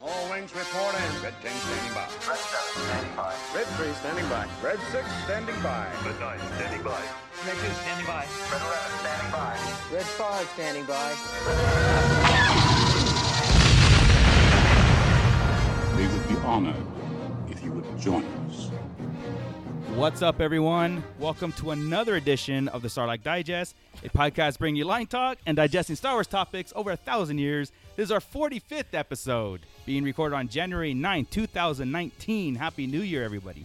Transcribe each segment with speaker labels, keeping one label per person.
Speaker 1: All wings report in.
Speaker 2: Red 10 standing by.
Speaker 3: Red 7 standing by.
Speaker 1: Red 3 standing by. Red 6 standing by.
Speaker 4: Red 9 standing by.
Speaker 5: Red 2 standing by.
Speaker 3: Red 11 standing by.
Speaker 6: Red 5 standing by.
Speaker 7: We would be honored if you would join us.
Speaker 8: What's up, everyone? Welcome to another edition of the Starlight Digest, a podcast bringing you line talk and digesting Star Wars topics over a thousand years. This is our 45th episode, being recorded on January 9, 2019. Happy New Year, everybody.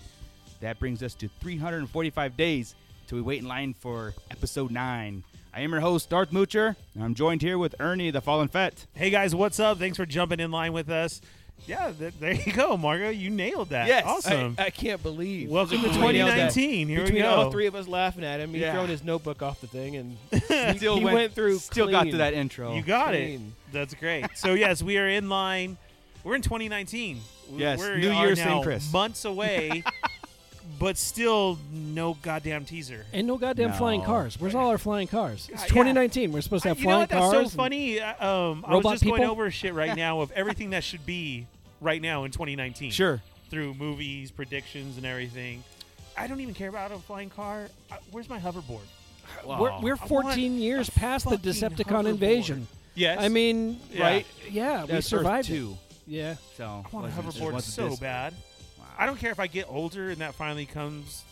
Speaker 8: That brings us to 345 days till we wait in line for episode 9. I am your host, Darth Moocher, and I'm joined here with Ernie, the Fallen Fett.
Speaker 9: Hey guys, what's up? Thanks for jumping in line with us. Yeah, th- there you go, Margo. You nailed that.
Speaker 10: Yes,
Speaker 9: awesome.
Speaker 10: I, I can't believe.
Speaker 9: Welcome to
Speaker 10: Between all that-
Speaker 9: 2019. Here
Speaker 10: Between
Speaker 9: we go.
Speaker 10: all three of us laughing at him, he
Speaker 8: Yeah.
Speaker 10: throwing his notebook off the thing, and he,
Speaker 8: Still
Speaker 10: he went, through.
Speaker 8: Still got
Speaker 10: clean.
Speaker 8: to that intro.
Speaker 9: you got
Speaker 10: Clean.
Speaker 9: it. That's great. So yes, we are in line. We're in 2019. We-
Speaker 8: Yes,
Speaker 9: we're
Speaker 8: New
Speaker 9: are
Speaker 8: Year's
Speaker 9: now
Speaker 8: same Chris.
Speaker 9: months away, but still no goddamn teaser.
Speaker 11: And no goddamn
Speaker 8: No.
Speaker 11: flying cars. Where's all our flying cars? It's
Speaker 9: Uh, Yeah.
Speaker 11: 2019. We're supposed to
Speaker 9: I-
Speaker 11: have
Speaker 9: Uh, you know
Speaker 11: flying
Speaker 9: what? That's
Speaker 11: cars.
Speaker 9: so
Speaker 11: and-
Speaker 9: funny. Uh, Um, I was
Speaker 11: robot
Speaker 9: just going
Speaker 11: people?
Speaker 9: over shit right now of everything that should be right now in 2019.
Speaker 8: Sure.
Speaker 9: through movies, predictions, and everything. I don't even care about a flying car. I, where's my hoverboard?
Speaker 11: We're, we're
Speaker 9: I want
Speaker 11: 14 years
Speaker 9: a
Speaker 11: past the
Speaker 9: fucking
Speaker 11: Decepticon
Speaker 9: hoverboard.
Speaker 11: invasion.
Speaker 9: Yes.
Speaker 11: I mean,
Speaker 9: Yeah.
Speaker 11: right? Yeah, we
Speaker 8: That's
Speaker 11: survived
Speaker 8: Earth
Speaker 11: it.
Speaker 8: 2.
Speaker 11: Yeah.
Speaker 8: So
Speaker 9: I want a
Speaker 8: wasn't- just
Speaker 9: hoverboard
Speaker 8: wasn't
Speaker 9: so
Speaker 8: this-
Speaker 9: bad.
Speaker 8: Wow.
Speaker 9: I don't care if I get older and that finally comes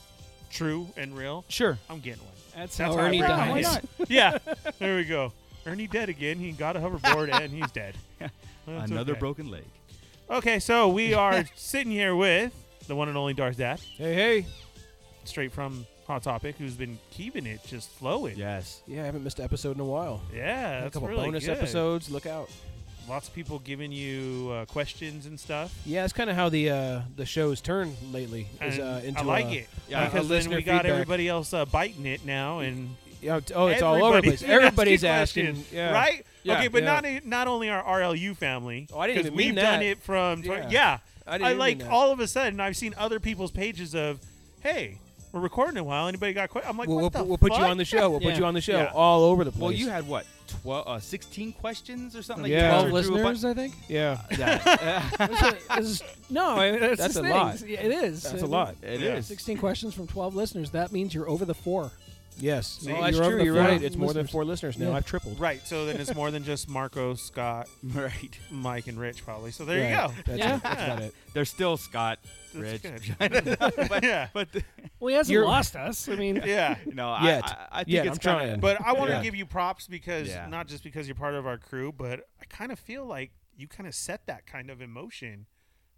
Speaker 9: true and real.
Speaker 8: Sure.
Speaker 9: I'm getting one.
Speaker 11: That's,
Speaker 9: That's
Speaker 11: how
Speaker 9: how I
Speaker 11: Ernie
Speaker 9: roll.
Speaker 11: dies.
Speaker 8: Why not?
Speaker 9: yeah. There we go. Ernie dead again. He got a hoverboard and he's dead. That's
Speaker 8: Another
Speaker 9: okay.
Speaker 8: broken leg.
Speaker 9: Okay, so we are sitting here with the one and only Darth Dad,
Speaker 10: Hey, hey.
Speaker 9: straight from Hot Topic, who's been keeping it just flowing.
Speaker 8: Yes.
Speaker 10: Yeah, I haven't missed an episode in a while.
Speaker 9: Yeah,
Speaker 10: Had a
Speaker 9: that's
Speaker 10: couple
Speaker 9: really
Speaker 10: bonus
Speaker 9: good.
Speaker 10: episodes. Look out.
Speaker 9: Lots of people giving you uh, questions and stuff.
Speaker 10: Yeah, that's kind of how the uh, the show's turned lately. Is,
Speaker 9: And
Speaker 10: uh, into
Speaker 9: I like
Speaker 10: a-
Speaker 9: it
Speaker 10: yeah, a
Speaker 9: because then
Speaker 10: listener
Speaker 9: we got
Speaker 10: feedback.
Speaker 9: everybody else uh, biting it now, and
Speaker 10: Yeah, it's- oh, it's all over the place. Everybody's asking.
Speaker 9: questions,
Speaker 10: yeah.
Speaker 9: right?
Speaker 10: Yeah,
Speaker 9: okay, but
Speaker 10: yeah.
Speaker 9: not e- not only our RLU family.
Speaker 10: Oh, I didn't
Speaker 9: 'cause
Speaker 10: even mean
Speaker 9: We've done
Speaker 10: that.
Speaker 9: it from twen-
Speaker 10: Yeah.
Speaker 9: yeah.
Speaker 10: I didn't even
Speaker 9: like
Speaker 10: mean that.
Speaker 9: all of a sudden I've seen other people's pages of, hey, we're recording a while. Anybody got questions? I'm like,
Speaker 10: We'll,
Speaker 9: what
Speaker 10: we'll,
Speaker 9: the
Speaker 10: we'll put you
Speaker 9: fuck?
Speaker 10: on the show. We'll
Speaker 11: Yeah.
Speaker 10: put you on the show.
Speaker 9: Yeah.
Speaker 10: All over the place.
Speaker 8: Well, you had what, 12, uh, 16 questions or something?
Speaker 10: Yeah.
Speaker 11: 12
Speaker 8: Like you answered through a
Speaker 11: listeners, I think.
Speaker 10: Yeah.
Speaker 8: bu- Yeah.
Speaker 11: This is- no, I mean, that's,
Speaker 10: That's
Speaker 11: the
Speaker 10: a
Speaker 11: thing.
Speaker 10: lot.
Speaker 11: Yeah, It is.
Speaker 10: That's
Speaker 11: I
Speaker 10: a
Speaker 11: mean,
Speaker 10: lot.
Speaker 8: It
Speaker 9: Yeah.
Speaker 8: is.
Speaker 11: 16 questions from 12 listeners. That means you're over the four.
Speaker 10: Yes.
Speaker 9: See,
Speaker 10: oh, that's
Speaker 11: you're over
Speaker 10: true.
Speaker 11: the
Speaker 10: You're
Speaker 11: four
Speaker 10: right. It's more than
Speaker 11: listeners.
Speaker 10: four listeners now.
Speaker 11: Yeah.
Speaker 10: I've tripled.
Speaker 9: Right, so then it's more than just Marco, Scott,
Speaker 8: Right.
Speaker 9: Mike, and Rich, probably. So there
Speaker 10: Right.
Speaker 9: you go.
Speaker 10: That's
Speaker 11: Yeah.
Speaker 10: it. That's about it.
Speaker 8: There's still Scott, Rich.
Speaker 9: That's good.
Speaker 8: but,
Speaker 9: Yeah.
Speaker 8: But, the,
Speaker 11: Well, he hasn't
Speaker 10: You're-
Speaker 11: lost us. I mean,
Speaker 9: Yeah.
Speaker 8: no,
Speaker 10: Yet.
Speaker 8: I, I, I think
Speaker 10: Yet,
Speaker 8: it's
Speaker 10: I'm
Speaker 8: kinda-
Speaker 10: trying.
Speaker 9: But I want to
Speaker 10: Yeah.
Speaker 9: give you props because
Speaker 8: Yeah.
Speaker 9: not just because you're part of our crew, but I kind of feel like you kind of set that kind of emotion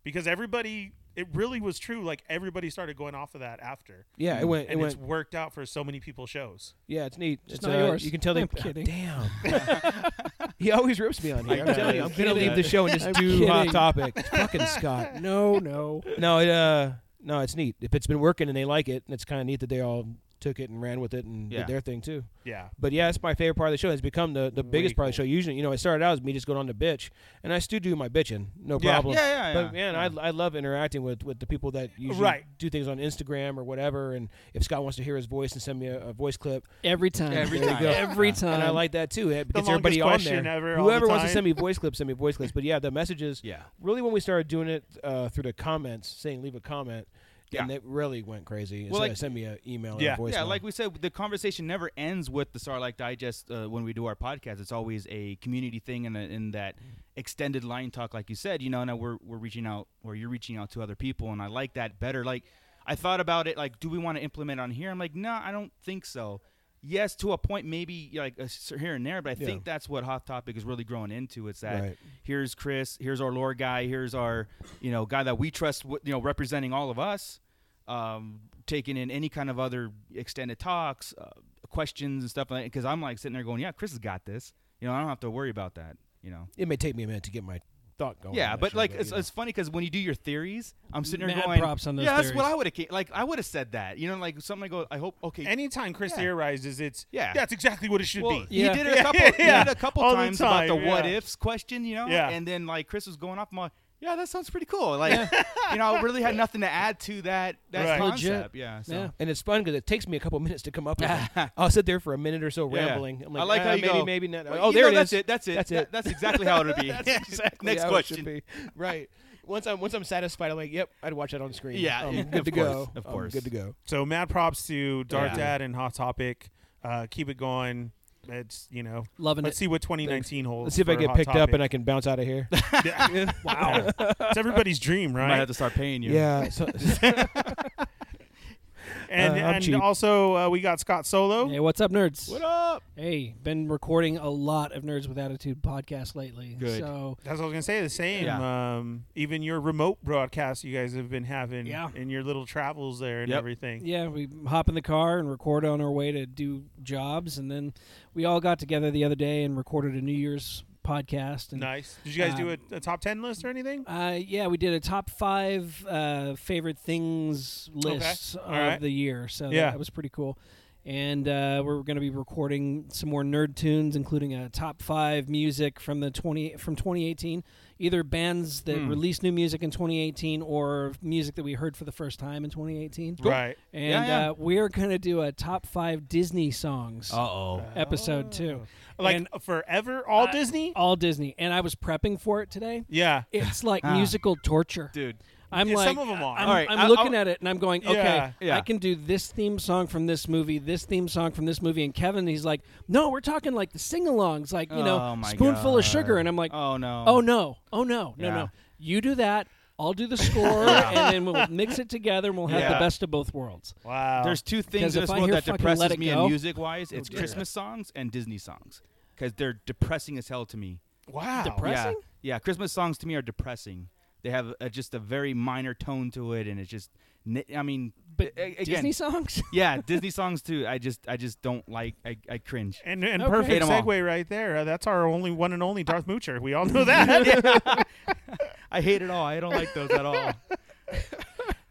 Speaker 9: because everybody, it really was true. Like everybody started going off of that after,
Speaker 10: Yeah, it went. It
Speaker 9: and
Speaker 10: went.
Speaker 9: it's worked out for so many people's shows.
Speaker 10: Yeah, it's neat.
Speaker 11: Just
Speaker 10: It's,
Speaker 11: not
Speaker 10: uh,
Speaker 11: yours.
Speaker 10: You can tell they.
Speaker 11: I'm kidding.
Speaker 10: Damn. he always rips Oh, me on
Speaker 8: I
Speaker 10: here.
Speaker 8: know.
Speaker 10: I'm telling you, I'm
Speaker 8: He's
Speaker 10: gonna
Speaker 8: kidding.
Speaker 10: leave the show and just
Speaker 11: I'm
Speaker 10: do
Speaker 11: kidding.
Speaker 10: hot topic. Fucking Scott.
Speaker 11: no, no.
Speaker 10: No, it, uh, no, it's neat. If it's been working and they like it, and it's kind of neat that they all took it and ran with it and
Speaker 8: Yeah.
Speaker 10: did their thing too.
Speaker 9: Yeah.
Speaker 10: But yeah, it's my favorite part of the show. It's become the, the biggest part of the show. Usually, you know, it started out as me just going on to bitch, and I still do my bitching, no
Speaker 9: Yeah.
Speaker 10: problem.
Speaker 8: Yeah, yeah, yeah.
Speaker 10: But man, I, I love interacting with, with the people that usually
Speaker 9: Right.
Speaker 10: do things on Instagram or whatever. And if Scott wants to hear his voice and send me a, a voice clip,
Speaker 11: Every time.
Speaker 8: Every
Speaker 10: There you
Speaker 8: time.
Speaker 10: go.
Speaker 11: Every time.
Speaker 10: and I like that too. It gets
Speaker 9: longest
Speaker 10: everybody on
Speaker 9: question
Speaker 10: there.
Speaker 9: ever, all the
Speaker 10: Whoever wants to
Speaker 9: time.
Speaker 10: send me voice clips, send me voice clips. But yeah, the messages.
Speaker 8: Yeah.
Speaker 10: Really, when we started doing it uh, through the comments, saying leave a comment,
Speaker 8: Yeah.
Speaker 10: and it really went crazy.
Speaker 8: Well,
Speaker 10: Well,
Speaker 8: like-
Speaker 10: send me an email.
Speaker 9: Yeah.
Speaker 10: and a voicemail.
Speaker 8: Yeah, like we said, the conversation never ends with the Sarlacc Digest uh, when we do our podcast. It's always a community thing and a- in that extended line talk, like you said, you know, and we're, we're reaching out or you're reaching out to other people. And I like that better. Like, I thought about it, like, do we want to implement on here? I'm like, no, I don't think so. Yes, to a point, maybe like a cer- here and there, but I
Speaker 10: Yeah.
Speaker 8: think that's what Hot Topic is really growing into. It's that
Speaker 10: Right.
Speaker 8: here's Chris, here's our lore guy, here's our you know guy that we trust, w- you know, representing all of us, um, taking in any kind of other extended talks, uh, questions and stuff like. Because I'm like sitting there going, yeah, Chris has got this. You know, I don't have to worry about that. You know.
Speaker 10: it may take me a minute to get my thought going.
Speaker 8: yeah,
Speaker 10: on that
Speaker 8: but
Speaker 10: shit,
Speaker 8: like it's,
Speaker 10: you know.
Speaker 8: it's funny because when you do your theories, I'm sitting there
Speaker 11: Mad
Speaker 8: going,
Speaker 11: props on those
Speaker 8: yeah, that's what
Speaker 11: theories.
Speaker 8: I would have like. I would have said that. You know, like something I go, I hope okay.
Speaker 9: Anytime Chris
Speaker 8: Yeah.
Speaker 9: theorizes, it's
Speaker 8: Yeah.
Speaker 9: that's exactly what it should
Speaker 8: well,
Speaker 9: be.
Speaker 8: he
Speaker 11: Yeah.
Speaker 8: did it a
Speaker 9: Yeah,
Speaker 8: couple.
Speaker 9: yeah,
Speaker 8: He did it a couple
Speaker 9: all the
Speaker 8: times about
Speaker 9: time,
Speaker 8: the what
Speaker 9: yeah.
Speaker 8: ifs question, you know.
Speaker 9: Yeah.
Speaker 8: And then like Chris was going off my, yeah, that sounds pretty cool. Like, you know, I really had nothing to add to that that
Speaker 9: Right.
Speaker 11: Legit.
Speaker 8: concept. Yeah. So.
Speaker 11: Yeah.
Speaker 10: And it's fun because it takes me a couple minutes to come up with it. I'll sit there for a minute or so
Speaker 8: Yeah.
Speaker 10: rambling. I'm like,
Speaker 8: I like
Speaker 10: "Ah,
Speaker 8: how you
Speaker 10: maybe,
Speaker 8: go,
Speaker 10: maybe not.
Speaker 8: "Well,
Speaker 10: oh,
Speaker 8: you
Speaker 10: there
Speaker 8: know,
Speaker 10: it is.
Speaker 8: that's It. That's it.
Speaker 10: That's
Speaker 8: That-
Speaker 10: it.
Speaker 8: that's exactly how it'll be.
Speaker 10: exactly
Speaker 8: Next
Speaker 10: how it should
Speaker 8: question.
Speaker 10: be. Right. Once I'm once I'm satisfied, I'm like, yep, I'd watch that on screen.
Speaker 8: Yeah,
Speaker 10: I'm
Speaker 8: yeah,
Speaker 10: good
Speaker 8: of
Speaker 10: to
Speaker 8: course,
Speaker 10: go. Um,
Speaker 8: of
Speaker 10: I'm
Speaker 8: course.
Speaker 10: good to go.
Speaker 9: So mad props to Dark
Speaker 8: Yeah.
Speaker 9: Dad and Hot Topic. Uh, keep it going. It's you know
Speaker 11: Loving
Speaker 9: Let's
Speaker 11: it.
Speaker 9: see what 2019 holds.
Speaker 10: Let's see if I
Speaker 9: for
Speaker 10: get
Speaker 9: Hot
Speaker 10: picked up
Speaker 9: Topic.
Speaker 10: and I can bounce out of here.
Speaker 9: wow, it's everybody's dream,
Speaker 8: I might
Speaker 9: right?
Speaker 8: have to start paying you.
Speaker 10: yeah. so-
Speaker 9: and
Speaker 10: Uh, I'm
Speaker 9: and
Speaker 10: cheap.
Speaker 9: also uh, we got Scott Solo.
Speaker 11: Hey, what's up, nerds?
Speaker 10: what up?
Speaker 11: Hey, been recording a lot of Nerds with Attitude podcast lately.
Speaker 8: Good.
Speaker 11: So
Speaker 9: That's what I was gonna say. The same. Um, even your remote broadcast you guys have been having
Speaker 11: Yeah.
Speaker 9: in your little travels there and
Speaker 8: Yep.
Speaker 9: everything.
Speaker 11: yeah, we hop in the car and record on our way to do jobs, and then we all got together the other day and recorded a New Year's podcast. And
Speaker 9: Nice. Did you guys do
Speaker 11: Um,
Speaker 9: a, a top ten list or anything?
Speaker 11: Uh, yeah, we did a top five uh, favorite things list
Speaker 9: All
Speaker 11: of
Speaker 9: right.
Speaker 11: the year, so that-
Speaker 9: Yeah.
Speaker 11: that, was pretty cool. And uh, we're going to be recording some more nerd tunes, including a top five music from the twenty from 2018, either bands
Speaker 9: Hmm.
Speaker 11: that released new music in 2018 or music that we heard for the first time in 2018.
Speaker 9: Right.
Speaker 11: And
Speaker 8: Yeah, yeah.
Speaker 11: Uh, we're going to do a top five Disney songs
Speaker 8: Uh oh.
Speaker 11: episode two,
Speaker 9: Like
Speaker 11: And
Speaker 9: forever, all Disney.
Speaker 11: Uh, all Disney. And I was prepping for it today.
Speaker 9: yeah.
Speaker 11: It's like musical torture,
Speaker 8: Dude.
Speaker 11: I'm
Speaker 9: Yeah,
Speaker 11: like,
Speaker 9: some of 'em are.
Speaker 11: I'm,
Speaker 8: All right,
Speaker 11: I'm
Speaker 8: I'll-
Speaker 11: looking
Speaker 8: I'll-
Speaker 11: at it and I'm going, okay,
Speaker 9: Yeah,
Speaker 8: yeah.
Speaker 11: I can do this theme song from this movie, this theme song from this movie. And Kevin, he's like, no, we're talking like the sing-alongs, like you
Speaker 8: Oh,
Speaker 11: know,
Speaker 8: my
Speaker 11: spoonful of sugar.
Speaker 8: God.
Speaker 11: And I'm like,
Speaker 8: Oh, no.
Speaker 11: oh no, oh no, no,
Speaker 8: Yeah.
Speaker 11: no. You do that. I'll do the score, and then we'll mix it together, and we'll have
Speaker 8: Yeah.
Speaker 11: the best of both worlds.
Speaker 9: Wow.
Speaker 8: There's two things
Speaker 11: Because
Speaker 8: in
Speaker 11: if
Speaker 8: this
Speaker 11: I
Speaker 8: world
Speaker 11: hear
Speaker 8: that
Speaker 11: fucking
Speaker 8: depresses
Speaker 11: Let It
Speaker 8: me
Speaker 11: Go-
Speaker 8: in music wise. It's
Speaker 11: dear.
Speaker 8: Christmas songs and Disney songs because they're depressing as hell to me.
Speaker 9: wow.
Speaker 11: Depressing?
Speaker 8: Yeah, yeah. Christmas songs to me are depressing. They have a, just a very minor tone to it, and it's just. ni- I mean,
Speaker 11: But
Speaker 8: a- again,
Speaker 11: Disney songs?
Speaker 8: yeah, Disney songs too. I just, I just don't like. I, I cringe.
Speaker 9: And, and
Speaker 11: Okay.
Speaker 9: perfect
Speaker 8: Hate 'em all.
Speaker 9: segue right there. Uh, that's our only one and only Darth Moocher. We all know that.
Speaker 8: I hate it all. I don't like those at all.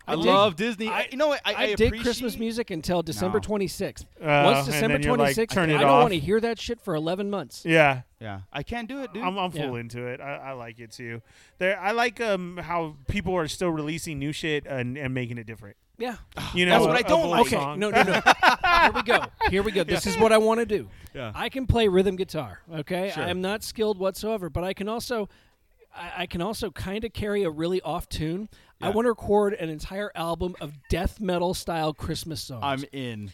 Speaker 8: I,
Speaker 11: dig-
Speaker 8: love Disney. I, you know what? I,
Speaker 11: I,
Speaker 8: I
Speaker 11: dig Christmas
Speaker 8: appreciate-
Speaker 11: music until December 26th.
Speaker 9: and then
Speaker 11: Once December
Speaker 9: you're like,
Speaker 11: 26th,
Speaker 9: turn it
Speaker 11: I don't
Speaker 9: off.
Speaker 11: want to hear that shit for 11 months.
Speaker 9: yeah.
Speaker 8: Yeah, I can't do it, dude.
Speaker 9: I'm, I'm full
Speaker 11: Yeah.
Speaker 9: into it. I, I like it too. There, I like um how people are still releasing new shit and, and making it different.
Speaker 11: Yeah.
Speaker 9: You know,
Speaker 8: That's what I
Speaker 9: of
Speaker 8: don't
Speaker 9: old
Speaker 8: like.
Speaker 11: Okay,
Speaker 9: songs.
Speaker 11: no, no, no. Here we go. Here we go. This is what I want to do.
Speaker 8: Yeah.
Speaker 11: I can play rhythm guitar. Okay, I am not skilled whatsoever, but I can also, I, I can also kind of carry a really off tune. I want to record an entire album of death metal style Christmas songs.
Speaker 8: I'm in.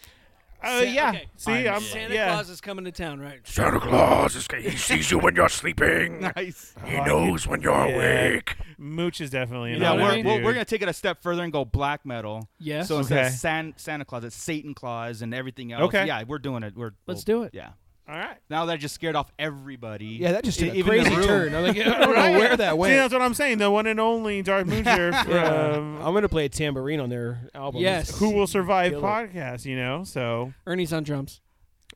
Speaker 9: Uh, yeah.
Speaker 11: okay.
Speaker 9: See,
Speaker 8: I'm-
Speaker 9: I'm,
Speaker 11: Santa
Speaker 9: yeah.
Speaker 11: Claus is coming to town, right?
Speaker 2: Santa Claus, is, he sees you when you're sleeping.
Speaker 8: Nice.
Speaker 2: He knows when you're awake.
Speaker 9: Mooch is definitely. an
Speaker 8: Yeah,
Speaker 11: know
Speaker 9: old
Speaker 11: what I
Speaker 8: we're,
Speaker 11: mean?
Speaker 8: we're,
Speaker 9: dude.
Speaker 8: we're gonna take it a step further and go black metal.
Speaker 11: Yes.
Speaker 8: So instead of
Speaker 9: Okay.
Speaker 8: San, Santa Claus, it's Satan Claus and everything else.
Speaker 9: Okay.
Speaker 8: Yeah, we're doing it. We're
Speaker 11: Let's
Speaker 8: we'll-
Speaker 11: do it.
Speaker 8: Yeah.
Speaker 9: All right.
Speaker 8: Now that I just scared off everybody.
Speaker 10: Yeah, that just
Speaker 8: e-
Speaker 10: took a
Speaker 8: even the
Speaker 10: crazy
Speaker 8: room.
Speaker 10: turn. I'm like, I don't know where that
Speaker 9: See,
Speaker 10: went.
Speaker 9: that's what I'm saying. The one and only Darth Moocher from
Speaker 10: I'm gonna play a tambourine on their album.
Speaker 11: Yes.
Speaker 9: Who Will Survive
Speaker 10: Kill it.
Speaker 9: podcast. You know, so
Speaker 11: Ernie's on drums.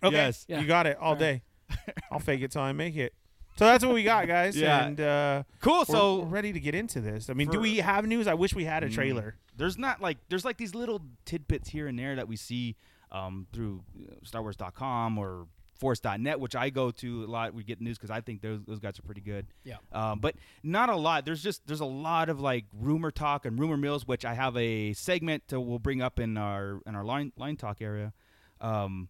Speaker 9: okay,
Speaker 8: Yes.
Speaker 11: Yeah.
Speaker 9: you got it all day. I'll fake it till I make it. So that's what we got, guys.
Speaker 8: Yeah.
Speaker 9: And uh,
Speaker 8: Cool.
Speaker 9: we're,
Speaker 8: So
Speaker 9: we're ready to get into this. I mean,
Speaker 8: For- Mm.
Speaker 9: do we have news? I wish we had a trailer.
Speaker 8: there's not like there's like these little tidbits here and there that we see um, through uh, StarWars.com or Force.net, which I go to a lot. We get news because I think those, those guys are pretty good.
Speaker 11: Yeah.
Speaker 8: Um, but not a lot. There's just there's a lot of like rumor talk and rumor mills, which I have a segment to we'll bring up in our in our line line talk area. Um,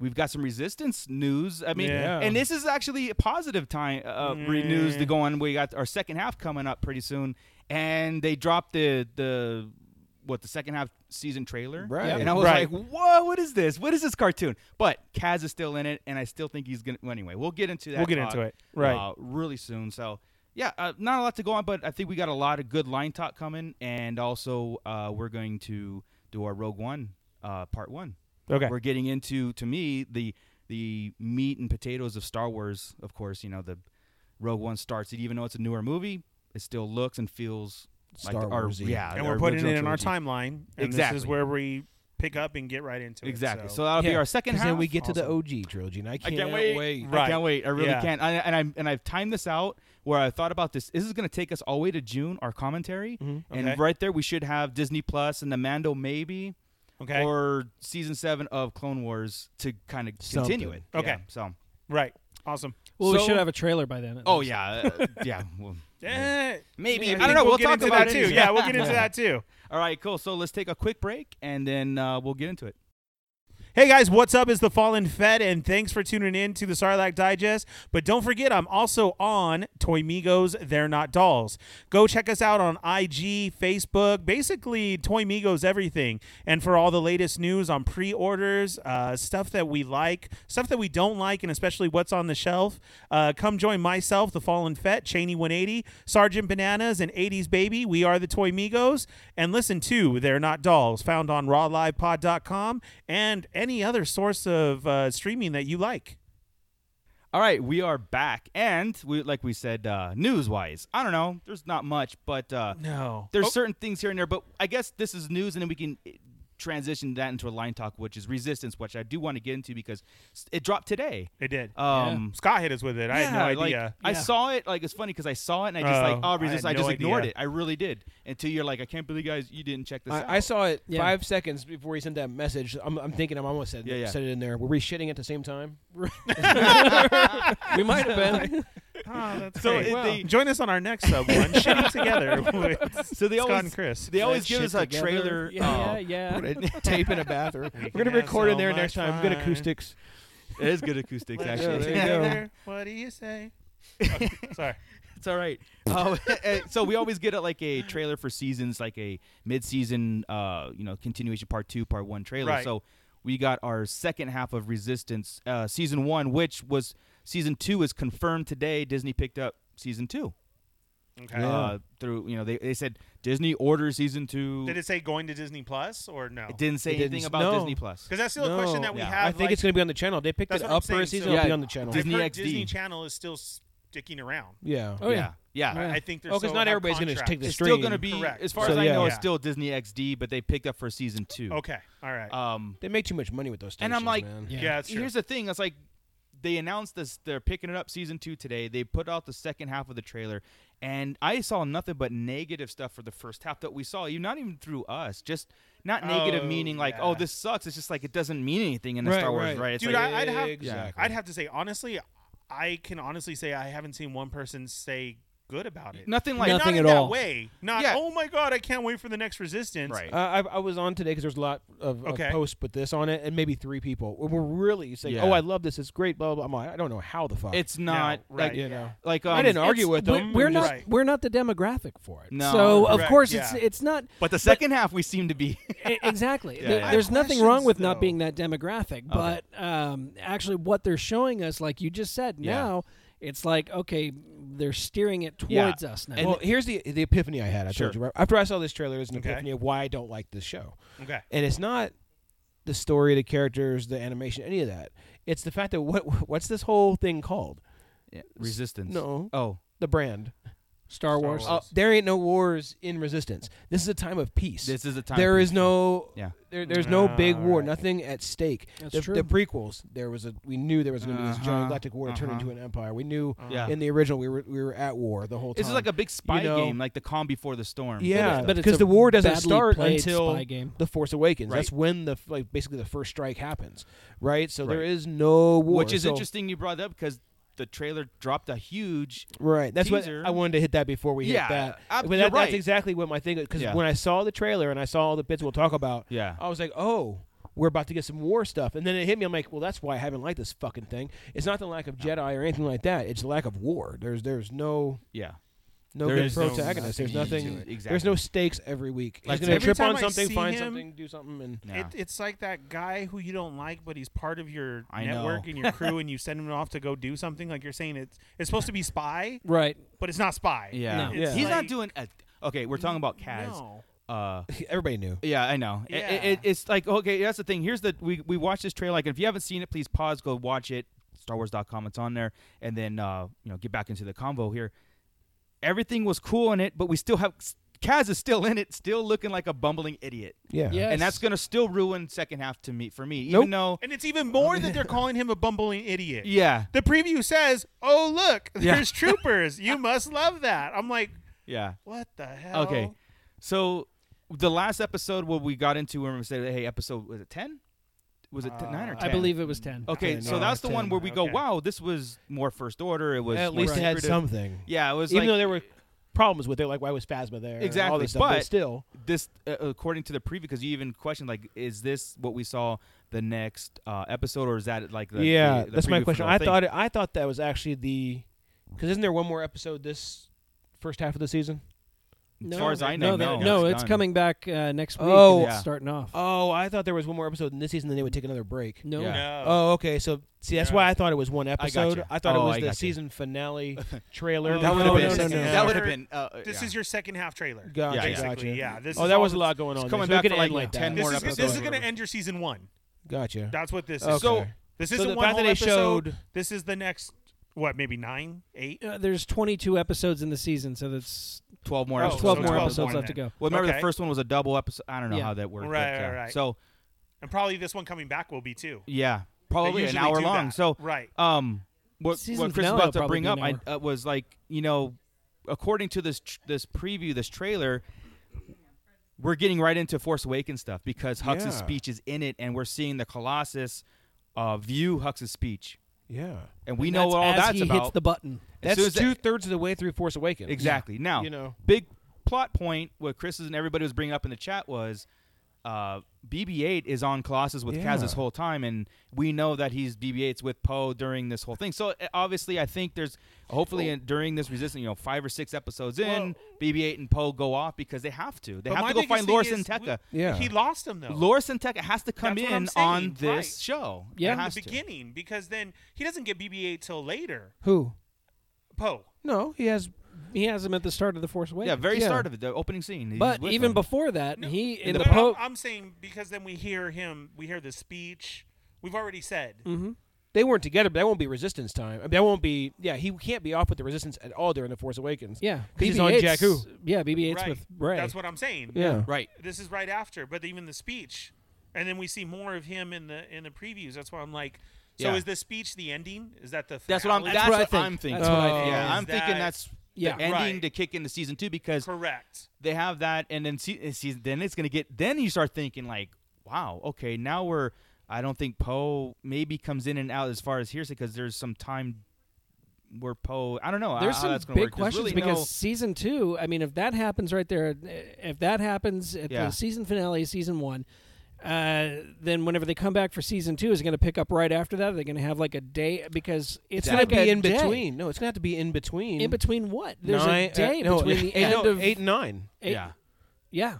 Speaker 8: we've got some resistance news. I mean,
Speaker 9: Yeah.
Speaker 8: and this is actually a positive time uh, re- news to go on. We got our second half coming up pretty soon, and they dropped the the what the second half season trailer.
Speaker 10: Right.
Speaker 8: And I was
Speaker 9: Right.
Speaker 8: like, whoa, what is this? What is this cartoon? But Kaz is still in it, and I still think he's gonna. Well, anyway, we'll get into that.
Speaker 9: We'll get
Speaker 8: talk,
Speaker 9: into it. Right.
Speaker 8: Uh, really soon. So. Yeah, uh, not a lot to go on, but I think we got a lot of good line talk coming, and also uh, we're going to do our Rogue One uh, part one.
Speaker 9: Okay.
Speaker 8: We're getting into to me the the meat and potatoes of Star Wars. Of course, you know the Rogue One starts it. Even though it's a newer movie, it still looks and feels like
Speaker 10: Star
Speaker 8: the- our
Speaker 10: Wars-y.
Speaker 8: yeah,
Speaker 9: and
Speaker 8: our
Speaker 9: we're putting it
Speaker 8: original
Speaker 9: in our
Speaker 8: trilogy.
Speaker 9: timeline. And This
Speaker 8: Exactly.
Speaker 9: is where we pick up and get right into it.
Speaker 8: Exactly. So,
Speaker 9: So,
Speaker 8: that'll be
Speaker 10: Yeah,
Speaker 8: our second
Speaker 10: 'cause
Speaker 8: half.
Speaker 10: Then we get to the
Speaker 8: Awesome.
Speaker 10: OG trilogy, and I
Speaker 8: I
Speaker 10: can't,
Speaker 8: can't wait.
Speaker 9: Right.
Speaker 8: I can't wait. I really
Speaker 9: Yeah.
Speaker 8: can't. I, and I'm and I've timed this out where I thought about this. This is going to take us all the way to June. Our commentary,
Speaker 9: Mm-hmm. Okay.
Speaker 8: and right there we should have Disney Plus and the Mando maybe,
Speaker 9: okay.
Speaker 8: or season seven of Clone Wars to kind of continue
Speaker 10: Something.
Speaker 8: it.
Speaker 9: Okay.
Speaker 8: Yeah, so
Speaker 9: right. Awesome.
Speaker 11: Well, we
Speaker 8: So-
Speaker 11: should have a trailer by then. at
Speaker 8: Oh
Speaker 11: least.
Speaker 8: yeah, uh, yeah. well,
Speaker 9: Eh,
Speaker 8: maybe.
Speaker 9: maybe.
Speaker 8: I don't know.
Speaker 9: We'll,
Speaker 8: We'll,
Speaker 9: get
Speaker 8: talk
Speaker 9: into
Speaker 8: about
Speaker 9: that
Speaker 8: it.
Speaker 9: too. Yeah, we'll get into that too.
Speaker 8: All right, cool. So let's take a quick break and then uh, we'll get into it.
Speaker 9: Hey guys, what's up? It's the Fallen Fed, and thanks for tuning in to the Sarlacc Digest. But don't forget, I'm also on Toy Migos, They're Not Dolls. Go check us out on IG, Facebook, basically Toy Migos everything. And for all the latest news on pre orders, uh, stuff that we like, stuff that we don't like, and especially what's on the shelf, uh, come join myself, the Fallen Fed, Cheney 180, Sergeant Bananas, and 80s Baby. We are the Toy Migos. And listen to They're Not Dolls, found on rawlivepod.com and any other source of uh, streaming that you like.
Speaker 8: All right, we are back, and we like we said, uh, news-wise, I don't know. There's not much, but uh,
Speaker 9: No. Oh.
Speaker 8: there's certain things here and there. But I guess this is news, and then we can eh, transition that into a line talk, which is resistance, which I do want to get into because s- it dropped today.
Speaker 9: It did.
Speaker 8: Um,
Speaker 9: Scott hit us with it. I had no
Speaker 8: yeah, like,
Speaker 9: idea.
Speaker 8: I
Speaker 11: Yeah.
Speaker 8: saw it. Like it's funny because I saw it and I just like
Speaker 9: Oh, I
Speaker 8: oh
Speaker 9: had
Speaker 8: resistance. I,
Speaker 9: no
Speaker 8: just ignored
Speaker 9: idea.
Speaker 8: it. I really did until you're like I can't believe guys you didn't check this out.
Speaker 10: I, I saw it
Speaker 11: Yeah.
Speaker 10: five seconds before he sent that message. I'm, I'm thinking I'm almost said,
Speaker 8: Yeah, yeah.
Speaker 10: said it in there. Were we shitting at the same time? we might have been.
Speaker 9: oh, that's
Speaker 8: So
Speaker 9: great.
Speaker 8: it- they-
Speaker 9: Join us on our next sub one, Shitting Together with
Speaker 8: so they
Speaker 9: Scott and
Speaker 8: always
Speaker 9: Chris.
Speaker 8: they always
Speaker 11: That
Speaker 8: give
Speaker 11: shit
Speaker 8: us a
Speaker 11: together.
Speaker 8: trailer.
Speaker 11: Yeah,
Speaker 8: oh,
Speaker 11: yeah, yeah.
Speaker 10: Tape in uh, a bathroom.
Speaker 9: We
Speaker 10: We're
Speaker 9: can
Speaker 10: gonna
Speaker 9: have
Speaker 10: record
Speaker 9: so
Speaker 10: in there next
Speaker 9: much
Speaker 10: time. Good
Speaker 9: fun.
Speaker 10: acoustics.
Speaker 8: It is good acoustics
Speaker 9: Let's
Speaker 8: actually.
Speaker 9: shit
Speaker 10: Yeah, there you go.
Speaker 9: together. What do you say? Okay, Sorry.
Speaker 8: It's all right. Uh, so we always get a, like a trailer for seasons, like a mid-season, uh, you know, continuation part two, part one trailer.
Speaker 9: Right.
Speaker 8: So we got our second half of Resistance, uh, season one, which was season two is confirmed today. Disney picked up season two.
Speaker 9: Okay.
Speaker 8: Uh, through you know they, they said Disney orders season two.
Speaker 9: Did it say going to Disney Plus or no?
Speaker 8: It didn't say
Speaker 10: It didn't
Speaker 8: anything
Speaker 10: s-
Speaker 8: about
Speaker 10: no.
Speaker 8: Disney Plus.
Speaker 9: Because that's still a question that we
Speaker 8: Yeah.
Speaker 9: have.
Speaker 10: I think
Speaker 9: like,
Speaker 10: it's gonna be on the channel. They picked
Speaker 9: That's
Speaker 10: it
Speaker 9: what I'm
Speaker 10: up for
Speaker 9: saying,
Speaker 10: a season.
Speaker 9: so-
Speaker 10: it'll be
Speaker 8: Yeah.
Speaker 10: on the channel.
Speaker 8: Did-
Speaker 9: I've
Speaker 8: Disney
Speaker 9: heard
Speaker 8: XD.
Speaker 9: Disney Channel is still sticking around.
Speaker 10: yeah.
Speaker 11: Oh yeah.
Speaker 8: yeah.
Speaker 11: Yeah.
Speaker 9: I think they're.
Speaker 10: Oh, because
Speaker 9: so
Speaker 10: not
Speaker 9: have
Speaker 10: everybody's gonna
Speaker 9: contracts.
Speaker 10: take the
Speaker 8: It's
Speaker 10: stream.
Speaker 8: still gonna be,
Speaker 9: Correct.
Speaker 8: as far
Speaker 10: So,
Speaker 8: as I
Speaker 10: yeah.
Speaker 8: know, it's
Speaker 9: Yeah.
Speaker 8: still Disney XD, but they picked up for season two.
Speaker 9: Okay. All right.
Speaker 8: Um,
Speaker 10: They make too much money with those stations.
Speaker 8: And I'm like-
Speaker 10: man.
Speaker 11: Yeah.
Speaker 9: yeah, that's true.
Speaker 8: here's the thing. It's like they announced this. They're picking it up season two today. They put out the second half of the trailer, and I saw nothing but negative stuff for the first half that we saw. You not even through us, just not negative
Speaker 9: Oh,
Speaker 8: meaning like
Speaker 9: yeah.
Speaker 8: oh this sucks. It's just like it doesn't mean anything in the
Speaker 10: Right,
Speaker 8: Star Wars,
Speaker 10: right.
Speaker 8: right? It's
Speaker 9: Dude,
Speaker 8: like,
Speaker 9: I, I'd have.
Speaker 10: Exactly.
Speaker 9: I'd have to say honestly, I can honestly say I haven't seen one person say good about it.
Speaker 8: nothing like
Speaker 9: And
Speaker 11: Nothing
Speaker 9: not in
Speaker 11: at
Speaker 9: that
Speaker 11: all.
Speaker 9: way. Not.
Speaker 8: Yeah.
Speaker 9: Oh my god, I can't wait for the next Resistance.
Speaker 8: right.
Speaker 10: Uh, I, I was on today because there's a lot of, of
Speaker 9: Okay.
Speaker 10: posts with this on it, and maybe three people were- were really saying,
Speaker 8: Yeah.
Speaker 10: "Oh, I love this. It's great." Blah blah. blah. I'm like, I don't know how the fuck.
Speaker 8: it's not
Speaker 9: right,
Speaker 8: like
Speaker 10: you
Speaker 9: yeah.
Speaker 10: know.
Speaker 8: like um,
Speaker 10: I didn't argue
Speaker 11: It's-
Speaker 10: with them.
Speaker 11: We're, we're not.
Speaker 9: Right.
Speaker 11: We're not the demographic for it.
Speaker 8: No.
Speaker 11: So of
Speaker 9: Correct,
Speaker 11: course it's
Speaker 9: yeah.
Speaker 11: it's not
Speaker 8: But the second half we seem to be.
Speaker 11: E- exactly.
Speaker 8: Yeah,
Speaker 11: There-
Speaker 8: yeah.
Speaker 11: There's nothing wrong
Speaker 9: Questions,
Speaker 11: with
Speaker 9: though.
Speaker 11: not being that demographic, but um, actually, what they're showing us, like you just said,
Speaker 8: Yeah.
Speaker 11: now it's like okay, they're steering it
Speaker 8: Yeah.
Speaker 11: towards us now.
Speaker 10: well, here's the the epiphany I had. I
Speaker 8: Sure.
Speaker 10: told you right? after I saw this trailer, there's an
Speaker 9: Okay.
Speaker 10: epiphany of why I don't like this show,
Speaker 9: Okay.
Speaker 10: and it's not the story, the characters, the animation, any of that. It's the fact that what what's this whole thing called?
Speaker 8: Resistance.
Speaker 10: No.
Speaker 8: Oh.
Speaker 10: The brand.
Speaker 11: Star Wars.
Speaker 10: Uh, there ain't no wars in resistance. This is a time of peace.
Speaker 8: This is a time.
Speaker 10: There
Speaker 8: of
Speaker 10: is
Speaker 8: peace.
Speaker 10: no
Speaker 8: Yeah.
Speaker 10: there, there's no big
Speaker 9: All
Speaker 10: war,
Speaker 9: right.
Speaker 10: nothing at stake.
Speaker 11: That's
Speaker 10: the,
Speaker 11: true.
Speaker 10: the prequels, there was a we knew there was going to be this
Speaker 8: Uh-huh,
Speaker 10: giant galactic war to turn
Speaker 8: uh-huh.
Speaker 10: into an empire. We knew
Speaker 8: Yeah.
Speaker 10: in the original we were we were at war the whole time.
Speaker 8: This is like a big spy
Speaker 10: know-
Speaker 8: game, like the calm before the storm.
Speaker 10: yeah,
Speaker 11: but it's
Speaker 10: because
Speaker 11: a
Speaker 10: the war doesn't
Speaker 11: badly
Speaker 10: start
Speaker 11: played
Speaker 10: until
Speaker 11: spy game.
Speaker 10: the Force Awakens. That's
Speaker 8: Right.
Speaker 10: when the like basically the first strike happens, right? So there
Speaker 8: Right.
Speaker 10: is no war,
Speaker 8: Which is
Speaker 10: So-
Speaker 8: interesting you brought up because the trailer dropped a huge
Speaker 10: Right. That's
Speaker 8: teaser.
Speaker 10: what I wanted to hit that before we
Speaker 8: Yeah,
Speaker 10: hit that.
Speaker 8: ab-
Speaker 10: but that,
Speaker 8: you're
Speaker 10: that's
Speaker 8: right.
Speaker 10: exactly what my thing because
Speaker 8: Yeah.
Speaker 10: when I saw the trailer and I saw all the bits we'll talk about,
Speaker 8: Yeah.
Speaker 10: I was like, oh, we're about to get some war stuff, and then it hit me. I'm like, well, that's why I haven't liked this fucking thing. It's not the lack of Jedi or anything like that. It's the lack of war. There's there's no
Speaker 8: yeah.
Speaker 10: no
Speaker 8: There
Speaker 10: good
Speaker 8: is no
Speaker 10: protagonist. there's
Speaker 8: nothing
Speaker 10: nothing.
Speaker 8: to it.
Speaker 10: There's no stakes every week.
Speaker 8: Like,
Speaker 10: He's gonna
Speaker 9: every
Speaker 10: trip
Speaker 9: time
Speaker 10: on
Speaker 9: I
Speaker 10: something,
Speaker 9: see
Speaker 10: find
Speaker 9: him-
Speaker 10: something, do something, and
Speaker 8: Nah.
Speaker 9: It, it's like that guy who you don't like, but he's part of your
Speaker 8: I
Speaker 9: network
Speaker 8: know.
Speaker 9: and your crew, and you send him off to go do something. Like you're saying, it's it's supposed to be spy,
Speaker 11: right.
Speaker 9: but it's not spy.
Speaker 8: Yeah.
Speaker 11: No.
Speaker 9: It's
Speaker 8: He's not
Speaker 9: like-
Speaker 8: doing a, okay, we're talking about Kaz.
Speaker 9: No.
Speaker 8: Uh
Speaker 10: everybody knew.
Speaker 8: yeah, I know. I- I-
Speaker 9: Yeah.
Speaker 8: it- it's like okay, that's the thing. Here's the we we watched this trailer like if you haven't seen it, please pause, go watch it. StarWars.com, it's on there, and then uh, you know, get back into the convo here. Everything was cool in it, but we still have Kaz is still in it, still looking like a bumbling idiot.
Speaker 10: Yeah.
Speaker 11: Yes.
Speaker 8: And that's gonna still ruin second half to me for me. Even though
Speaker 9: And it's even more that they're calling him a bumbling idiot.
Speaker 8: Yeah.
Speaker 9: The preview says, "Oh look,
Speaker 8: Yeah.
Speaker 9: there's troopers. You must love that." I'm like,
Speaker 8: Yeah.
Speaker 9: "What the hell?"
Speaker 8: Okay. So the last episode where we got into where we said, hey, episode was it ten? was it ten-
Speaker 10: Uh,
Speaker 8: nine or ten?
Speaker 11: I believe it was ten.
Speaker 8: Okay,
Speaker 10: Okay,
Speaker 8: so
Speaker 10: no,
Speaker 8: that's the one
Speaker 10: 10,
Speaker 8: where we go,
Speaker 9: okay.
Speaker 8: wow, this was more first order. It was
Speaker 10: At
Speaker 8: more
Speaker 10: least it had
Speaker 8: secretive."
Speaker 10: something.
Speaker 8: Yeah, it was
Speaker 10: Even
Speaker 8: like,
Speaker 10: though there were problems with it, like why was Phasma there? and all
Speaker 8: Exactly,
Speaker 10: this stuff, but,
Speaker 8: but-
Speaker 10: still,
Speaker 8: this uh, according to the preview because you even questioned like is this what we saw the next uh, episode or is that like the,
Speaker 10: yeah,
Speaker 8: the- the
Speaker 10: that's
Speaker 8: preview
Speaker 10: my
Speaker 8: for
Speaker 10: question.
Speaker 8: the
Speaker 10: I
Speaker 8: thing?
Speaker 10: thought it, I thought that was actually the because isn't there one more episode this first half of the season?
Speaker 8: as far as I
Speaker 11: no,
Speaker 8: know
Speaker 11: that-
Speaker 8: no,
Speaker 11: no, it's
Speaker 8: done.
Speaker 11: coming back uh, next week.
Speaker 10: Oh.
Speaker 11: and it's
Speaker 8: Yeah.
Speaker 11: starting off.
Speaker 10: Oh, I thought there was one more episode in this season, then they would take another break.
Speaker 11: no,
Speaker 8: yeah.
Speaker 10: Oh, okay. So see, that's why I thought it was one
Speaker 8: gotcha.
Speaker 10: episode. I, thought
Speaker 8: Oh,
Speaker 10: it was
Speaker 8: I
Speaker 10: the
Speaker 8: gotcha.
Speaker 10: season finale trailer.
Speaker 9: That
Speaker 8: That
Speaker 9: Oh,
Speaker 8: would
Speaker 9: no,
Speaker 8: have
Speaker 9: no,
Speaker 8: been.
Speaker 9: no, no.
Speaker 8: That would have been. Uh,
Speaker 9: This
Speaker 8: yeah.
Speaker 9: is your second half trailer.
Speaker 10: Gotcha,
Speaker 8: Yeah,
Speaker 9: basically.
Speaker 10: gotcha.
Speaker 9: Yeah, this
Speaker 10: oh,
Speaker 9: is
Speaker 10: that
Speaker 9: all
Speaker 10: was a
Speaker 9: that's-
Speaker 10: lot going on.
Speaker 8: it's
Speaker 10: there,
Speaker 8: coming
Speaker 10: so we
Speaker 8: back
Speaker 10: could
Speaker 8: for, like,
Speaker 10: end
Speaker 8: like, 10
Speaker 10: that.
Speaker 8: more
Speaker 9: This is,
Speaker 8: episode
Speaker 9: this
Speaker 8: or
Speaker 9: is going to
Speaker 8: whatever.
Speaker 9: end your season one.
Speaker 10: Gotcha.
Speaker 9: That's what this
Speaker 10: Okay.
Speaker 9: is.
Speaker 8: So-
Speaker 9: this
Speaker 10: so
Speaker 9: isn't
Speaker 10: the
Speaker 9: one
Speaker 10: fact
Speaker 9: whole
Speaker 10: that they
Speaker 9: episode.
Speaker 10: showed-
Speaker 9: This is the next, what, maybe nine, eight?
Speaker 11: Uh, there's 22 episodes in the season, so that's
Speaker 8: Twelve more.
Speaker 9: Oh,
Speaker 11: there's
Speaker 8: episodes.
Speaker 11: 12
Speaker 9: so
Speaker 11: more
Speaker 9: 12
Speaker 11: episodes
Speaker 9: more
Speaker 11: left to
Speaker 9: then.
Speaker 11: go.
Speaker 8: Well, remember
Speaker 9: Okay.
Speaker 8: the first one was a double episode. I don't know
Speaker 11: Yeah.
Speaker 8: how that worked. but,
Speaker 9: Right,
Speaker 8: yeah.
Speaker 9: right, right.
Speaker 8: So
Speaker 9: And probably this one coming back will be two.
Speaker 8: yeah,
Speaker 9: They
Speaker 8: probably an
Speaker 9: usually
Speaker 8: hour
Speaker 9: do
Speaker 8: long.
Speaker 9: that.
Speaker 8: So
Speaker 9: right.
Speaker 8: um, what
Speaker 11: Season
Speaker 8: what Chris was
Speaker 11: finale will
Speaker 8: about to
Speaker 11: probably
Speaker 8: bring
Speaker 11: be
Speaker 8: up,
Speaker 11: an
Speaker 8: I uh, was like, you know, according to this tr- this preview, this trailer. We're getting right into Force Awakens stuff because Hux's
Speaker 10: Yeah.
Speaker 8: speech is in it, and we're seeing the Colossus uh, view Hux's speech,
Speaker 10: Yeah.
Speaker 8: and we
Speaker 11: And
Speaker 8: know
Speaker 11: that's
Speaker 8: what all
Speaker 11: as
Speaker 8: that's
Speaker 11: he
Speaker 8: about.
Speaker 11: hits the button.
Speaker 8: As
Speaker 10: That's
Speaker 8: soon as that-
Speaker 10: two thirds of the way through Force Awakens.
Speaker 8: Exactly. Now,
Speaker 10: You know.
Speaker 8: big plot point. What Chris and everybody was bringing up in the chat was uh, BB-8 is on Colossus with Kaz this
Speaker 10: Yeah.
Speaker 8: whole time, and we know that he's BB-8's with Poe during this whole thing. So uh, obviously, I think there's hopefully in, during this resistance, you know, five or six episodes in, BB-8 and Poe go off because they have to. They
Speaker 9: But
Speaker 8: have
Speaker 9: my
Speaker 8: to go
Speaker 9: biggest
Speaker 8: find
Speaker 9: thing
Speaker 8: Loris
Speaker 9: is
Speaker 8: and Tekka.
Speaker 9: we-
Speaker 10: Yeah.
Speaker 9: He lost him, though.
Speaker 8: Loris and Tekka has to come
Speaker 9: That's what I'm
Speaker 8: in
Speaker 9: saying,
Speaker 8: on this
Speaker 9: right.
Speaker 8: show.
Speaker 11: Yeah.
Speaker 8: It
Speaker 9: At
Speaker 8: has
Speaker 9: the
Speaker 8: to.
Speaker 9: beginning, because then he doesn't get BB 8 till later.
Speaker 10: Who?
Speaker 9: Poe.
Speaker 10: No, he has.
Speaker 11: He has him at the start of the Force Awakens.
Speaker 8: Yeah, very
Speaker 10: Yeah.
Speaker 8: start of it, the opening scene. He's
Speaker 11: But
Speaker 8: with
Speaker 11: even
Speaker 8: them.
Speaker 11: before that, he in
Speaker 9: No,
Speaker 11: the
Speaker 9: but
Speaker 11: Pope.
Speaker 9: I'm, I'm saying because then we hear him, we hear the speech. We've already said.
Speaker 10: Mm-hmm. They weren't together, but that won't be Resistance time. I mean, that won't be. Yeah, he can't be off with the Resistance at all during the Force Awakens.
Speaker 11: Yeah,
Speaker 10: because he's on
Speaker 11: BB-8's
Speaker 10: Jakku.
Speaker 11: Yeah, BB-8's
Speaker 9: Right.
Speaker 11: with Ray.
Speaker 9: That's what I'm saying.
Speaker 10: Yeah.
Speaker 8: right.
Speaker 9: This is right after, but even the speech, and then we see more of him in the in the previews. That's why I'm like, so
Speaker 8: Yeah.
Speaker 9: is the speech the ending? Is that the?
Speaker 8: That's what I'm.
Speaker 9: finale?
Speaker 8: That's,
Speaker 11: what
Speaker 8: what,
Speaker 11: I think.
Speaker 8: I'm thinking. Oh.
Speaker 11: That's what I think.
Speaker 8: Yeah,
Speaker 9: Oh. Is
Speaker 8: I'm thinking
Speaker 9: that-
Speaker 8: that's
Speaker 11: Yeah.
Speaker 8: the ending
Speaker 9: Right.
Speaker 8: to kick into season two because
Speaker 9: correct.
Speaker 8: they have that, and then se- season then it's gonna get. Then you start thinking like, wow, okay, now we're. I don't think Poe maybe comes in and out as far as hearsay because there's some time where Poe. I don't know.
Speaker 11: There's
Speaker 8: how
Speaker 11: some
Speaker 8: that's gonna
Speaker 11: big
Speaker 8: work. There's
Speaker 11: questions
Speaker 8: really
Speaker 11: because
Speaker 8: no-
Speaker 11: season two. I mean, if that happens right there, if that happens at
Speaker 8: Yeah.
Speaker 11: the season finale, of season one, uh, then whenever they come back for season two, is it going to pick up right after that? Are they going to have like a day because it's
Speaker 10: It's gonna
Speaker 11: like
Speaker 10: be
Speaker 11: a
Speaker 10: in
Speaker 11: day.
Speaker 10: between. No, it's gonna have to be in between.
Speaker 11: In between what? There's
Speaker 10: nine,
Speaker 11: a day
Speaker 10: uh, no,
Speaker 11: between the
Speaker 10: eight,
Speaker 11: end
Speaker 10: no,
Speaker 11: of
Speaker 10: eight and nine.
Speaker 11: eight-
Speaker 8: yeah.
Speaker 11: yeah.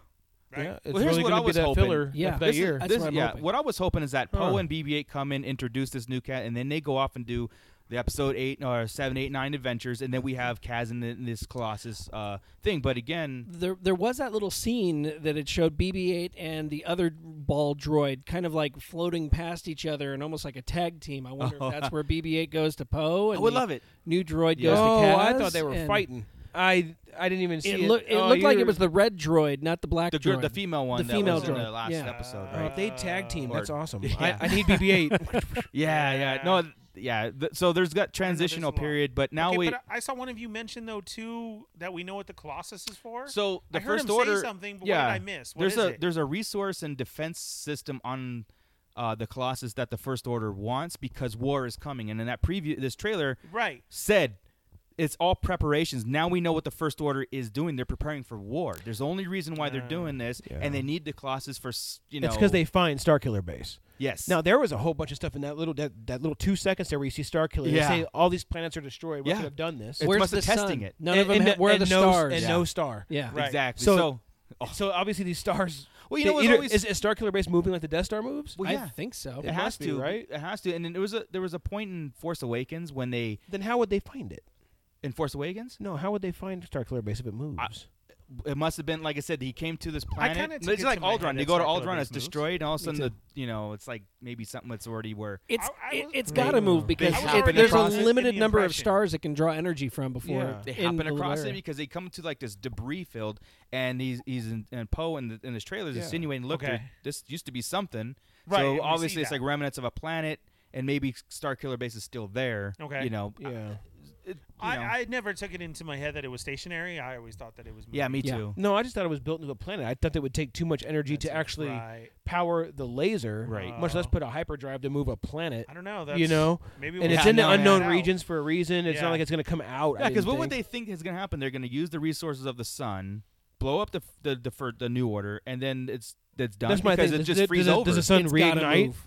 Speaker 9: Right.
Speaker 10: Yeah, it's
Speaker 8: here's
Speaker 10: really
Speaker 8: what I
Speaker 10: gonna be
Speaker 8: was
Speaker 10: that
Speaker 8: hoping.
Speaker 10: filler
Speaker 11: Yeah.
Speaker 10: for that
Speaker 11: This is-
Speaker 10: year.
Speaker 11: that's
Speaker 8: This-
Speaker 11: what I'm
Speaker 8: yeah,
Speaker 11: hoping.
Speaker 8: what I was hoping is that
Speaker 10: Huh.
Speaker 8: Poe and BB-8 come in, introduce this new cat, and then they go off and do the episode eight or seven, eight, nine adventures, and then we have Kaz and th- this Colossus uh, thing. But again,
Speaker 11: there there was that little scene that it showed BB-8 and the other ball droid kind of like floating past each other and almost like a tag team. I wonder if that's where BB-8 goes to Poe. and
Speaker 8: Oh. I would
Speaker 11: the
Speaker 8: love it.
Speaker 11: New droid
Speaker 8: Yeah.
Speaker 11: goes to
Speaker 10: Oh,
Speaker 11: Kaz.
Speaker 10: I thought they were
Speaker 11: and
Speaker 10: fighting. I I didn't even see
Speaker 11: It,
Speaker 10: it.
Speaker 11: looked it
Speaker 10: Oh,
Speaker 11: looked like
Speaker 10: you're-
Speaker 11: it was the red droid, not the black
Speaker 8: the, gr-
Speaker 11: droid.
Speaker 8: the female one
Speaker 11: The
Speaker 8: that
Speaker 11: female
Speaker 8: was in
Speaker 11: droid,
Speaker 8: the last
Speaker 11: yeah.
Speaker 8: episode,
Speaker 10: Oh,
Speaker 8: right?
Speaker 10: if they tag team. That's
Speaker 8: uh, Or-
Speaker 10: awesome.
Speaker 8: Yeah.
Speaker 10: I, I need BB-8.
Speaker 8: yeah, yeah, no, th- yeah. Th- so there's got transitional
Speaker 9: a lot.
Speaker 8: period, but now
Speaker 9: okay,
Speaker 8: we.
Speaker 9: But I I saw one of you mention though too that we know what the Colossus is for.
Speaker 8: so the
Speaker 9: I heard
Speaker 8: first
Speaker 9: him
Speaker 8: order
Speaker 9: say something, but
Speaker 8: yeah,
Speaker 9: what did I miss? What
Speaker 8: there's
Speaker 9: is
Speaker 8: a
Speaker 9: it?
Speaker 8: there's a resource and defense system on uh, the Colossus that the first order wants because war is coming, and in that preview, this trailer,
Speaker 9: right.
Speaker 8: said it's all preparations. Now we know what the First Order is doing. They're preparing for war. There's only reason why
Speaker 9: Ah,
Speaker 8: they're doing this, and they need the Colossus for s- you know.
Speaker 10: It's because they find Starkiller Base.
Speaker 8: yes.
Speaker 10: Now there was a whole bunch of stuff in that little that, that little two seconds there where you see Starkiller. They
Speaker 8: Yeah.
Speaker 10: say all these planets are destroyed. We
Speaker 8: Yeah.
Speaker 10: should have done this.
Speaker 8: It's
Speaker 11: Where's
Speaker 8: must
Speaker 11: the
Speaker 8: have testing
Speaker 11: sun?
Speaker 8: it.
Speaker 11: None of them had, where are
Speaker 10: and
Speaker 11: the
Speaker 10: no,
Speaker 11: stars?
Speaker 10: and
Speaker 11: yeah.
Speaker 10: no star.
Speaker 11: yeah.
Speaker 9: Right.
Speaker 8: exactly.
Speaker 10: So-
Speaker 8: So, oh.
Speaker 10: So obviously these stars.
Speaker 8: Well, you
Speaker 10: they
Speaker 8: know, it's
Speaker 10: either-
Speaker 8: always-
Speaker 10: is, is Starkiller Base moving like the Death Star moves?
Speaker 8: well, yeah,
Speaker 11: I think so.
Speaker 8: it has
Speaker 10: must be,
Speaker 8: to,
Speaker 10: right?
Speaker 8: It has to. And then there was a there was a point in Force Awakens when they
Speaker 10: then how would they find it?
Speaker 8: in Force Awakens.
Speaker 10: No, how would they find Starkiller Base if it moves?
Speaker 8: It must have been like I said. He came to this planet.
Speaker 9: kinda took
Speaker 8: It's
Speaker 9: it
Speaker 8: like
Speaker 9: to my head
Speaker 8: Aldron.
Speaker 9: that
Speaker 8: You go to
Speaker 9: Starkiller
Speaker 8: Aldron,
Speaker 9: Base
Speaker 8: it's
Speaker 9: moves.
Speaker 8: destroyed, and all of a sudden,
Speaker 11: too.
Speaker 8: the you know, it's like maybe something that's already where.
Speaker 11: It's
Speaker 9: I- I
Speaker 11: it,
Speaker 9: was-
Speaker 11: it's got to move because
Speaker 8: They
Speaker 11: it-
Speaker 8: happen
Speaker 11: there's a
Speaker 8: across it.
Speaker 11: limited
Speaker 9: Give me
Speaker 11: number of
Speaker 9: impression.
Speaker 11: stars it can draw energy from before
Speaker 10: Yeah.
Speaker 8: they
Speaker 11: in the
Speaker 8: happen
Speaker 11: little
Speaker 8: across
Speaker 11: area.
Speaker 8: it because they come to like this debris field, and he's he's in, and Poe in, the, in his trailers
Speaker 10: Yeah.
Speaker 8: insinuating, look,
Speaker 9: Okay.
Speaker 8: there- this used to be something.
Speaker 9: Right, and we
Speaker 8: So
Speaker 9: see
Speaker 8: obviously it's
Speaker 9: that.
Speaker 8: like remnants of a planet, and maybe Star Killer Base is still there.
Speaker 9: Okay. Uh,
Speaker 8: You know,
Speaker 10: yeah.
Speaker 8: it- you know.
Speaker 9: I, I never took it into my head that it was stationary. I always thought that it was. Moving.
Speaker 8: yeah, me
Speaker 11: Yeah.
Speaker 8: too.
Speaker 10: No, I just thought it was built into the planet. I thought that would take too much energy to actually
Speaker 9: right.
Speaker 10: power the laser,
Speaker 8: Right.
Speaker 10: much less
Speaker 11: Oh.
Speaker 10: put a hyperdrive to move a planet.
Speaker 9: I don't know. That's,
Speaker 10: you know,
Speaker 9: maybe we'll
Speaker 10: and it's
Speaker 8: Yeah,
Speaker 10: in the
Speaker 8: no, yeah.
Speaker 10: unknown
Speaker 9: Out.
Speaker 10: regions for a reason. It's
Speaker 9: Yeah.
Speaker 10: not like it's going to come out.
Speaker 8: Yeah,
Speaker 10: because
Speaker 8: because what would they think is going to happen? They're going to use the resources of the sun, blow up the f- the the, fir- the new order, and then it's that's done
Speaker 10: That's my
Speaker 8: because
Speaker 10: thing.
Speaker 8: it
Speaker 10: Does
Speaker 8: just
Speaker 10: it-
Speaker 8: freeze
Speaker 10: does it-
Speaker 8: over.
Speaker 10: does the sun
Speaker 11: It's gotta
Speaker 10: reignite?
Speaker 11: move.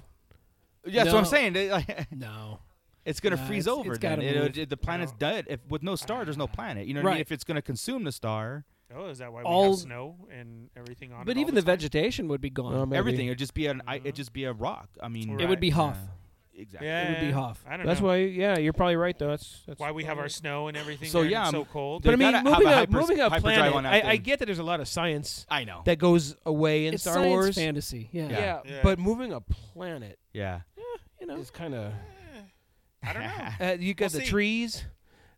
Speaker 8: yeah, that's what I'm
Speaker 11: No.
Speaker 8: saying. They, like,
Speaker 11: No.
Speaker 8: it's going to
Speaker 11: Nah,
Speaker 8: freeze
Speaker 11: it's-
Speaker 8: over.
Speaker 11: it's
Speaker 8: then.
Speaker 11: gotta
Speaker 8: It'll-
Speaker 11: move.
Speaker 8: it- the planet's dead. If with no star, there's no planet. You know what I mean?
Speaker 11: Right.
Speaker 8: If it's going to consume the star,
Speaker 9: Oh, is that why we
Speaker 11: All-
Speaker 9: have snow and everything on?
Speaker 11: But
Speaker 9: it all
Speaker 11: even
Speaker 9: the,
Speaker 11: the vegetation would be gone.
Speaker 10: Um, Maybe.
Speaker 8: everything it'd just be an I it'd just be a rock. I mean,
Speaker 11: it would be Hoth.
Speaker 8: Yeah, exactly.
Speaker 9: time? Yeah,
Speaker 11: it would be
Speaker 9: yeah.
Speaker 11: Hoth.
Speaker 9: Eh, I don't
Speaker 10: That's
Speaker 9: know.
Speaker 10: why. Yeah, you're probably right though. That's, that's
Speaker 9: why we have our snow and everything.
Speaker 8: So,
Speaker 9: there and
Speaker 8: yeah,
Speaker 9: it's so
Speaker 8: I'm-
Speaker 9: cold.
Speaker 10: But I
Speaker 8: They
Speaker 10: mean,
Speaker 8: gotta
Speaker 10: moving
Speaker 8: have a
Speaker 10: a,
Speaker 8: hypers-
Speaker 10: moving a
Speaker 8: hyperdrive
Speaker 10: planet.
Speaker 8: on that
Speaker 10: I, I
Speaker 8: thing.
Speaker 10: get that there's a lot of science
Speaker 8: I know.
Speaker 10: that goes away in
Speaker 11: it's
Speaker 10: Star
Speaker 11: science
Speaker 10: Wars.
Speaker 11: fantasy. Yeah.
Speaker 10: Yeah.
Speaker 9: Yeah.
Speaker 10: but moving a planet
Speaker 8: Yeah.
Speaker 11: You know.
Speaker 10: is kind of.
Speaker 9: Eh, I don't know.
Speaker 10: Uh, you got
Speaker 9: We'll
Speaker 10: the
Speaker 9: see.
Speaker 10: trees,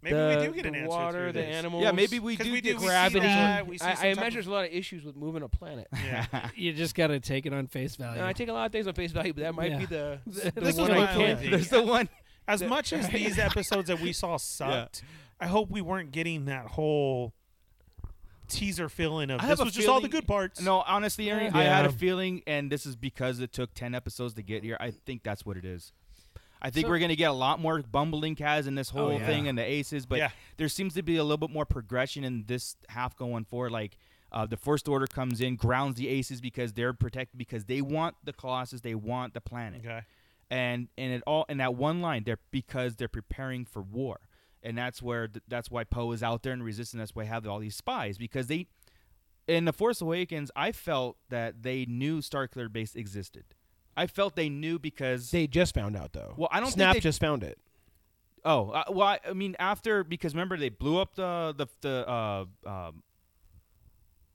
Speaker 9: Maybe
Speaker 10: the,
Speaker 9: we do get an
Speaker 10: the
Speaker 9: answer
Speaker 10: water,
Speaker 9: through
Speaker 10: the
Speaker 9: this.
Speaker 10: animals.
Speaker 8: Yeah, maybe we
Speaker 9: 'Cause
Speaker 8: do
Speaker 9: we
Speaker 8: get
Speaker 9: do we see
Speaker 10: gravity.
Speaker 9: that, we see some
Speaker 10: I, I
Speaker 9: type
Speaker 10: imagine
Speaker 9: of-
Speaker 10: there's a lot of issues with moving a planet.
Speaker 9: Yeah.
Speaker 11: You just got to take it on face value.
Speaker 10: And I take a lot of things on face value, but that might
Speaker 11: Yeah.
Speaker 10: be the, the
Speaker 9: This is
Speaker 10: one
Speaker 9: what
Speaker 10: I
Speaker 9: Uh, I
Speaker 10: can't.
Speaker 9: think.
Speaker 8: There's the one.
Speaker 9: As much as these episodes that we saw sucked, I hope we weren't getting that whole teaser feeling of
Speaker 8: I
Speaker 9: this
Speaker 8: have a
Speaker 9: was just all the
Speaker 8: feeling-
Speaker 9: good parts.
Speaker 8: No, honestly, Aaron, I
Speaker 10: Yeah.
Speaker 8: had a feeling, and this is because it took ten episodes to get here. I think that's what it is. I think
Speaker 11: So- Oh,
Speaker 8: we're gonna get a lot more bumbling Kaz in this whole
Speaker 11: yeah.
Speaker 8: thing and the aces, but
Speaker 9: Yeah.
Speaker 8: there seems to be a little bit more progression in this half going forward. Like uh, the first order comes in, grounds the aces because they're protected because they want the Colossus, they want the planet
Speaker 9: Okay.
Speaker 8: and and it all in that one line they're because they're preparing for war and that's where th- that's why poe is out there and resisting that's why they have all these spies because they in the force awakens i felt that they knew starkiller base existed i felt they knew because
Speaker 10: They just found out though.
Speaker 8: Well, I don't think
Speaker 10: Snap
Speaker 8: they-
Speaker 10: just found it.
Speaker 8: oh uh, well I, I mean after because remember they blew up the the, the uh um,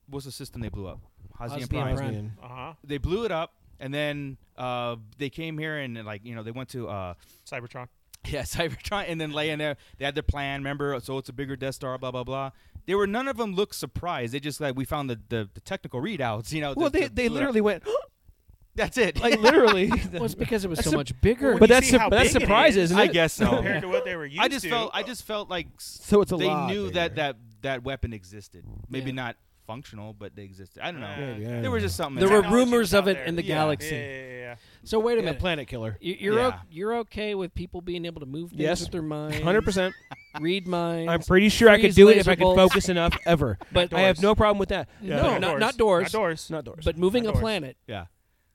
Speaker 8: what's the system they blew up Hazian
Speaker 11: Hazian
Speaker 8: Prime
Speaker 11: Prime. Brian.
Speaker 10: Uh-huh.
Speaker 9: Uh huh.
Speaker 8: they blew it up and then uh, they came here and like you know they went to uh,
Speaker 9: Cybertron.
Speaker 8: Yeah, Cybertron, and then laying there, they had their plan. Remember, so it's a bigger Death Star, blah blah blah. They were none of them looked surprised. They just like we found the the, the technical readouts. You know,
Speaker 10: Well,
Speaker 8: the-
Speaker 10: they,
Speaker 8: the-
Speaker 10: they literally went
Speaker 8: that's it.
Speaker 10: like literally.
Speaker 11: well, it's because it was so
Speaker 10: That's a-
Speaker 11: much bigger.
Speaker 10: but
Speaker 9: you
Speaker 10: that's
Speaker 9: see
Speaker 10: su-
Speaker 9: how
Speaker 10: but that's
Speaker 9: big it
Speaker 10: surprises,
Speaker 9: is
Speaker 10: isn't
Speaker 8: I
Speaker 10: it?
Speaker 8: guess so.
Speaker 9: Compared to what they were used
Speaker 8: I just
Speaker 9: to.
Speaker 8: felt I just felt like s-
Speaker 10: So it's a
Speaker 8: they
Speaker 10: lot
Speaker 8: knew that
Speaker 10: bigger.
Speaker 8: that that weapon existed. Maybe
Speaker 11: Yeah.
Speaker 8: not functional, but they existed. I don't know.
Speaker 9: Yeah,
Speaker 10: yeah,
Speaker 8: there was just something.
Speaker 11: there
Speaker 8: in
Speaker 11: were
Speaker 8: that.
Speaker 9: Technology's
Speaker 11: rumors of
Speaker 9: Uh, out
Speaker 11: it
Speaker 9: there.
Speaker 11: in the
Speaker 9: Yeah.
Speaker 11: galaxy.
Speaker 9: Yeah, yeah, yeah, yeah.
Speaker 11: So wait a
Speaker 10: yeah,
Speaker 11: minute.
Speaker 10: planet killer.
Speaker 11: You- You're o-
Speaker 8: Yeah.
Speaker 11: you're okay with people being able to move things
Speaker 10: Yes.
Speaker 11: with their mind,
Speaker 10: Hundred percent.
Speaker 11: read minds.
Speaker 10: I'm pretty sure I could
Speaker 11: Freeze
Speaker 10: do it if I
Speaker 11: laser
Speaker 10: could
Speaker 11: bolts.
Speaker 10: focus enough ever.
Speaker 11: But
Speaker 10: I have no problem with that.
Speaker 11: Yeah.
Speaker 10: No,
Speaker 11: Not-
Speaker 10: no,
Speaker 11: not
Speaker 9: Not
Speaker 11: doors.
Speaker 9: doors.
Speaker 10: not doors.
Speaker 11: But moving a
Speaker 9: Doors.
Speaker 11: planet.
Speaker 8: Yeah,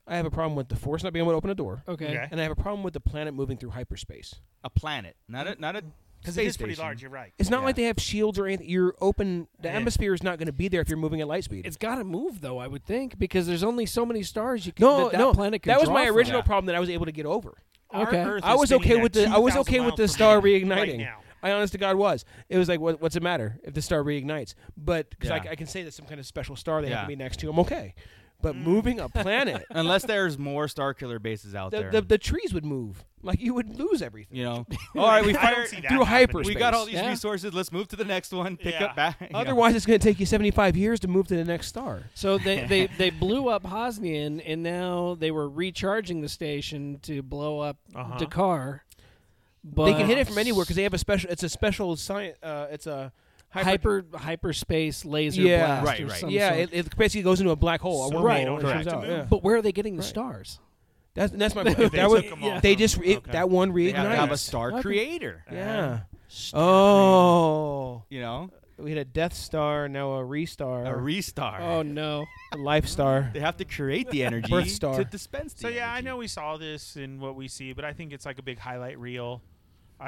Speaker 10: I have a problem with the force not being able to open a door,
Speaker 11: Okay.
Speaker 9: Okay.
Speaker 10: and I have a problem with the planet moving through hyperspace.
Speaker 8: a planet, not a not a.
Speaker 9: Because it
Speaker 8: space
Speaker 9: is pretty
Speaker 8: station.
Speaker 9: large. You're right.
Speaker 10: It's not
Speaker 8: Yeah.
Speaker 10: like they have shields or anything. You're open. The
Speaker 9: Yeah.
Speaker 10: atmosphere is not going to be there if you're moving at light speed.
Speaker 11: It's got to move though, I would think, because there's only so many stars you can.
Speaker 10: no,
Speaker 11: that, that
Speaker 10: no.
Speaker 11: planet can
Speaker 10: that was
Speaker 11: draw
Speaker 10: my
Speaker 11: from.
Speaker 10: original
Speaker 8: Yeah.
Speaker 10: problem that I was able to get over.
Speaker 9: Our
Speaker 11: Okay.
Speaker 9: Earth
Speaker 10: I
Speaker 9: is
Speaker 10: was
Speaker 9: spinning
Speaker 10: okay
Speaker 9: at
Speaker 10: with the I was
Speaker 9: 2,000
Speaker 10: okay with
Speaker 9: miles
Speaker 10: the
Speaker 9: per
Speaker 10: star
Speaker 9: minute right
Speaker 10: reigniting.
Speaker 9: now.
Speaker 10: I honest to God was. It was like, what, what's the matter if the star reignites? But because
Speaker 8: Yeah.
Speaker 10: I, I can say that some kind of special star they
Speaker 8: Yeah.
Speaker 10: have to be next to, I'm okay.
Speaker 8: Mm.
Speaker 10: But moving a planet,
Speaker 8: Unless there's more Star Killer bases out
Speaker 10: the,
Speaker 8: there,
Speaker 10: the the trees would move. Like you would lose everything.
Speaker 8: you know. all right, we
Speaker 9: I don't
Speaker 8: fired.
Speaker 9: see that
Speaker 10: through
Speaker 9: happening.
Speaker 8: We
Speaker 10: hyperspace.
Speaker 8: got all these
Speaker 11: Yeah.
Speaker 8: resources. Let's move to the next one. Pick
Speaker 9: Yeah.
Speaker 8: up back. you know.
Speaker 10: Otherwise, it's going to take you 75 years to move to the next star.
Speaker 11: So they, they, they blew up Hosnian, and now they were recharging the station to blow up
Speaker 9: Uh-huh.
Speaker 11: Dakar. But
Speaker 10: they can hit it from anywhere because they have a special. It's a special science. Uh, it's a
Speaker 11: hyper hyperspace laser
Speaker 10: Yeah.
Speaker 11: blast
Speaker 8: Right,
Speaker 11: or
Speaker 8: right.
Speaker 11: some
Speaker 10: Yeah,
Speaker 11: sort.
Speaker 10: it, it basically goes into a black hole. A
Speaker 9: So
Speaker 10: wormhole
Speaker 11: Right,
Speaker 10: and it
Speaker 9: correct.
Speaker 10: comes out, yeah.
Speaker 11: but where are they getting the stars?
Speaker 10: That's that's my
Speaker 9: They
Speaker 10: point. that
Speaker 9: took
Speaker 10: was,
Speaker 9: 'em all
Speaker 10: they
Speaker 9: from-
Speaker 10: just it,
Speaker 9: okay.
Speaker 10: that one
Speaker 8: they have to have a
Speaker 10: reignites.
Speaker 8: star
Speaker 11: Okay.
Speaker 8: creator.
Speaker 10: Yeah.
Speaker 11: Star
Speaker 10: Oh.
Speaker 8: You know,
Speaker 10: We had a Death Star, now a Restar,
Speaker 8: a restar.
Speaker 11: Oh no!
Speaker 10: a Life Star.
Speaker 8: They have to create the energy
Speaker 10: Birth star.
Speaker 8: to dispense. The
Speaker 9: So yeah, I
Speaker 8: energy.
Speaker 9: know we saw this in what we see, but I think it's like a big highlight reel. I-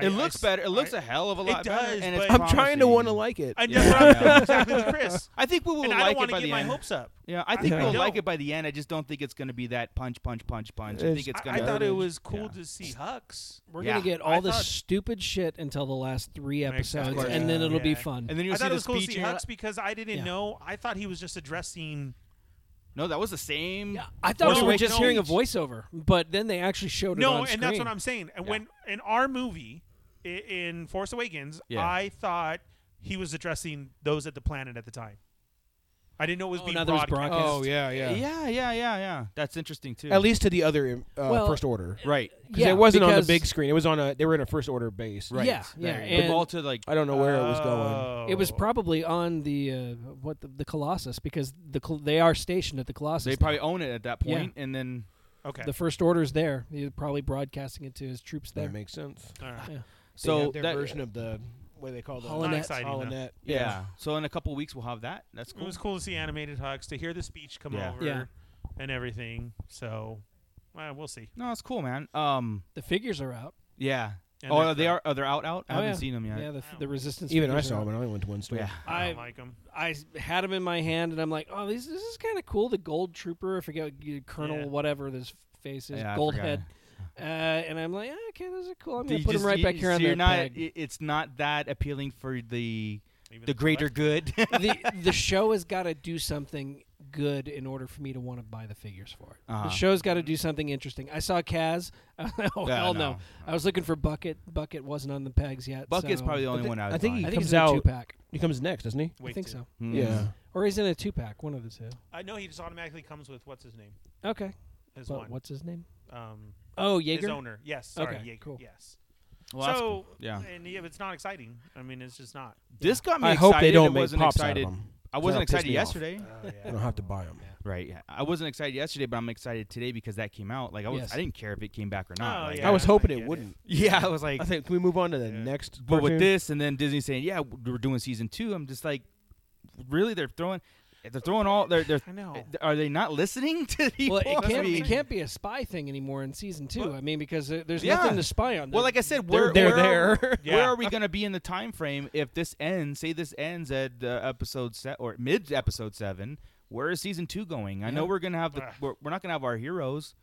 Speaker 8: It
Speaker 9: I
Speaker 8: looks
Speaker 9: s-
Speaker 8: better. It looks
Speaker 9: I-
Speaker 8: a hell of a lot
Speaker 9: does,
Speaker 8: better. And it's
Speaker 9: but-
Speaker 10: I'm trying to
Speaker 8: promising.
Speaker 10: want to like it.
Speaker 9: I
Speaker 8: Yeah,
Speaker 9: know
Speaker 8: I
Speaker 9: what I'm
Speaker 8: know.
Speaker 9: exactly with Chris.
Speaker 8: I think we will
Speaker 9: and I
Speaker 8: like
Speaker 9: don't want
Speaker 8: it by
Speaker 9: to
Speaker 8: the
Speaker 9: get my
Speaker 8: end.
Speaker 9: hopes up.
Speaker 8: yeah, I think
Speaker 9: I
Speaker 8: we'll like
Speaker 9: don't.
Speaker 8: it by the end. I just don't think it's going to be that punch, punch, punch, punch. I
Speaker 10: It's-
Speaker 8: think it's
Speaker 9: I,
Speaker 8: going
Speaker 9: I
Speaker 8: to.
Speaker 9: thought it was cool
Speaker 8: Yeah.
Speaker 9: to see Hux.
Speaker 11: We're
Speaker 8: Yeah.
Speaker 11: gonna get
Speaker 9: I
Speaker 11: all this
Speaker 9: thought-
Speaker 11: stupid shit until the last three
Speaker 9: Makes sense.
Speaker 11: episodes,
Speaker 9: Of course.
Speaker 11: and then it'll be
Speaker 9: Yeah.
Speaker 11: fun.
Speaker 8: And then you'll
Speaker 9: I
Speaker 8: see
Speaker 9: thought it
Speaker 8: the
Speaker 9: was cool to
Speaker 8: speech and
Speaker 9: see
Speaker 8: you're like-
Speaker 9: Hux because I didn't
Speaker 11: Yeah.
Speaker 9: know. I thought he was just addressing.
Speaker 8: No, that was the same.
Speaker 11: Yeah, I thought
Speaker 9: No,
Speaker 11: we were
Speaker 9: wait,
Speaker 11: just
Speaker 9: no.
Speaker 11: hearing a voiceover, but then they actually showed it
Speaker 9: No,
Speaker 11: on
Speaker 9: and
Speaker 11: screen.
Speaker 9: that's what I'm saying. And when in our movie, i- in Force Awakens,
Speaker 8: Yeah.
Speaker 9: I thought he was addressing those at the planet at the time. I didn't know it was
Speaker 11: Oh,
Speaker 9: being
Speaker 11: now there's
Speaker 9: broadcast.
Speaker 11: broadcast.
Speaker 10: Oh yeah, yeah.
Speaker 8: yeah, yeah, yeah, yeah. That's interesting too.
Speaker 10: At least to the other um, uh,
Speaker 11: Well,
Speaker 10: first order.
Speaker 8: right.
Speaker 10: Because it wasn't on the big screen. It was on a. They were in a first order base.
Speaker 8: Right.
Speaker 11: Yeah, yeah,
Speaker 8: There.
Speaker 11: and-
Speaker 8: the ball to like
Speaker 10: I don't know where it was going.
Speaker 9: Oh.
Speaker 11: It was probably on the uh, what the, the Colossus because the Col- they are stationed at the Colossus.
Speaker 8: they
Speaker 11: now.
Speaker 8: probably own it at that
Speaker 11: Yeah.
Speaker 8: point, and then
Speaker 9: okay.
Speaker 11: the first order's there. He's probably broadcasting it to his troops there.
Speaker 10: That makes sense. They
Speaker 8: so
Speaker 10: have their
Speaker 8: that-
Speaker 10: version of the what do they call the
Speaker 11: Holonet. Not
Speaker 9: exciting, though.
Speaker 10: Holonet.
Speaker 8: yeah. So in a couple weeks we'll have that. That's
Speaker 9: It
Speaker 8: cool.
Speaker 9: was cool to see animated Hux to hear the speech come
Speaker 8: Yeah.
Speaker 9: over
Speaker 11: Yeah.
Speaker 9: and everything. So uh, we'll see.
Speaker 8: No, it's cool, man. Um,
Speaker 11: The figures are out.
Speaker 8: yeah.
Speaker 9: And
Speaker 8: Oh,
Speaker 9: they're
Speaker 8: they are. Oh, they're out. Out. I
Speaker 11: Oh,
Speaker 8: haven't
Speaker 11: yeah.
Speaker 8: seen them yet.
Speaker 11: Yeah, the, the resistance.
Speaker 10: Even I
Speaker 11: figures are out.
Speaker 10: saw them and I only went to one store.
Speaker 8: Yeah.
Speaker 9: I don't
Speaker 11: I-
Speaker 9: like 'em.
Speaker 11: I s- had them in my hand, and I'm like, oh, these, this is kind of cool. The gold trooper, I forget what you- Colonel
Speaker 9: Yeah.
Speaker 11: whatever this face is,
Speaker 8: Yeah, I
Speaker 11: gold
Speaker 8: forgot.
Speaker 11: head. Uh, and I'm like, ah, okay, those are cool. I'm
Speaker 8: Do
Speaker 11: gonna
Speaker 8: you
Speaker 11: put them
Speaker 8: just-
Speaker 11: right
Speaker 8: you-
Speaker 11: back here
Speaker 8: so
Speaker 11: on
Speaker 8: you're
Speaker 11: that
Speaker 8: not,
Speaker 11: peg.
Speaker 8: i- It's not that appealing for the
Speaker 9: Even
Speaker 8: the
Speaker 9: though I
Speaker 8: greater
Speaker 9: like
Speaker 8: good.
Speaker 11: the the show has got to do something good in order for me to want to buy the figures for it.
Speaker 8: Uh-huh.
Speaker 11: The show's got to do something interesting. I saw Kaz. oh
Speaker 8: Yeah,
Speaker 11: hell no.
Speaker 8: no.
Speaker 11: I was looking for Bucket. Bucket wasn't on the pegs yet.
Speaker 8: Bucket's
Speaker 11: so-
Speaker 8: probably the
Speaker 10: I
Speaker 8: only
Speaker 10: thi-
Speaker 8: one I.
Speaker 10: I
Speaker 8: would
Speaker 10: think he
Speaker 11: I
Speaker 8: buy.
Speaker 11: think
Speaker 10: comes
Speaker 11: he's in a
Speaker 10: out-
Speaker 11: two pack.
Speaker 10: He comes next, doesn't he?
Speaker 9: Wait
Speaker 11: I think
Speaker 9: to-
Speaker 11: so.
Speaker 8: Mm.
Speaker 10: Yeah.
Speaker 11: Or he's in a two pack. One of the two.
Speaker 9: I know he just automatically comes with what's his name?
Speaker 11: Okay.
Speaker 9: His
Speaker 11: But
Speaker 9: one.
Speaker 11: what's his name?
Speaker 9: Um,
Speaker 11: Oh,
Speaker 9: his
Speaker 11: Jaeger.
Speaker 9: owner. Yes. Sorry.
Speaker 11: Okay,
Speaker 9: Yeager,
Speaker 11: cool.
Speaker 9: Yes.
Speaker 8: Well, that's
Speaker 9: so
Speaker 8: cool. yeah.
Speaker 9: and yeah, it's not exciting. I mean, it's just not.
Speaker 8: This got me
Speaker 10: I
Speaker 8: excited.
Speaker 10: hope they
Speaker 8: I
Speaker 10: don't make
Speaker 8: wasn't
Speaker 10: pops out of
Speaker 8: excited.
Speaker 10: them.
Speaker 8: I wasn't
Speaker 10: That'll piss
Speaker 8: excited
Speaker 10: me
Speaker 8: yesterday.
Speaker 10: off.
Speaker 9: Oh, Uh.
Speaker 10: I don't have to buy them.
Speaker 8: Right. yeah. I wasn't excited yesterday, but I'm excited today because that came out. Like I was,
Speaker 11: Yes.
Speaker 8: I didn't care if it came back or not.
Speaker 9: Oh,
Speaker 8: like,
Speaker 9: yeah.
Speaker 10: I was
Speaker 9: I
Speaker 10: hoping
Speaker 9: get
Speaker 10: it
Speaker 9: it.
Speaker 10: wouldn't.
Speaker 8: yeah, I was like,
Speaker 10: I think can we move on to the next?
Speaker 8: but with
Speaker 10: cartoon?
Speaker 8: this, and then Disney saying, yeah, we're doing season two. I'm just like, really? They're throwing, they're throwing all. They're, they're
Speaker 9: I know.
Speaker 8: Are they not listening to people?
Speaker 11: Well, it
Speaker 8: I
Speaker 11: can't,
Speaker 8: mean-
Speaker 11: it can't be a spy thing anymore in season two. I mean, because there- there's
Speaker 8: Yeah.
Speaker 11: nothing to spy on. There-
Speaker 8: Well, like I said,
Speaker 10: They're-
Speaker 8: we're,
Speaker 10: they're
Speaker 8: where-
Speaker 10: there.
Speaker 9: Yeah.
Speaker 8: Where are we going to be in the time frame if this ends? Say this ends at uh, episode set or mid episode seven. Where is season two going? I know we're gonna have the
Speaker 9: Ugh.
Speaker 8: we're, we're not gonna have our heroes.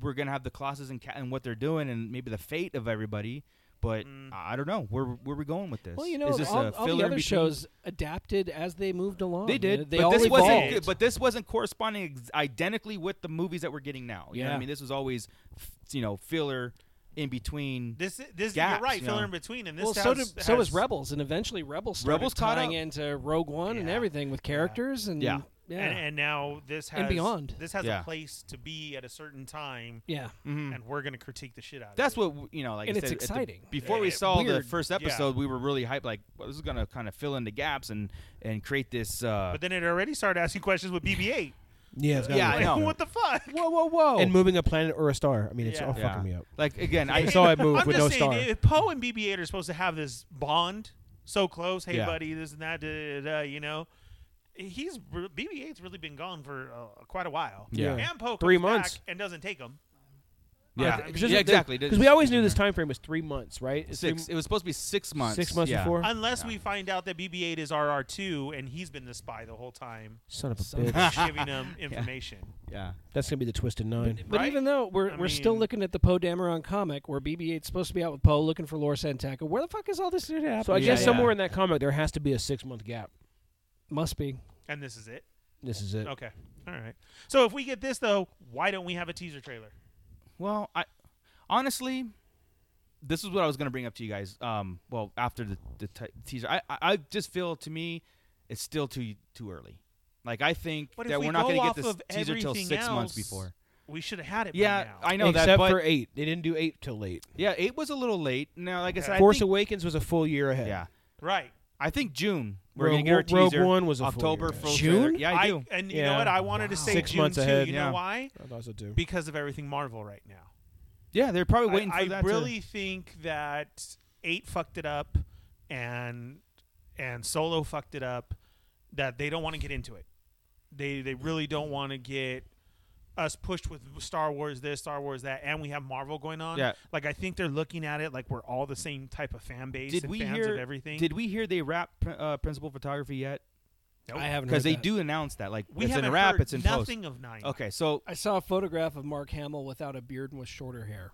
Speaker 8: We're gonna have the classes and, ca- and what they're doing and maybe the fate of everybody. But I I don't know where where are we going with this.
Speaker 11: Well, you know,
Speaker 8: is this
Speaker 11: all,
Speaker 8: a
Speaker 11: all
Speaker 8: filler in
Speaker 11: the other
Speaker 8: between?
Speaker 11: shows adapted as they moved along.
Speaker 8: They
Speaker 11: You know,
Speaker 8: did,
Speaker 11: They
Speaker 8: but
Speaker 11: all
Speaker 8: this
Speaker 11: evolved.
Speaker 8: wasn't. good- But this wasn't corresponding ex- identically with the movies that we're getting now. You know what
Speaker 11: Yeah.
Speaker 8: I mean, this was always, f- you know, filler in between.
Speaker 9: This this
Speaker 8: Gaps,
Speaker 9: you're right.
Speaker 8: you
Speaker 9: Filler
Speaker 8: know.
Speaker 9: in between, and this
Speaker 11: well,
Speaker 9: has,
Speaker 11: so did, so was
Speaker 9: has-
Speaker 11: Rebels, and eventually Rebels started
Speaker 8: Rebels caught
Speaker 11: tying
Speaker 8: up.
Speaker 11: into Rogue One and
Speaker 9: Yeah.
Speaker 11: everything with characters and
Speaker 8: Yeah.
Speaker 11: yeah,
Speaker 9: And, and now this has
Speaker 11: And beyond.
Speaker 9: This has
Speaker 8: Yeah. Mm-hmm.
Speaker 9: a place to be at a certain time,
Speaker 11: yeah.
Speaker 9: and we're gonna critique the shit out.
Speaker 8: That's
Speaker 9: of it.
Speaker 8: what w- you know. Like
Speaker 11: And
Speaker 8: I
Speaker 11: it's
Speaker 8: said, at the-
Speaker 11: exciting.
Speaker 8: before we
Speaker 9: Yeah,
Speaker 8: saw the
Speaker 11: weird.
Speaker 8: first episode, we were really hyped. Like well, this is gonna kind of fill in the gaps and and create this. Uh,
Speaker 9: But then it already started asking questions with BB-8.
Speaker 10: yeah, it's gotta
Speaker 8: Yeah,
Speaker 10: be-
Speaker 8: I know.
Speaker 9: what the fuck?
Speaker 8: whoa, whoa, whoa!
Speaker 10: Oh. and moving a planet or a star. I mean, it's
Speaker 9: Oh. Yeah.
Speaker 10: all
Speaker 8: Yeah.
Speaker 10: fucking me up.
Speaker 8: Like again, I
Speaker 10: I saw it move
Speaker 9: I'm
Speaker 10: with
Speaker 9: just
Speaker 10: no
Speaker 9: saying,
Speaker 10: star.
Speaker 9: if Poe and BB-8 are supposed to have this bond so close, hey
Speaker 8: Yeah.
Speaker 9: buddy, this and that, da, da, da, da, you know, he's re- BB-8's really been gone for uh, quite a while.
Speaker 8: Yeah.
Speaker 9: and Poe
Speaker 10: Three
Speaker 9: comes back
Speaker 10: months.
Speaker 9: and doesn't take him.
Speaker 8: yeah,
Speaker 9: I mean,
Speaker 8: yeah, exactly.
Speaker 10: Because we always knew this time frame was three months, right? It's
Speaker 8: six.
Speaker 10: three-
Speaker 8: It was supposed to be six months.
Speaker 10: Six months
Speaker 8: yeah.
Speaker 10: before.
Speaker 9: Unless we find out that BB-8 is RR2 and he's been the spy the whole time,
Speaker 10: Son of a
Speaker 11: Son of
Speaker 10: bitch.
Speaker 9: giving him information.
Speaker 8: Yeah,
Speaker 10: That's gonna be the twisted nine.
Speaker 11: But
Speaker 9: Right?
Speaker 11: even though we're
Speaker 9: I
Speaker 11: we're still
Speaker 9: mean-
Speaker 11: looking at the Poe Dameron comic where BB-8's supposed to be out with Poe looking for Laura Santaco, where the fuck is all this shit happening?
Speaker 10: So I
Speaker 8: Yeah,
Speaker 10: guess
Speaker 8: yeah.
Speaker 10: somewhere in that comic there has to be a six month gap.
Speaker 11: must be.
Speaker 9: And this is it.
Speaker 10: This is it.
Speaker 9: Okay. All right. So if we get this though, why don't we have a teaser trailer?
Speaker 8: Well, I honestly, this is what I was gonna bring up to you guys. Um, well, after the the t- teaser, I, I I just feel to me, it's still too too early. Like I think
Speaker 9: But if
Speaker 8: that
Speaker 9: we
Speaker 8: are not
Speaker 9: go
Speaker 8: gonna
Speaker 9: off
Speaker 8: get this
Speaker 9: of
Speaker 8: teaser till
Speaker 9: everything
Speaker 8: six months
Speaker 9: else,
Speaker 8: before.
Speaker 9: We should have had it. by
Speaker 8: Yeah,
Speaker 9: now.
Speaker 8: I know
Speaker 10: Except
Speaker 8: that, but
Speaker 10: for eight, they didn't do eight till late.
Speaker 8: yeah, eight was a little late. Now, like I said, I
Speaker 10: Force
Speaker 8: think-
Speaker 10: Awakens was a full year ahead.
Speaker 8: yeah,
Speaker 9: right.
Speaker 8: I think June. We're
Speaker 10: Rogue
Speaker 8: gonna get
Speaker 10: One-
Speaker 8: our
Speaker 10: Rogue
Speaker 8: teaser.
Speaker 10: One was a full
Speaker 8: October
Speaker 10: year.
Speaker 8: full trailer.
Speaker 11: June?
Speaker 8: Yeah, I, do.
Speaker 9: and you know what?
Speaker 10: Yeah.
Speaker 9: I wanted to say
Speaker 10: Six
Speaker 9: June
Speaker 10: months
Speaker 9: too.
Speaker 10: ahead.
Speaker 9: You
Speaker 8: Yeah.
Speaker 9: know why?
Speaker 10: I thought so too.
Speaker 9: Because of everything Marvel right now.
Speaker 8: Yeah, they're probably waiting
Speaker 9: I,
Speaker 8: for
Speaker 9: I
Speaker 8: that. to-
Speaker 9: really think that eight fucked it up, and and Solo fucked it up. That they don't want to get into it. They they really don't want to get us pushed with Star Wars this, Star Wars that, and we have Marvel going on.
Speaker 8: Yeah.
Speaker 9: Like I think they're looking at it like we're all the same type of fan base
Speaker 8: did
Speaker 9: and
Speaker 8: we
Speaker 9: fans
Speaker 8: hear
Speaker 9: of everything.
Speaker 8: Did we hear they wrap pr- uh, principal photography yet?
Speaker 9: Nope.
Speaker 11: I haven't
Speaker 8: Because
Speaker 11: heard
Speaker 8: they
Speaker 11: that.
Speaker 8: do announce that. Like
Speaker 9: we
Speaker 8: it's
Speaker 9: haven't
Speaker 8: in wrap,
Speaker 9: heard
Speaker 8: it's in
Speaker 9: nothing of nine.
Speaker 8: post. Okay, so
Speaker 11: I saw a photograph of Mark Hamill without a beard and with shorter hair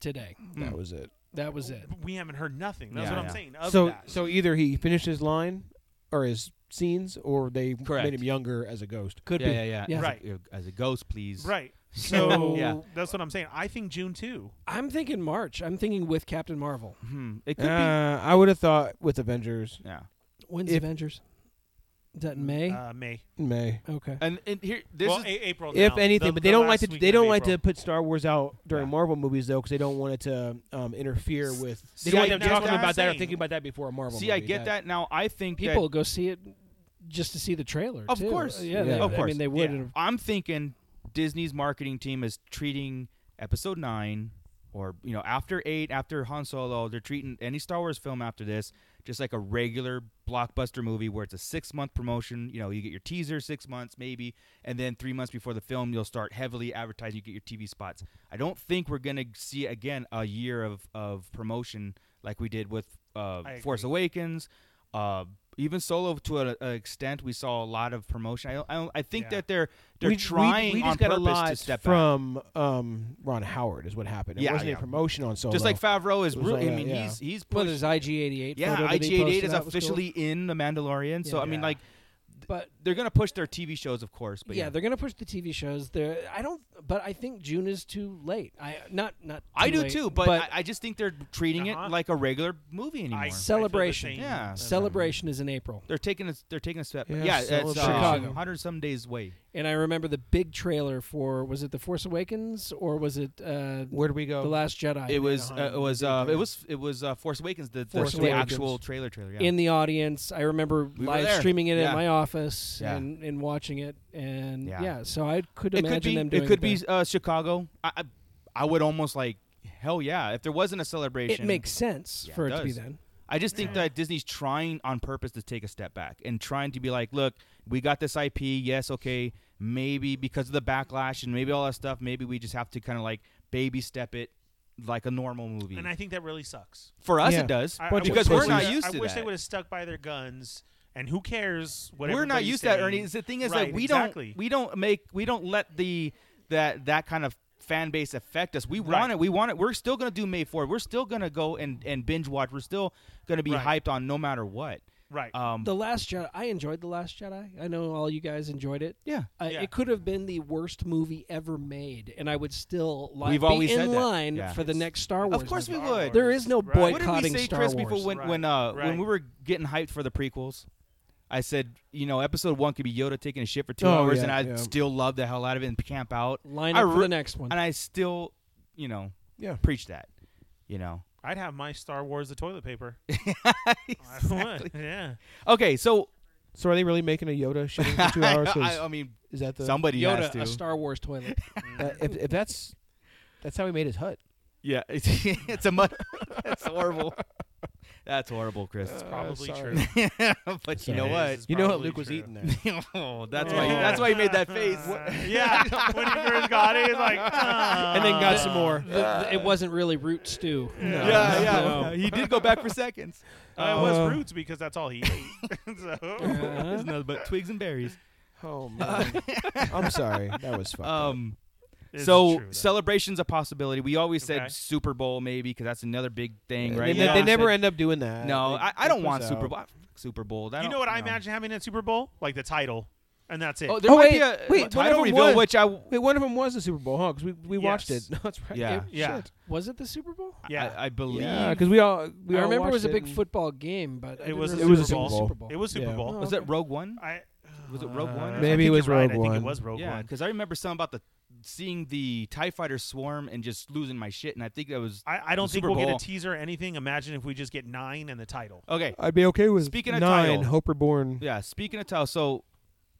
Speaker 11: today.
Speaker 10: that was it.
Speaker 11: That was it.
Speaker 9: We haven't heard nothing. That's
Speaker 8: Yeah,
Speaker 9: what I'm
Speaker 8: yeah.
Speaker 9: saying. Of
Speaker 10: so
Speaker 9: that.
Speaker 10: so either he finished his line or his scenes or they
Speaker 8: Correct.
Speaker 10: made him younger as a ghost.
Speaker 11: Could
Speaker 8: yeah,
Speaker 11: be.
Speaker 8: yeah, yeah,
Speaker 11: Yeah.
Speaker 8: As a-
Speaker 9: Right.
Speaker 8: uh, As a ghost, please.
Speaker 9: right. So
Speaker 8: Yeah.
Speaker 9: that's what I'm saying. I think June too.
Speaker 11: I'm thinking March. I'm thinking with Captain Marvel.
Speaker 8: Hmm. It
Speaker 10: Uh,
Speaker 8: could
Speaker 10: I would have thought with Avengers.
Speaker 8: be. Yeah.
Speaker 11: When's
Speaker 10: If-
Speaker 11: Avengers? Is
Speaker 8: Mm,
Speaker 11: that in May?
Speaker 9: Uh, May.
Speaker 10: May.
Speaker 11: okay.
Speaker 8: And and here this
Speaker 9: well,
Speaker 8: is
Speaker 9: A- April.
Speaker 10: If
Speaker 9: now.
Speaker 10: anything,
Speaker 9: The-
Speaker 10: but they
Speaker 9: the
Speaker 10: don't like
Speaker 9: last
Speaker 10: to
Speaker 9: weekend
Speaker 10: they
Speaker 9: of
Speaker 10: don't like
Speaker 9: April.
Speaker 10: to put Star Wars out during Marvel movies though because they don't want it to um, interfere with.
Speaker 9: See,
Speaker 10: They don't want
Speaker 9: I-
Speaker 10: them
Speaker 9: that's
Speaker 10: talking
Speaker 9: what I'm
Speaker 10: about that or
Speaker 9: saying.
Speaker 10: thinking about that before a Marvel.
Speaker 8: see, I
Speaker 10: movie.
Speaker 8: get that now. I think that-
Speaker 11: People go see it just to see the trailer.
Speaker 8: Of
Speaker 11: too.
Speaker 8: course.
Speaker 11: Uh, yeah,
Speaker 10: Yeah.
Speaker 11: they-
Speaker 10: Of
Speaker 11: I
Speaker 8: course.
Speaker 11: mean, they would.
Speaker 9: Yeah.
Speaker 11: have-
Speaker 8: I'm thinking Disney's marketing team is treating episode nine or you know after 8 after Han Solo they're treating any Star Wars film after this just like a regular blockbuster movie where it's a 6 month promotion you know you get your teaser 6 months maybe and then 3 months before the film you'll start heavily advertising you get your TV spots I don't think we're going to see again a year of of promotion like we did with uh,
Speaker 9: I
Speaker 8: Force
Speaker 9: agree.
Speaker 8: Awakens uh even solo to an extent we saw a lot of promotion i don't, I, don't, I think
Speaker 9: Yeah.
Speaker 8: that they're they're
Speaker 10: we,
Speaker 8: trying
Speaker 10: we, we
Speaker 8: on
Speaker 10: just got a
Speaker 8: purpose
Speaker 10: lot
Speaker 8: to step out.
Speaker 10: from um, Ron Howard is what happened. It
Speaker 8: Yeah,
Speaker 10: wasn't
Speaker 8: yeah.
Speaker 10: a promotion on Solo.
Speaker 8: Just like Favreau is,
Speaker 10: It was
Speaker 8: really,
Speaker 10: all
Speaker 8: I
Speaker 10: that,
Speaker 8: mean,
Speaker 10: yeah.
Speaker 8: he's he's
Speaker 11: Well,
Speaker 8: pushed-
Speaker 11: there's IG88.
Speaker 8: yeah,
Speaker 11: photo that he
Speaker 8: IG88
Speaker 11: posted
Speaker 8: is
Speaker 11: out was cool.
Speaker 8: officially in The Mandalorian, so
Speaker 11: Yeah.
Speaker 8: I mean, like,
Speaker 11: But
Speaker 8: they're gonna push their TV shows, of course, but
Speaker 11: yeah,
Speaker 8: yeah,
Speaker 11: they're gonna push the TV shows. There, I don't. But I think June is too late. I not not.
Speaker 8: I do
Speaker 11: late,
Speaker 8: too, but, I, I just think they're treating
Speaker 9: Uh-huh.
Speaker 8: it like a regular movie anymore.
Speaker 9: I- I feel the
Speaker 11: Celebration.
Speaker 9: same.
Speaker 8: yeah,
Speaker 11: celebration is in April,
Speaker 8: they're taking a, they're taking a step.
Speaker 10: Yeah,
Speaker 8: Yeah, yeah it's uh,
Speaker 10: Celebration.
Speaker 11: Chicago.
Speaker 8: hundred some days away.
Speaker 11: and I remember the big trailer for was it the Force Awakens or was it uh,
Speaker 10: where do we go?
Speaker 11: the Last Jedi?
Speaker 8: It was uh,
Speaker 10: Anaheim,
Speaker 8: it was
Speaker 10: big
Speaker 8: uh, it
Speaker 10: deal.
Speaker 8: was it was uh, Force Awakens, the, the,
Speaker 11: Force
Speaker 8: the
Speaker 11: Awakens.
Speaker 8: actual trailer trailer. Yeah.
Speaker 11: in the audience. I remember
Speaker 8: were
Speaker 11: live
Speaker 8: there.
Speaker 11: streaming it
Speaker 8: Yeah.
Speaker 11: at my office
Speaker 8: Yeah.
Speaker 11: and, and watching it, and yeah.
Speaker 8: Yeah.
Speaker 11: so I could
Speaker 8: it
Speaker 11: imagine
Speaker 8: could be
Speaker 11: them doing
Speaker 8: it could be
Speaker 11: there.
Speaker 8: uh, Chicago. I, I I would almost like hell yeah if there wasn't a celebration.
Speaker 11: It makes sense
Speaker 8: Yeah,
Speaker 11: for
Speaker 8: it
Speaker 11: it to be
Speaker 8: does.
Speaker 11: then.
Speaker 8: I just think that Disney's trying on purpose to take a step back and trying to be like, look, we got this IP. Yes, okay, maybe because of the backlash and maybe all that stuff, maybe we just have to kind of like baby step it like a normal movie.
Speaker 9: And I think that really sucks.
Speaker 8: For us,
Speaker 10: Yeah.
Speaker 8: it does
Speaker 9: I- I
Speaker 10: But
Speaker 9: wish
Speaker 8: because
Speaker 9: they
Speaker 8: we're
Speaker 9: would've-
Speaker 8: not used
Speaker 9: I
Speaker 8: to
Speaker 9: wish they
Speaker 8: that.
Speaker 9: would have stuck by their guns. And who cares? What
Speaker 8: we're not
Speaker 9: everybody's
Speaker 8: used to that,
Speaker 9: saying.
Speaker 8: Ernie. The thing is
Speaker 9: Right,
Speaker 8: that we
Speaker 9: exactly.
Speaker 8: don't we don't make we don't let the that that kind of fan base affect us. We
Speaker 9: Right.
Speaker 8: want it. We want it. We're still gonna do May 4th. We're still gonna go and and binge watch. We're still gonna be
Speaker 9: Right.
Speaker 8: hyped on no matter what.
Speaker 9: right.
Speaker 8: Um,
Speaker 11: The Last Jedi. I enjoyed the Last Jedi. I know all you guys enjoyed it.
Speaker 8: yeah.
Speaker 11: Uh,
Speaker 9: Yeah.
Speaker 11: It could have been the worst movie ever made, and I would still like
Speaker 8: We've
Speaker 11: be
Speaker 8: always
Speaker 11: in
Speaker 8: said that.
Speaker 11: line
Speaker 8: Yeah.
Speaker 11: for the next Star Wars.
Speaker 8: Of course
Speaker 11: movie.
Speaker 8: we would.
Speaker 11: There is no
Speaker 9: Right. What
Speaker 8: What did we
Speaker 11: boycotting
Speaker 8: say,
Speaker 11: Star
Speaker 8: Chris,
Speaker 11: Wars.
Speaker 8: before when
Speaker 9: Right.
Speaker 8: when uh
Speaker 9: Right.
Speaker 8: when we were getting hyped for the prequels? I said, you know, episode one could be Yoda taking a shit for two
Speaker 10: Oh,
Speaker 8: hours,
Speaker 10: yeah,
Speaker 8: and I
Speaker 10: yeah.
Speaker 8: still love the hell out of it and camp out.
Speaker 11: Line
Speaker 8: I
Speaker 11: up for
Speaker 8: re-
Speaker 11: the next one.
Speaker 8: and I still, you know,
Speaker 10: Yeah.
Speaker 8: preach that, you know.
Speaker 9: I'd have my Star Wars the toilet paper. I would. Yeah.
Speaker 8: Okay, so
Speaker 10: So are they really making a Yoda shooting for two hours? 'Cause
Speaker 8: I, I mean,
Speaker 10: is that the
Speaker 8: somebody has
Speaker 11: Yoda,
Speaker 8: to.
Speaker 11: a Star Wars toilet.
Speaker 10: that- if, if that's that's how he made his hut.
Speaker 8: yeah, it's, it's a mud. that's horrible. That's horrible, Chris.
Speaker 9: Probably
Speaker 10: Uh, sorry.
Speaker 9: true.
Speaker 8: but you know what?
Speaker 9: It's
Speaker 10: You know what
Speaker 9: probably
Speaker 10: Luke was
Speaker 9: true.
Speaker 10: eating there.
Speaker 8: oh, that's why. That's why he made that face.
Speaker 9: yeah. when he first got it, he's like, "Uh."
Speaker 10: and then got some more.
Speaker 11: The- the-
Speaker 10: uh,
Speaker 11: it wasn't really root stew.
Speaker 8: Yeah, yeah. He did go back for seconds.
Speaker 9: Uh, it was
Speaker 10: Uh,
Speaker 9: roots because that's all he ate. so,
Speaker 8: It's nothing but twigs and berries.
Speaker 10: Oh man, I'm sorry. That was fucked. up.
Speaker 8: Um,
Speaker 9: It's
Speaker 8: so
Speaker 9: true, though.
Speaker 8: celebration's a possibility. We always
Speaker 9: Okay.
Speaker 8: said Super Bowl maybe because that's another big thing, right? We
Speaker 10: They, they- they
Speaker 8: always
Speaker 10: never
Speaker 8: said-
Speaker 10: end up doing that.
Speaker 8: No,
Speaker 10: They-
Speaker 8: I, I
Speaker 10: they
Speaker 8: don't
Speaker 10: push
Speaker 8: want
Speaker 10: out.
Speaker 8: Super Bowl. Super Bowl. That
Speaker 9: you
Speaker 8: don't-
Speaker 9: know what I
Speaker 8: no.
Speaker 9: imagine having at Super Bowl? Like the title, and that's it.
Speaker 8: Oh, there
Speaker 10: Oh,
Speaker 8: might be
Speaker 10: wait,
Speaker 8: a a
Speaker 10: wait, one of
Speaker 8: title
Speaker 10: them
Speaker 8: reveal,
Speaker 10: was-
Speaker 8: which I w-
Speaker 10: Wait, one of them was the Super Bowl, huh? Because we, we watched
Speaker 9: Yes.
Speaker 10: it. No, that's right.
Speaker 8: Yeah.
Speaker 9: Yeah.
Speaker 10: Shit.
Speaker 11: Was it the Super Bowl?
Speaker 9: yeah.
Speaker 8: I, I believe.
Speaker 10: Yeah, because we all we
Speaker 11: I
Speaker 10: all
Speaker 11: Uh, remember it
Speaker 10: watched
Speaker 11: was a big
Speaker 10: and-
Speaker 11: football game, but I
Speaker 9: It
Speaker 11: didn't
Speaker 9: was a
Speaker 11: remember
Speaker 10: Super
Speaker 11: was
Speaker 10: Bowl.
Speaker 9: it was Super
Speaker 10: Yeah.
Speaker 9: Bowl.
Speaker 8: was it Rogue One?
Speaker 9: I,
Speaker 8: Was it Rogue
Speaker 9: uh,
Speaker 8: One?
Speaker 9: I
Speaker 10: Maybe
Speaker 9: think
Speaker 10: it
Speaker 9: you're
Speaker 10: was
Speaker 9: right.
Speaker 10: Rogue
Speaker 9: I think it
Speaker 10: One.
Speaker 9: was Rogue
Speaker 8: yeah,
Speaker 9: One.
Speaker 8: because I remember something about the seeing the Tie Fighters swarm and just losing my shit, and I think that was
Speaker 9: I, I don't think
Speaker 8: Super
Speaker 9: we'll
Speaker 8: Bowl.
Speaker 9: get a teaser or anything. Imagine if we just get nine and the title.
Speaker 8: okay.
Speaker 10: I'd be okay with
Speaker 8: Speaking of
Speaker 10: nine.
Speaker 8: title.
Speaker 10: Hope Reborn.
Speaker 8: Yeah, speaking of title, so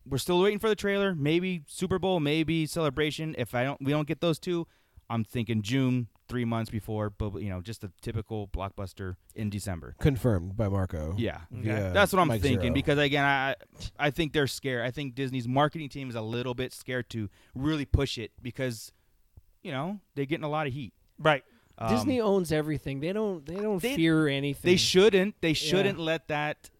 Speaker 8: we're still waiting for the trailer. Maybe Super Bowl, maybe Celebration. If I don't, we don't get those two. I'm thinking June, three months before, but you know, just a typical blockbuster in December.
Speaker 10: Confirmed by Marco.
Speaker 8: Yeah,
Speaker 10: Oh. Yeah,
Speaker 8: that's what I'm
Speaker 10: Mike
Speaker 8: thinking
Speaker 10: Zero.
Speaker 8: because again, I I think they're scared. I think Disney's marketing team is a little bit scared to really push it because you know they're getting a lot of heat.
Speaker 9: Right.
Speaker 8: Um,
Speaker 11: Disney owns everything. They don't. They don't
Speaker 8: They-
Speaker 11: fear anything.
Speaker 8: They shouldn't. They shouldn't let that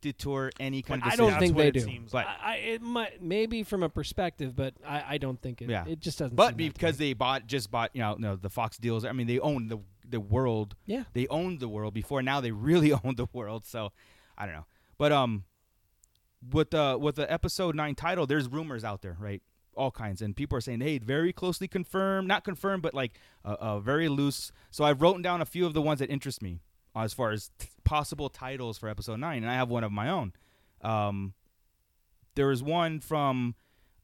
Speaker 8: detour any kind of
Speaker 11: I
Speaker 8: decision.
Speaker 11: don't think
Speaker 9: what
Speaker 11: they
Speaker 9: it
Speaker 11: do.
Speaker 9: seems
Speaker 8: But
Speaker 11: I, I, it might maybe from a perspective, but I, I don't think it.
Speaker 8: Yeah.
Speaker 11: It just doesn't.
Speaker 8: but
Speaker 11: seem that to
Speaker 8: because
Speaker 11: me.
Speaker 8: they bought just bought you know no the Fox deals. I mean they own the the world.
Speaker 11: Yeah.
Speaker 8: They owned the world before. Now they really own the world. So I don't know. But um, with the with the episode nine title, there's rumors out there, right? All kinds, and people are saying, "Hey, very closely confirmed, not confirmed, but like uh, uh, very loose." So I've written down a few of the ones that interest me as far as t- possible titles for episode nine, and I have one of my own. Um, there was one from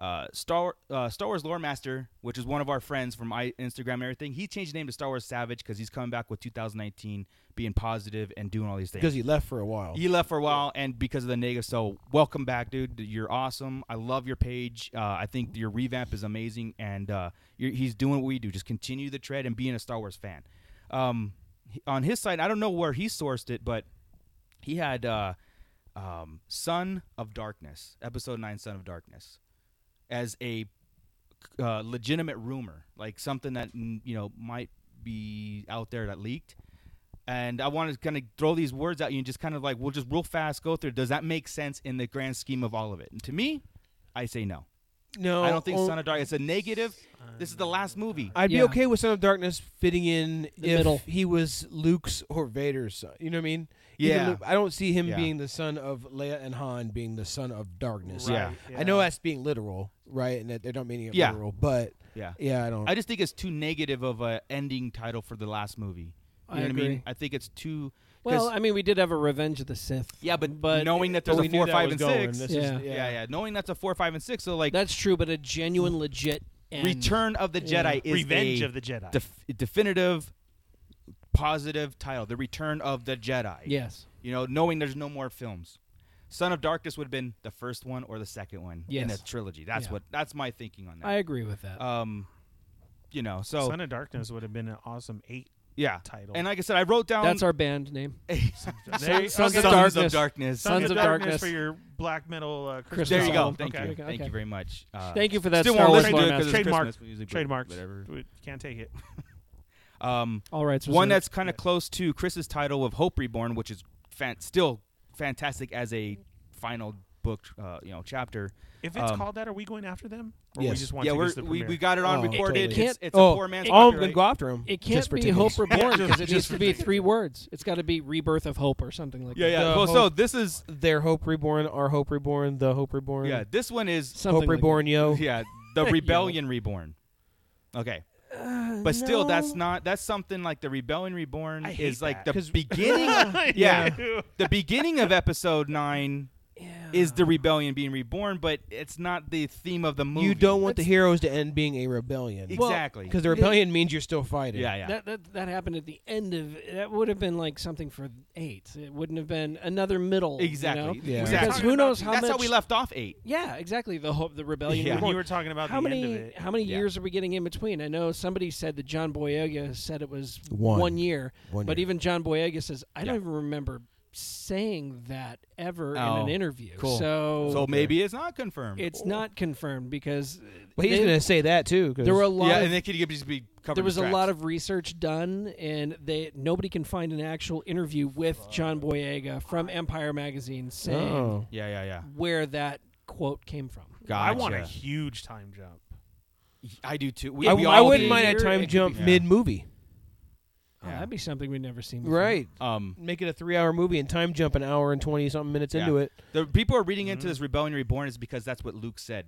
Speaker 8: uh, Star uh, Star Wars Lore Master, which is one of our friends from I- Instagram and everything. He changed his name to Star Wars Savage because he's coming back with 2019, being positive and doing all these things.
Speaker 10: because he left for a while.
Speaker 8: He left for a while, and because of the negative. So welcome back, dude. You're awesome. I love your page. Uh, I think your revamp is amazing, and uh, you're, he's doing what we do. Just continue the tread and being a Star Wars fan. Um, he- on his side, I don't know where he sourced it, but he had uh, um, Son of Darkness, Episode Nine, Son of Darkness, as a uh, legitimate rumor, like something that mm, you know might be out there that leaked. And I want to kind of throw these words at you and just kind of like we'll just real fast go through. Does that make sense in the grand scheme of all of it? And to me, I say no.
Speaker 10: no,
Speaker 8: I don't think
Speaker 10: oh,
Speaker 8: Son of Dark. It's a negative. This is the last movie.
Speaker 10: I'd be
Speaker 11: Yeah.
Speaker 10: okay with Son of Darkness fitting in
Speaker 11: The
Speaker 10: if
Speaker 11: middle.
Speaker 10: he was Luke's or Vader's son. You know what I mean? Even
Speaker 8: Yeah.
Speaker 10: Luke- I don't see him
Speaker 8: Yeah.
Speaker 10: being the son of Leia and Han being the son of darkness.
Speaker 8: Right,
Speaker 10: I know that's being literal, right? And that they don't meaning it
Speaker 8: Yeah.
Speaker 10: literal, but
Speaker 8: yeah.
Speaker 10: yeah, I don't.
Speaker 8: I just think it's too negative of a ending title for the last movie. You
Speaker 11: I
Speaker 8: know what I mean?
Speaker 11: agree.
Speaker 8: I think it's too. 'cause-
Speaker 11: Well, I mean, we did have a Revenge of the Sith.
Speaker 8: yeah, but,
Speaker 11: but
Speaker 8: knowing that
Speaker 10: but
Speaker 8: there's
Speaker 10: we
Speaker 8: a
Speaker 10: knew
Speaker 8: four,
Speaker 10: that
Speaker 8: five,
Speaker 10: was
Speaker 8: and
Speaker 10: going.
Speaker 8: six.
Speaker 10: This
Speaker 11: Yeah.
Speaker 10: Is,
Speaker 8: yeah. yeah, Knowing that's a four, five, and six. So like
Speaker 11: That's true, but a genuine, legit end.
Speaker 8: Return of the
Speaker 11: Yeah.
Speaker 8: Jedi is
Speaker 9: Revenge
Speaker 8: a
Speaker 9: of the Jedi.
Speaker 8: def- definitive positive title the return of the jedi
Speaker 11: Yes.
Speaker 8: you know knowing there's no more films son of darkness would have been the first one or the second one in a
Speaker 11: Yes.
Speaker 8: trilogy that's
Speaker 11: Yeah.
Speaker 8: what that's my thinking on
Speaker 11: I
Speaker 8: that
Speaker 11: agree with that.
Speaker 8: um you know so
Speaker 9: Son of Darkness would have been an awesome eight.
Speaker 8: yeah
Speaker 9: title.
Speaker 8: and like i said i wrote down
Speaker 11: That's our band name.
Speaker 9: There-
Speaker 11: Sons
Speaker 9: okay.
Speaker 11: of
Speaker 8: sons
Speaker 11: Darkness.
Speaker 8: of darkness
Speaker 9: Sons
Speaker 11: Sons
Speaker 9: of
Speaker 11: of
Speaker 9: Darkness
Speaker 11: Darkness.
Speaker 9: for your black metal uh, Christmas
Speaker 8: there you go
Speaker 9: album.
Speaker 8: thank
Speaker 9: okay.
Speaker 8: you thank
Speaker 11: Okay.
Speaker 8: you very much uh,
Speaker 11: Thank you for that
Speaker 8: still
Speaker 11: Star
Speaker 8: won't
Speaker 11: Wars
Speaker 8: listen to it 'cause
Speaker 9: bonus.
Speaker 8: it's
Speaker 9: Trademark.
Speaker 8: Christmas music, but
Speaker 9: Trademarks.
Speaker 8: whatever
Speaker 9: We can't take it.
Speaker 8: um
Speaker 11: All rights
Speaker 8: one
Speaker 11: reserved.
Speaker 8: that's kind of close to Chris's title of Hope Reborn, which is fan- still fantastic as a final book, uh, you know, chapter.
Speaker 9: If it's
Speaker 8: Um,
Speaker 9: called that, are we going after them? Or
Speaker 10: Yes.
Speaker 9: we just want
Speaker 8: yeah,
Speaker 9: to
Speaker 8: we're,
Speaker 9: use the
Speaker 8: we,
Speaker 9: premiere?
Speaker 8: we got it on
Speaker 10: Oh,
Speaker 8: recorded.
Speaker 10: totally.
Speaker 8: It's,
Speaker 11: It
Speaker 8: it's a
Speaker 10: oh,
Speaker 8: poor man's
Speaker 10: oh,
Speaker 8: copyright.
Speaker 10: go after him.
Speaker 11: It
Speaker 10: just
Speaker 11: can't
Speaker 10: for
Speaker 11: be
Speaker 10: tickets.
Speaker 11: Hope Reborn
Speaker 9: Just-
Speaker 11: because it needs
Speaker 9: just
Speaker 11: to
Speaker 9: for
Speaker 11: be
Speaker 9: tickets.
Speaker 11: three words. It's got to be Rebirth of Hope or something like
Speaker 8: Yeah,
Speaker 11: that.
Speaker 8: yeah.
Speaker 10: The
Speaker 8: well, so this is
Speaker 10: Their Hope Reborn, our Hope Reborn, the Hope Reborn.
Speaker 8: yeah, this one is
Speaker 11: Something
Speaker 10: Hope
Speaker 11: like
Speaker 10: Reborn, yo.
Speaker 8: yeah, the Rebellion Reborn. Okay.
Speaker 10: Uh,
Speaker 8: But still, that's not that's something like the Rebellion Reborn
Speaker 9: I hate
Speaker 8: is like
Speaker 9: that.
Speaker 8: the beginning. yeah,
Speaker 9: Yeah.
Speaker 8: the beginning of episode nine is the Rebellion being reborn, but it's not the theme of the movie.
Speaker 10: You don't want the heroes to end being a rebellion.
Speaker 11: Well,
Speaker 8: exactly.
Speaker 10: Because the rebellion means you're still fighting.
Speaker 8: yeah, yeah.
Speaker 11: That, that that happened at the end of that would have been like something for eight. It wouldn't have been another middle. you know?
Speaker 8: Exactly.
Speaker 10: Yeah.
Speaker 8: Exactly.
Speaker 11: Because who knows how
Speaker 8: That's
Speaker 11: much?
Speaker 8: how we left off eight.
Speaker 11: Yeah, exactly. The hope, the rebellion.
Speaker 8: Yeah.
Speaker 11: reborn.
Speaker 9: You were talking about
Speaker 11: how
Speaker 9: the
Speaker 11: many
Speaker 9: end of it.
Speaker 11: how many
Speaker 8: Yeah.
Speaker 11: years are we getting in between? I know somebody said that John Boyega said it was
Speaker 10: One.
Speaker 11: year,
Speaker 10: One
Speaker 11: but
Speaker 10: year.
Speaker 11: even John Boyega says I don't
Speaker 8: Yeah.
Speaker 11: even remember saying that ever in
Speaker 8: Oh,
Speaker 11: an interview.
Speaker 8: cool.
Speaker 11: So,
Speaker 8: So Oh, maybe it's not confirmed.
Speaker 11: it's not confirmed because uh,
Speaker 10: Well, he's
Speaker 11: they-
Speaker 10: going to say that, too. 'cause-
Speaker 11: there were a lot
Speaker 8: yeah,
Speaker 11: of
Speaker 8: and it could just be covered.
Speaker 11: there was a
Speaker 8: in tracks.
Speaker 11: lot of research done, and they nobody can find an actual interview with John Boyega from Empire magazine saying
Speaker 10: Oh.
Speaker 8: Yeah, yeah, yeah.
Speaker 11: where that quote came from.
Speaker 8: Gotcha.
Speaker 9: I want a huge time jump.
Speaker 8: I do too. We,
Speaker 10: I,
Speaker 8: we
Speaker 10: I
Speaker 8: all
Speaker 10: wouldn't
Speaker 8: do.
Speaker 10: mind a
Speaker 11: It
Speaker 10: time
Speaker 11: could be-
Speaker 10: jump
Speaker 8: yeah.
Speaker 10: mid movie.
Speaker 11: Oh,
Speaker 8: Yeah.
Speaker 11: that'd be something we've never seen. Before.
Speaker 10: Right.
Speaker 8: Um,
Speaker 10: Make it a three hour movie and time jump an hour and 20 something minutes
Speaker 8: Yeah.
Speaker 10: into it.
Speaker 8: the people are reading
Speaker 9: Mm-hmm.
Speaker 8: into this Rebellion Reborn is because that's what Luke said.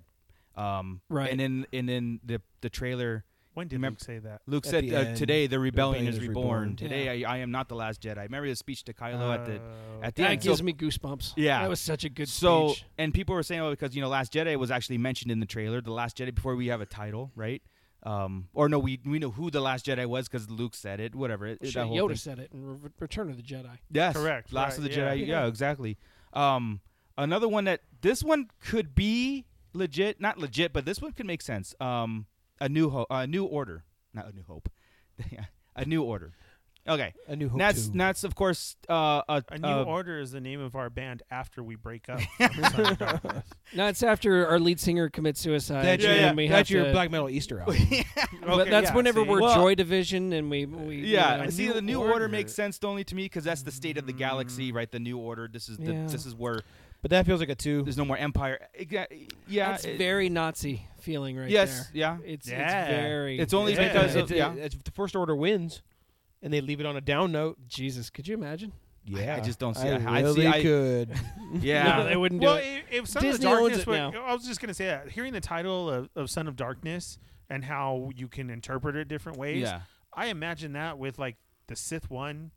Speaker 8: Um,
Speaker 11: Right.
Speaker 8: And in and in the the trailer,
Speaker 9: When did
Speaker 8: Remem-
Speaker 9: Luke say that?
Speaker 8: Luke
Speaker 10: At
Speaker 8: said
Speaker 10: the
Speaker 8: uh,
Speaker 10: end,
Speaker 8: today the rebellion,
Speaker 10: rebellion
Speaker 8: is
Speaker 10: is
Speaker 8: reborn.
Speaker 10: reborn.
Speaker 8: Today I, I am not the last Jedi. Remember his speech to Kylo at the
Speaker 9: Oh.
Speaker 8: at the
Speaker 11: That
Speaker 8: end. So
Speaker 11: gives me goosebumps.
Speaker 8: Yeah.
Speaker 11: that was such a good
Speaker 8: so
Speaker 11: speech.
Speaker 8: and people were saying oh because you know last jedi was actually mentioned in the trailer the last jedi before we have a title right um or no we we know who the last jedi was because luke said it whatever it,
Speaker 11: Shit,
Speaker 8: that whole
Speaker 11: Yoda
Speaker 8: thing.
Speaker 11: said it in Re- Return of the Jedi.
Speaker 8: yes
Speaker 9: Correct,
Speaker 8: last of
Speaker 9: right,
Speaker 8: the
Speaker 9: yeah.
Speaker 8: jedi yeah. exactly um another one that this one could be legit not legit but this one could make sense um a new hope a new order not a new hope Yeah, a new order okay
Speaker 10: A new hope.
Speaker 8: that's
Speaker 10: too.
Speaker 8: that's of course uh a,
Speaker 9: A New
Speaker 8: uh,
Speaker 9: Order is the name of our band after we break up. from Son of Darkness.
Speaker 11: No, it's after our lead singer commits suicide.
Speaker 10: that's your,
Speaker 11: and we have
Speaker 10: that's your
Speaker 11: to-
Speaker 10: black metal Easter album.
Speaker 11: But
Speaker 9: Okay,
Speaker 11: that's
Speaker 9: yeah,
Speaker 11: whenever
Speaker 9: see?
Speaker 11: we're
Speaker 8: Well-
Speaker 11: Joy Division, and we, we you
Speaker 8: Yeah,
Speaker 11: know,
Speaker 8: and see,
Speaker 9: New
Speaker 8: the new order,
Speaker 9: Order. Mm.
Speaker 8: makes sense only to me because that's the state of the galaxy, right? The new order. This is the,
Speaker 11: Yeah.
Speaker 8: this is where
Speaker 10: but that feels like a two.
Speaker 8: there's no more empire. Yeah, yeah.
Speaker 11: that's
Speaker 8: it-
Speaker 11: very Nazi feeling right
Speaker 8: yes,
Speaker 11: there.
Speaker 8: yeah.
Speaker 11: It's,
Speaker 9: Yeah.
Speaker 11: it's very.
Speaker 8: It's only
Speaker 9: Yeah.
Speaker 8: because of,
Speaker 10: It's-
Speaker 8: yeah.
Speaker 10: it's- the first order wins and they leave it on a down note.
Speaker 11: Jesus, could you imagine?
Speaker 10: Yeah.
Speaker 8: just don't see
Speaker 10: I
Speaker 8: it. I see-
Speaker 10: really
Speaker 8: I-
Speaker 10: could.
Speaker 11: No, they
Speaker 8: yeah.
Speaker 11: wouldn't
Speaker 9: well,
Speaker 11: do it.
Speaker 9: i- if Son
Speaker 11: Disney
Speaker 9: of
Speaker 11: owns
Speaker 9: Darkness,
Speaker 11: it
Speaker 9: would-
Speaker 11: now.
Speaker 9: I was just gonna say that. Hearing the title of, of Son of Darkness and how you can interpret it different ways,
Speaker 8: Yeah.
Speaker 9: I imagine that with like the Sith one.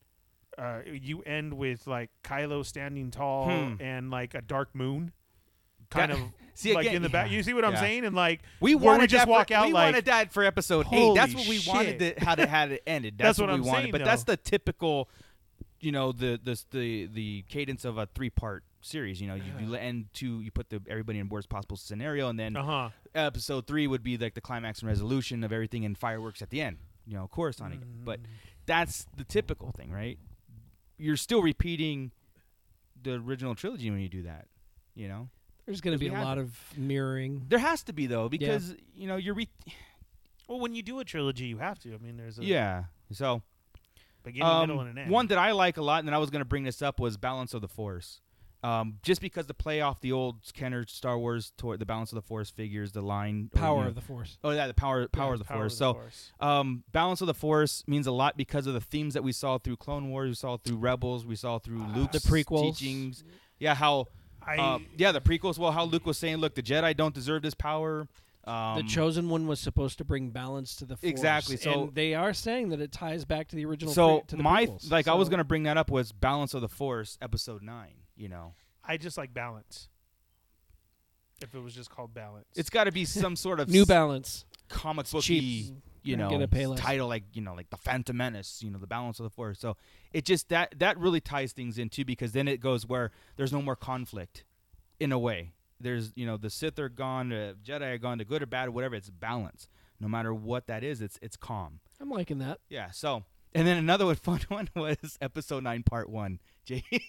Speaker 9: Uh, you end with like Kylo standing tall
Speaker 8: Hmm.
Speaker 9: and like a dark moon. kind
Speaker 8: Got-
Speaker 9: of
Speaker 8: See,
Speaker 9: like
Speaker 8: again-
Speaker 9: in the back.
Speaker 8: yeah.
Speaker 9: You see what I'm
Speaker 8: Yeah.
Speaker 9: saying? And like
Speaker 8: We
Speaker 9: where
Speaker 8: wanted
Speaker 9: we just
Speaker 8: that
Speaker 9: walk
Speaker 8: for,
Speaker 9: out
Speaker 8: we
Speaker 9: like
Speaker 8: wanted that for episode eight.
Speaker 9: "Holy
Speaker 8: That's what we wanted
Speaker 9: shit."
Speaker 8: to, how to how it ended. That's,
Speaker 9: That's what
Speaker 8: we
Speaker 9: I'm
Speaker 8: wanted.
Speaker 9: saying,
Speaker 8: but that's
Speaker 9: though.
Speaker 8: the typical, you know, the the the the cadence of a three part series. You know, you, you end two, you put the everybody in worst possible scenario, and then
Speaker 9: Uh-huh.
Speaker 8: episode three would be like the climax and resolution of everything and fireworks at the end. You know, corresponding.
Speaker 9: Mm-hmm.
Speaker 8: But that's the typical thing, right? You're still repeating the original trilogy when you do that. You know,
Speaker 11: There's going to be
Speaker 8: we
Speaker 11: a
Speaker 8: have-
Speaker 11: lot of mirroring.
Speaker 8: there has to be though because you know you're re-
Speaker 9: Well, when you do a trilogy, you have to. I mean, there's a
Speaker 8: yeah. So
Speaker 9: beginning,
Speaker 8: Um,
Speaker 9: middle, and an end.
Speaker 8: One that I like a lot, and then I was going to bring this up was Balance of the Force. Um, just because the play off the old Kenner Star Wars toward the Balance of the Force figures, the line or, you
Speaker 11: Power
Speaker 8: know-
Speaker 11: of the Force.
Speaker 8: oh yeah, the power power of the
Speaker 9: Power
Speaker 8: Force.
Speaker 9: of the
Speaker 8: so
Speaker 9: Force.
Speaker 8: Um, Balance of the Force means a lot because of the themes that we saw through Clone Wars, we saw through Rebels, we saw through Luke's
Speaker 11: prequels.
Speaker 8: teachings. Yeah, how
Speaker 9: Ah. I-
Speaker 8: uh, yeah the prequels. Well, how Luke was saying, look, the Jedi don't deserve this power. Um,
Speaker 11: the chosen one was supposed to bring balance to the force.
Speaker 8: Exactly, so-
Speaker 11: and they are saying that it ties back to the original.
Speaker 8: so
Speaker 11: pre- to the
Speaker 8: my
Speaker 11: prequels.
Speaker 8: like I was
Speaker 11: So-
Speaker 8: gonna bring that up was Balance of the Force, Episode Nine. You know.
Speaker 9: I just like balance. If it was just called balance,
Speaker 8: It's got to be some sort of
Speaker 11: New
Speaker 8: s-
Speaker 11: Balance.
Speaker 8: comic
Speaker 11: It's
Speaker 8: book
Speaker 11: cheap.
Speaker 8: you
Speaker 11: You're
Speaker 8: know,
Speaker 11: gonna pay less.
Speaker 8: title like you know, like the Phantom Menace, you know, the Balance of the Force. So it just that that really ties things in too, because then it goes where there's no more conflict, in a way. There's you know the Sith are gone, the Jedi are gone, the good or bad or whatever. It's balance, no matter what that is. It's it's calm.
Speaker 11: I'm liking that.
Speaker 8: Yeah. So and then another one, fun one was Episode Nine, Part One,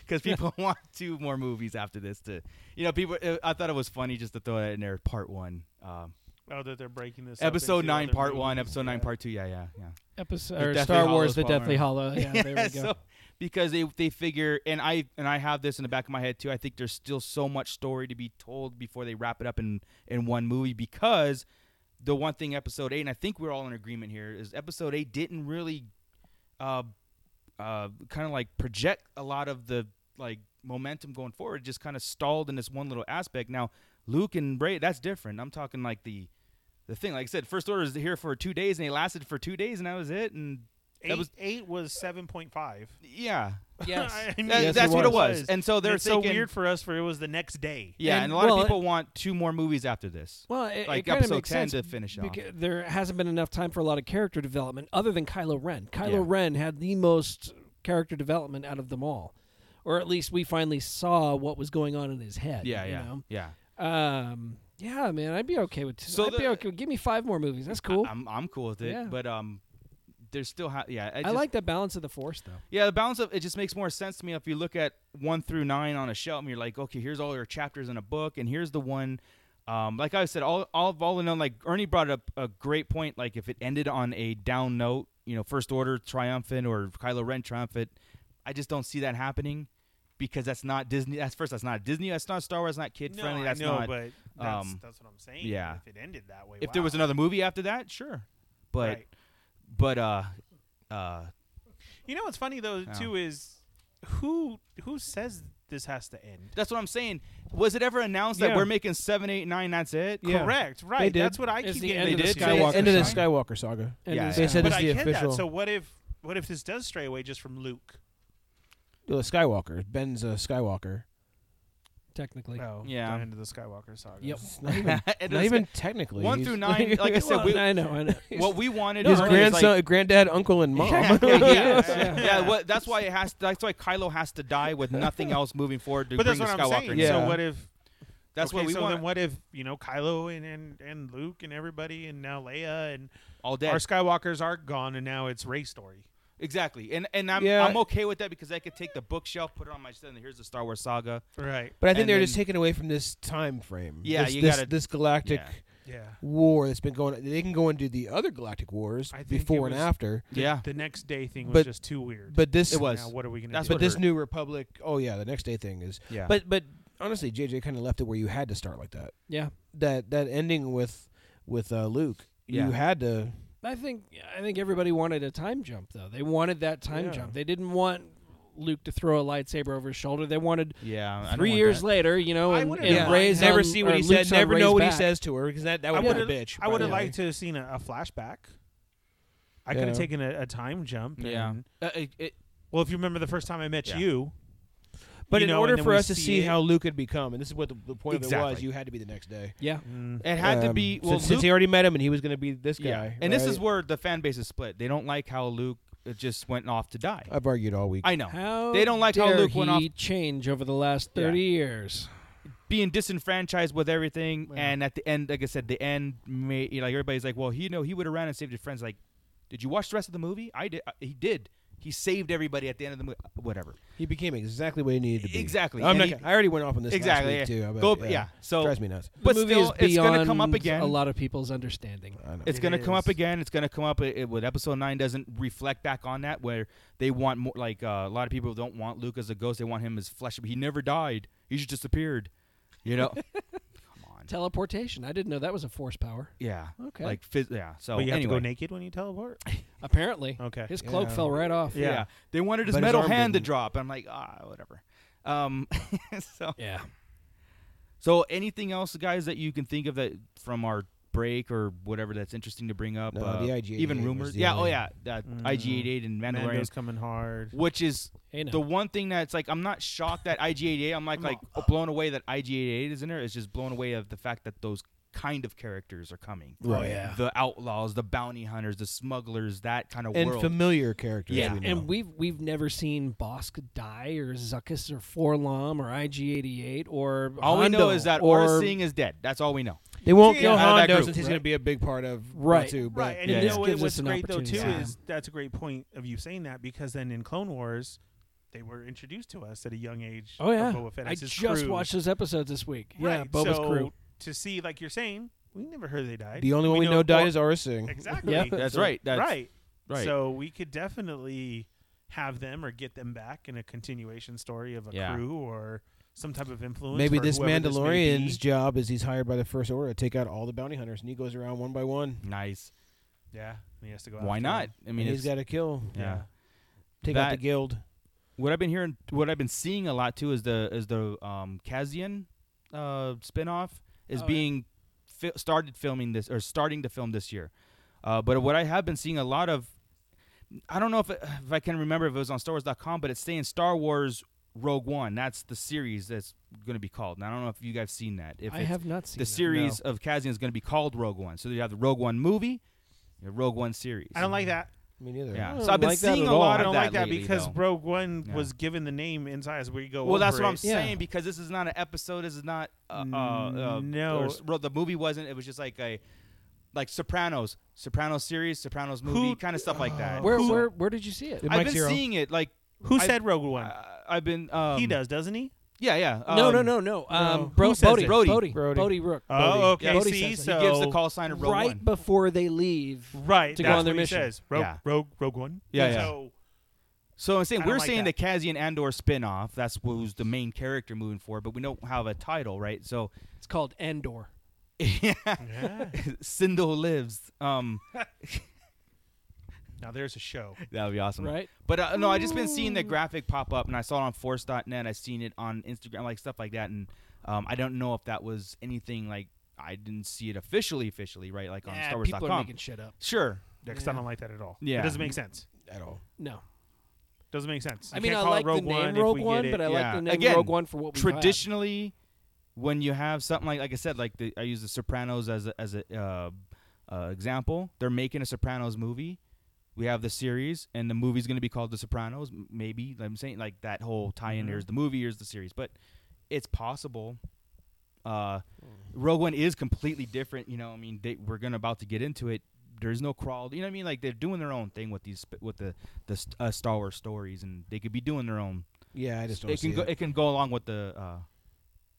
Speaker 8: because people want two more movies after this. To you know, people. uh, I thought it was funny just to throw that in there, Part One. Um,
Speaker 9: oh that they're breaking this. up
Speaker 8: episode
Speaker 9: into
Speaker 8: nine,
Speaker 9: other
Speaker 8: part
Speaker 9: movies.
Speaker 8: one. Episode nine,
Speaker 9: Yeah.
Speaker 8: part two. Yeah, yeah, yeah.
Speaker 11: Episode
Speaker 8: The
Speaker 11: or
Speaker 8: Deathly
Speaker 11: Star Wars:
Speaker 8: Hollows
Speaker 11: The
Speaker 8: follower.
Speaker 11: Deathly Hollow. Yeah, there we go.
Speaker 8: so- because they they figure, and I and I have this in the back of my head too. I think there's still so much story to be told before they wrap it up in in one movie because the one thing episode eight, and I think we're all in agreement here, is episode eight didn't really, uh, uh, kind of like project a lot of the like momentum going forward. It just kind of stalled in this one little aspect. Now Luke and Ray, that's different. I'm talking like the the thing. Like I said, first order is here for two days, and they lasted for two days, and that was it. And
Speaker 9: Eight,
Speaker 8: that was
Speaker 9: eight was seven point five.
Speaker 8: yeah.
Speaker 11: Yes.
Speaker 9: I mean,
Speaker 8: That-
Speaker 11: Yes,
Speaker 8: that's
Speaker 11: it
Speaker 8: what it
Speaker 11: was.
Speaker 8: was. And so they're
Speaker 9: it's so
Speaker 8: thinking,
Speaker 9: weird for us for it was the next day.
Speaker 8: Yeah, and,
Speaker 11: And-
Speaker 8: a lot
Speaker 11: well,
Speaker 8: of people want two more movies after this.
Speaker 11: Well, it,
Speaker 8: Like
Speaker 11: it kinda
Speaker 8: episode
Speaker 11: makes
Speaker 8: 10
Speaker 11: sense
Speaker 8: to finish off.
Speaker 11: beca- There hasn't been enough time for a lot of character development other than Kylo Ren. Kylo
Speaker 8: Yeah.
Speaker 11: Ren had the most character development out of them all, or at least we finally saw what was going on in his head.
Speaker 8: Yeah,
Speaker 11: you
Speaker 8: yeah,
Speaker 11: know?
Speaker 8: yeah.
Speaker 11: Um, yeah, man, I'd be okay with. Two.
Speaker 8: So
Speaker 11: I'd be
Speaker 8: the-
Speaker 11: okay. Give me five more movies. That's cool. I,
Speaker 8: I'm I'm cool with it,
Speaker 11: Yeah.
Speaker 8: but um, there's still ha- yeah. I, just-
Speaker 11: like that balance of the force, though.
Speaker 8: yeah. The balance of it just makes more sense to me if you look at one through nine on a shelf and you're like, okay, here's all your chapters in a book, and here's the one. Um, like I said, all all of all in on like Ernie brought up a great point. Like if it ended on a down note, you know, first order triumphant or Kylo Ren triumphant, I just don't see that happening because that's not Disney. That's first, that's not Disney. That's not Star Wars. Not kid
Speaker 9: No,
Speaker 8: friendly. That's
Speaker 9: I know,
Speaker 8: not.
Speaker 9: but that's,
Speaker 8: um,
Speaker 9: that's what I'm saying.
Speaker 8: yeah.
Speaker 9: If it ended that way,
Speaker 8: if there was
Speaker 9: wow.
Speaker 8: another movie after that, sure. But
Speaker 9: Right.
Speaker 8: but uh uh
Speaker 9: You know what's funny though too is who who says this has to end?
Speaker 8: that's what I'm saying. Was it ever announced
Speaker 10: Yeah.
Speaker 8: that we're making seven, eight, nine? That's it.
Speaker 11: Yeah.
Speaker 9: Correct, right?
Speaker 10: did.
Speaker 9: That's what I
Speaker 11: It's
Speaker 9: keep
Speaker 11: the
Speaker 9: getting.
Speaker 11: end
Speaker 8: They
Speaker 11: of
Speaker 8: did.
Speaker 11: the
Speaker 8: They
Speaker 11: Skywalker.
Speaker 10: End of the
Speaker 8: Saga.
Speaker 10: Skywalker saga.
Speaker 11: End
Speaker 8: Yeah,
Speaker 11: of
Speaker 8: yeah.
Speaker 11: the
Speaker 10: They said
Speaker 11: Skywalker.
Speaker 9: But
Speaker 10: this
Speaker 9: I
Speaker 10: is the
Speaker 9: get
Speaker 10: official.
Speaker 9: that. So what if what if this does stray away just from Luke?
Speaker 10: The Skywalker. Ben's a Skywalker.
Speaker 11: technically.
Speaker 9: No,
Speaker 8: Yeah.
Speaker 9: the end of the Skywalker saga.
Speaker 11: Yep.
Speaker 10: It's not even,
Speaker 8: And
Speaker 10: not
Speaker 8: it's-
Speaker 10: even technically.
Speaker 8: one
Speaker 10: He's-
Speaker 8: through nine. Like I said,
Speaker 11: Well,
Speaker 8: we,
Speaker 11: I know, I know.
Speaker 8: what we wanted.
Speaker 10: his
Speaker 8: Ernie is
Speaker 10: grandson,
Speaker 8: Like,
Speaker 10: granddad, uncle, and mom.
Speaker 8: yeah, yeah, yeah. Yeah, what- that's why it has. That's why Kylo has to die with nothing else moving forward to
Speaker 9: But that's
Speaker 8: bring
Speaker 9: what
Speaker 8: the
Speaker 9: I'm
Speaker 8: Skywalker.
Speaker 9: saying.
Speaker 8: in.
Speaker 10: Yeah.
Speaker 9: So what if
Speaker 8: That's
Speaker 9: okay,
Speaker 8: what we
Speaker 9: so
Speaker 8: want
Speaker 9: Then what if you know Kylo and, and and Luke and everybody and now Leia and
Speaker 8: all day.
Speaker 9: our Skywalkers are gone and now it's Ray's story.
Speaker 8: Exactly, and and I'm
Speaker 10: Yeah.
Speaker 8: I'm okay with that because I could take the bookshelf, put it on my shelf, and here's the Star Wars saga.
Speaker 9: Right.
Speaker 10: But I think
Speaker 8: And
Speaker 10: they're
Speaker 8: then-
Speaker 10: just taken away from this time frame.
Speaker 8: Yeah,
Speaker 10: this,
Speaker 8: you
Speaker 10: this,
Speaker 8: gotta-
Speaker 10: this galactic
Speaker 8: yeah.
Speaker 9: Yeah.
Speaker 10: war that's been going. They can go into the other galactic wars
Speaker 9: I think it
Speaker 10: before and
Speaker 9: was-
Speaker 10: after.
Speaker 8: Yeah,
Speaker 9: The next day thing was
Speaker 10: But-
Speaker 9: just too weird.
Speaker 10: But this,
Speaker 8: It was.
Speaker 9: now what are we gonna
Speaker 8: That's
Speaker 9: do?
Speaker 10: but
Speaker 8: what
Speaker 10: this
Speaker 8: hurt.
Speaker 10: new republic. Oh yeah, the next day thing is.
Speaker 8: yeah.
Speaker 10: But but honestly, JJ kind of left it where you had to start like that.
Speaker 11: yeah.
Speaker 10: That that ending with with uh, Luke.
Speaker 8: Yeah.
Speaker 10: You had to.
Speaker 11: I think I think everybody wanted a time jump though. They wanted that time
Speaker 10: Yeah.
Speaker 11: jump. They didn't want Luke to throw a lightsaber over his shoulder. They wanted
Speaker 8: yeah, I don't
Speaker 11: three
Speaker 8: want
Speaker 11: years
Speaker 8: that.
Speaker 11: later, you know,
Speaker 9: I
Speaker 11: and,
Speaker 9: would've
Speaker 11: and
Speaker 9: liked-
Speaker 11: Rey's
Speaker 10: Never
Speaker 11: on-
Speaker 10: see what
Speaker 11: or
Speaker 10: he
Speaker 11: Luke's
Speaker 10: said.
Speaker 11: on
Speaker 10: Never
Speaker 11: Rey's
Speaker 10: know what
Speaker 11: back.
Speaker 10: he says to her because that that
Speaker 9: I
Speaker 10: would
Speaker 9: would
Speaker 10: have
Speaker 9: have
Speaker 10: been a bitch.
Speaker 9: I would have
Speaker 11: probably.
Speaker 9: liked to have seen a, a flashback. I could
Speaker 10: Yeah.
Speaker 9: have taken a, a time jump.
Speaker 8: Yeah.
Speaker 9: and-
Speaker 8: Uh, it- it-
Speaker 9: well, if you remember the first time I met
Speaker 8: Yeah.
Speaker 9: you,
Speaker 10: But
Speaker 9: you
Speaker 10: in
Speaker 9: know,
Speaker 10: order
Speaker 9: and then
Speaker 10: for
Speaker 9: we
Speaker 10: us to see
Speaker 9: it-
Speaker 10: how Luke had become, and this is what the, the point of it was,
Speaker 9: Exactly.
Speaker 10: you had to be the next day.
Speaker 11: Yeah.
Speaker 9: Mm.
Speaker 10: It had to
Speaker 8: Um,
Speaker 10: be
Speaker 8: well,
Speaker 10: since, since he
Speaker 8: Luke-
Speaker 10: already met him and he was going to be this guy.
Speaker 8: And this
Speaker 10: right?
Speaker 8: is where the fan base is split. They don't like how Luke uh, just went off to die.
Speaker 10: I've argued all week.
Speaker 8: I know.
Speaker 11: How
Speaker 8: they don't like how
Speaker 11: dare
Speaker 8: Luke went off
Speaker 11: he change over the last
Speaker 8: Yeah.
Speaker 11: 30 years.
Speaker 8: being disenfranchised with everything. And at the end, like I said, the end made you know, like everybody's like, well, he you know he would have ran and saved his friends. Like, did you watch the rest of the movie? I did. Uh, he did. He saved everybody at the end of the movie. Whatever.
Speaker 10: he became exactly what he needed to be.
Speaker 8: Exactly.
Speaker 10: I'm
Speaker 8: And
Speaker 10: not,
Speaker 8: he-
Speaker 10: gonna- I already went off on this
Speaker 8: exactly.
Speaker 10: last week
Speaker 8: yeah.
Speaker 10: too. I bet,
Speaker 8: Go.
Speaker 10: yeah.
Speaker 8: So
Speaker 10: drives me nuts.
Speaker 8: But
Speaker 11: the movie
Speaker 8: still,
Speaker 11: is
Speaker 8: it's gonna
Speaker 11: beyond
Speaker 8: come up again.
Speaker 11: A lot of people's understanding.
Speaker 10: I know.
Speaker 8: It's
Speaker 9: It
Speaker 8: going to come up
Speaker 9: is.
Speaker 8: again. It's going to come up. It, it- with episode nine doesn't reflect back on that, where they want more. Like uh, a lot of people don't want Luke as a ghost. They want him as flesh. He never died. He just disappeared. You know. come on.
Speaker 11: Teleportation. I didn't know that was a force power.
Speaker 8: Yeah.
Speaker 11: Okay.
Speaker 8: Like phys- yeah. So
Speaker 9: But you have
Speaker 8: anyway.
Speaker 9: to go naked when you teleport.
Speaker 11: Apparently.
Speaker 9: Okay.
Speaker 11: His cloak
Speaker 10: Yeah.
Speaker 11: fell right off.
Speaker 8: Yeah.
Speaker 9: Yeah.
Speaker 8: They wanted his
Speaker 10: But his
Speaker 8: metal
Speaker 10: arm
Speaker 8: hand to
Speaker 10: didn't.
Speaker 8: drop. I'm like ah whatever. Um. so
Speaker 11: Yeah.
Speaker 8: so anything else, guys, that you can think of that from our break or whatever that's interesting to bring up
Speaker 10: No,
Speaker 8: uh,
Speaker 10: the IG-88
Speaker 8: even
Speaker 10: was Mm-hmm.
Speaker 8: rumors
Speaker 10: the
Speaker 8: yeah oh
Speaker 10: only-
Speaker 8: yeah that ig88 and mandalorian
Speaker 9: Mando's coming hard.
Speaker 8: which is
Speaker 11: Hey, now.
Speaker 8: the one thing that's like I'm not shocked that IG88. I'm like like blown away that IG88 is in there. It's just blown away of the fact that those kind of characters are coming.
Speaker 10: Right. Oh, yeah.
Speaker 8: The outlaws, the bounty hunters, the smugglers, that kind of
Speaker 10: And
Speaker 8: world.
Speaker 10: familiar characters.
Speaker 8: Yeah.
Speaker 10: we know.
Speaker 11: And we've we've never seen Bosk die or Zuckus or Forlom or IG88 or
Speaker 8: all we know
Speaker 11: Hondo
Speaker 8: is that
Speaker 11: or
Speaker 8: Aura Singh is dead. That's all we know.
Speaker 10: they won't
Speaker 9: Yeah,
Speaker 10: go
Speaker 9: out of
Speaker 8: that
Speaker 10: Hondo
Speaker 8: group,
Speaker 10: since he's
Speaker 8: right?
Speaker 10: going to be a big part of
Speaker 11: Right.
Speaker 10: Batu, but
Speaker 9: Right, and
Speaker 11: Yeah.
Speaker 9: you
Speaker 11: This
Speaker 9: know what,
Speaker 11: gives us
Speaker 9: what's
Speaker 11: an
Speaker 9: great though too
Speaker 11: opportunity.
Speaker 9: is that's a great point of you saying that because then in Clone Wars, they were introduced to us at a young age.
Speaker 11: Oh yeah,
Speaker 9: of Boba Fett
Speaker 11: I
Speaker 9: as his
Speaker 11: just
Speaker 9: crew.
Speaker 11: watched those episodes this week. Yeah,
Speaker 9: Right,
Speaker 11: Boba's
Speaker 9: so
Speaker 11: crew.
Speaker 9: to see like you're saying, we never heard they died.
Speaker 10: the only one we, know, died is Aura Singh.
Speaker 9: exactly.
Speaker 11: Yeah.
Speaker 8: That's right. That's
Speaker 9: right.
Speaker 8: right.
Speaker 9: So we could definitely have them or get them back in a continuation story of a
Speaker 8: Yeah.
Speaker 9: crew or some type of influence.
Speaker 10: Maybe
Speaker 9: for
Speaker 10: this
Speaker 9: whoever this may
Speaker 10: Mandalorian's
Speaker 9: be.
Speaker 10: job is he's hired by the First Order to take out all the bounty hunters, and he goes around one by one.
Speaker 8: Nice.
Speaker 9: yeah, and he has to go.
Speaker 8: Why
Speaker 9: after
Speaker 8: not?
Speaker 9: him.
Speaker 8: I mean,
Speaker 10: he's
Speaker 8: it's,
Speaker 10: got to kill,
Speaker 8: yeah.
Speaker 10: take out the
Speaker 8: That-
Speaker 10: guild.
Speaker 8: What I've been hearing, what I've been seeing a lot too, is the is the um, Kazian uh, spinoff is
Speaker 11: Oh, yeah.
Speaker 8: being fi- started filming this or starting to film this year. Uh, but what I have been seeing a lot of, I don't know if it, if I can remember if it was on StarWars.com, but it's saying Star Wars Rogue One. That's the series that's going to be called. And I don't know if you guys seen that. If
Speaker 11: I
Speaker 8: it's-
Speaker 11: have not seen that,
Speaker 8: the series of Kazian is going to be called Rogue One. So you have the Rogue One movie, the Rogue One series.
Speaker 9: I don't like that.
Speaker 10: Me neither.
Speaker 8: Yeah.
Speaker 10: I
Speaker 8: So
Speaker 10: don't
Speaker 8: I've been
Speaker 10: like that
Speaker 8: seeing
Speaker 10: at
Speaker 8: a lot
Speaker 10: all.
Speaker 9: I
Speaker 8: of
Speaker 9: don't
Speaker 8: that
Speaker 9: like that
Speaker 8: lately,
Speaker 9: because
Speaker 8: though.
Speaker 9: Rogue One
Speaker 8: Yeah.
Speaker 9: was given the name inside as we go.
Speaker 8: Well, that's
Speaker 9: over
Speaker 8: what I'm
Speaker 9: it.
Speaker 11: Yeah.
Speaker 8: saying because this is not an episode. This is not uh, uh, uh
Speaker 9: No.
Speaker 8: or s- well, the movie wasn't. It was just like a like Sopranos, Sopranos series, Sopranos movie,
Speaker 9: Who-
Speaker 8: kind of stuff like that.
Speaker 11: Where
Speaker 9: Who-
Speaker 11: where where did you see it?
Speaker 10: It
Speaker 8: I've
Speaker 10: Mike
Speaker 8: been
Speaker 10: Zero.
Speaker 8: seeing it. Like
Speaker 9: Who
Speaker 8: I-
Speaker 9: said Rogue One?
Speaker 8: I- I've been. Um,
Speaker 9: he does, doesn't he?
Speaker 8: Yeah, yeah.
Speaker 11: no,
Speaker 8: um,
Speaker 11: no, no, no. Um,
Speaker 9: uh, Who
Speaker 11: Bro,
Speaker 9: says
Speaker 11: Bodie,
Speaker 9: it?
Speaker 11: Bodie, Bodie,
Speaker 10: Brody.
Speaker 11: Rook.
Speaker 9: Oh, okay.
Speaker 11: Bodhi
Speaker 9: see,
Speaker 11: says
Speaker 9: so
Speaker 8: He gives the call sign of Rogue
Speaker 11: right
Speaker 8: One.
Speaker 11: before they leave.
Speaker 9: right
Speaker 11: to go
Speaker 9: that's
Speaker 11: on their
Speaker 9: what he
Speaker 11: mission.
Speaker 9: says. Rogue,
Speaker 8: Yeah.
Speaker 9: Rogue, Rogue One.
Speaker 8: Yeah, yeah.
Speaker 9: So
Speaker 8: So I'm saying
Speaker 9: I don't
Speaker 8: we're
Speaker 9: like
Speaker 8: saying
Speaker 9: that.
Speaker 8: the Kazian Andor spin-off, that's who's the main character moving forward, but we don't have a title, right? So
Speaker 11: It's called Endor.
Speaker 8: Sindel lives. Um,
Speaker 9: now there's a show.
Speaker 8: that would be awesome,
Speaker 11: Right.
Speaker 8: But uh, no, I just been seeing the graphic pop up, and I saw it on Force.net. I seen it on Instagram, like stuff like that, and um, I don't know if that was anything like I didn't see it officially, officially, right? Like on
Speaker 11: Yeah,
Speaker 8: Star
Speaker 11: people are
Speaker 8: StarWars.com.
Speaker 11: making shit up.
Speaker 8: Sure.
Speaker 9: Yeah, 'cause I don't like that at all.
Speaker 8: Yeah.
Speaker 9: it doesn't make sense.
Speaker 10: at all.
Speaker 11: No,
Speaker 9: Doesn't make sense.
Speaker 11: I
Speaker 9: You
Speaker 11: mean
Speaker 9: can't
Speaker 11: I
Speaker 9: call
Speaker 11: like
Speaker 9: it Rogue
Speaker 11: the name
Speaker 9: One if
Speaker 11: Rogue
Speaker 9: we
Speaker 11: One,
Speaker 9: get
Speaker 11: but I
Speaker 9: it.
Speaker 11: like
Speaker 8: Yeah.
Speaker 11: the name
Speaker 8: Again,
Speaker 11: Rogue One for what we
Speaker 8: Traditionally, when you have something like like I said, like the, I use the Sopranos as a, as a uh, uh, example. They're making a Sopranos movie. We have the series, and the movie's going to be called The Sopranos. m- Maybe I'm saying like that whole tie-in. Here's
Speaker 10: Mm-hmm.
Speaker 8: the movie. Here's the series, but it's possible. Uh,
Speaker 10: Mm.
Speaker 8: Rogue One is completely different. You know, I mean, they, we're gonna about to get into it. There's no crawl. You know what I mean? Like they're doing their own thing with these sp- with the the st- uh, Star Wars stories, and they could be doing their own
Speaker 10: Yeah, I just don't
Speaker 8: it can
Speaker 10: see
Speaker 8: go.
Speaker 10: it.
Speaker 8: It can go along with the uh,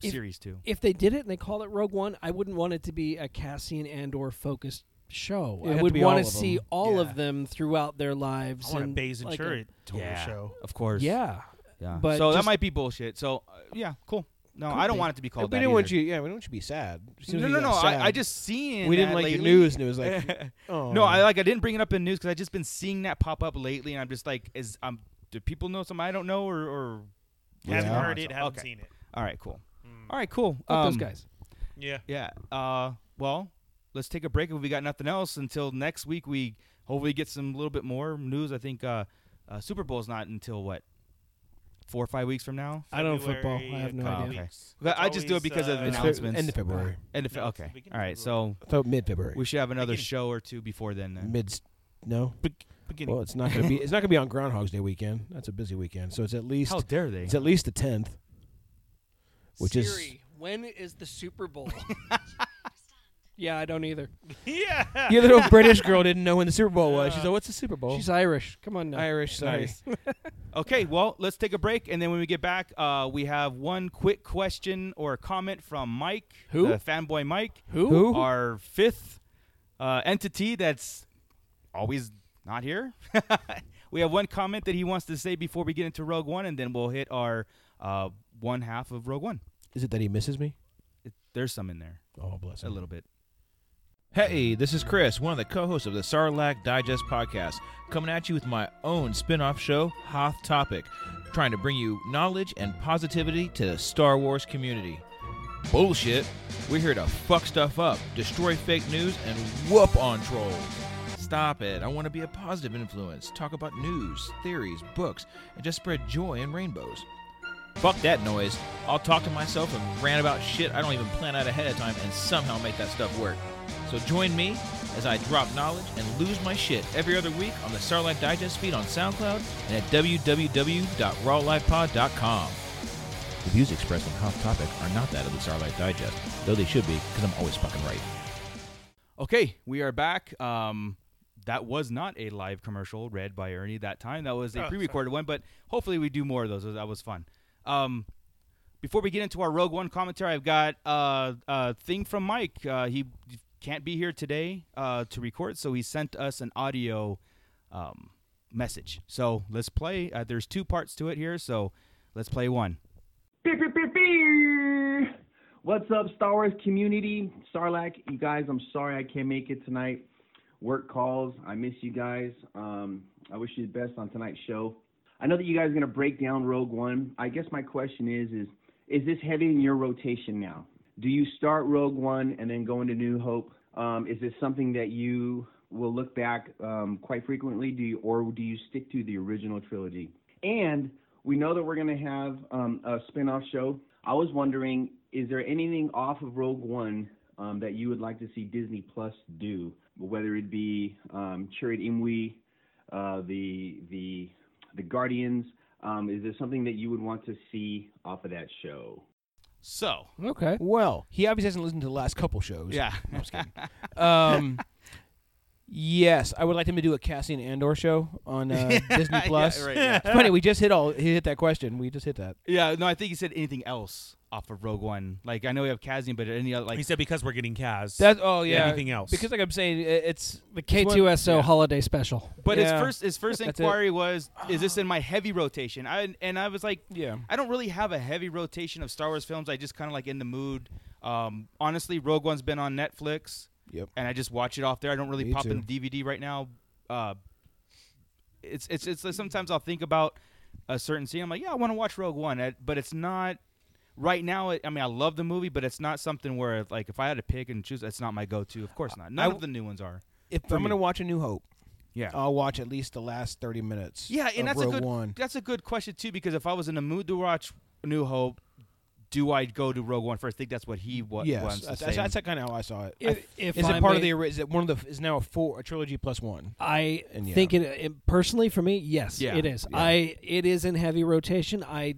Speaker 11: If-
Speaker 8: series too.
Speaker 11: if they did it and they called it Rogue One, I wouldn't want it to be a Cassian Andor focused show.
Speaker 10: It'd have
Speaker 11: I
Speaker 10: to
Speaker 11: would
Speaker 10: be
Speaker 11: want
Speaker 10: all
Speaker 11: to
Speaker 10: of
Speaker 11: see
Speaker 10: them.
Speaker 11: all
Speaker 9: Yeah.
Speaker 11: of them throughout their lives.
Speaker 9: I want a
Speaker 11: and
Speaker 9: Baze and
Speaker 11: like a-
Speaker 9: Churret total show.
Speaker 8: of course.
Speaker 11: Yeah,
Speaker 8: yeah.
Speaker 11: but
Speaker 8: so that
Speaker 11: just-
Speaker 8: might be bullshit. So uh, yeah, cool. No, I don't
Speaker 11: be.
Speaker 8: want it to be
Speaker 10: We
Speaker 8: called. that
Speaker 10: didn't want
Speaker 8: either.
Speaker 10: you. Yeah, we don't want you to be sad. As soon as
Speaker 8: No,
Speaker 10: you
Speaker 8: no,
Speaker 10: got
Speaker 8: no. I, I
Speaker 10: sad,
Speaker 8: just seen.
Speaker 10: we didn't
Speaker 8: that
Speaker 10: like the
Speaker 8: lately.
Speaker 10: news, and it was like, oh
Speaker 8: No, I like. I didn't bring it up in news because I just been seeing that pop up lately, and I'm just like, is um, do people know something I don't know or or
Speaker 9: Haven't
Speaker 10: Yeah.
Speaker 9: heard it. Haven't
Speaker 8: Okay.
Speaker 9: seen it. Hmm.
Speaker 8: all right, cool. All right, cool.
Speaker 11: fuck those
Speaker 8: Um,
Speaker 11: guys.
Speaker 9: Yeah.
Speaker 8: Yeah. Uh, well, let's take a break if we got nothing else until next week. We hopefully get some little bit more news. I think uh, uh, Super Bowl's not until what four or five weeks from now.
Speaker 11: I don't football. I have no
Speaker 8: Oh,
Speaker 11: idea.
Speaker 8: okay. Well, I just do it because of the
Speaker 10: It's Feb-
Speaker 8: announcements.
Speaker 10: end of February.
Speaker 8: End of Fe-
Speaker 9: No, it's the
Speaker 8: okay.
Speaker 9: beginning
Speaker 8: All right.
Speaker 9: of
Speaker 8: So
Speaker 10: Fe- mid February.
Speaker 8: we should have another
Speaker 9: Beginning.
Speaker 8: show or two before then. then.
Speaker 10: mid. No.
Speaker 9: Beginning.
Speaker 10: Well, it's not gonna be. It's not gonna be on Groundhog's Day weekend. That's a busy weekend. So it's at least.
Speaker 8: How dare they?
Speaker 10: It's at least the tenth. Which is-
Speaker 11: Siri, when is the Super Bowl? yeah, I don't either.
Speaker 9: yeah.
Speaker 10: The little British girl didn't know when the Super Bowl was. She's like, "What's the Super Bowl?"
Speaker 11: She's Irish. Come on now.
Speaker 10: Irish. Sorry.
Speaker 8: Nice. Okay, well, let's take a break, and then when we get back, uh, we have one quick question or comment from Mike,
Speaker 11: Who?
Speaker 8: the fanboy Mike,
Speaker 11: Who?
Speaker 10: Who?
Speaker 8: our fifth uh, entity that's always not here. we have one comment that he wants to say before we get into Rogue One, and then we'll hit our uh, one half of Rogue One.
Speaker 10: Is it that he misses me?
Speaker 8: It, there's some in there,
Speaker 10: Oh, bless
Speaker 8: a
Speaker 10: him.
Speaker 8: little bit.
Speaker 4: Hey, this is Chris, one of the co hosts of the Sarlacc Digest podcast, coming at you with my own spin off show, Hoth Topic, trying to bring you knowledge and positivity to the Star Wars community. Bullshit! We're here to fuck stuff up, destroy fake news, and whoop on trolls. Stop it. I want to be a positive influence, talk about news, theories, books, and just spread joy and rainbows. Fuck that noise. I'll talk to myself and rant about shit I don't even plan out ahead of time and somehow make that stuff work. So join me as I drop knowledge and lose my shit every other week on the Starlight Digest feed on SoundCloud and at www.rawlifepod.com. The views expressed on Hot Topic are not that of the Starlight Digest, though they should be, because I'm always fucking right.
Speaker 8: Okay, we are back. Um, that was not a live commercial read by Ernie that time. That was a pre-recorded one, but hopefully we do more of those. That was fun. Um, before we get into our Rogue One commentary, I've got uh, a thing from Mike. Uh, he can't be here today uh, to record, so he sent us an audio um, message. So let's play. Uh, there's two parts to it here, so let's play one.
Speaker 5: What's up, Star Wars community? Sarlacc, you guys, I'm sorry I can't make it tonight. Work calls, I miss you guys. Um, I wish you the best on tonight's show. I know that you guys are gonna break down Rogue One. I guess my question is, is is this heavy in your rotation now? Do you start Rogue One and then go into New Hope? Um, is this something that you will look back um, quite frequently? Do you, or do you stick to the original trilogy? And we know that we're going to have um, a spin-off show. I was wondering, is there anything off of Rogue One um, that you would like to see Disney Plus do? Whether it be um, Chirrut Imwe, uh, the the the Guardians, um, is there something that you would want to see off of that show?
Speaker 8: So
Speaker 11: Okay.
Speaker 10: Well, he obviously hasn't listened to the last couple shows.
Speaker 8: yeah,
Speaker 10: No, I'm just kidding. Um, yes, I would like him to do a Cassian Andor show on uh, Disney
Speaker 8: Yeah,
Speaker 10: Plus.
Speaker 8: right, yeah.
Speaker 10: It's funny, we just hit all. He hit that question. We just hit that.
Speaker 8: Yeah, no, I think he said anything else off of Rogue One. Like I know we have Kazian, but any other
Speaker 9: he
Speaker 8: like
Speaker 9: said because we're getting Kaz.
Speaker 10: That. Oh yeah.
Speaker 9: Anything else?
Speaker 10: Because like I'm saying, i- it's
Speaker 11: The K2SO
Speaker 10: Yeah.
Speaker 11: holiday special.
Speaker 8: but
Speaker 10: yeah.
Speaker 8: his first his first
Speaker 10: That's it.
Speaker 8: inquiry was, is this in my heavy rotation? I and I was like,
Speaker 10: Yeah.
Speaker 8: I don't really have a heavy rotation of Star Wars films. I just kind of like in the mood. Um, honestly, Rogue One's been on Netflix.
Speaker 10: Yep.
Speaker 8: And I just watch it off there. I don't really
Speaker 10: Me
Speaker 8: pop in
Speaker 10: too.
Speaker 8: the DVD right now. Uh, it's it's it's sometimes I'll think about a certain scene. I'm like, yeah, I want to watch Rogue One, I- but it's not right now. It, I mean, I love the movie, but it's not something where like if I had to pick and choose, it's not my go-to. Of course not. None
Speaker 10: I-
Speaker 8: of the new ones are.
Speaker 10: if I'm gonna watch a New Hope,
Speaker 8: Yeah.
Speaker 10: I'll watch at least the last 30 minutes.
Speaker 8: Yeah,
Speaker 10: of
Speaker 8: and that's a
Speaker 10: Rogue
Speaker 8: good
Speaker 10: One.
Speaker 8: that's a good question too because if I was in a mood to watch New Hope, do I go to Rogue One first? I think that's what he wa-
Speaker 10: Yes,
Speaker 8: wants to
Speaker 10: that's,
Speaker 8: say.
Speaker 10: that's, that's kind of how I saw it.
Speaker 11: If, if
Speaker 10: is
Speaker 11: I
Speaker 10: it part of
Speaker 11: may-
Speaker 10: the? ori- Is it one of the? Is now a four a trilogy plus one?
Speaker 11: I
Speaker 10: And yeah.
Speaker 11: think it, it personally for me, yes,
Speaker 8: Yeah,
Speaker 11: it is. I it is in heavy rotation. I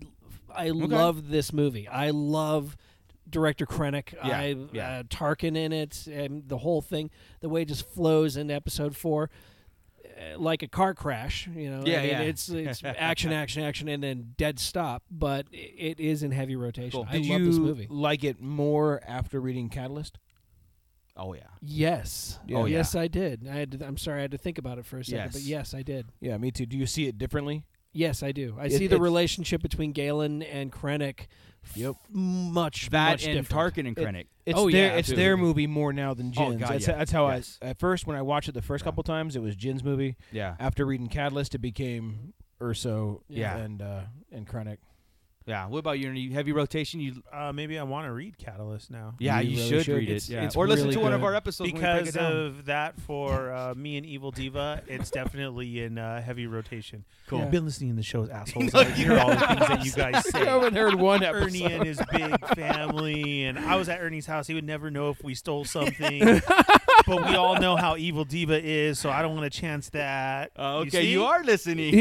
Speaker 11: I love this movie. I love director Krennic.
Speaker 8: Yeah,
Speaker 11: I
Speaker 8: yeah.
Speaker 11: Uh, Tarkin in it and the whole thing. The way it just flows into episode 4 uh, like a car crash, you know.
Speaker 8: Yeah,
Speaker 11: I mean,
Speaker 8: yeah.
Speaker 11: it's it's action action action and then dead stop, but i- it is in heavy rotation.
Speaker 8: Cool.
Speaker 11: I
Speaker 10: Did
Speaker 11: love
Speaker 10: you
Speaker 11: this movie.
Speaker 10: like it more after reading Catalyst?
Speaker 8: oh yeah,
Speaker 11: Yes.
Speaker 10: Yeah. Oh,
Speaker 8: yeah.
Speaker 11: Yes, I did. I had to, I'm sorry I had to think about it for a second, but
Speaker 8: Yes.
Speaker 11: yes, I did.
Speaker 10: Yeah, me too. Do you see it differently?
Speaker 11: Yes, I do. I
Speaker 10: It-
Speaker 11: see the
Speaker 10: it's-
Speaker 11: relationship between Galen and Krennic. f-
Speaker 10: Yep.
Speaker 11: Much
Speaker 8: that
Speaker 11: much
Speaker 8: and
Speaker 11: different.
Speaker 8: Tarkin and
Speaker 10: It-
Speaker 8: Krennic.
Speaker 10: It's
Speaker 11: Oh,
Speaker 10: their,
Speaker 11: yeah,
Speaker 10: it's
Speaker 8: absolutely.
Speaker 10: their movie more now than
Speaker 8: Oh,
Speaker 10: Jin's.
Speaker 8: God,
Speaker 10: that's,
Speaker 8: yeah.
Speaker 10: that's how
Speaker 8: Yes.
Speaker 10: I at first when I watched it the first couple times it was Jin's movie.
Speaker 8: yeah,
Speaker 10: After reading Catalyst, it became Urso
Speaker 8: Yeah.
Speaker 10: and uh, and Krennic.
Speaker 8: Yeah. What about you? Any heavy rotation? You
Speaker 9: Uh, maybe I want to read Catalyst now.
Speaker 8: Yeah, You you really should should. read it, It's- yeah. it's Or listen really to one of good. our episodes when we break it
Speaker 9: Because
Speaker 8: down.
Speaker 9: of that, for uh, me and Evil Diva, it's definitely in uh, heavy rotation.
Speaker 10: Cool.
Speaker 9: I've been listening to the show's assholes.
Speaker 10: No,
Speaker 9: I hear
Speaker 10: you
Speaker 9: all the
Speaker 10: haven't.
Speaker 9: things that you guys say.
Speaker 10: You haven't heard one
Speaker 9: Ernie
Speaker 10: episode.
Speaker 9: and his big family, and I was at Ernie's house. He would never know if we stole something. but we all know how Evil Diva is, so I don't want to chance that.
Speaker 8: Uh, okay,
Speaker 9: see? Ah.
Speaker 8: you are listening.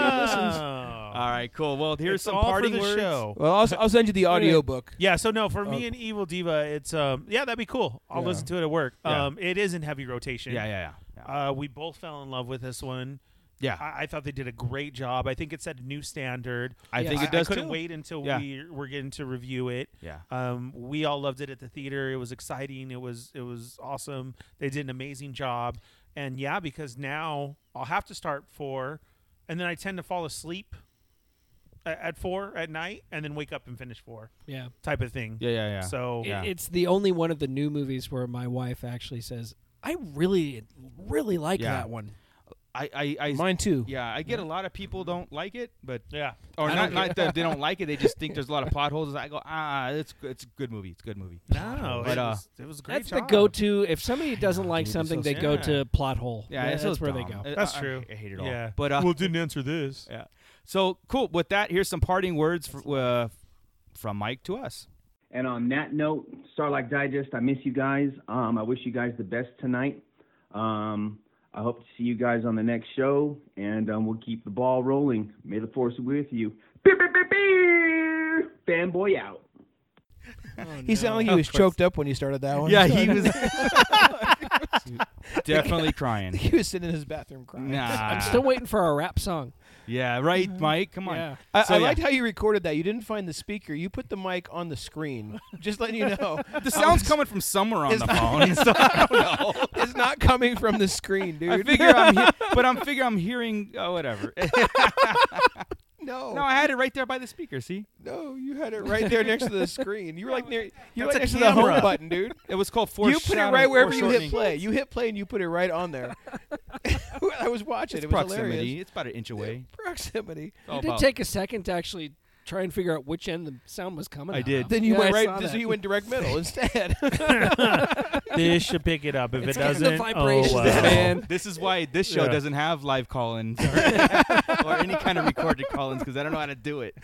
Speaker 8: All right, cool. Well, here's
Speaker 9: It's
Speaker 8: some
Speaker 9: all for
Speaker 8: parting
Speaker 9: the
Speaker 8: words.
Speaker 9: show.
Speaker 10: Well, I'll, I'll send you the audio book.
Speaker 9: Yeah, so no, for
Speaker 10: Oh.
Speaker 9: me and Evil Diva, it's um yeah, that'd be cool. I'll
Speaker 10: Yeah.
Speaker 9: listen to it at work.
Speaker 10: Yeah.
Speaker 9: Um it is in heavy rotation.
Speaker 10: Yeah, yeah,
Speaker 9: yeah. Uh we both fell in love with this one.
Speaker 8: Yeah.
Speaker 9: I, I thought they did a great job. I think it set a new standard.
Speaker 8: I think it does,
Speaker 9: I couldn't
Speaker 8: too.
Speaker 9: wait until
Speaker 8: Yeah.
Speaker 9: we we're getting to review it.
Speaker 8: Yeah.
Speaker 9: Um we all loved it at the theater. It was exciting. It was it was awesome. They did an amazing job. And yeah, because now I'll have to start four and then I tend to fall asleep at, at four at night and then wake up and finish four.
Speaker 11: Yeah.
Speaker 9: Type of thing. So
Speaker 11: It- it's the only one of the new movies where my wife actually says, "I really, really like
Speaker 8: Yeah.
Speaker 11: that one."
Speaker 8: I, I, I
Speaker 11: Mine too.
Speaker 8: Yeah, I get a lot of people don't like it, but
Speaker 9: yeah,
Speaker 8: or
Speaker 11: I
Speaker 8: not,
Speaker 11: don't
Speaker 8: not
Speaker 11: get-
Speaker 8: that they don't like it. They just think there's a lot of plot holes. I go, ah, it's it's a good movie. It's a good movie.
Speaker 9: No,
Speaker 8: but
Speaker 9: it
Speaker 8: uh,
Speaker 9: was- it was a great
Speaker 11: That's
Speaker 9: job.
Speaker 11: the go-to. If somebody doesn't like
Speaker 8: dude, it's
Speaker 11: something,
Speaker 8: so
Speaker 11: they
Speaker 8: stupid.
Speaker 11: go
Speaker 8: Yeah.
Speaker 11: to plot hole.
Speaker 8: Yeah, it's so
Speaker 11: that's where they
Speaker 8: dumb.
Speaker 11: go.
Speaker 8: Uh,
Speaker 9: That's
Speaker 8: I- I
Speaker 9: true.
Speaker 8: hate it all.
Speaker 9: Yeah.
Speaker 8: But uh,
Speaker 9: Well, it didn't answer this.
Speaker 8: Yeah. So cool. With that, here's some parting words for, uh, from Mike to us.
Speaker 5: And on that note, Starlight Digest, I miss you guys. Um, I wish you guys the best tonight. Um, I hope to see you guys on the next show, and um, we'll keep the ball rolling. May the force be with you. Beep, beep, beep, beep. Fanboy out.
Speaker 10: He sounded
Speaker 8: Oh,
Speaker 10: like he
Speaker 5: Of course.
Speaker 10: was choked up when he started that one.
Speaker 5: Yeah, he was-
Speaker 8: Definitely crying.
Speaker 10: He was sitting in his bathroom crying.
Speaker 8: Nah.
Speaker 11: I'm still waiting for our rap song.
Speaker 10: Uh,
Speaker 8: Yeah, right, Mike. Come on.
Speaker 10: Mm-hmm. Yeah. I,
Speaker 8: So,
Speaker 10: I
Speaker 8: Mm-hmm. yeah.
Speaker 10: liked how you recorded that. You didn't find the speaker. You put the mic on the screen. Just letting you know.
Speaker 8: the sound's coming from somewhere on the phone. so I don't know.
Speaker 10: It's not coming from the screen, dude.
Speaker 8: I figure I'm, he- but I'm figure I'm hearing oh, whatever.
Speaker 10: no.
Speaker 8: no, I had it right there by the speaker. See,
Speaker 10: No, you had it right there next to the screen. You were like near. You were
Speaker 8: That's
Speaker 10: like
Speaker 8: a
Speaker 10: next to the home
Speaker 8: camera.
Speaker 10: button, dude.
Speaker 8: It was called
Speaker 10: You put it
Speaker 8: foreshadow-
Speaker 10: right wherever you
Speaker 8: foreshortening.
Speaker 10: hit play. You hit play and you put it right on there. I was watching.
Speaker 8: it's
Speaker 10: it was
Speaker 8: proximity.
Speaker 10: hilarious.
Speaker 8: It's about an inch away.
Speaker 10: Proximity.
Speaker 8: all
Speaker 11: You did
Speaker 8: about-
Speaker 11: take a second to actually try and figure out which end the sound was coming.
Speaker 8: I
Speaker 11: out
Speaker 8: did.
Speaker 11: of.
Speaker 10: Then you
Speaker 11: Yeah,
Speaker 10: went
Speaker 11: I
Speaker 10: right.
Speaker 11: saw
Speaker 10: So
Speaker 11: that.
Speaker 10: you went direct middle instead.
Speaker 9: This should pick it up. If
Speaker 11: It's
Speaker 9: it
Speaker 11: 'cause of the
Speaker 9: doesn't,
Speaker 11: vibrations,
Speaker 9: oh, well.
Speaker 11: man.
Speaker 8: This is why this show
Speaker 9: Yeah.
Speaker 8: doesn't have live call-ins or, or any kind of recorded call-ins because I don't know how to do it.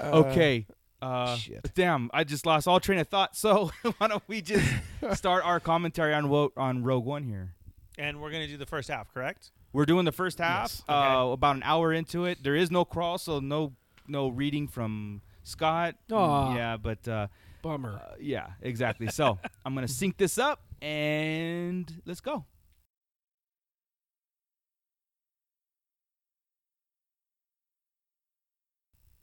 Speaker 8: okay. Uh, damn, I just lost all train of thought. So why don't we just start our commentary on Wo- on Rogue One here?
Speaker 9: And we're gonna do the first half, correct?
Speaker 8: We're doing the first half.
Speaker 9: Yes.
Speaker 8: Uh, about an hour into it, there is no crawl, so no no reading from Scott. Mm,
Speaker 11: Aw.
Speaker 8: Yeah, but uh,
Speaker 11: Bummer.
Speaker 8: uh, yeah, exactly. So I'm gonna sync this up and let's go.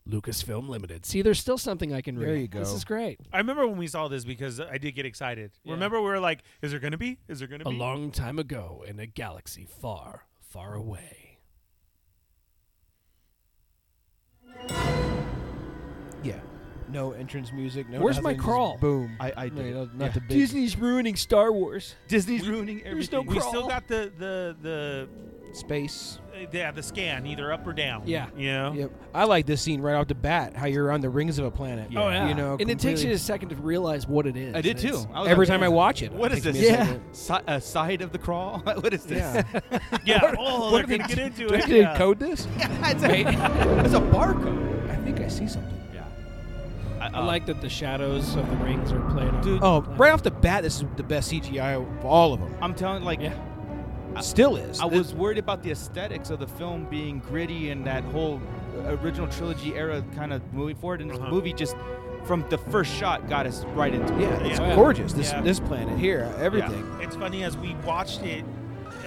Speaker 11: Lucasfilm Limited. See, there's still something I can read.
Speaker 10: There you
Speaker 11: This
Speaker 10: go.
Speaker 11: is great.
Speaker 9: I remember when we saw this because I did get excited.
Speaker 11: Yeah.
Speaker 9: Remember, we were like, "Is there gonna be? Is there gonna
Speaker 11: A
Speaker 9: be?"
Speaker 11: long time ago in a galaxy far, far away.
Speaker 10: yeah. No entrance music. No.
Speaker 11: Where's my
Speaker 10: nothing, just
Speaker 11: crawl?
Speaker 10: Boom.
Speaker 8: I, I did.
Speaker 10: No,
Speaker 8: it.
Speaker 10: not the big.
Speaker 11: Disney's ruining Star Wars.
Speaker 8: Disney's ruining everything.
Speaker 9: we still got the the the
Speaker 10: space.
Speaker 9: uh, yeah the scan either up or down.
Speaker 11: Yeah.
Speaker 9: You know.
Speaker 10: Yep. I like this scene right off the bat. How you're on the rings of a planet.
Speaker 8: Oh, yeah.
Speaker 10: You know.
Speaker 11: and it takes you
Speaker 10: completely-
Speaker 11: a second to realize what it is.
Speaker 8: I did too.
Speaker 11: It's-
Speaker 8: I was
Speaker 10: every
Speaker 8: like,
Speaker 10: time I watch it.
Speaker 8: What
Speaker 10: it
Speaker 8: is
Speaker 10: takes
Speaker 8: this?
Speaker 10: me a second.
Speaker 8: Si- a side of the crawl? what is this?
Speaker 10: Yeah.
Speaker 9: Yeah. Oh,
Speaker 10: What
Speaker 9: we're
Speaker 10: do they
Speaker 9: gonna get into
Speaker 10: do
Speaker 9: it.
Speaker 10: they
Speaker 9: yeah.
Speaker 10: code this?
Speaker 8: it's, a, it's a barcode.
Speaker 10: I think I see something.
Speaker 8: Yeah.
Speaker 11: I like that the shadows of the rings are played on.
Speaker 8: Dude.
Speaker 10: Oh, right off the bat, this is the best CGI of all of them.
Speaker 8: I'm telling like
Speaker 11: Yeah.
Speaker 10: Still is.
Speaker 8: I was worried about the aesthetics of the film being gritty and that whole original trilogy era kind of moving forward. And this
Speaker 9: Uh-huh.
Speaker 8: movie just, from the first shot, got us right into it.
Speaker 10: yeah, it's
Speaker 9: Yeah.
Speaker 10: gorgeous. This
Speaker 9: Yeah.
Speaker 10: this planet here, everything.
Speaker 9: It's funny as we watched it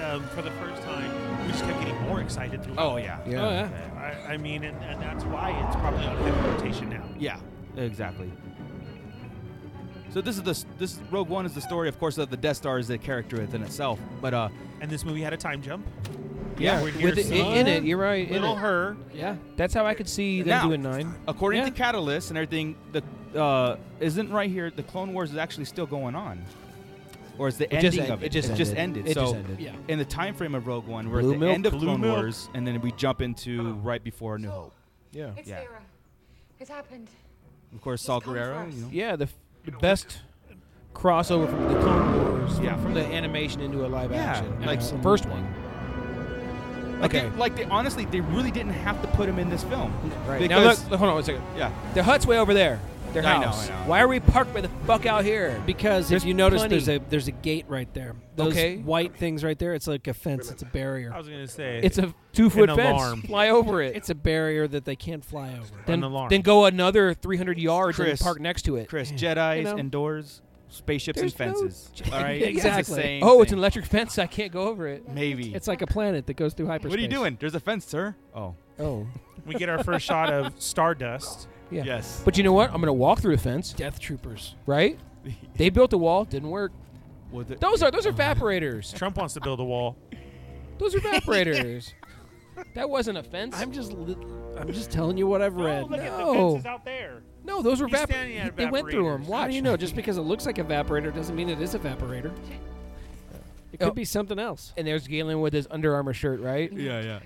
Speaker 9: um, for the first time, we just kept getting more excited throughout.
Speaker 8: Oh, yeah.
Speaker 10: Yeah.
Speaker 11: Oh, yeah.
Speaker 9: I, I mean, and, and that's why it's probably on heavy rotation now.
Speaker 8: Yeah, exactly. So this is the this Rogue One is the story, of course, of the Death Star is a character within itself. But uh,
Speaker 9: And this movie had a time jump.
Speaker 10: Yeah,
Speaker 9: we're here
Speaker 10: with it, in,
Speaker 9: seeing
Speaker 10: in it, you're right. In
Speaker 9: Little
Speaker 10: it.
Speaker 9: her.
Speaker 11: Yeah.
Speaker 10: That's how I could see them
Speaker 8: Now-
Speaker 10: doing nine.
Speaker 8: according
Speaker 11: Yeah.
Speaker 8: to Catalyst and everything, the uh, isn't right here. The Clone Wars is actually still going on. or is the
Speaker 10: It just
Speaker 8: ending
Speaker 10: end-
Speaker 8: of it?
Speaker 10: it just
Speaker 8: It's just
Speaker 10: ended.
Speaker 8: ended.
Speaker 10: It
Speaker 8: so
Speaker 10: just ended. Yeah.
Speaker 8: in the time frame of Rogue One, we're
Speaker 10: Blue
Speaker 8: at the
Speaker 10: milk,
Speaker 8: end of
Speaker 10: blue
Speaker 8: Clone
Speaker 10: milk.
Speaker 8: Wars, and then we jump into right before New Hope.
Speaker 10: Yeah.
Speaker 12: It's
Speaker 8: Yeah.
Speaker 12: Sarah. It's happened.
Speaker 8: Of course, Saul Guerrero.
Speaker 12: first.
Speaker 8: You know.
Speaker 10: Yeah, the, f- the best crossover from the Clone Wars.
Speaker 8: Yeah.
Speaker 10: from the animation into a live
Speaker 8: Yeah,
Speaker 10: action.
Speaker 8: like-
Speaker 10: Like the first one.
Speaker 8: Like
Speaker 10: Okay.
Speaker 8: They, like they honestly, they really didn't have to put him in this film.
Speaker 10: Right. now look,
Speaker 8: Because
Speaker 10: hold on one second.
Speaker 8: Yeah.
Speaker 10: Their hut's way over there. Their
Speaker 8: I know,
Speaker 10: house.
Speaker 8: I know.
Speaker 10: Why are we parked by the fuck out here?
Speaker 11: Because
Speaker 10: There's
Speaker 11: if you notice,
Speaker 10: plenty.
Speaker 11: there's a there's a gate right there. Those
Speaker 10: Okay.
Speaker 11: white things right there. It's like a fence. It's a barrier.
Speaker 9: I was gonna say
Speaker 10: It's a two foot
Speaker 9: an
Speaker 10: fence.
Speaker 9: alarm.
Speaker 10: Fly over it.
Speaker 11: It's a barrier that they can't fly over.
Speaker 10: then,
Speaker 9: alarm.
Speaker 10: then go another 300 yards and
Speaker 8: Chris-
Speaker 10: park next to it.
Speaker 8: Chris, Jedi's
Speaker 11: You know.
Speaker 8: and doors, spaceships
Speaker 10: There's
Speaker 8: and
Speaker 10: no
Speaker 8: fences.
Speaker 10: j-
Speaker 8: All right. It's the
Speaker 10: exactly.
Speaker 8: same
Speaker 10: oh, it's
Speaker 8: thing.
Speaker 10: an electric fence. I can't go over it.
Speaker 8: Maybe.
Speaker 11: It's like a planet that goes through hyperspace.
Speaker 8: what are you doing? There's a fence, sir. Oh.
Speaker 10: Oh,
Speaker 9: we get our first shot of Stardust.
Speaker 10: yeah.
Speaker 8: Yes.
Speaker 10: But you know what? I'm gonna walk through the fence.
Speaker 11: Death troopers.
Speaker 10: Right? They built a wall. Didn't work.
Speaker 8: Well, the-
Speaker 10: Those are those are evaporators.
Speaker 9: Trump wants to build a wall.
Speaker 10: Those are evaporators. That wasn't a fence.
Speaker 11: I'm just li- I'm just telling you what I've read.
Speaker 10: No. fences
Speaker 9: out there.
Speaker 10: no, those were
Speaker 9: He's standing
Speaker 10: evaporators.
Speaker 9: at
Speaker 10: They went through them.
Speaker 9: evaporators.
Speaker 11: How
Speaker 10: Watch.
Speaker 11: do you know? Just because it looks like evaporator doesn't mean it is evaporator. It could
Speaker 10: Oh.
Speaker 11: be something else.
Speaker 10: And there's Galen with his Under Armour shirt, right?
Speaker 8: Yeah, yeah.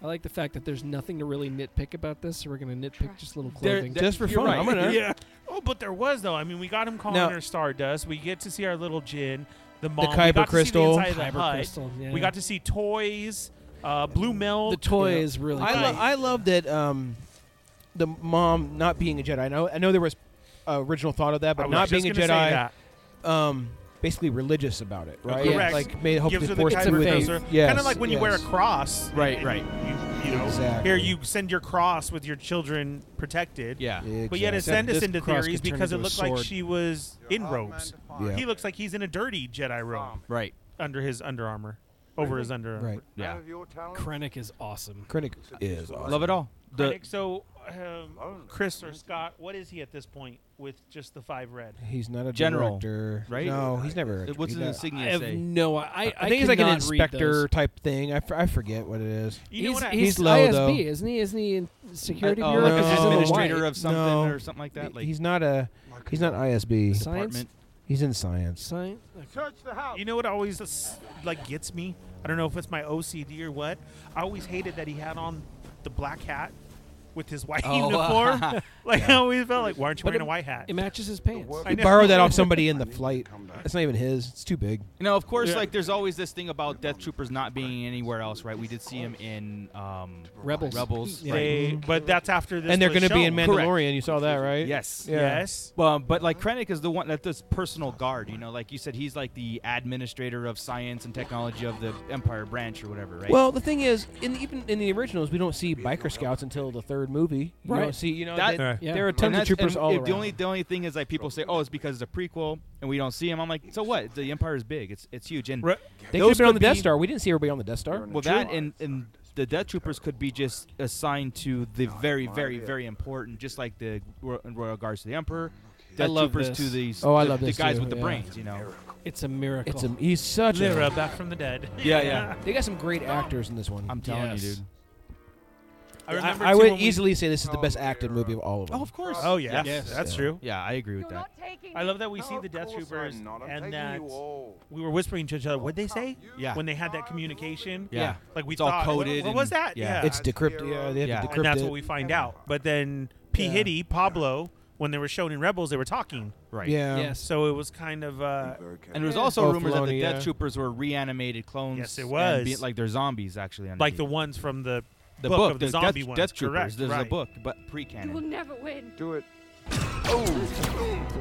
Speaker 11: I like the fact that there's nothing to really nitpick about this, so we're gonna nitpick just little
Speaker 8: There-
Speaker 11: clothing.
Speaker 8: there- you're right. yeah.
Speaker 9: Oh, but there was though. I mean, we got him calling
Speaker 10: Now-
Speaker 9: her Stardust. We get to see our little Jin, the mom. we
Speaker 10: Kyber
Speaker 9: got to
Speaker 10: crystal.
Speaker 9: see the inside of the
Speaker 11: Kyber
Speaker 9: hut.
Speaker 11: crystal, yeah.
Speaker 9: We got to see toys, uh, blue milk.
Speaker 11: the toy is really.
Speaker 10: I,
Speaker 11: cool.
Speaker 10: lo- I love that um, the mom not being a Jedi. I know, I know there was uh, original thought of that,
Speaker 9: I
Speaker 10: but
Speaker 9: was
Speaker 10: not
Speaker 9: just
Speaker 10: being a
Speaker 9: gonna say
Speaker 10: Jedi,
Speaker 9: that.
Speaker 10: um, basically religious about it, right?
Speaker 11: Yeah.
Speaker 9: Correct.
Speaker 10: Like made
Speaker 9: Gives
Speaker 10: hopefully
Speaker 9: her the
Speaker 10: force
Speaker 9: Kyber
Speaker 10: with
Speaker 9: crystal.
Speaker 10: Yes,
Speaker 9: Kind of like when you wear a
Speaker 10: yes.
Speaker 9: cross.
Speaker 8: Right,
Speaker 9: and-
Speaker 8: right.
Speaker 9: and You, you know,
Speaker 10: Exactly.
Speaker 9: here you send your cross with your children protected.
Speaker 8: Yeah.
Speaker 9: But yet it
Speaker 11: Exactly.
Speaker 9: sent us
Speaker 11: This
Speaker 9: into
Speaker 11: cross
Speaker 9: theories
Speaker 11: could turn
Speaker 9: because it
Speaker 11: into a
Speaker 9: looked like
Speaker 11: sword.
Speaker 9: she was in robes.
Speaker 10: Yeah.
Speaker 9: He looks like he's in a dirty Jedi robe
Speaker 8: Right.
Speaker 9: under his Under Armour, over his Under Armour.
Speaker 10: Right.
Speaker 8: Yeah.
Speaker 11: Krennic is awesome.
Speaker 10: Krennic is awesome.
Speaker 8: Love it all. The,
Speaker 9: Krennic, so, um, Chris or Scott, what is he at this point with just the five red?
Speaker 10: He's not a
Speaker 8: General,
Speaker 10: director,
Speaker 8: right?
Speaker 10: No, he's never. a director.
Speaker 8: what's
Speaker 10: He's
Speaker 8: his
Speaker 10: a-
Speaker 8: insignia
Speaker 11: I have
Speaker 8: say?
Speaker 11: no. I
Speaker 10: I think he's like an
Speaker 11: cannot read those.
Speaker 10: inspector type thing. I, f- I forget what it is.
Speaker 9: You know
Speaker 11: he's,
Speaker 9: what I-
Speaker 11: he's
Speaker 10: He's low,
Speaker 11: ISB,
Speaker 10: though.
Speaker 11: isn't he? Isn't he in security
Speaker 8: oh,
Speaker 11: bureau?
Speaker 8: like
Speaker 10: No.
Speaker 8: an
Speaker 11: Because he's in the
Speaker 8: administrator
Speaker 11: white
Speaker 8: of something
Speaker 10: No.
Speaker 8: or something like that. Like
Speaker 10: he's not a. He's not ISB.
Speaker 11: science.
Speaker 8: department.
Speaker 10: He's in science.
Speaker 11: Science.
Speaker 9: You know what always s- like gets me? I don't know if it's my OCD or what. I always hated that he had on the black hat with his white
Speaker 8: Oh,
Speaker 9: uniform. like I always felt like, why aren't you
Speaker 11: But
Speaker 9: wearing
Speaker 11: it-
Speaker 9: a white hat?
Speaker 11: It matches his pants.
Speaker 9: I
Speaker 10: He
Speaker 9: know.
Speaker 10: borrowed that off somebody in the flight. It's not even his. It's too big.
Speaker 8: You know, of course,
Speaker 9: Yeah.
Speaker 8: like there's always this thing about Death Troopers not being anywhere else, right? We did see him in um,
Speaker 11: Rebels.
Speaker 8: Rebels, Mm-hmm.
Speaker 11: Yeah.
Speaker 8: right?
Speaker 9: They, but that's after this.
Speaker 10: and they're
Speaker 9: going to
Speaker 10: be in
Speaker 8: Correct.
Speaker 10: Mandalorian. You saw that, right?
Speaker 8: Yes.
Speaker 10: Yeah.
Speaker 9: Yes.
Speaker 8: Well, but like Krennic is the one that does personal guard. You know, like you said, he's like the administrator of science and technology of the Empire branch or whatever, right?
Speaker 10: Well, the thing is, in the, even in the originals, we don't see biker scouts until the third movie. You
Speaker 11: Right.
Speaker 10: don't see, you know,
Speaker 8: That-
Speaker 10: that-
Speaker 8: Right.
Speaker 11: Yeah.
Speaker 10: there are
Speaker 8: And
Speaker 10: tons of
Speaker 8: that's-
Speaker 10: troopers
Speaker 8: and
Speaker 10: all
Speaker 8: it-
Speaker 10: around.
Speaker 8: The only the only thing is like people say, oh, it's because it's a prequel and we don't see him. I'm like, so what? The Empire is big. It's it's huge. And
Speaker 9: Re-
Speaker 10: they could have
Speaker 8: those
Speaker 10: been on the
Speaker 8: could
Speaker 10: Death
Speaker 8: be-
Speaker 10: Star. We didn't see everybody on the Death Star.
Speaker 8: Well, that and, and the Death Troopers could be just assigned to the very, very, very important, just like the Ro- Royal Guards to the Emperor, Death
Speaker 11: love
Speaker 8: Troopers to
Speaker 11: this.
Speaker 8: these,
Speaker 10: Oh, I
Speaker 8: the,
Speaker 10: love
Speaker 8: the
Speaker 10: this
Speaker 8: guys
Speaker 10: too,
Speaker 8: with the
Speaker 10: yeah.
Speaker 8: brains, you know?
Speaker 11: It's a miracle.
Speaker 10: it's a, he's such
Speaker 9: Lyra
Speaker 10: a.
Speaker 9: back from the dead.
Speaker 8: Yeah, yeah.
Speaker 10: They got some great actors in this one.
Speaker 8: I'm telling you,
Speaker 11: Yes.
Speaker 8: dude.
Speaker 9: I remember.
Speaker 10: I
Speaker 9: too
Speaker 10: would
Speaker 9: when we-
Speaker 10: easily say this is the best acted movie of all of them.
Speaker 8: Oh, of course.
Speaker 9: Oh yes,
Speaker 8: Yes.
Speaker 9: that's true.
Speaker 8: Yeah, I agree with that.
Speaker 9: I love that we see the Death Troopers and that
Speaker 3: What
Speaker 9: we were whispering to each other. What'd they say?
Speaker 8: Yeah.
Speaker 9: When they had that communication.
Speaker 8: Yeah.
Speaker 9: Like we
Speaker 8: It's all
Speaker 9: thought. what-
Speaker 8: coded
Speaker 9: What, was
Speaker 8: and-
Speaker 9: that?
Speaker 8: yeah.
Speaker 10: it's decrypted. Yeah, they have
Speaker 8: Yeah. And
Speaker 10: to decrypt
Speaker 9: and that's
Speaker 10: it.
Speaker 9: what we find out. But then P
Speaker 10: Yeah.
Speaker 9: Hitty, Pablo, when they were shown in Rebels, they were talking.
Speaker 8: Right.
Speaker 10: Yeah.
Speaker 11: Yes.
Speaker 9: So it was kind of uh,
Speaker 8: And there was also
Speaker 10: Oh,
Speaker 8: rumors that the
Speaker 10: Filoni,
Speaker 8: Death
Speaker 10: yeah.
Speaker 8: Troopers were reanimated clones.
Speaker 9: Yes, it
Speaker 8: and
Speaker 9: was.
Speaker 8: be- like they're zombies, actually.
Speaker 9: like the
Speaker 8: underneath.
Speaker 9: ones from the,
Speaker 8: the
Speaker 9: book, of the,
Speaker 8: the
Speaker 9: zombie
Speaker 8: Death,
Speaker 9: ones.
Speaker 8: Death Troopers.
Speaker 9: Correct,
Speaker 8: There's
Speaker 9: right.
Speaker 8: a book, but
Speaker 12: You will
Speaker 8: pre-canon.
Speaker 12: never win.
Speaker 1: Do it.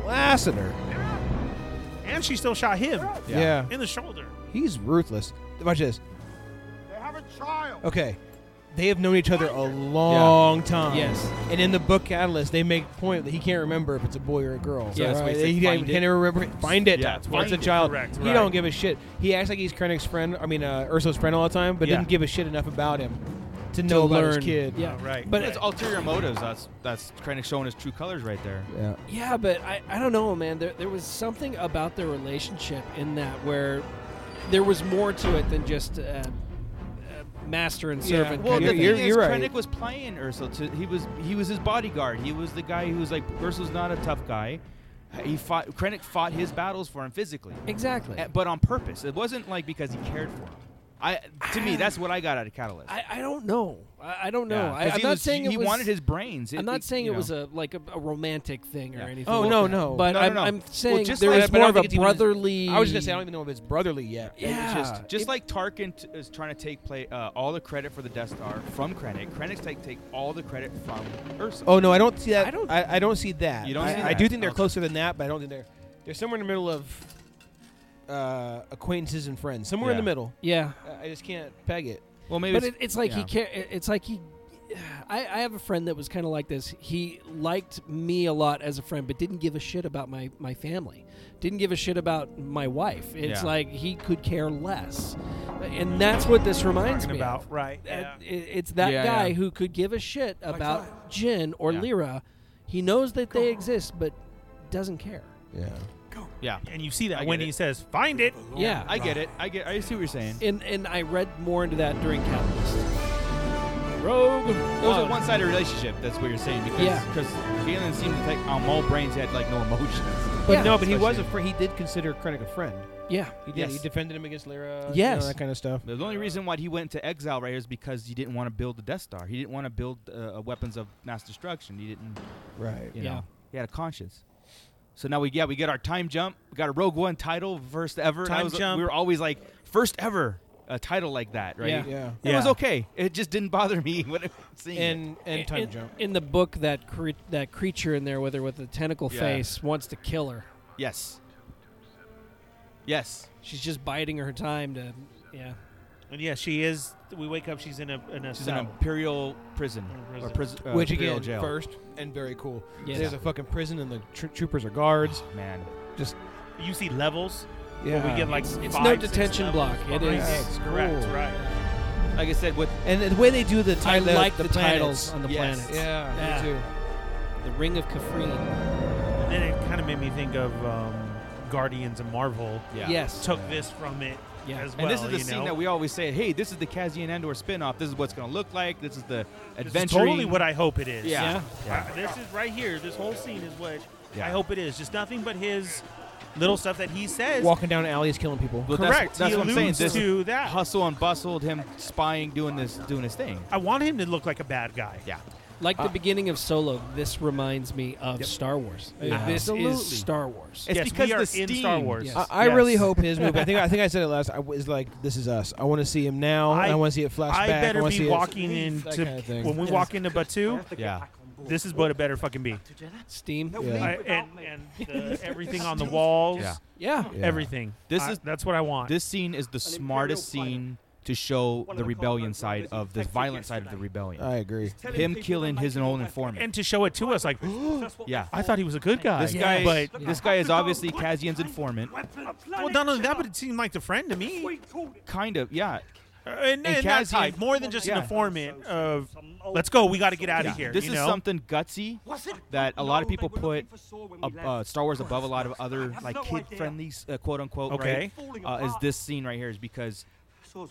Speaker 10: Blasting her.
Speaker 9: And she still shot him
Speaker 10: Yeah.
Speaker 9: in the shoulder.
Speaker 10: He's ruthless. Watch this.
Speaker 3: They have a child.
Speaker 10: Okay. They have known each other a long time.
Speaker 11: Yes.
Speaker 10: And in the book Catalyst, they make point that he can't remember if it's a boy or a girl.
Speaker 11: Yeah, that's why
Speaker 10: right?
Speaker 11: he said
Speaker 10: he
Speaker 11: find
Speaker 10: can't, can't even remember. Find it.
Speaker 8: Yeah,
Speaker 10: That's once a
Speaker 9: find it.
Speaker 10: child.
Speaker 9: Correct,
Speaker 10: he
Speaker 9: right.
Speaker 10: don't give a shit. He acts like he's Krennic's friend. I mean, uh, Urso's friend all the time, but
Speaker 9: Yeah.
Speaker 10: didn't give a shit enough about him to know about his
Speaker 11: learn.
Speaker 10: kid.
Speaker 11: Yeah.
Speaker 9: Oh, right.
Speaker 8: But
Speaker 9: right.
Speaker 8: it's ulterior motives. That's that's Krennic showing his true colors right there.
Speaker 10: Yeah.
Speaker 11: Yeah, but I, I don't know, man. There, there was something about their relationship in that where there was more to it than just uh, uh, master and
Speaker 10: Yeah.
Speaker 11: servant.
Speaker 8: Well,
Speaker 11: kind
Speaker 8: the
Speaker 10: You're-
Speaker 11: of
Speaker 8: thing
Speaker 11: thing.
Speaker 10: you're-
Speaker 8: is,
Speaker 10: you're
Speaker 8: Krennic
Speaker 10: right.
Speaker 8: was playing Urso. To, he was he was his bodyguard. He was the guy who was like Urso's not a tough guy. He fought. Krennic fought his battles for him physically.
Speaker 11: Exactly.
Speaker 8: Uh, But on purpose. It wasn't like because he cared for him. I to me that's what I got out of Catalyst.
Speaker 11: I, I don't know. I, I don't know.
Speaker 8: Yeah,
Speaker 11: I,
Speaker 8: 'cause
Speaker 11: I'm
Speaker 8: he
Speaker 11: not
Speaker 8: was-
Speaker 11: saying it
Speaker 8: he
Speaker 11: was-
Speaker 8: wanted his brains. It-
Speaker 11: I'm not
Speaker 8: it-
Speaker 11: saying
Speaker 8: you
Speaker 11: it was
Speaker 8: know.
Speaker 11: a like a, a romantic thing or anything.
Speaker 10: Oh
Speaker 11: like
Speaker 10: no,
Speaker 11: that.
Speaker 10: no,
Speaker 11: But
Speaker 10: no, no,
Speaker 11: I'm,
Speaker 10: no.
Speaker 11: I'm
Speaker 10: Well,
Speaker 11: saying
Speaker 10: just
Speaker 11: there
Speaker 10: like-
Speaker 11: was
Speaker 10: but I
Speaker 11: more
Speaker 10: don't
Speaker 11: of
Speaker 10: think
Speaker 11: a
Speaker 10: it's even-
Speaker 11: brotherly.
Speaker 10: I was just gonna say I don't even know if it's brotherly yet. It's
Speaker 11: Yeah.
Speaker 10: just-
Speaker 8: just like Tarkin t- is trying to take play uh, all the credit for the Death Star from Krennic. Krennic's take take all the credit from Ursa.
Speaker 10: Oh no, I don't see that.
Speaker 11: I
Speaker 10: I
Speaker 11: don't-
Speaker 10: don't. I, don't see that.
Speaker 8: You don't
Speaker 10: I,
Speaker 8: see
Speaker 10: I
Speaker 8: that? Oh.
Speaker 10: do think they're
Speaker 8: Okay.
Speaker 10: closer than that, but I don't think they're. They're somewhere in the middle of uh, acquaintances and friends. Somewhere in
Speaker 8: Yeah.
Speaker 10: the middle.
Speaker 11: yeah.
Speaker 10: I I just can't peg it.
Speaker 8: Well, maybe
Speaker 11: But
Speaker 8: it's,
Speaker 11: it, it's like he
Speaker 8: yeah.
Speaker 11: care. It's like he. I, I have a friend that was kind of like this. He liked me a lot as a friend, but didn't give a shit about my, my family. Didn't give a shit about my wife. It's
Speaker 8: Yeah.
Speaker 11: like he could care less, and that's what this reminds me of.
Speaker 10: right.
Speaker 11: That- i- It's that
Speaker 8: Yeah,
Speaker 11: guy
Speaker 8: yeah.
Speaker 11: who could give a shit about
Speaker 10: God.
Speaker 11: Jin or
Speaker 8: Yeah.
Speaker 11: Lyra. He knows that they exist, but doesn't care.
Speaker 10: Yeah.
Speaker 8: yeah.
Speaker 9: And you see
Speaker 8: I
Speaker 9: that
Speaker 8: get
Speaker 9: when
Speaker 8: it.
Speaker 9: he says, "Find it."
Speaker 11: Yeah,
Speaker 8: I get it. I get. I see what you're saying.
Speaker 11: And and I read more into that during Catalyst. Rogue.
Speaker 8: It was a one-sided relationship. That's what you're saying because
Speaker 11: Yeah.
Speaker 8: because Galen seemed to take on all brains had like no emotions.
Speaker 10: But
Speaker 11: Yeah.
Speaker 10: no, but he was a
Speaker 8: Especially-
Speaker 10: friend. He did consider Krennic a friend.
Speaker 11: Yeah.
Speaker 10: He did.
Speaker 8: Yes.
Speaker 10: He defended him against Lyra. you know,
Speaker 11: Yes.
Speaker 10: that kind of stuff.
Speaker 8: The only reason why he went to exile right here is because he didn't want to build the Death Star. He didn't want to build uh, weapons of mass destruction. He didn't,
Speaker 10: Right.
Speaker 8: you
Speaker 11: Yeah.
Speaker 8: know, he had a conscience. So now we yeah we get our time jump. We got a Rogue One title first ever. and I
Speaker 9: Time
Speaker 8: was-
Speaker 9: jump.
Speaker 8: We were always like first ever a title like that, right?
Speaker 11: Yeah.
Speaker 10: Yeah.
Speaker 8: It was
Speaker 9: Yeah.
Speaker 8: okay. It just didn't bother me when I was seeing it.
Speaker 10: And and time
Speaker 11: in,
Speaker 10: jump.
Speaker 11: in the book that cre- that creature in there with her with the tentacle
Speaker 8: Yeah.
Speaker 11: face wants to kill her.
Speaker 8: Yes. Yes.
Speaker 11: She's just biding her time to yeah.
Speaker 9: And yeah, she is. We wake up. She's in a in a
Speaker 8: She's
Speaker 9: cell.
Speaker 8: in an imperial prison, or
Speaker 9: Prison.
Speaker 8: prison, uh,
Speaker 10: Which
Speaker 8: imperial
Speaker 10: again,
Speaker 8: jail.
Speaker 10: first and very cool.
Speaker 11: Yeah.
Speaker 10: There's a fucking prison, and the tr- troopers are guards.
Speaker 8: man.
Speaker 9: you see levels.
Speaker 10: Yeah.
Speaker 9: We get like
Speaker 11: it's
Speaker 9: five,
Speaker 11: no
Speaker 9: six
Speaker 11: detention
Speaker 9: levels
Speaker 11: block. It
Speaker 9: behind
Speaker 11: is-
Speaker 9: us.
Speaker 10: it's
Speaker 9: correct.
Speaker 10: cool.
Speaker 9: Right.
Speaker 8: Like I said, with
Speaker 10: and the way they do the
Speaker 11: I
Speaker 10: title,
Speaker 11: like the,
Speaker 10: the,
Speaker 11: titles
Speaker 10: planets.
Speaker 11: on the
Speaker 8: Yes.
Speaker 11: planets.
Speaker 10: Yeah,
Speaker 9: Yeah.
Speaker 10: me too.
Speaker 11: The Ring of Kafrine.
Speaker 9: And then it kind of made me think of um, Guardians and Marvel.
Speaker 8: yeah.
Speaker 11: Yes.
Speaker 9: Took this from it
Speaker 11: Yeah.
Speaker 9: as well.
Speaker 8: And this is the
Speaker 9: you
Speaker 8: scene
Speaker 9: know?
Speaker 8: that we always say, hey, this is the Cassian Andor spin-off. This is what's going to look like. This is the
Speaker 9: This is
Speaker 8: adventure.
Speaker 9: totally what I hope it is.
Speaker 8: Yeah.
Speaker 9: Uh, this is right here. This whole scene is what
Speaker 8: Yeah.
Speaker 9: I hope it is. Just nothing but his little stuff that he says.
Speaker 10: Walking down alleys, killing people.
Speaker 8: Well, that's-
Speaker 9: correct.
Speaker 8: That's,
Speaker 9: he
Speaker 8: what I'm saying.
Speaker 9: alludes
Speaker 8: This
Speaker 9: to that.
Speaker 8: hustle and bustled him spying, doing this, doing his thing.
Speaker 9: I want him to look like a bad guy.
Speaker 8: Yeah. Uh,
Speaker 11: Like the beginning of Solo, this reminds me of Star Wars.
Speaker 10: Yeah.
Speaker 11: This
Speaker 8: Absolutely.
Speaker 11: is Star Wars.
Speaker 8: It's
Speaker 9: yes,
Speaker 8: because
Speaker 9: we are
Speaker 8: the
Speaker 9: in Star
Speaker 8: steam.
Speaker 9: Wars.
Speaker 11: Yes.
Speaker 10: I, I really
Speaker 9: Yes.
Speaker 10: hope his movie. I think I think I said it last. I was like, "This is us." I want to see him now. and I,
Speaker 9: I-
Speaker 10: want to see it flashback.
Speaker 9: I better
Speaker 10: wanna
Speaker 9: be
Speaker 10: see it-
Speaker 9: walking
Speaker 10: that
Speaker 9: into
Speaker 10: kinda thing.
Speaker 9: when we
Speaker 10: Yes.
Speaker 9: walk into Batu.
Speaker 8: Yeah.
Speaker 9: This is what it better fucking be.
Speaker 11: Steam.
Speaker 10: Yeah.
Speaker 9: I, and and the, everything on the walls,
Speaker 8: Yeah.
Speaker 11: Yeah.
Speaker 10: Yeah.
Speaker 9: everything.
Speaker 8: This
Speaker 9: I-
Speaker 8: is-
Speaker 9: that's what I want.
Speaker 8: This scene is the smartest scene to show the rebellion side of the violent side of the rebellion.
Speaker 10: I agree.
Speaker 8: him killing his own informant.
Speaker 9: and to show it to us, like
Speaker 8: yeah.
Speaker 9: I thought he was a good guy.
Speaker 8: This guy,
Speaker 9: but
Speaker 8: this guy is obviously Cassian's informant.
Speaker 9: well, not only that, but it seemed like the friend to me,
Speaker 8: Kind of, yeah.
Speaker 9: Uh, and, and,
Speaker 8: And
Speaker 9: that
Speaker 8: Cassian-
Speaker 9: type more than just
Speaker 8: Yeah.
Speaker 9: an informant of let's go, we got to get out of
Speaker 8: Yeah.
Speaker 9: here.
Speaker 8: This
Speaker 9: you
Speaker 8: is
Speaker 9: know?
Speaker 8: something gutsy that a lot of people put ab- uh, Star Wars above a lot of other like kid-friendly, uh, quote unquote.
Speaker 9: Okay.
Speaker 8: Right? Uh, is this scene right here is because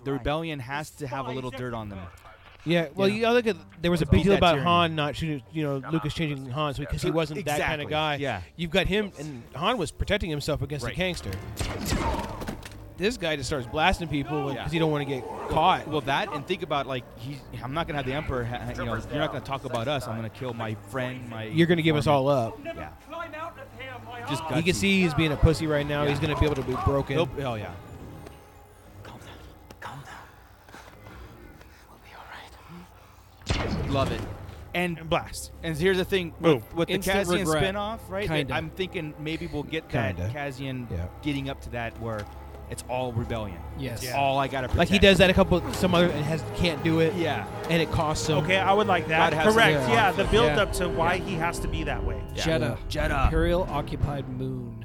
Speaker 8: the rebellion has to have a little dirt on them.
Speaker 10: Yeah. Well, you gotta look at there was a big
Speaker 8: Beat
Speaker 10: deal
Speaker 8: that
Speaker 10: about
Speaker 8: tyranny. Uh-huh.
Speaker 10: Han not shooting. You know, Lucas changing Han so because he wasn't that kind
Speaker 8: Exactly.
Speaker 10: of guy.
Speaker 8: Yeah.
Speaker 10: You've got him, and Han was protecting himself against
Speaker 8: Right.
Speaker 10: a gangster. This guy just starts blasting people because
Speaker 8: Yeah.
Speaker 10: he don't want to get caught.
Speaker 8: Well, that and think about like he, I'm not gonna have the emperor. Ha- ha- you know, you're not gonna talk about us. I'm gonna kill my friend. My
Speaker 10: You're gonna give us all up.
Speaker 8: Yeah. Just gutsy.
Speaker 10: He can see he's being a pussy right now.
Speaker 8: Yeah.
Speaker 10: He's gonna be able to be broken.
Speaker 8: Nope. Hell yeah. Love it. And
Speaker 9: And blast.
Speaker 8: And here's the thing
Speaker 9: Boom.
Speaker 8: with, with the
Speaker 11: Instant
Speaker 8: Kazian
Speaker 11: regret.
Speaker 8: spinoff, right?
Speaker 11: Kinda.
Speaker 8: I'm thinking maybe we'll get
Speaker 10: Kinda.
Speaker 8: that Kazian
Speaker 10: Yeah.
Speaker 8: getting up to that where it's all rebellion.
Speaker 11: Yes.
Speaker 8: It's all I gotta protect.
Speaker 10: Like he does that a couple some other and has can't do it.
Speaker 8: Yeah.
Speaker 10: And it costs him.
Speaker 9: Okay, I would like that.
Speaker 8: Gotta have some
Speaker 9: Correct.
Speaker 10: conflict.
Speaker 9: Yeah, the build
Speaker 10: Yeah.
Speaker 9: up to why he has to be that way.
Speaker 11: Jeddah.
Speaker 8: Jeddah.
Speaker 11: Imperial occupied moon.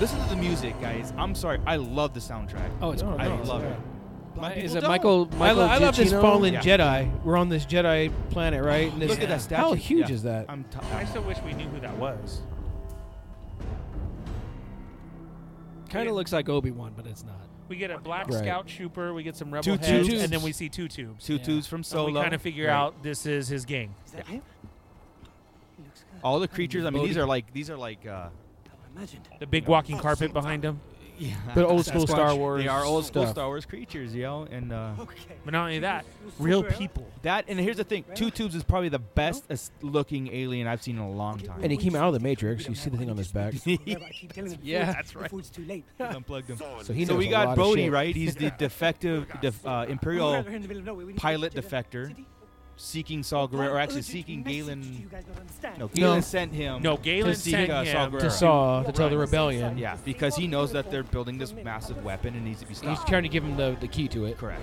Speaker 8: Listen to the music, guys. I'm sorry. I love the soundtrack.
Speaker 11: Oh, it's
Speaker 10: No,
Speaker 11: great.
Speaker 8: I
Speaker 10: no,
Speaker 8: love
Speaker 10: it's
Speaker 8: it.
Speaker 11: My- is
Speaker 8: people
Speaker 11: it
Speaker 8: don't.
Speaker 11: Michael?
Speaker 10: I,
Speaker 11: Michael
Speaker 10: lo- I love this
Speaker 11: Giacchino?
Speaker 10: fallen
Speaker 8: Yeah.
Speaker 10: Jedi. We're on this Jedi planet, right? And
Speaker 8: Look
Speaker 10: this-
Speaker 8: at that statue.
Speaker 10: How huge
Speaker 8: Yeah.
Speaker 10: is that?
Speaker 8: I'm t-
Speaker 9: I still wish we knew who that was.
Speaker 11: Kind of looks like Obi Wan, but it's not.
Speaker 9: We get a black
Speaker 10: Right.
Speaker 9: scout trooper, we get some rebel
Speaker 8: Two
Speaker 9: heads,
Speaker 8: tubes.
Speaker 9: and then we see two tubes.
Speaker 8: two
Speaker 11: Yeah.
Speaker 8: twos from
Speaker 9: So
Speaker 8: Solo.
Speaker 9: we kind of figure
Speaker 8: Right.
Speaker 9: out this is his gang.
Speaker 6: Is that him? He looks good.
Speaker 8: All the creatures. I mean, these are like these are like uh,
Speaker 9: the big walking carpet behind him.
Speaker 8: Oh, Yeah,
Speaker 10: But old school Star Wars
Speaker 8: They are old school
Speaker 10: stuff.
Speaker 8: Star Wars creatures, yo. And uh,
Speaker 9: But not only that, real people.
Speaker 8: that and here's the thing: Two Tubes is probably the best as- looking alien I've seen in a long time.
Speaker 10: and he came out of the Matrix. You see the thing on his back.
Speaker 8: yeah, that's right.
Speaker 12: too late.
Speaker 8: Unplugged him.
Speaker 10: So he
Speaker 8: so
Speaker 10: knows
Speaker 8: we
Speaker 10: a
Speaker 8: got
Speaker 10: lot of
Speaker 8: Brody
Speaker 10: shit.
Speaker 8: right. He's the defective def, uh, Imperial pilot defector, seeking Saul Guerrero, or actually seeking Galen. No, Galen sent him.
Speaker 9: No, Galen
Speaker 8: to seek,
Speaker 9: sent
Speaker 8: uh, Saul
Speaker 9: him to
Speaker 8: Guerrero.
Speaker 10: Saw to tell the rebellion.
Speaker 8: Yeah, because he knows that they're building this massive weapon and needs to be stopped.
Speaker 10: He's trying to give him the, the key to it.
Speaker 8: Correct.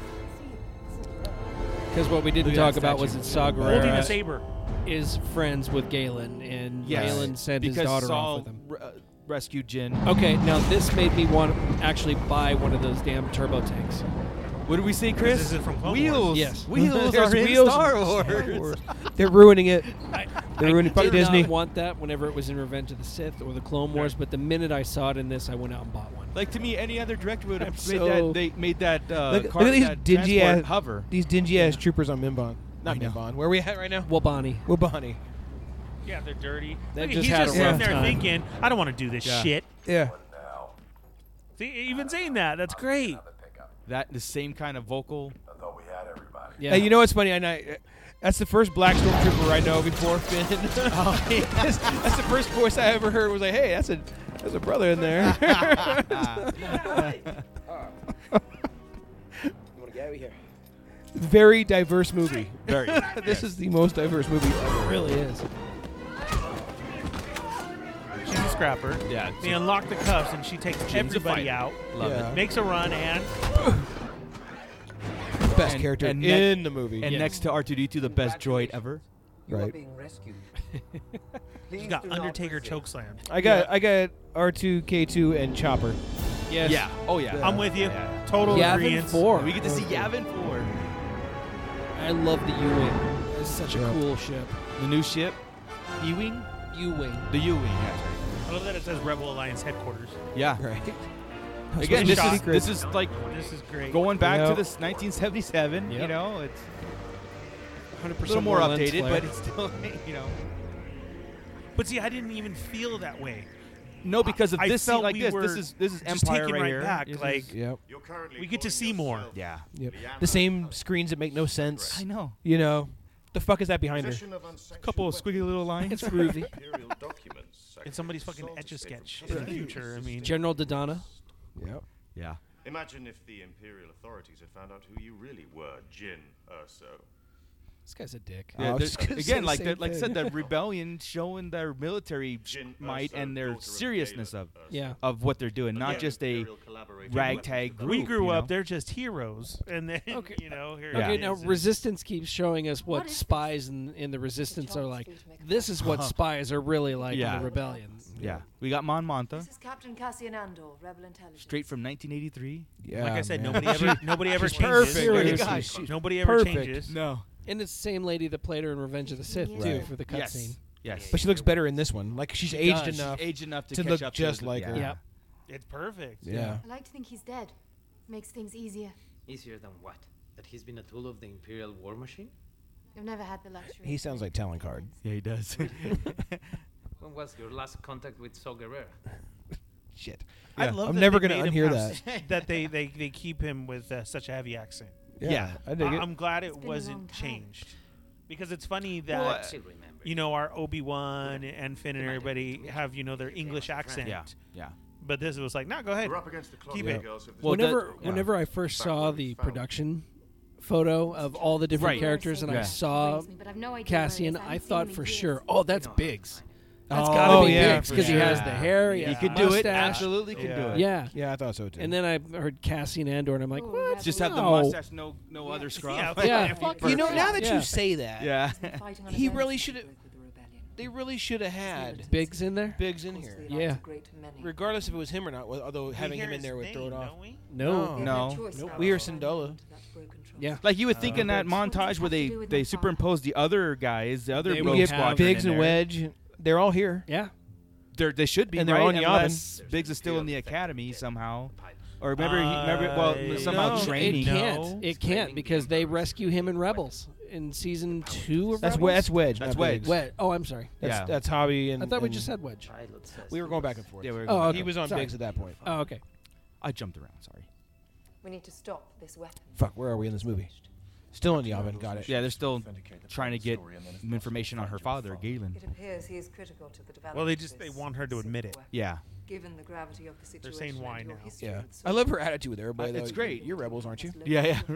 Speaker 11: Because what we didn't
Speaker 8: Look at
Speaker 11: talk
Speaker 8: that
Speaker 11: about was
Speaker 8: statue.
Speaker 11: that Saw
Speaker 9: Holding
Speaker 11: Gerrera
Speaker 9: the saber.
Speaker 11: is friends with Galen, and
Speaker 8: Yes,
Speaker 11: Galen sent his
Speaker 8: because
Speaker 11: daughter off
Speaker 8: Saul
Speaker 11: with him.
Speaker 8: re- uh, rescued Jin.
Speaker 11: Okay, now this made me want to actually buy one of those damn turbo tanks.
Speaker 8: What did we see, Chris?
Speaker 9: This is from Clone
Speaker 8: wheels.
Speaker 9: Wars.
Speaker 11: Yes.
Speaker 8: Wheels
Speaker 10: There's
Speaker 8: are in
Speaker 10: wheels
Speaker 8: Star
Speaker 10: in
Speaker 8: Wars.
Speaker 10: They're ruining it. They're ruining
Speaker 11: I
Speaker 10: fuck
Speaker 11: did
Speaker 10: Disney.
Speaker 11: not want that whenever it was in Revenge of the Sith or the Clone Wars, but the minute I saw it in this, I went out and bought one.
Speaker 8: Like to me, any other director would have
Speaker 10: I'm
Speaker 8: made
Speaker 10: so-
Speaker 8: that. They made that. Uh,
Speaker 10: look,
Speaker 8: car,
Speaker 10: look at these
Speaker 8: that
Speaker 10: dingy
Speaker 8: transport
Speaker 10: ass
Speaker 8: hover.
Speaker 10: These dingy ass troopers on Mimbon. Not Mimbon. Where are we at right now?
Speaker 11: Well, Bonnie.
Speaker 10: We're Bonnie.
Speaker 9: Yeah, they're dirty.
Speaker 11: They
Speaker 9: Look,
Speaker 11: just
Speaker 9: he's
Speaker 11: had
Speaker 9: just
Speaker 11: a rough
Speaker 9: sitting there
Speaker 11: time.
Speaker 9: thinking, I don't want to do this
Speaker 8: Yeah.
Speaker 9: shit.
Speaker 10: Yeah.
Speaker 9: See, even saying that, that's great.
Speaker 8: That the same kind of vocal.
Speaker 11: Yeah.
Speaker 10: Hey, you know what's funny? I, I that's the first black stormtrooper I know before Finn.
Speaker 8: Oh.
Speaker 10: that's, that's the first voice I ever heard. Was like, hey, that's a that's a brother in there. Very diverse movie.
Speaker 8: Very.
Speaker 10: This is the most diverse movie ever.
Speaker 11: really is.
Speaker 9: She's a scrapper.
Speaker 8: yeah.
Speaker 9: They unlock the cuffs and she takes everybody
Speaker 8: fighter.
Speaker 9: out,
Speaker 8: Love
Speaker 10: Yeah.
Speaker 9: makes a run, and
Speaker 10: Best
Speaker 8: And-
Speaker 10: character
Speaker 8: and ne-
Speaker 10: in the movie.
Speaker 8: it. And next to R2D2, the best droid ever.
Speaker 10: right.
Speaker 9: she's got Undertaker chokeslam.
Speaker 10: I got I got R two K two and Chopper.
Speaker 11: Yes.
Speaker 8: Yeah. Oh yeah.
Speaker 9: I'm with you.
Speaker 8: Yeah.
Speaker 9: Total
Speaker 11: Yavin
Speaker 9: agreement.
Speaker 11: 4.
Speaker 8: We get to see Yavin 4.
Speaker 11: I love the U Wing. It's such a
Speaker 10: Yeah.
Speaker 11: cool ship.
Speaker 8: The new ship, E-wing,
Speaker 11: U Wing.
Speaker 8: the U-wing. That's right.
Speaker 9: I love that it says Rebel Alliance headquarters.
Speaker 8: Yeah.
Speaker 10: Right.
Speaker 8: Again, this
Speaker 9: what we
Speaker 8: is,
Speaker 10: shot.
Speaker 8: this is like
Speaker 9: This is great.
Speaker 8: going back
Speaker 10: Yep.
Speaker 8: to this 1977. You
Speaker 11: Yep.
Speaker 8: know, it's
Speaker 11: 100%
Speaker 8: a little more
Speaker 11: lens
Speaker 8: updated,
Speaker 11: flare.
Speaker 8: but it's still you know.
Speaker 9: But see, I didn't even feel that way.
Speaker 8: No, because of
Speaker 9: I
Speaker 8: this
Speaker 9: felt
Speaker 8: scene like
Speaker 9: we
Speaker 8: this.
Speaker 9: were
Speaker 8: This is this is
Speaker 9: just
Speaker 8: Empire
Speaker 9: taken
Speaker 8: right
Speaker 9: right
Speaker 8: here.
Speaker 9: back,
Speaker 8: This is-
Speaker 9: like-
Speaker 10: Yep.
Speaker 9: We get to see more.
Speaker 8: yeah.
Speaker 10: Yep. The same screens that make no sense.
Speaker 8: I know.
Speaker 10: You know, the fuck is that behind her?
Speaker 8: A couple of squiggly little lines.
Speaker 11: it's groovy.
Speaker 9: In somebody's fucking etch a sketch in the future. I mean,
Speaker 11: General Dodonna.
Speaker 10: Yep.
Speaker 8: yeah.
Speaker 13: Imagine if the Imperial authorities had found out who you really were, Jin Urso.
Speaker 11: This guy's a dick.
Speaker 10: Oh, I
Speaker 8: Yeah,
Speaker 10: was
Speaker 8: there-
Speaker 10: just gonna say
Speaker 8: again,
Speaker 10: the
Speaker 8: like
Speaker 10: same
Speaker 8: that, like I
Speaker 10: thing.
Speaker 8: said, the rebellion showing their military
Speaker 13: Jin
Speaker 8: might
Speaker 13: Erso,
Speaker 8: and their
Speaker 13: daughter of
Speaker 8: seriousness
Speaker 13: Galen
Speaker 8: of
Speaker 13: Erso.
Speaker 11: Yeah.
Speaker 8: of what they're doing, not
Speaker 13: Yeah.
Speaker 8: just a
Speaker 13: Imperial collaborated
Speaker 8: ragtag
Speaker 13: weapons
Speaker 8: group.
Speaker 9: we grew
Speaker 8: you
Speaker 9: up;
Speaker 8: know?
Speaker 9: they're just heroes, and then
Speaker 11: Okay.
Speaker 9: you know, here
Speaker 8: Yeah.
Speaker 9: it
Speaker 11: Okay,
Speaker 9: is.
Speaker 11: now
Speaker 9: And-
Speaker 11: Resistance keeps showing us what spies in, in the Resistance are like. This is what spies are really like
Speaker 8: Yeah.
Speaker 11: in the Rebellion.
Speaker 8: Yeah, we got Mon Monta
Speaker 12: This is Captain Cassian Andor, Rebel Intelligence.
Speaker 8: straight from 1983.
Speaker 10: Yeah.
Speaker 9: like I said,
Speaker 10: man.
Speaker 9: nobody ever, nobody ever
Speaker 10: She's
Speaker 9: changes.
Speaker 10: perfect. Seriously,
Speaker 8: God.
Speaker 10: she's
Speaker 9: Nobody ever
Speaker 10: perfect.
Speaker 9: changes.
Speaker 8: No.
Speaker 11: And it's the same lady that played her in Revenge of the Sith, too,
Speaker 10: Right.
Speaker 11: for the
Speaker 8: Yes.
Speaker 11: cutscene.
Speaker 8: Yes.
Speaker 10: But she looks better in this one. Like she's aged
Speaker 11: does.
Speaker 10: enough.
Speaker 8: Age enough to,
Speaker 10: to
Speaker 8: catch
Speaker 10: look
Speaker 8: up to
Speaker 10: just
Speaker 8: the-
Speaker 10: like
Speaker 8: yeah.
Speaker 10: her.
Speaker 11: Yeah.
Speaker 9: It's perfect.
Speaker 10: yeah.
Speaker 12: I like to think he's dead. Makes things easier.
Speaker 14: Easier than what? That he's been a tool of the Imperial war machine?
Speaker 12: I've never had the luxury.
Speaker 10: He sounds like Talon Card.
Speaker 8: Yeah, he does.
Speaker 14: When was your last contact with Saw Gerrera?
Speaker 10: Shit.
Speaker 9: I love
Speaker 10: I'm
Speaker 9: that
Speaker 10: never
Speaker 9: they
Speaker 10: gonna
Speaker 9: made him
Speaker 10: unhear
Speaker 9: have- that they, they they keep him with uh, such a heavy accent.
Speaker 10: Yeah. I dig
Speaker 9: I,
Speaker 10: it.
Speaker 9: am glad it
Speaker 12: been a long
Speaker 9: wasn't
Speaker 12: time.
Speaker 9: changed because it's funny that
Speaker 14: Well, I still remember.
Speaker 9: you know our Obi Wan and Finn and everybody have you know their English accent.
Speaker 8: yeah. Yeah.
Speaker 9: But this was like, no, go ahead.
Speaker 13: We're up against the clock,
Speaker 9: Keep
Speaker 13: here,
Speaker 9: it.
Speaker 13: girls. if this-
Speaker 8: Well, that-
Speaker 11: whenever
Speaker 8: yeah.
Speaker 11: whenever I first saw
Speaker 13: Backward
Speaker 11: the
Speaker 13: foul.
Speaker 11: production photo of all the different
Speaker 8: Right.
Speaker 11: characters and
Speaker 8: Yeah.
Speaker 11: I saw
Speaker 12: Worries me, but I've no idea where it
Speaker 11: Cassian,
Speaker 12: is. I haven't
Speaker 11: I
Speaker 12: seen
Speaker 11: thought
Speaker 12: him in
Speaker 11: for
Speaker 12: years.
Speaker 11: sure, oh, that's Biggs. That's
Speaker 10: Oh,
Speaker 11: gotta be
Speaker 10: yeah,
Speaker 11: Biggs
Speaker 10: for
Speaker 11: because he has the
Speaker 10: sure.
Speaker 11: hair. He,
Speaker 9: He
Speaker 8: You
Speaker 11: has
Speaker 8: could
Speaker 11: the
Speaker 8: do it.
Speaker 11: mustache.
Speaker 8: Absolutely could do
Speaker 9: Yeah.
Speaker 8: it.
Speaker 11: Yeah.
Speaker 10: Yeah, I thought so too.
Speaker 11: And then I heard Cassian Andor, and I'm like,
Speaker 12: Oh,
Speaker 11: what?
Speaker 12: that's
Speaker 8: Just have the
Speaker 11: No.
Speaker 8: mustache, no no other
Speaker 9: Yeah,
Speaker 8: scruff.
Speaker 11: Yeah.
Speaker 9: fuck
Speaker 10: you know,
Speaker 9: you.
Speaker 10: now that
Speaker 11: Yeah.
Speaker 10: you say that,
Speaker 8: Yeah.
Speaker 12: Fighting on
Speaker 10: He
Speaker 12: his own
Speaker 10: really
Speaker 12: side
Speaker 10: shoulda-
Speaker 12: with the rebellion.
Speaker 10: they really should have had
Speaker 11: Biggs in there?
Speaker 10: Biggs in
Speaker 12: They
Speaker 10: here,
Speaker 12: liked a
Speaker 11: Yeah.
Speaker 12: great many.
Speaker 10: regardless if it was him or not. well, Although
Speaker 9: We
Speaker 10: having
Speaker 9: hear
Speaker 10: him in
Speaker 9: his
Speaker 10: there would throw
Speaker 9: name,
Speaker 10: it off.
Speaker 9: don't we?
Speaker 11: No.
Speaker 10: No.
Speaker 8: No.
Speaker 10: We are Sindola.
Speaker 11: Yeah.
Speaker 8: Like
Speaker 10: Uh,
Speaker 8: you would think in that
Speaker 12: Biggs. What does
Speaker 8: montage
Speaker 12: it
Speaker 8: where
Speaker 12: have to
Speaker 8: they
Speaker 12: do with
Speaker 8: they
Speaker 12: my
Speaker 8: superimpose the other guys, the other
Speaker 11: They
Speaker 8: rogue
Speaker 11: would have
Speaker 8: squadron
Speaker 10: Biggs
Speaker 8: in
Speaker 10: and
Speaker 8: there.
Speaker 10: Wedge. They're all here.
Speaker 11: Yeah.
Speaker 8: They're, they should be
Speaker 10: And they're
Speaker 8: right,
Speaker 10: on Yavin.
Speaker 8: unless Biggs is still in the academy somehow, or remember, he, remember well
Speaker 9: Uh,
Speaker 8: somehow
Speaker 9: no.
Speaker 11: It
Speaker 8: training.
Speaker 9: No.
Speaker 11: can't. It can't because they rescue him in Rebels. in season two of
Speaker 10: That's
Speaker 11: Rebels?
Speaker 10: Wed- that's Wedge, not
Speaker 11: That's
Speaker 10: Briggs.
Speaker 11: Wedge. Wed- oh, I'm sorry.
Speaker 10: That's- that's Hobby and-
Speaker 11: I thought we
Speaker 10: and-
Speaker 11: just said Wedge.
Speaker 10: We were going back and forth.
Speaker 11: Yeah, we were
Speaker 10: oh,
Speaker 11: going back
Speaker 10: he
Speaker 11: and
Speaker 10: was on
Speaker 11: forth.
Speaker 10: Biggs at that point.
Speaker 11: Oh, okay.
Speaker 8: I jumped around. Sorry.
Speaker 12: We need to stop this weapon.
Speaker 10: Fuck, where are we in this movie? Still on Yavin. Got it.
Speaker 8: Yeah, they're still trying to get information on her father, Galen.
Speaker 12: It appears he is critical to the development.
Speaker 9: Well, they
Speaker 12: of
Speaker 9: just they
Speaker 12: this
Speaker 9: want her to admit it.
Speaker 12: weapon.
Speaker 8: Yeah.
Speaker 12: Given the gravity of the situation,
Speaker 9: They're saying why
Speaker 12: and your
Speaker 9: now.
Speaker 12: history
Speaker 10: Yeah.
Speaker 12: with
Speaker 10: I love her attitude there, but
Speaker 8: Uh, it's great.
Speaker 10: You're rebels, aren't you?
Speaker 8: Yeah, yeah.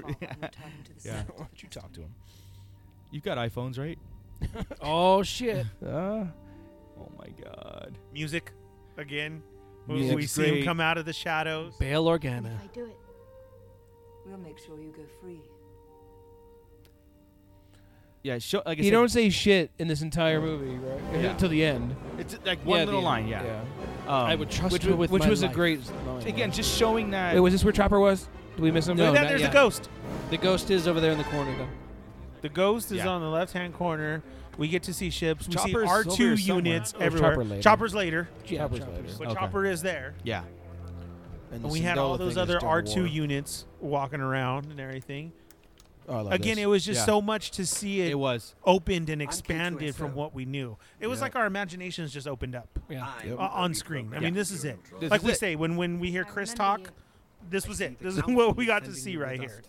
Speaker 10: yeah. Why don't you talk to him?
Speaker 8: You've got iPhones, right?
Speaker 11: oh shit.
Speaker 8: Uh, oh my god.
Speaker 9: Music again. We-
Speaker 8: Music's
Speaker 9: we see him
Speaker 8: great.
Speaker 9: come out of the shadows.
Speaker 11: Bail
Speaker 12: If
Speaker 11: Organa.
Speaker 12: I do it, we'll make sure you go free.
Speaker 8: Yeah, show, like I
Speaker 10: You
Speaker 8: said-
Speaker 10: don't say shit in this entire movie, right?
Speaker 8: Yeah.
Speaker 10: Until the end.
Speaker 8: It's like one
Speaker 10: Yeah,
Speaker 8: little
Speaker 10: the-
Speaker 8: line, yeah. Um,
Speaker 11: I would trust
Speaker 10: which
Speaker 11: her
Speaker 10: wa-
Speaker 11: with
Speaker 10: which
Speaker 11: my
Speaker 10: was a
Speaker 11: life.
Speaker 10: great line,
Speaker 8: Again,
Speaker 10: yeah.
Speaker 8: just showing that.
Speaker 10: Wait, was this where Chopper was? Did we miss him?
Speaker 11: No,
Speaker 9: Look at that,
Speaker 11: not
Speaker 9: there's
Speaker 11: yet.
Speaker 9: a ghost.
Speaker 11: The ghost is over there in the corner, though.
Speaker 9: The ghost is
Speaker 8: Yeah.
Speaker 9: on the left hand corner. We get to see ships. We
Speaker 8: Chopper's
Speaker 9: see R
Speaker 8: over here
Speaker 9: two
Speaker 8: somewhere.
Speaker 9: units
Speaker 10: Oh,
Speaker 9: everywhere.
Speaker 10: Chopper later.
Speaker 9: Chopper's later,
Speaker 11: Yeah,
Speaker 10: Chopper's
Speaker 11: Chopper's
Speaker 10: later.
Speaker 9: but
Speaker 10: Okay.
Speaker 9: Chopper is there.
Speaker 8: yeah.
Speaker 10: And the
Speaker 9: And we had all
Speaker 10: Sindola
Speaker 9: those
Speaker 10: thing is
Speaker 9: other
Speaker 10: during
Speaker 9: R two
Speaker 10: war.
Speaker 9: units walking around and everything.
Speaker 10: Oh, I love
Speaker 9: Again,
Speaker 10: this.
Speaker 9: it was just
Speaker 8: Yeah.
Speaker 9: so much to see it,
Speaker 8: It was.
Speaker 9: opened
Speaker 15: keen
Speaker 9: and
Speaker 15: to
Speaker 9: expanded from
Speaker 15: myself.
Speaker 9: what we knew. It was
Speaker 10: Yeah.
Speaker 9: like our imaginations just opened up
Speaker 11: Yeah.
Speaker 9: uh, on screen. I mean, this is it.
Speaker 10: This
Speaker 9: like
Speaker 10: is
Speaker 9: we
Speaker 10: it.
Speaker 9: say when when we hear
Speaker 12: I
Speaker 9: Chris
Speaker 12: remember
Speaker 9: talk,
Speaker 12: you.
Speaker 9: this was it. This is what we got to see right here.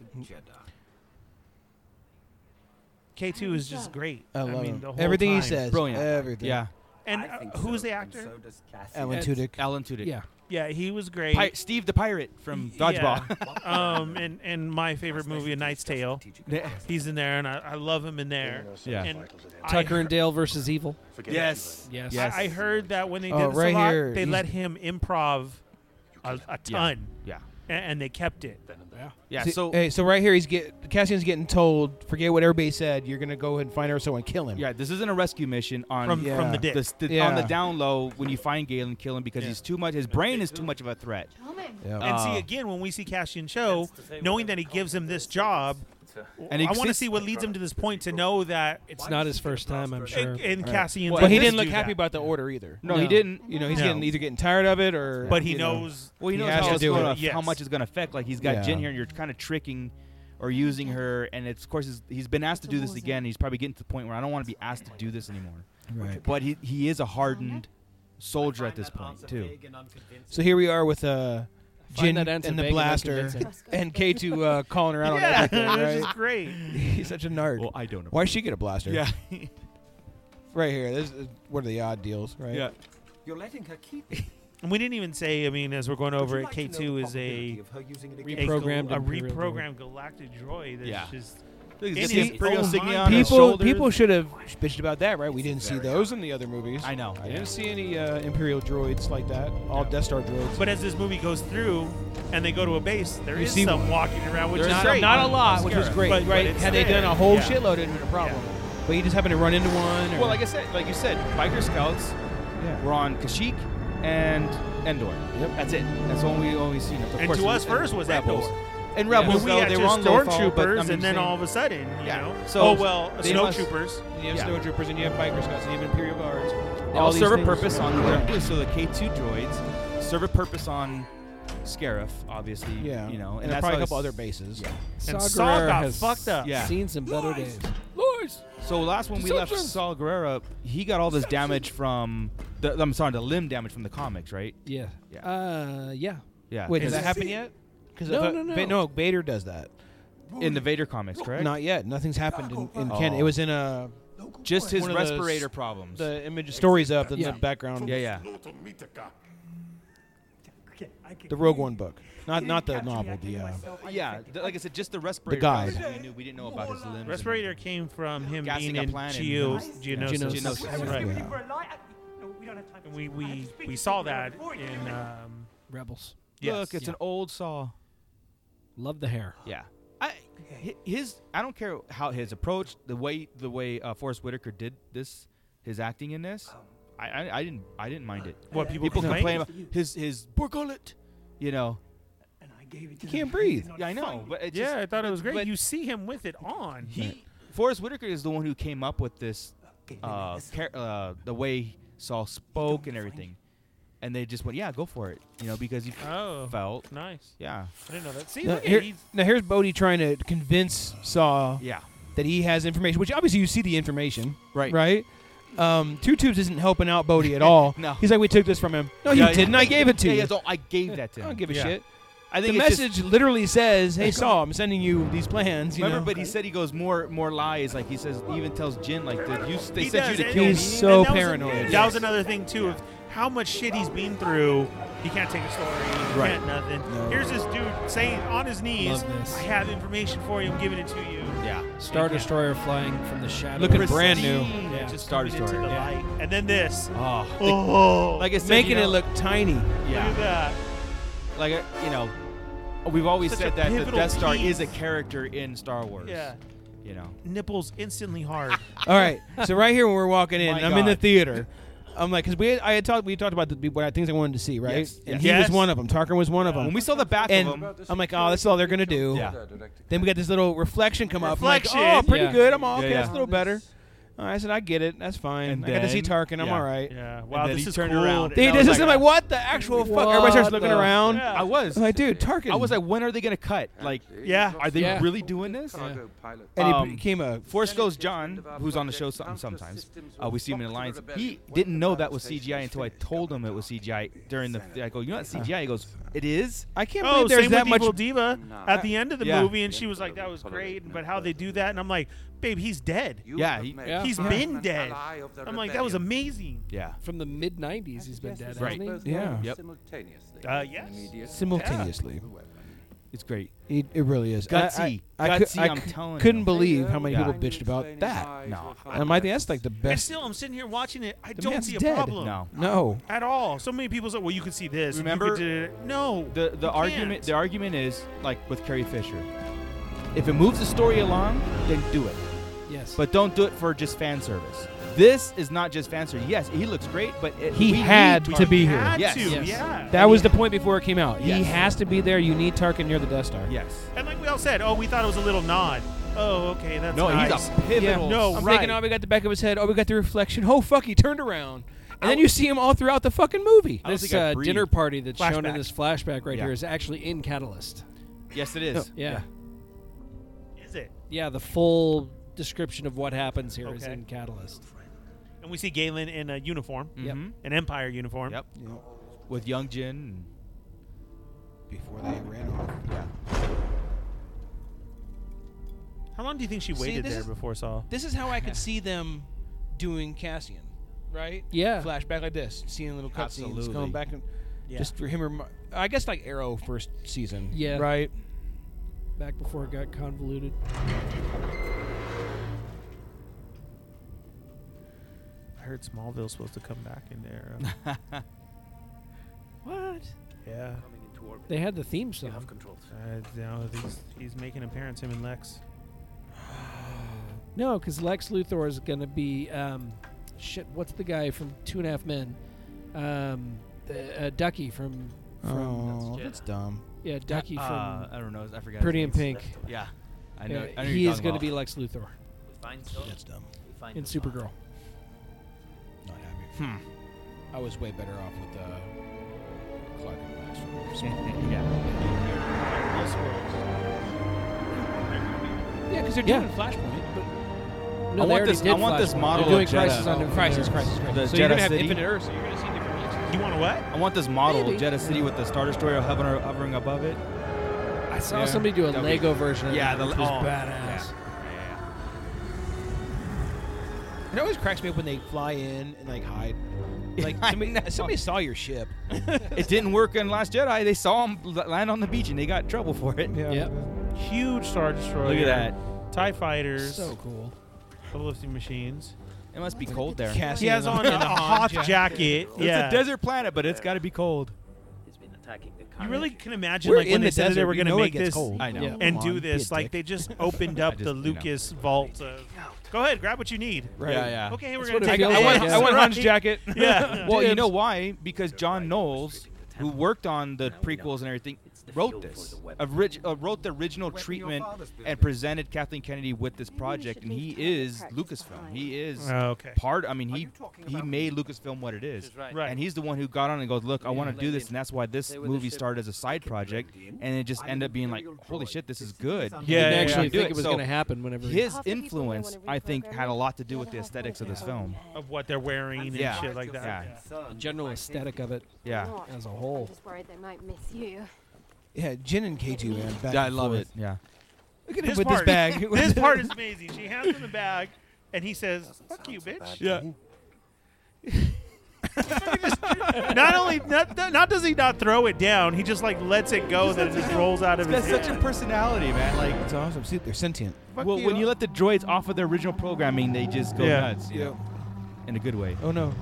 Speaker 9: K two is just great.
Speaker 10: I love
Speaker 9: mean,
Speaker 10: him.
Speaker 9: the whole
Speaker 10: Everything he
Speaker 9: time.
Speaker 10: says.
Speaker 8: Brilliant.
Speaker 10: Everything.
Speaker 8: Yeah.
Speaker 9: And uh, who's the actor?
Speaker 10: Alan
Speaker 11: It's-
Speaker 10: Tudyk.
Speaker 8: Alan Tudyk.
Speaker 11: Yeah.
Speaker 9: Yeah, he was great.
Speaker 8: Pi- Steve the Pirate from Dodgeball.
Speaker 9: Yeah. um, and and my favorite movie, A Knight's Tale. He's in there, and I, I love him in there.
Speaker 8: Yeah.
Speaker 9: And I
Speaker 11: Tucker and
Speaker 9: heard-
Speaker 11: Dale versus Evil.
Speaker 8: yes.
Speaker 11: Yes.
Speaker 8: Yes.
Speaker 9: I heard that when they did
Speaker 10: Oh,
Speaker 9: this
Speaker 10: right
Speaker 9: a lot,
Speaker 10: here,
Speaker 9: they
Speaker 10: he's-
Speaker 9: let him improv a, a ton,
Speaker 8: Yeah.
Speaker 9: a- and, they kept it.
Speaker 8: Yeah.
Speaker 10: See-
Speaker 8: So.
Speaker 10: hey, so right here he's get Cassian's getting told, forget what everybody said. You're gonna go ahead and find Erso and kill him.
Speaker 8: Yeah, this isn't a rescue mission on
Speaker 9: From-
Speaker 10: from the
Speaker 9: dick.
Speaker 8: s- the- on
Speaker 10: Yeah.
Speaker 8: the down low when you find Galen, kill him because he's too much. His brain is too much of a threat.
Speaker 12: Charming.
Speaker 10: Yeah.
Speaker 9: And
Speaker 8: Uh,
Speaker 9: see again when we see Cassian Cho, knowing that he gives him this job,
Speaker 8: And he
Speaker 9: I want to
Speaker 8: sees-
Speaker 9: see what leads him to this point to know that.
Speaker 11: It's not his first time, I'm sure.
Speaker 9: And, and Cassian's
Speaker 10: but he
Speaker 9: like,
Speaker 10: didn't
Speaker 9: "Let's
Speaker 10: look
Speaker 9: do
Speaker 10: happy
Speaker 9: that."
Speaker 10: about the order either.
Speaker 8: No,
Speaker 11: No.
Speaker 8: he didn't.
Speaker 10: You know, he's
Speaker 9: No.
Speaker 10: getting either getting tired of it or.
Speaker 9: But he
Speaker 10: you know,
Speaker 9: knows.
Speaker 8: Well, he
Speaker 10: He
Speaker 8: knows
Speaker 10: has
Speaker 8: how
Speaker 10: to
Speaker 8: it's
Speaker 10: do
Speaker 8: gonna,
Speaker 10: it.
Speaker 8: aff- how
Speaker 9: Yes.
Speaker 8: much it's going to affect. Like he's got
Speaker 10: Yeah.
Speaker 8: Jin here, and you're kind of tricking or using her, and it's, of course he's, he's been asked to do this again. And he's probably getting to the point where I don't want to be asked to do this anymore.
Speaker 10: Right.
Speaker 8: But he he is a hardened soldier at this point too.
Speaker 10: So here we are with uh,
Speaker 11: Find
Speaker 10: Jin
Speaker 11: that answer
Speaker 10: and the
Speaker 11: vague and
Speaker 10: blaster
Speaker 11: unconvincing.
Speaker 10: and K2 uh, calling her out
Speaker 9: Yeah,
Speaker 10: on everything.
Speaker 9: it was
Speaker 10: right?
Speaker 9: just great.
Speaker 10: He's such a nerd.
Speaker 8: Well, I don't.
Speaker 10: Why she get a blaster?
Speaker 8: Yeah.
Speaker 10: Right here. This is one of the odd deals, right?
Speaker 8: yeah.
Speaker 15: You're letting her keep
Speaker 9: And we didn't even say. I mean, as we're going over it, K two is a a gal-
Speaker 11: Reprogrammed
Speaker 9: a,
Speaker 11: Imperial
Speaker 9: reprogrammed galactic droid. That's
Speaker 8: Yeah.
Speaker 9: just
Speaker 8: Look,
Speaker 9: In
Speaker 8: he's got
Speaker 9: his
Speaker 8: the Imperial
Speaker 9: own
Speaker 8: insignia
Speaker 9: mind.
Speaker 8: on his
Speaker 10: People,
Speaker 8: shoulders.
Speaker 10: people should have bitched about that, right? We didn't see those in the other movies.
Speaker 8: I know.
Speaker 10: I didn't see any uh, Imperial droids like that. All Death Star droids.
Speaker 9: But as this movie goes through and they go to a base, there is
Speaker 10: You see
Speaker 9: some
Speaker 10: one.
Speaker 9: walking around, which
Speaker 10: There's
Speaker 9: is
Speaker 10: not,
Speaker 9: great.
Speaker 10: not a lot, which was
Speaker 9: Mascara.
Speaker 10: great,
Speaker 9: But- but
Speaker 10: right?
Speaker 9: it's
Speaker 10: Had they
Speaker 9: there.
Speaker 10: done a whole
Speaker 9: Yeah.
Speaker 10: shitload, it'd have been a problem. But you just happened to run into one. Or,
Speaker 8: Well, like I said, like you said, biker scouts
Speaker 10: yeah.
Speaker 8: were on Kashyyyk and Endor.
Speaker 10: Yep.
Speaker 8: That's it. That's all we always seen. Of
Speaker 9: And
Speaker 8: course,
Speaker 9: to us,
Speaker 8: and
Speaker 9: first was
Speaker 8: rebels.
Speaker 9: Endor.
Speaker 8: And
Speaker 10: Yeah.
Speaker 8: rebels,
Speaker 9: When we
Speaker 8: though,
Speaker 9: had
Speaker 8: they were
Speaker 9: just
Speaker 8: on low fall, but I'm
Speaker 9: stormtroopers,
Speaker 8: just
Speaker 9: and then
Speaker 8: saying-
Speaker 9: all of a sudden, you
Speaker 8: Yeah.
Speaker 9: know,
Speaker 8: So
Speaker 9: oh well,
Speaker 8: they must-
Speaker 9: snowtroopers.
Speaker 10: You have
Speaker 8: Yeah.
Speaker 10: snowtroopers and you have biker scouts and you have Imperial guards.
Speaker 8: They all, serve a purpose on what they're doing. So the K2 droids serve a purpose on Scarif, obviously.
Speaker 10: Yeah,
Speaker 8: You know, and,
Speaker 10: there are
Speaker 8: that's
Speaker 10: probably a
Speaker 8: how
Speaker 10: couple
Speaker 8: it's-
Speaker 10: other bases. Yeah.
Speaker 9: And
Speaker 11: Saw
Speaker 9: Saw
Speaker 11: Gerrera
Speaker 9: got
Speaker 11: has
Speaker 9: fucked up.
Speaker 8: Yeah.
Speaker 11: Seen some better days.
Speaker 8: So last when we left
Speaker 11: Deception.
Speaker 8: Saul Guerrero, he got all this damage from. The, I'm sorry, the limb damage from the comics, right?
Speaker 11: Yeah.
Speaker 8: Yeah.
Speaker 11: Uh, yeah.
Speaker 8: Yeah.
Speaker 10: Wait,
Speaker 8: in,
Speaker 10: does that happen yet? Because
Speaker 11: No, no, no.
Speaker 10: no, Vader does that.
Speaker 8: in the Vader comics, correct?
Speaker 10: Not yet. Nothing's happened in, in
Speaker 8: Oh.
Speaker 10: canon. It was in a
Speaker 8: Just his
Speaker 10: One of those-
Speaker 8: respirator problems.
Speaker 10: the image stories up in
Speaker 11: Yeah.
Speaker 10: the background.
Speaker 8: yeah, yeah.
Speaker 10: The Rogue One book, not not the novel. The uh,
Speaker 8: Yeah, th- like I said, just the respirator.
Speaker 10: guide.
Speaker 8: problems We knew we didn't know about his limbs. and-
Speaker 9: Respirator came from him
Speaker 8: Gassing
Speaker 9: being
Speaker 8: a
Speaker 9: in
Speaker 8: planet.
Speaker 9: Geo-
Speaker 8: Yeah.
Speaker 9: Geonosis.
Speaker 8: Geonosis.
Speaker 9: That's Right.
Speaker 10: Yeah.
Speaker 9: And we, we, we saw that in. Um,
Speaker 11: Rebels.
Speaker 9: yes.
Speaker 8: Look, it's an old Saw.
Speaker 11: Love the hair.
Speaker 8: Yeah. I hi- his I don't care how his approach, the way the way uh, Forrest Whitaker did this, his acting in this, I, I I didn't I didn't mind it.
Speaker 9: Um, What, people complain?
Speaker 8: complain about his his burgolet, you know.
Speaker 10: He can't breathe.
Speaker 8: Yeah, I know, but it's
Speaker 9: yeah, I
Speaker 8: just,
Speaker 9: thought it was great.
Speaker 8: but-
Speaker 9: You see him with it on.
Speaker 8: he Forrest Whitaker is the one who came up with this, uh, char- uh the way Saul spoke and everything, and they just went, yeah, go for it, you know, because he
Speaker 9: Oh.
Speaker 8: felt,
Speaker 9: Nice.
Speaker 8: yeah,
Speaker 9: I didn't know that. See,
Speaker 10: Now,
Speaker 9: look at
Speaker 10: here-
Speaker 9: he's-
Speaker 10: now here's Bodhi trying to convince Saw
Speaker 8: yeah,
Speaker 10: that he has information, which obviously you see the information,
Speaker 8: right?
Speaker 10: Right. Um, Two Tubes isn't helping out Bodhi at all.
Speaker 8: No.
Speaker 10: he's like, we took this from him. No,
Speaker 8: Yeah,
Speaker 10: you didn't. I gave it to
Speaker 8: yeah,
Speaker 10: you.
Speaker 8: Yeah, so I gave that to
Speaker 10: I
Speaker 8: him.
Speaker 10: don't give a
Speaker 8: Yeah.
Speaker 10: shit.
Speaker 8: I think
Speaker 10: the
Speaker 8: it's just-
Speaker 10: message literally says, "Hey,
Speaker 8: It's-
Speaker 10: Saul, I'm sending you these plans." You
Speaker 8: Remember,
Speaker 10: know?
Speaker 8: but he said he goes more more lies. Like he says, he even tells Jin, like, "Dude, you they
Speaker 9: He
Speaker 8: sent
Speaker 9: does,
Speaker 8: you to
Speaker 9: and-
Speaker 8: kill
Speaker 9: and-
Speaker 8: me."
Speaker 9: and that was an- that was another thing too of how much shit he's been through. He can't take a story. He
Speaker 8: Right.
Speaker 9: can't nothing.
Speaker 8: No.
Speaker 9: Here's this dude saying on his knees,
Speaker 11: Love this.
Speaker 9: "I have information for you. I'm giving it to you."
Speaker 8: Yeah.
Speaker 11: Star Destroyer flying from the shadow.
Speaker 10: Looking brand new.
Speaker 9: Yeah. Just
Speaker 10: Star
Speaker 9: coming into
Speaker 10: Destroyer,
Speaker 9: the
Speaker 10: yeah.
Speaker 9: light. And then this.
Speaker 8: Oh,
Speaker 9: Oh.
Speaker 8: like I said,
Speaker 10: making
Speaker 8: you know-
Speaker 10: it look tiny.
Speaker 8: Yeah.
Speaker 9: Look at that.
Speaker 8: like uh, you know, we've always
Speaker 9: Such
Speaker 8: said
Speaker 9: a
Speaker 8: that the
Speaker 9: pivotal
Speaker 8: Death Star
Speaker 9: piece.
Speaker 8: is a character in Star Wars.
Speaker 9: Yeah.
Speaker 8: you know.
Speaker 9: Nipples instantly hard.
Speaker 10: All right. So right here when we're walking in,
Speaker 8: My
Speaker 10: I'm in the
Speaker 8: God.
Speaker 10: theater. I'm like, because we had, I had talked we talked about the what I- things I wanted to see, right?
Speaker 8: Yes,
Speaker 10: And
Speaker 8: yes.
Speaker 10: he
Speaker 8: Yes.
Speaker 10: was one of them. Tarkin was one of them.
Speaker 8: When we saw the back of
Speaker 10: and
Speaker 8: him-
Speaker 10: I'm like, oh, that's all they're gonna do.
Speaker 8: Yeah.
Speaker 10: Then we got this little reflection come up. I'm like,
Speaker 8: Reflection.
Speaker 10: oh, pretty
Speaker 8: Yeah.
Speaker 10: good. I'm all
Speaker 8: Yeah,
Speaker 10: okay.
Speaker 8: yeah.
Speaker 10: That's a little better. All right, I said, I get it. That's fine.
Speaker 8: And
Speaker 10: I got to see
Speaker 8: then-
Speaker 10: Tarkin. I'm
Speaker 8: yeah.
Speaker 10: all right.
Speaker 8: Yeah.
Speaker 10: And
Speaker 8: Wow,
Speaker 10: then
Speaker 8: this
Speaker 10: he
Speaker 8: is
Speaker 10: turned
Speaker 8: cool.
Speaker 10: around.
Speaker 8: And
Speaker 10: He
Speaker 8: I
Speaker 10: does
Speaker 8: was
Speaker 10: this.
Speaker 8: like-
Speaker 10: I'm like, what the actual fuck? Everybody starts
Speaker 8: What
Speaker 10: looking
Speaker 8: the-
Speaker 10: around.
Speaker 8: I was.
Speaker 10: I'm like, dude, Tarkin.
Speaker 8: I was like, when are they gonna cut? Like,
Speaker 10: Yeah.
Speaker 8: are they
Speaker 10: Yeah.
Speaker 8: really doing this?
Speaker 10: And he uh,
Speaker 8: Um,
Speaker 10: became a
Speaker 8: Force Ghost John, who's on the show some- sometimes. Uh, we see him in Alliance. He didn't know that was CGI until I told him it was CGI during the. I go, you know what CGI? He goes, it is.
Speaker 10: I can't
Speaker 9: oh, same with Evil Diva at the end of the
Speaker 8: Yeah.
Speaker 9: movie, and she was like, "That was great," but how they do that, and I'm like, "Babe, he's dead.
Speaker 8: Yeah, he-
Speaker 11: Yeah.
Speaker 9: he's
Speaker 11: Yeah.
Speaker 9: been
Speaker 11: An
Speaker 9: dead."
Speaker 11: ally of the
Speaker 9: I'm like, "That was
Speaker 11: rebellion."
Speaker 9: amazing."
Speaker 8: Yeah.
Speaker 11: From the mid '90s, he's been dead,
Speaker 8: Right.
Speaker 11: hasn't he?
Speaker 10: Yeah.
Speaker 8: Yep.
Speaker 9: Uh, yes.
Speaker 10: Simultaneously.
Speaker 8: It's great.
Speaker 10: It, it really is. I-
Speaker 8: Gutsy.
Speaker 10: I, I,
Speaker 8: Gutsy,
Speaker 10: I,
Speaker 8: I'm
Speaker 10: cou-
Speaker 8: telling
Speaker 10: couldn't
Speaker 8: you.
Speaker 10: believe how many
Speaker 8: Yeah.
Speaker 10: people bitched about that.
Speaker 8: No.
Speaker 10: And I think that's like the
Speaker 9: And
Speaker 10: best.
Speaker 9: still, I'm sitting here watching it. I
Speaker 10: The
Speaker 9: don't
Speaker 10: man's
Speaker 9: see a
Speaker 10: dead.
Speaker 9: problem.
Speaker 10: No. No.
Speaker 9: At all. So many people say, "Well, you could see this." and you
Speaker 8: Remember
Speaker 9: could do it." No.
Speaker 8: The
Speaker 9: you
Speaker 8: the
Speaker 9: can't.
Speaker 8: argument the argument is like with Carrie Fisher. If it moves the story along, then do it.
Speaker 11: Yes.
Speaker 8: But don't do it for just fan service. This is not just fan service. Yes, he looks great, but it,
Speaker 10: He
Speaker 8: we
Speaker 10: had
Speaker 8: need
Speaker 10: to be
Speaker 8: Tarkin.
Speaker 10: here.
Speaker 9: Had
Speaker 8: Yes.
Speaker 9: to,
Speaker 8: Yes.
Speaker 9: yeah.
Speaker 10: That was the point before it came out. He
Speaker 8: Yes.
Speaker 10: has to be there. You need Tarkin near the Death Star.
Speaker 8: Yes.
Speaker 9: And like we all said, oh, we thought it was a little nod. Oh, okay, that's
Speaker 8: No, he's a
Speaker 9: nice.
Speaker 8: pivotal-
Speaker 9: No,
Speaker 10: I'm
Speaker 9: right.
Speaker 10: thinking, oh, we got the back of his head. Oh, we got the reflection. Oh, fuck, he turned around. And then you see him all throughout the fucking movie.
Speaker 8: I don't
Speaker 11: This
Speaker 8: think I
Speaker 11: uh,
Speaker 8: breathed.
Speaker 11: dinner party that's shown in
Speaker 9: Flashback.
Speaker 11: this flashback right
Speaker 8: Yeah.
Speaker 11: here is actually in Catalyst.
Speaker 8: Yes, it is.
Speaker 11: Yeah.
Speaker 9: Is it?
Speaker 11: Yeah, the full description of what happens here is
Speaker 9: Okay.
Speaker 11: in Catalyst.
Speaker 9: And we see Galen in a uniform,
Speaker 11: Yep.
Speaker 8: Mhm.
Speaker 9: an Empire uniform.
Speaker 8: Yep. With young Jin.
Speaker 10: Before they ran off.
Speaker 8: Yeah.
Speaker 9: How long do you think she
Speaker 10: See,
Speaker 9: waited
Speaker 10: this
Speaker 9: there
Speaker 10: is-
Speaker 9: before Saul?
Speaker 10: This is how I could see them doing Cassian, right?
Speaker 11: Yeah.
Speaker 10: Flashback like this, seeing little cutscenes,
Speaker 8: Absolutely.
Speaker 10: going back and
Speaker 9: Yeah.
Speaker 10: just for him. Rem- I guess like Arrow first season.
Speaker 11: Yeah.
Speaker 10: Right.
Speaker 11: Back before it got convoluted.
Speaker 9: I heard Smallville's supposed to come back in there.
Speaker 11: What?
Speaker 9: yeah.
Speaker 11: They had the theme song.
Speaker 9: Uh, no, he's, he's making an appearance, him and Lex.
Speaker 11: No, because Lex Luthor is going to be um, shit. What's the guy from Two and a Half Men? Um, the, uh, Ducky from from
Speaker 10: Oh,
Speaker 14: Jedi.
Speaker 10: that's dumb.
Speaker 11: yeah Ducky
Speaker 8: uh,
Speaker 11: from
Speaker 8: I don't know. I forgot. his
Speaker 11: Pretty in
Speaker 8: name.
Speaker 11: Pink.
Speaker 8: Yeah. I know.
Speaker 11: Uh,
Speaker 8: I know
Speaker 11: he is going
Speaker 8: going
Speaker 11: to be Lex Luthor
Speaker 10: That's dumb.
Speaker 11: in Supergirl.
Speaker 10: Not happy. Hmm. I was way better off with uh, Clark and Lex. from Smallville.
Speaker 8: yeah.
Speaker 10: yeah, because they're
Speaker 11: Yeah.
Speaker 10: doing Flashpoint. But
Speaker 11: No,
Speaker 8: I
Speaker 11: they
Speaker 8: want
Speaker 11: already
Speaker 8: this.
Speaker 11: did
Speaker 8: I want this
Speaker 11: Flashpoint.
Speaker 8: model.
Speaker 11: They're doing
Speaker 8: of
Speaker 11: Crisis
Speaker 8: Jedi.
Speaker 11: on Infinite Crisis, Crisis, Crisis.
Speaker 8: The
Speaker 10: so you're
Speaker 8: Jedi
Speaker 10: gonna have
Speaker 8: City.
Speaker 10: Infinite Earth, so you're gonna see different places.
Speaker 9: You want to what?
Speaker 8: I want this model
Speaker 11: Maybe.
Speaker 8: of Jedi City with the Star Destroyer hovering hovering above it.
Speaker 11: I saw
Speaker 8: Yeah.
Speaker 11: somebody do a
Speaker 8: That'd be-
Speaker 11: Lego version of
Speaker 8: Yeah,
Speaker 11: that,
Speaker 8: the-
Speaker 11: which was
Speaker 8: oh,
Speaker 11: badass.
Speaker 10: It always cracks me up when they fly in and like hide. Like
Speaker 8: I
Speaker 10: somebody,
Speaker 8: know.
Speaker 10: somebody saw your ship.
Speaker 8: It didn't work in Last Jedi. They saw him l- land on the beach and they got in trouble for it.
Speaker 11: Yeah.
Speaker 9: Huge Star Destroyer.
Speaker 8: Look at that.
Speaker 9: TIE fighters,
Speaker 11: So cool.
Speaker 9: lifting machines.
Speaker 8: It must be cold there.
Speaker 10: Cassian
Speaker 9: He has
Speaker 10: and-
Speaker 9: on a,
Speaker 10: and
Speaker 9: a Hoth jacket.
Speaker 8: It's
Speaker 9: Yeah.
Speaker 8: a desert planet, but it's got to be cold.
Speaker 9: You really can imagine
Speaker 10: We're
Speaker 9: like
Speaker 10: in
Speaker 9: when
Speaker 10: the
Speaker 9: they said that they
Speaker 10: desert,
Speaker 9: were
Speaker 10: you
Speaker 9: going to
Speaker 10: know it
Speaker 9: make
Speaker 10: gets
Speaker 9: this
Speaker 10: cold.
Speaker 8: I know.
Speaker 11: Yeah.
Speaker 9: and
Speaker 10: Come
Speaker 9: do
Speaker 10: on,
Speaker 9: this.
Speaker 10: be a
Speaker 9: Like they
Speaker 10: dick.
Speaker 9: just opened up
Speaker 8: just-
Speaker 9: the
Speaker 8: you know.
Speaker 9: Lucas vault. Of, go ahead, grab what you need.
Speaker 10: Right.
Speaker 8: Yeah, yeah.
Speaker 9: Okay, we're
Speaker 11: That's
Speaker 9: going
Speaker 11: what
Speaker 9: to
Speaker 11: it
Speaker 9: take.
Speaker 11: feels
Speaker 9: I
Speaker 11: like,
Speaker 9: want,
Speaker 11: yeah.
Speaker 9: I want
Speaker 10: Hun's
Speaker 9: Hunt's
Speaker 10: jacket.
Speaker 9: Yeah.
Speaker 8: Well, you know why? Because John Knowles, who worked on the prequels and everything, wrote this, orig- uh, wrote the original treatment, and presented Kathleen Kennedy with this project, and he is Lucasfilm. He is
Speaker 9: Oh, okay.
Speaker 8: part. I mean, he he made Lucasfilm what it is,
Speaker 10: right. Right.
Speaker 8: and he's the one who got on and goes, "Look, I
Speaker 10: Yeah.
Speaker 8: want to do this," and that's why this movie started as a side project, and it just ended up being like, "Holy shit, this is good."
Speaker 11: Yeah,
Speaker 8: And
Speaker 11: yeah,
Speaker 8: we
Speaker 11: yeah.
Speaker 8: should
Speaker 11: I
Speaker 8: do
Speaker 11: think it was
Speaker 8: So
Speaker 11: gonna happen whenever-
Speaker 8: his
Speaker 11: Half the
Speaker 8: influence, I think, had a lot to do with the aesthetics of this film.
Speaker 9: of what they're wearing and
Speaker 8: Yeah.
Speaker 9: shit like that.
Speaker 8: Yeah.
Speaker 11: The general aesthetic of it.
Speaker 8: Yeah.
Speaker 11: As a whole.
Speaker 15: just worried they might miss you.
Speaker 10: Yeah, Jin and K2, man. Back
Speaker 8: Yeah, I
Speaker 10: and
Speaker 8: love
Speaker 10: forth.
Speaker 8: it. Yeah.
Speaker 10: Look at him with this bag.
Speaker 9: this part is amazing. She hands him the bag, and he says, "Fuck you, bitch." not only not, not does he not throw it down, he just like lets it go that it just rolls out of his
Speaker 8: That's
Speaker 9: hand.
Speaker 8: such a personality, man. Like
Speaker 10: It's awesome. See, they're sentient.
Speaker 8: well, when you let the droids off of their original programming, they just go
Speaker 10: Yeah.
Speaker 8: nuts. You
Speaker 10: Yeah.
Speaker 8: know? In a good way.
Speaker 10: Oh no,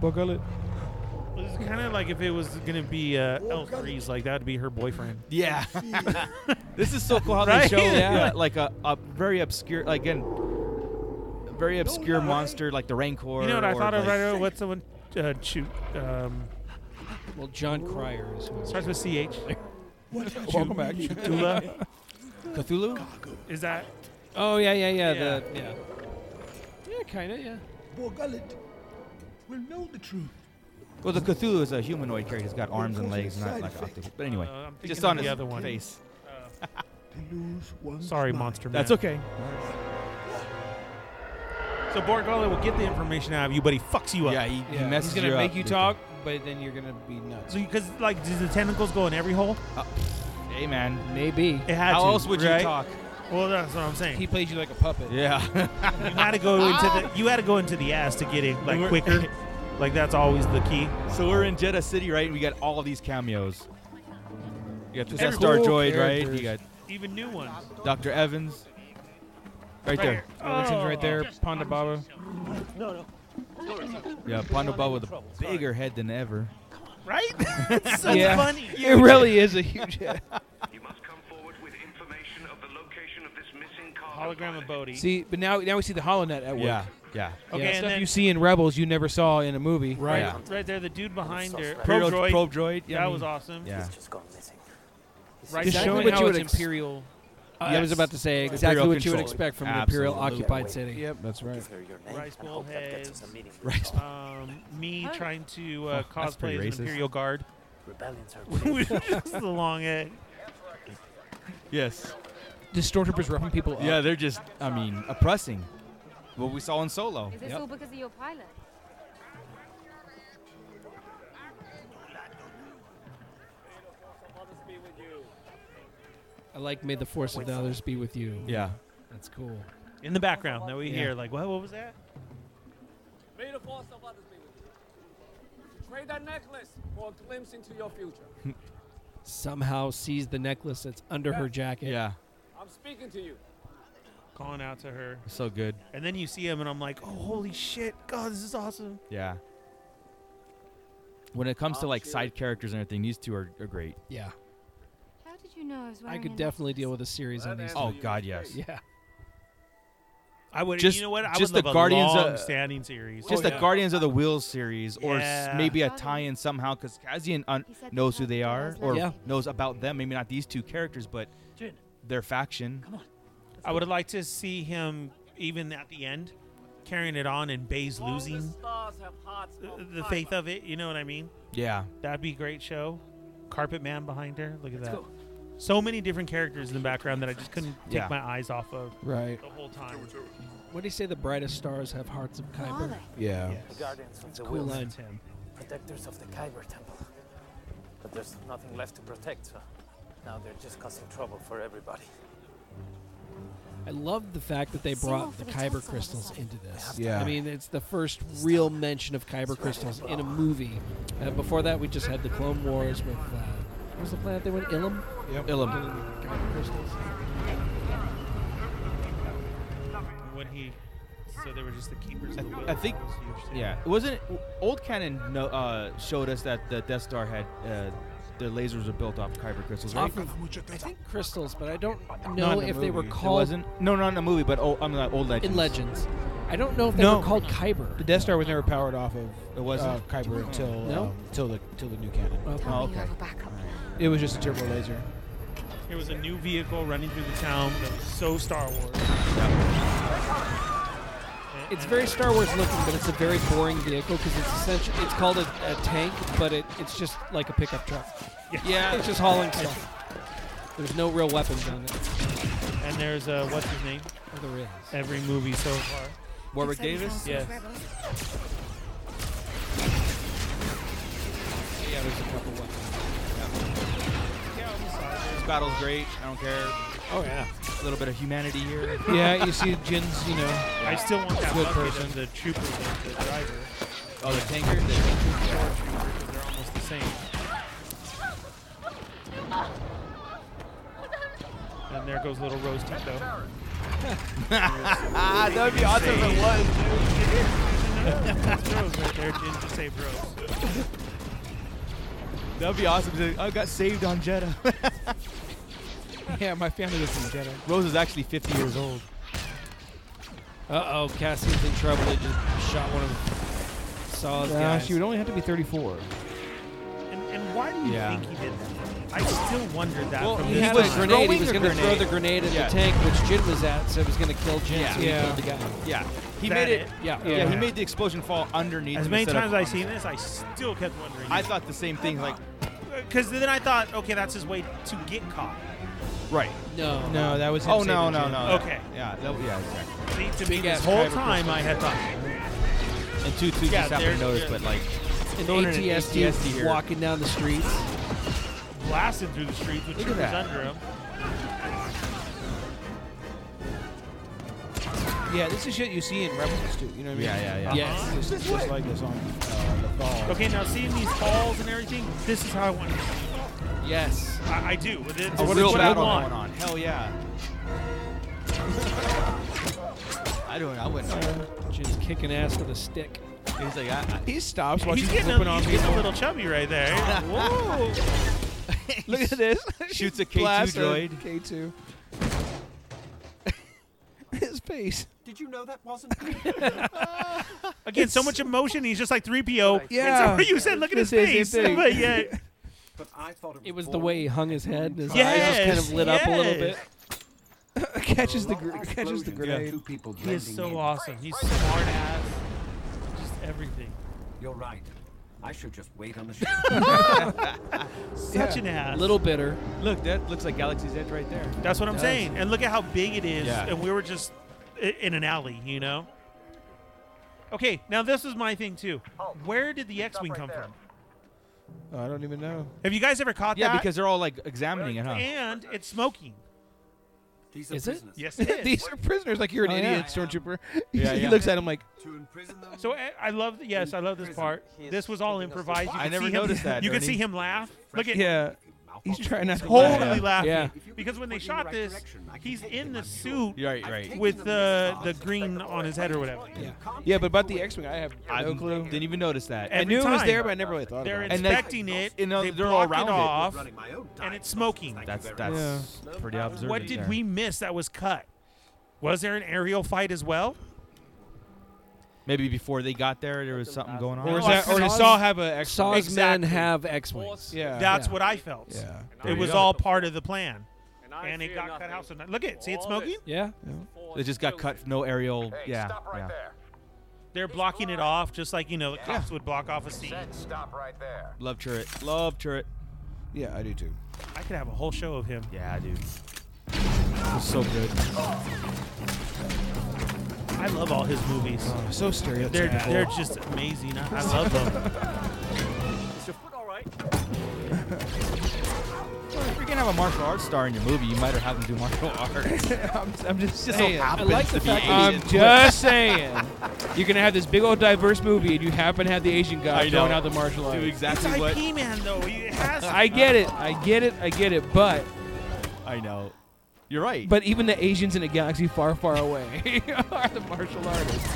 Speaker 10: Bogolet.
Speaker 9: Well, It's kind of like if it was gonna be uh, L3's, like that'd be her boyfriend.
Speaker 8: Yeah. this is so cool how
Speaker 9: Right?
Speaker 8: they show
Speaker 9: Yeah.
Speaker 8: like- like a, a very obscure, like again, a very obscure monster like the Rancor.
Speaker 9: you know what I
Speaker 8: or
Speaker 9: thought of
Speaker 8: like-
Speaker 9: right away? What's the one? Uh, shoot. Um,
Speaker 11: well, John Cryer is who
Speaker 9: starts with CH.
Speaker 10: Welcome back.
Speaker 9: Chula.
Speaker 10: Cthulhu?
Speaker 9: Is that?
Speaker 11: Oh yeah, yeah, yeah.
Speaker 9: Yeah.
Speaker 11: The, yeah. Yeah, kind of. Yeah.
Speaker 16: Borgullet will know the truth.
Speaker 8: Well, the Cthulhu is a humanoid character. He's got arms and legs, not like an octopus. But anyway,
Speaker 9: Uh, I'm thinking
Speaker 8: just
Speaker 9: of
Speaker 8: on
Speaker 9: the
Speaker 8: his
Speaker 9: other one.
Speaker 8: face.
Speaker 9: Sorry, monster.
Speaker 8: That's
Speaker 9: man.
Speaker 8: okay.
Speaker 9: So Borgullet will get the information out of you, but he fucks you up.
Speaker 8: Yeah, he,
Speaker 10: Yeah, he's gonna make you talk, but then you're gonna be nuts.
Speaker 9: So, because like, does the tentacles go in every hole?
Speaker 8: Uh, Hey, man.
Speaker 11: Maybe.
Speaker 9: It had
Speaker 8: How
Speaker 9: to,
Speaker 8: else would you
Speaker 9: right?
Speaker 8: talk?
Speaker 9: Well, that's what I'm saying.
Speaker 10: He plays you like a puppet.
Speaker 8: Yeah.
Speaker 9: you gotta go into the you gotta go into the ass to get it like
Speaker 8: We're-
Speaker 9: quicker. like that's always the key.
Speaker 8: So we're in Jeddah City, right? And we got all of these cameos. You got the Death
Speaker 9: Every-
Speaker 8: Star
Speaker 9: Cool
Speaker 8: Droid, right?
Speaker 9: characters.
Speaker 8: You got
Speaker 9: Even new ones.
Speaker 8: Dr. Evans. Right,
Speaker 9: Right
Speaker 8: there.
Speaker 9: here.
Speaker 10: Overton's right there.
Speaker 11: Oh.
Speaker 10: Ponda Baba.
Speaker 16: No, no.
Speaker 8: Yeah, Pandaba with a bigger head than ever.
Speaker 9: Right? it's so
Speaker 10: Yeah.
Speaker 9: funny.
Speaker 10: It really is a huge head.
Speaker 9: Hologram of Bodhi.
Speaker 10: See, but now now we see the Holonet at work.
Speaker 8: Yeah, yeah.
Speaker 9: Okay,
Speaker 10: yeah,
Speaker 9: and
Speaker 10: stuff
Speaker 9: then-
Speaker 10: you see in Rebels you never saw in a movie.
Speaker 9: Right, right there, the dude behind there.
Speaker 10: Probe droid.
Speaker 8: Probe droid. Yeah,
Speaker 9: that
Speaker 8: I mean-
Speaker 9: was awesome.
Speaker 8: Yeah. He's
Speaker 9: just gone missing. Right,
Speaker 11: Just
Speaker 9: there.
Speaker 11: showing
Speaker 10: Exactly
Speaker 11: how
Speaker 10: what you
Speaker 11: it's
Speaker 10: would
Speaker 11: imperial.
Speaker 10: Uh,
Speaker 11: I was
Speaker 10: yes.
Speaker 11: about to say
Speaker 10: Imperial
Speaker 11: exactly what you would
Speaker 10: control.
Speaker 11: expect from an imperial
Speaker 10: Absolutely.
Speaker 11: occupied city.
Speaker 10: Yep, that's right.
Speaker 9: Rice Bowl heads.
Speaker 11: Rice
Speaker 9: Um, me trying to uh,
Speaker 8: Oh, that's
Speaker 9: cosplay
Speaker 8: pretty
Speaker 9: as
Speaker 8: racist.
Speaker 9: an Imperial Guard.
Speaker 16: Rebellions
Speaker 9: Just the long head.
Speaker 8: Yes.
Speaker 10: The stormtroopers roughing people up.
Speaker 8: Yeah, they're just, I mean, oppressing. What we saw in Solo.
Speaker 15: Is this all because of your pilot?
Speaker 11: I like "May the force of the others be with you."
Speaker 8: Yeah.
Speaker 11: that's cool.
Speaker 9: In the background that we
Speaker 11: Yeah.
Speaker 9: hear, like, what, what was that?
Speaker 17: May the force of others be with you. Trade that necklace for a glimpse into your future.
Speaker 11: Somehow sees the necklace that's under her jacket.
Speaker 8: Yeah.
Speaker 17: I'm speaking to you.
Speaker 9: Calling out to her.
Speaker 8: So good.
Speaker 9: And then you see him, and I'm like, oh, holy shit. God, this is awesome.
Speaker 8: Yeah. When it comes to like side characters and everything, these two are, are great.
Speaker 11: Yeah.
Speaker 15: How did you know I was
Speaker 11: I
Speaker 15: wearing
Speaker 11: could
Speaker 15: a
Speaker 11: definitely deal with a series on these.
Speaker 8: Oh
Speaker 11: things.
Speaker 8: God, yes.
Speaker 11: Yeah.
Speaker 9: I would,
Speaker 8: Just-
Speaker 9: you know what? I
Speaker 8: just
Speaker 9: would
Speaker 8: the
Speaker 9: love
Speaker 8: Guardians
Speaker 9: a
Speaker 8: of-
Speaker 9: long-standing series. Oh,
Speaker 8: Just
Speaker 10: Oh,
Speaker 8: the Guardians of the Wheels series, or s-
Speaker 9: Yeah.
Speaker 8: maybe a tie-in somehow, because Kazian un- knows who they are, or
Speaker 11: Yeah.
Speaker 8: knows about them. Maybe not these two characters, but their faction.
Speaker 9: I would like to see him even at the end carrying it on and Bay's losing
Speaker 17: Stars have hearts
Speaker 9: uh,
Speaker 17: of
Speaker 9: the
Speaker 17: fire.
Speaker 9: faith of it. You know what I mean?
Speaker 8: Yeah.
Speaker 9: That'd be a great show. Carpet Man behind her. Look at that. So many different characters in the background that I just couldn't take
Speaker 8: Yeah.
Speaker 9: my eyes off of.
Speaker 10: Right.
Speaker 9: The whole time.
Speaker 11: What do you say? The brightest stars have hearts of Kyber.
Speaker 10: Yeah.
Speaker 16: The guardians of the
Speaker 11: cool
Speaker 16: will.
Speaker 11: line.
Speaker 16: Protectors of the Kyber temple. But there's nothing left to protect, so now they're just causing trouble for everybody.
Speaker 11: I love the fact that they
Speaker 16: Sing
Speaker 11: brought
Speaker 16: off
Speaker 11: the
Speaker 16: the
Speaker 11: kyber
Speaker 16: Beatles
Speaker 11: crystals
Speaker 16: song.
Speaker 11: into this.
Speaker 10: Yeah.
Speaker 11: I mean, it's the first real mention of kyber crystals in a movie. Uh, before that, we just had the Clone Wars with. Uh, what was the planet they went? Ilum?
Speaker 8: Yep. Ilum.
Speaker 11: Ilum, Kyber crystals.
Speaker 9: When he, so they were just the keepers of the will.
Speaker 8: I think,
Speaker 9: That was huge, too.
Speaker 8: yeah, it wasn't old canon no, uh, showed us that the Death Star had uh, the lasers were built off kyber crystals, right?
Speaker 11: Off of, I think crystals, but I don't
Speaker 8: Not in
Speaker 11: know
Speaker 8: the
Speaker 11: if they were
Speaker 8: movie. It
Speaker 11: called
Speaker 8: wasn't no, not in the movie, but old, I'm not old legends.
Speaker 11: in Legends. I don't know if they
Speaker 10: No.
Speaker 11: were called Kyber. Oh.
Speaker 10: The Death Star was never powered off of
Speaker 8: It wasn't?
Speaker 10: uh, Kyber until
Speaker 11: No? Oh,
Speaker 10: um, till the till the new canon.
Speaker 11: Okay.
Speaker 15: Tell me you have a backup plan.
Speaker 10: It was just a turbo laser.
Speaker 9: It was a new vehicle running through the town that was so Star Wars.
Speaker 11: It's very Star Wars looking, but it's a very boring vehicle because it's essentially it's called a, a tank, but it, it's just like a pickup truck.
Speaker 9: Yeah.
Speaker 11: it's just hauling stuff. There's no real weapons on it.
Speaker 9: And there's uh, what's his name? Every movie so far.
Speaker 8: Warwick Davis?
Speaker 9: Yes.
Speaker 8: Yeah, there's a couple weapons. This battle's great. I don't care.
Speaker 10: Oh yeah.
Speaker 8: A little bit of humanity here.
Speaker 10: Yeah, you see Jin's, you know,
Speaker 9: I still want that
Speaker 10: good
Speaker 9: lucky
Speaker 10: person.
Speaker 9: than the trooper, than the driver.
Speaker 8: Oh, the tanker? The tanker?
Speaker 9: Or trooper, 'cause they're almost the same. And there goes little Rose Tendo.
Speaker 8: Ah, that would be awesome if it was.
Speaker 9: That's Rose right there. Jin just saved Rose.
Speaker 8: That'd be awesome. dude. I got saved on Jeddah.
Speaker 10: yeah, my family was in Jedi.
Speaker 8: Rose is actually 50 years old.
Speaker 11: Uh oh, Cassie's in trouble. They just shot one of Saw's guys.
Speaker 10: Gosh, you would Uh, only have to be 34.
Speaker 9: And, and why do you
Speaker 10: Yeah.
Speaker 9: think he did that? I still wondered that
Speaker 11: Well,
Speaker 9: from
Speaker 11: he
Speaker 9: this
Speaker 11: had a
Speaker 9: time.
Speaker 11: grenade. He was going to throw the grenade at
Speaker 8: Yeah.
Speaker 11: the tank, which Jin was at, so it was going to kill Jin. So he
Speaker 8: Yeah.
Speaker 11: killed the guy.
Speaker 8: Yeah. He
Speaker 9: That
Speaker 8: made it.
Speaker 9: it?
Speaker 8: Yeah.
Speaker 9: Yeah.
Speaker 8: yeah. He made the explosion fall underneath.
Speaker 9: As
Speaker 8: him
Speaker 9: many
Speaker 8: instead of
Speaker 9: times I've
Speaker 8: on
Speaker 9: seen
Speaker 8: him.
Speaker 9: this, I still kept wondering.
Speaker 8: I thought the same thing. Like,
Speaker 9: Because then I thought, okay, that's his way to get caught.
Speaker 8: right.
Speaker 11: No.
Speaker 10: No, that was him
Speaker 8: Oh no
Speaker 10: saving
Speaker 8: no
Speaker 10: Jin.
Speaker 8: no.
Speaker 9: Okay.
Speaker 8: Yeah. That, yeah. Exactly.
Speaker 9: See, to me,
Speaker 11: Big
Speaker 9: this
Speaker 11: ass
Speaker 9: whole
Speaker 11: driver
Speaker 9: time
Speaker 11: pistol.
Speaker 9: I had thought,
Speaker 8: And two two
Speaker 9: Yeah,
Speaker 8: just happened to
Speaker 9: there's-
Speaker 8: notice,
Speaker 9: yeah.
Speaker 8: but like,
Speaker 11: An
Speaker 8: throwing in an
Speaker 11: ATSD
Speaker 8: ATSD here.
Speaker 11: walking down the streets.
Speaker 9: blasted through the streets with
Speaker 11: Look at
Speaker 9: troopers
Speaker 11: that.
Speaker 9: under him.
Speaker 10: Yeah, this is shit you see in Rebels too. You know what I mean?
Speaker 8: Yeah, yeah, yeah.
Speaker 11: Yes.
Speaker 10: It's just, just like this on uh, Lothal.
Speaker 9: Uh-huh. Okay, now seeing these falls and everything, this is how I want it.
Speaker 11: Yes.
Speaker 9: I, I do. This is
Speaker 8: a
Speaker 9: what
Speaker 8: real
Speaker 9: I
Speaker 8: battle
Speaker 9: want.
Speaker 8: going on.
Speaker 9: Oh,
Speaker 8: Hell yeah. I don't. I wouldn't. know.
Speaker 11: Jin's kicking ass with a stick.
Speaker 8: He's like, I,
Speaker 10: He stops while
Speaker 9: He's
Speaker 10: she's
Speaker 9: getting,
Speaker 10: flipping
Speaker 9: a,
Speaker 10: on
Speaker 9: he's
Speaker 10: me.
Speaker 9: getting a little chubby right there. Whoa.
Speaker 8: I,
Speaker 10: Look at this.
Speaker 8: Shoots a K2
Speaker 10: Blaster.
Speaker 8: droid.
Speaker 10: K2. His face.
Speaker 16: Did you know that wasn't me?
Speaker 9: Again, so much emotion. He's just like 3PO.
Speaker 10: Yeah.
Speaker 9: And so you said, look at his
Speaker 10: This is his
Speaker 9: face.
Speaker 10: thing.
Speaker 9: But yeah.
Speaker 16: but I thought
Speaker 11: It was the way he hung his head. and His eyes just
Speaker 9: Yes.
Speaker 11: kind of lit up a little bit.
Speaker 9: yes.
Speaker 10: catches the gr- catches the grenade.
Speaker 16: Two people
Speaker 9: He is so awesome. He's smart ass. Just everything.
Speaker 16: You're right. I should just wait on the ship.
Speaker 9: Such an ass.
Speaker 11: little bitter.
Speaker 8: Look, that looks like Galaxy's Edge right there.
Speaker 9: That's what I'm saying. And look at how big it is.
Speaker 8: Yeah.
Speaker 9: And we were just i- in an alley, you know? Okay, now this is my thing too. Where did the X Wing come from?
Speaker 10: Oh, I don't even know.
Speaker 9: Have you guys ever caught
Speaker 8: Yeah,
Speaker 9: that?
Speaker 8: because they're all like examining it, huh?
Speaker 9: And it's smoking.
Speaker 16: These
Speaker 11: Is it?
Speaker 9: Yes, it is.
Speaker 10: These are prisoners. Like you're an
Speaker 16: Oh, yeah.
Speaker 10: idiot, stormtrooper.
Speaker 8: Yeah,
Speaker 10: he
Speaker 8: yeah.
Speaker 10: looks at him like,
Speaker 16: To imprison them.
Speaker 9: So I I love. Yes, I love this
Speaker 16: prison,
Speaker 9: part.
Speaker 16: he is
Speaker 9: This was all
Speaker 16: taking us to
Speaker 9: improvised. You
Speaker 16: class.
Speaker 8: I
Speaker 9: can
Speaker 8: never
Speaker 9: see him-
Speaker 8: noticed that,
Speaker 9: You can
Speaker 8: Ernie.
Speaker 9: see him laugh. Look at
Speaker 10: yeah, he's trying not to
Speaker 9: totally
Speaker 10: laugh.
Speaker 9: laughing
Speaker 10: Yeah.
Speaker 9: because when they shot this, he's in the suit
Speaker 8: Right, right.
Speaker 9: with the the green on his head or whatever.
Speaker 10: Yeah. yeah, but about the X-wing, I have
Speaker 8: I
Speaker 10: no clue.
Speaker 8: didn't even notice that.
Speaker 10: I
Speaker 9: Every
Speaker 10: knew it was
Speaker 9: time.
Speaker 10: there, but I never really thought
Speaker 9: They're
Speaker 10: about it.
Speaker 8: And they-
Speaker 9: inspecting it.
Speaker 8: you know,
Speaker 9: they
Speaker 8: they're all
Speaker 9: block it
Speaker 8: around it.
Speaker 9: off, and it's smoking.
Speaker 8: That's that's pretty observant.
Speaker 9: What did
Speaker 8: there.
Speaker 9: we miss that was cut? Was there an aerial fight as well?
Speaker 8: Maybe before they got there, there was something going on.
Speaker 10: or is
Speaker 9: Oh, I
Speaker 10: that, or does
Speaker 9: saw-
Speaker 10: Saw have a X?
Speaker 11: Saw's
Speaker 9: Exactly.
Speaker 11: men have X-wings.
Speaker 10: Yeah,
Speaker 9: That's
Speaker 10: yeah.
Speaker 9: what I felt.
Speaker 10: Yeah.
Speaker 9: It was all part of the plan,
Speaker 18: I
Speaker 9: and it
Speaker 18: fear
Speaker 9: got cut
Speaker 18: nothing.
Speaker 9: out. So no- look at it. See it
Speaker 18: All
Speaker 9: smoking?
Speaker 18: this
Speaker 11: Yeah.
Speaker 18: force
Speaker 8: It just got
Speaker 18: building.
Speaker 8: cut. No aerial. yeah. yeah.
Speaker 9: They're blocking it off, just like you know the cops would block off a scene.
Speaker 19: Stop right there.
Speaker 8: Love turret. Love turret.
Speaker 10: Yeah, I do too.
Speaker 9: I could have a whole show of him.
Speaker 8: Yeah, dude. It's so good.
Speaker 9: I love all his movies.
Speaker 10: Oh, so stereotypical.
Speaker 9: They're they're just amazing. I, I love them.
Speaker 8: If you're gonna have a martial arts star in your movie, you might have them do martial arts.
Speaker 10: I'm, I'm just
Speaker 8: so
Speaker 10: saying.
Speaker 8: happy.
Speaker 11: I like the
Speaker 8: Happens to
Speaker 11: fact
Speaker 8: be
Speaker 11: that
Speaker 10: I'm just saying. You're gonna have this big old diverse movie, and you happen to have the Asian guy
Speaker 8: I
Speaker 10: throwing
Speaker 8: know.
Speaker 10: out the martial arts.
Speaker 8: Do exactly
Speaker 9: it's
Speaker 8: what
Speaker 9: IP man though. He has to.
Speaker 10: I get it. I get it. I get it. But
Speaker 8: I know. You're right.
Speaker 10: but even the Asians in a galaxy far, far away are the martial artists.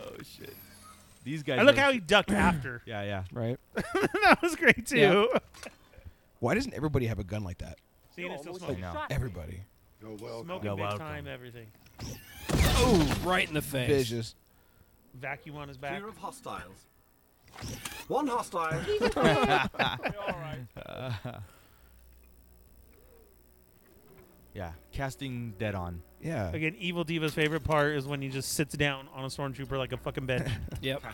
Speaker 8: oh shit. These guys.
Speaker 9: And look
Speaker 8: know
Speaker 9: how
Speaker 8: shit.
Speaker 9: he ducked after.
Speaker 8: Yeah, yeah.
Speaker 10: Right.
Speaker 9: that was great too.
Speaker 10: Yeah. Why doesn't everybody have a gun like that?
Speaker 9: See, and it's still smoking.
Speaker 8: No.
Speaker 10: Everybody.
Speaker 9: Smoking
Speaker 8: You're
Speaker 9: big
Speaker 8: welcome.
Speaker 9: time. Everything.
Speaker 11: Oh, right in the face.
Speaker 10: Vicious.
Speaker 9: Vacuum on his back.
Speaker 16: of hostiles. One hostile.
Speaker 8: Uh, yeah, casting dead on.
Speaker 10: Yeah.
Speaker 9: Again, Evil Diva's favorite part is when he just sits down on a stormtrooper like a fucking bench.
Speaker 10: yep.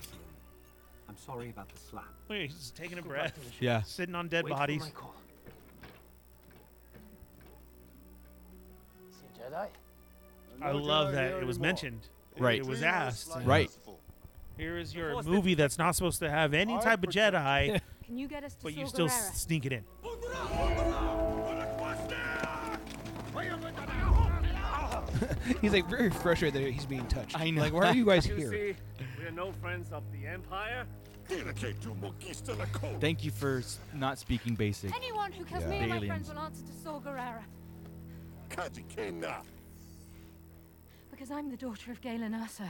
Speaker 16: I'm sorry about the slap.
Speaker 9: Wait, he's just taking a breath.
Speaker 10: Yeah.
Speaker 9: Sitting on dead
Speaker 16: Wait for
Speaker 9: bodies.
Speaker 16: my call.
Speaker 20: See Jedi?
Speaker 9: I love that it was mentioned. It-
Speaker 8: Right.
Speaker 9: It was asked.
Speaker 8: Right.
Speaker 9: Here is your movie that's not supposed to have any type of Jedi,
Speaker 15: Can you get us to
Speaker 9: but you still
Speaker 15: Sorgarera?
Speaker 9: sneak it in.
Speaker 10: he's like very frustrated that he's being touched. I know. Like, why are you guys
Speaker 21: You
Speaker 10: here?
Speaker 21: see, we're no friends of the Empire.
Speaker 8: Thank you for s- not speaking basic.
Speaker 15: Anyone who kills
Speaker 8: Yeah.
Speaker 15: me and my
Speaker 8: Aliens.
Speaker 15: friends will answer to Saul Guerrera. Because I'm the daughter of Galen Erso.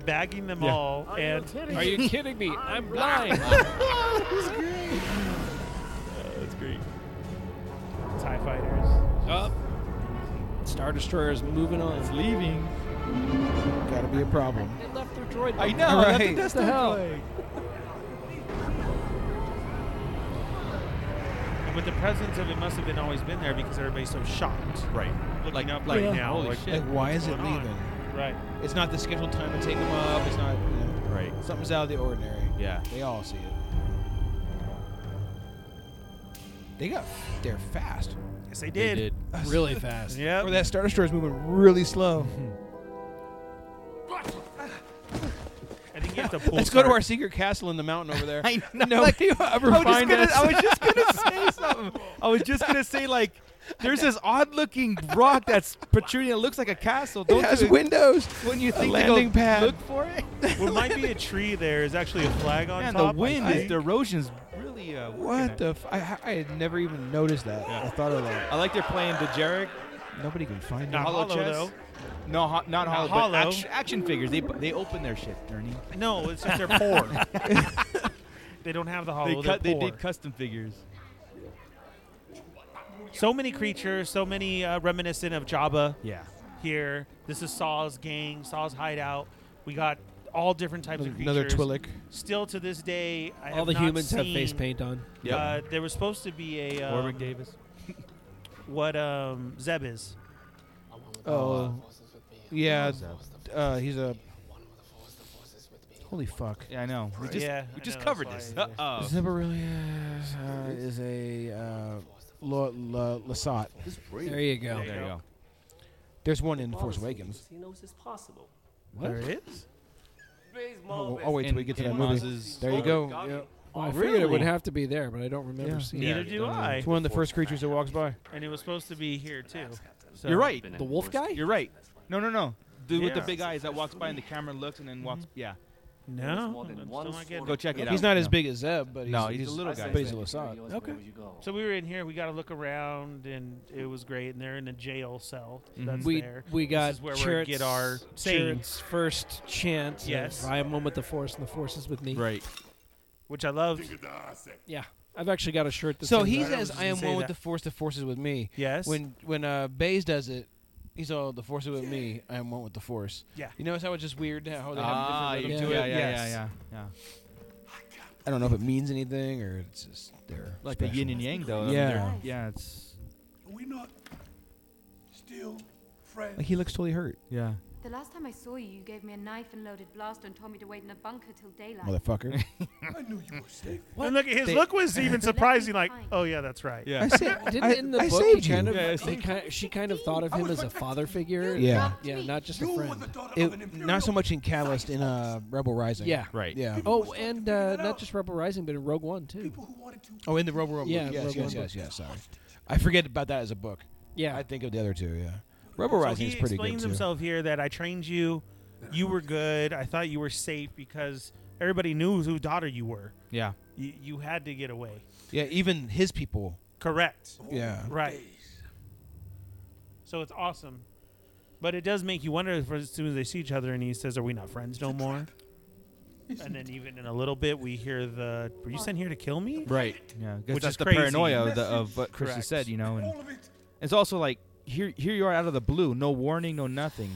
Speaker 9: Bagging them
Speaker 8: Yeah.
Speaker 9: all.
Speaker 21: Are you
Speaker 9: and
Speaker 21: kidding Are you me? kidding me? I'm blind.
Speaker 9: that's great. TIE fighters.
Speaker 10: Up.
Speaker 11: Star Destroyer's moving on. It's
Speaker 8: leaving.
Speaker 10: Gotta be a problem.
Speaker 21: They left their droid.
Speaker 8: I
Speaker 21: behind.
Speaker 8: know. Right.
Speaker 10: Right.
Speaker 8: That's
Speaker 10: The
Speaker 8: the
Speaker 10: hell?
Speaker 8: play.
Speaker 9: And with the presence of it must have been always been there because everybody's so shocked.
Speaker 8: Right.
Speaker 9: Looking
Speaker 8: Like-
Speaker 9: up
Speaker 8: like,
Speaker 9: right now.
Speaker 8: holy
Speaker 9: like,
Speaker 8: shit.
Speaker 10: Like, why is it
Speaker 9: what's going on?
Speaker 10: leaving?
Speaker 9: Right.
Speaker 10: It's not the scheduled time to take them up. It's not, you know,
Speaker 8: Right.
Speaker 10: something's out of the ordinary.
Speaker 8: Yeah.
Speaker 10: They all see it. They got there fast.
Speaker 9: Yes, they
Speaker 8: They
Speaker 9: did.
Speaker 8: did.
Speaker 11: Really fast.
Speaker 9: Yep.
Speaker 10: Or that Star Destroyer is moving really slow.
Speaker 9: I think you have to pull.
Speaker 10: Let's go to our secret castle in the mountain over there.
Speaker 8: I know.
Speaker 10: Nobody
Speaker 8: like,
Speaker 10: will
Speaker 8: I
Speaker 10: ever
Speaker 8: was
Speaker 10: find
Speaker 8: just
Speaker 10: us.
Speaker 8: gonna, I was just gonna say something. I was just gonna say like, there's this odd-looking rock that's protruding. It looks like a castle. Don't
Speaker 10: it has
Speaker 8: you,
Speaker 10: windows.
Speaker 8: When you
Speaker 10: a
Speaker 8: think
Speaker 10: landing
Speaker 8: to go
Speaker 10: pad.
Speaker 8: look for it,
Speaker 9: what might be a tree there is actually a flag on
Speaker 8: man,
Speaker 9: top.
Speaker 8: the wind
Speaker 9: I
Speaker 8: is
Speaker 9: think.
Speaker 8: the erosion's really. Uh, working
Speaker 10: What
Speaker 8: it.
Speaker 10: the? F- I, I had never even noticed that. I thought of that.
Speaker 8: I like they're playing the Jarek
Speaker 10: Nobody can find
Speaker 9: Not
Speaker 10: it.
Speaker 8: hollow,
Speaker 9: hollow,
Speaker 8: chest.
Speaker 9: though.
Speaker 8: No, ho- not, hollow.
Speaker 9: hollow.
Speaker 8: But action, action figures. They they open their shit, Ernie.
Speaker 9: No, it's just they're poor. they don't have the
Speaker 8: They,
Speaker 9: hollow. They, are
Speaker 8: cut, they
Speaker 9: poor.
Speaker 8: did custom figures.
Speaker 9: So many creatures, so many uh, reminiscent of Jabba
Speaker 8: Yeah.
Speaker 9: here. This is Saw's gang, Saw's hideout. We got all different types of creatures.
Speaker 10: Another Twillick.
Speaker 9: Still to this day, I
Speaker 11: All
Speaker 9: have
Speaker 11: the
Speaker 9: not
Speaker 11: humans have
Speaker 9: seen,
Speaker 11: face paint on.
Speaker 8: Yep.
Speaker 9: Uh, there was supposed to be a um,
Speaker 8: Warwick Davis.
Speaker 9: What um, Zeb is.
Speaker 10: Oh, yeah. Uh, he's a. Holy fuck.
Speaker 8: Yeah, I know. We just
Speaker 9: Yeah,
Speaker 8: we
Speaker 9: I
Speaker 8: just
Speaker 9: know,
Speaker 8: covered
Speaker 9: that's
Speaker 8: this.
Speaker 9: why I
Speaker 8: Uh
Speaker 9: did it.
Speaker 8: oh.
Speaker 10: Zibarilius uh, is a uh, Lo- La- Lasat.
Speaker 11: There you go.
Speaker 8: There you go.
Speaker 10: There's one in Force Awakens.
Speaker 16: He knows it's possible.
Speaker 10: What?
Speaker 9: There it is.
Speaker 10: Oh, oh, wait till we
Speaker 8: In-
Speaker 10: get to that
Speaker 8: in
Speaker 10: movie.
Speaker 8: Maz's-
Speaker 10: There you go. Yep. Oh,
Speaker 11: Well, Oh, I figured it would have to be there, but I don't remember
Speaker 10: Yeah.
Speaker 11: seeing
Speaker 9: Neither
Speaker 11: it.
Speaker 9: do I. Mm-hmm.
Speaker 10: It's one of the first creatures that walks by.
Speaker 9: And it was supposed to be here too. So
Speaker 8: You're right.
Speaker 11: The wolf guy?
Speaker 8: You're right. No, no, no. Dude with the
Speaker 9: Yeah. Mm-hmm.
Speaker 8: big eyes that walks by and the camera looks and then walks. Yeah.
Speaker 9: No, I'm still not getting
Speaker 8: Go check it out.
Speaker 10: He's not
Speaker 8: Yeah.
Speaker 10: as big as Zeb, but he's,
Speaker 8: No, he's a little guy.
Speaker 10: But he's a Lasat.
Speaker 9: Okay. So we were in here. We got to look around, and it was great. And they're in a jail cell. So
Speaker 10: Mm-hmm.
Speaker 8: Mhm.
Speaker 9: That's
Speaker 11: We
Speaker 9: there.
Speaker 11: we got
Speaker 9: this is where
Speaker 11: Chirrut's,
Speaker 9: we get our sayings,
Speaker 11: Chirrut's first chant. of,
Speaker 9: Yes.
Speaker 11: I am one with the Force, and the Force is with me.
Speaker 8: Right.
Speaker 9: which I love.
Speaker 11: Yeah, I've actually got a shirt. That
Speaker 10: So
Speaker 11: says
Speaker 10: he
Speaker 11: that.
Speaker 10: says, "I am
Speaker 9: say
Speaker 10: one with
Speaker 9: that.
Speaker 10: the Force. The Force is with me."
Speaker 9: Yes.
Speaker 10: When when uh, Baze does it, he's all, "The Force is with me. I am one with the Force."
Speaker 9: Yeah.
Speaker 10: You notice how it's just weird how
Speaker 8: Ah,
Speaker 10: they have a different
Speaker 8: yeah,
Speaker 10: rhythm
Speaker 8: yeah,
Speaker 10: to
Speaker 8: yeah,
Speaker 10: it.
Speaker 8: yeah,
Speaker 9: Yes.
Speaker 8: yeah, yeah.
Speaker 10: I don't know if it means anything or it's just they're
Speaker 8: Like the yin and yang, though. I mean,
Speaker 10: Yeah.
Speaker 8: they're- Yeah, it's.
Speaker 22: we not still friends?
Speaker 10: Like he looks totally hurt,
Speaker 8: Yeah.
Speaker 15: The last time I saw you, you gave me a knife and loaded blaster and told me to wait in a bunker till daylight.
Speaker 10: motherfucker.
Speaker 22: I knew you were safe.
Speaker 9: And look, his
Speaker 10: They-
Speaker 9: look was even surprising. Like,
Speaker 15: fine.
Speaker 9: oh yeah, that's right.
Speaker 8: Yeah.
Speaker 10: I said,
Speaker 11: Didn't
Speaker 10: I,
Speaker 11: in the
Speaker 10: I
Speaker 11: book
Speaker 10: saved
Speaker 11: he kind
Speaker 10: you.
Speaker 11: of they kind she kind of thought of him as a father figure.
Speaker 10: Yeah.
Speaker 11: yeah, not just a friend.
Speaker 10: It, not so much in Catalyst in uh, Rebel Rising.
Speaker 11: Yeah.
Speaker 8: Right.
Speaker 10: Yeah.
Speaker 11: Oh, and uh, not just Rebel Rising, but in Rogue One too.
Speaker 10: Oh, in the Rebel Rogue.
Speaker 11: Yeah,
Speaker 10: Yeah, yes,
Speaker 11: Rogue
Speaker 10: yes,
Speaker 11: One
Speaker 10: yes, yes. Sorry, I forget about that as a book.
Speaker 11: Yeah.
Speaker 10: I think of the other two. Yeah, Rebel
Speaker 9: So
Speaker 10: Rising
Speaker 9: he
Speaker 10: is pretty good
Speaker 9: explains
Speaker 10: too.
Speaker 9: himself here that I trained you. You were good. I thought you were safe because everybody knew who daughter you were.
Speaker 8: Yeah.
Speaker 9: You, you had to get away.
Speaker 10: Yeah, even his people.
Speaker 9: Correct.
Speaker 10: Yeah,
Speaker 9: Right. So it's awesome. But it does make you wonder if as soon as they see each other and he says, Are we not friends no more? And then even in a little bit we hear the Were you sent here to kill me?
Speaker 8: Right. Yeah. 'cause
Speaker 9: Which
Speaker 8: that's
Speaker 9: is
Speaker 8: the
Speaker 9: crazy.
Speaker 8: paranoia of, the, of what Chris
Speaker 9: Correct.
Speaker 8: just said, you know. And it's also like here, here you are out of the blue, no warning, no nothing.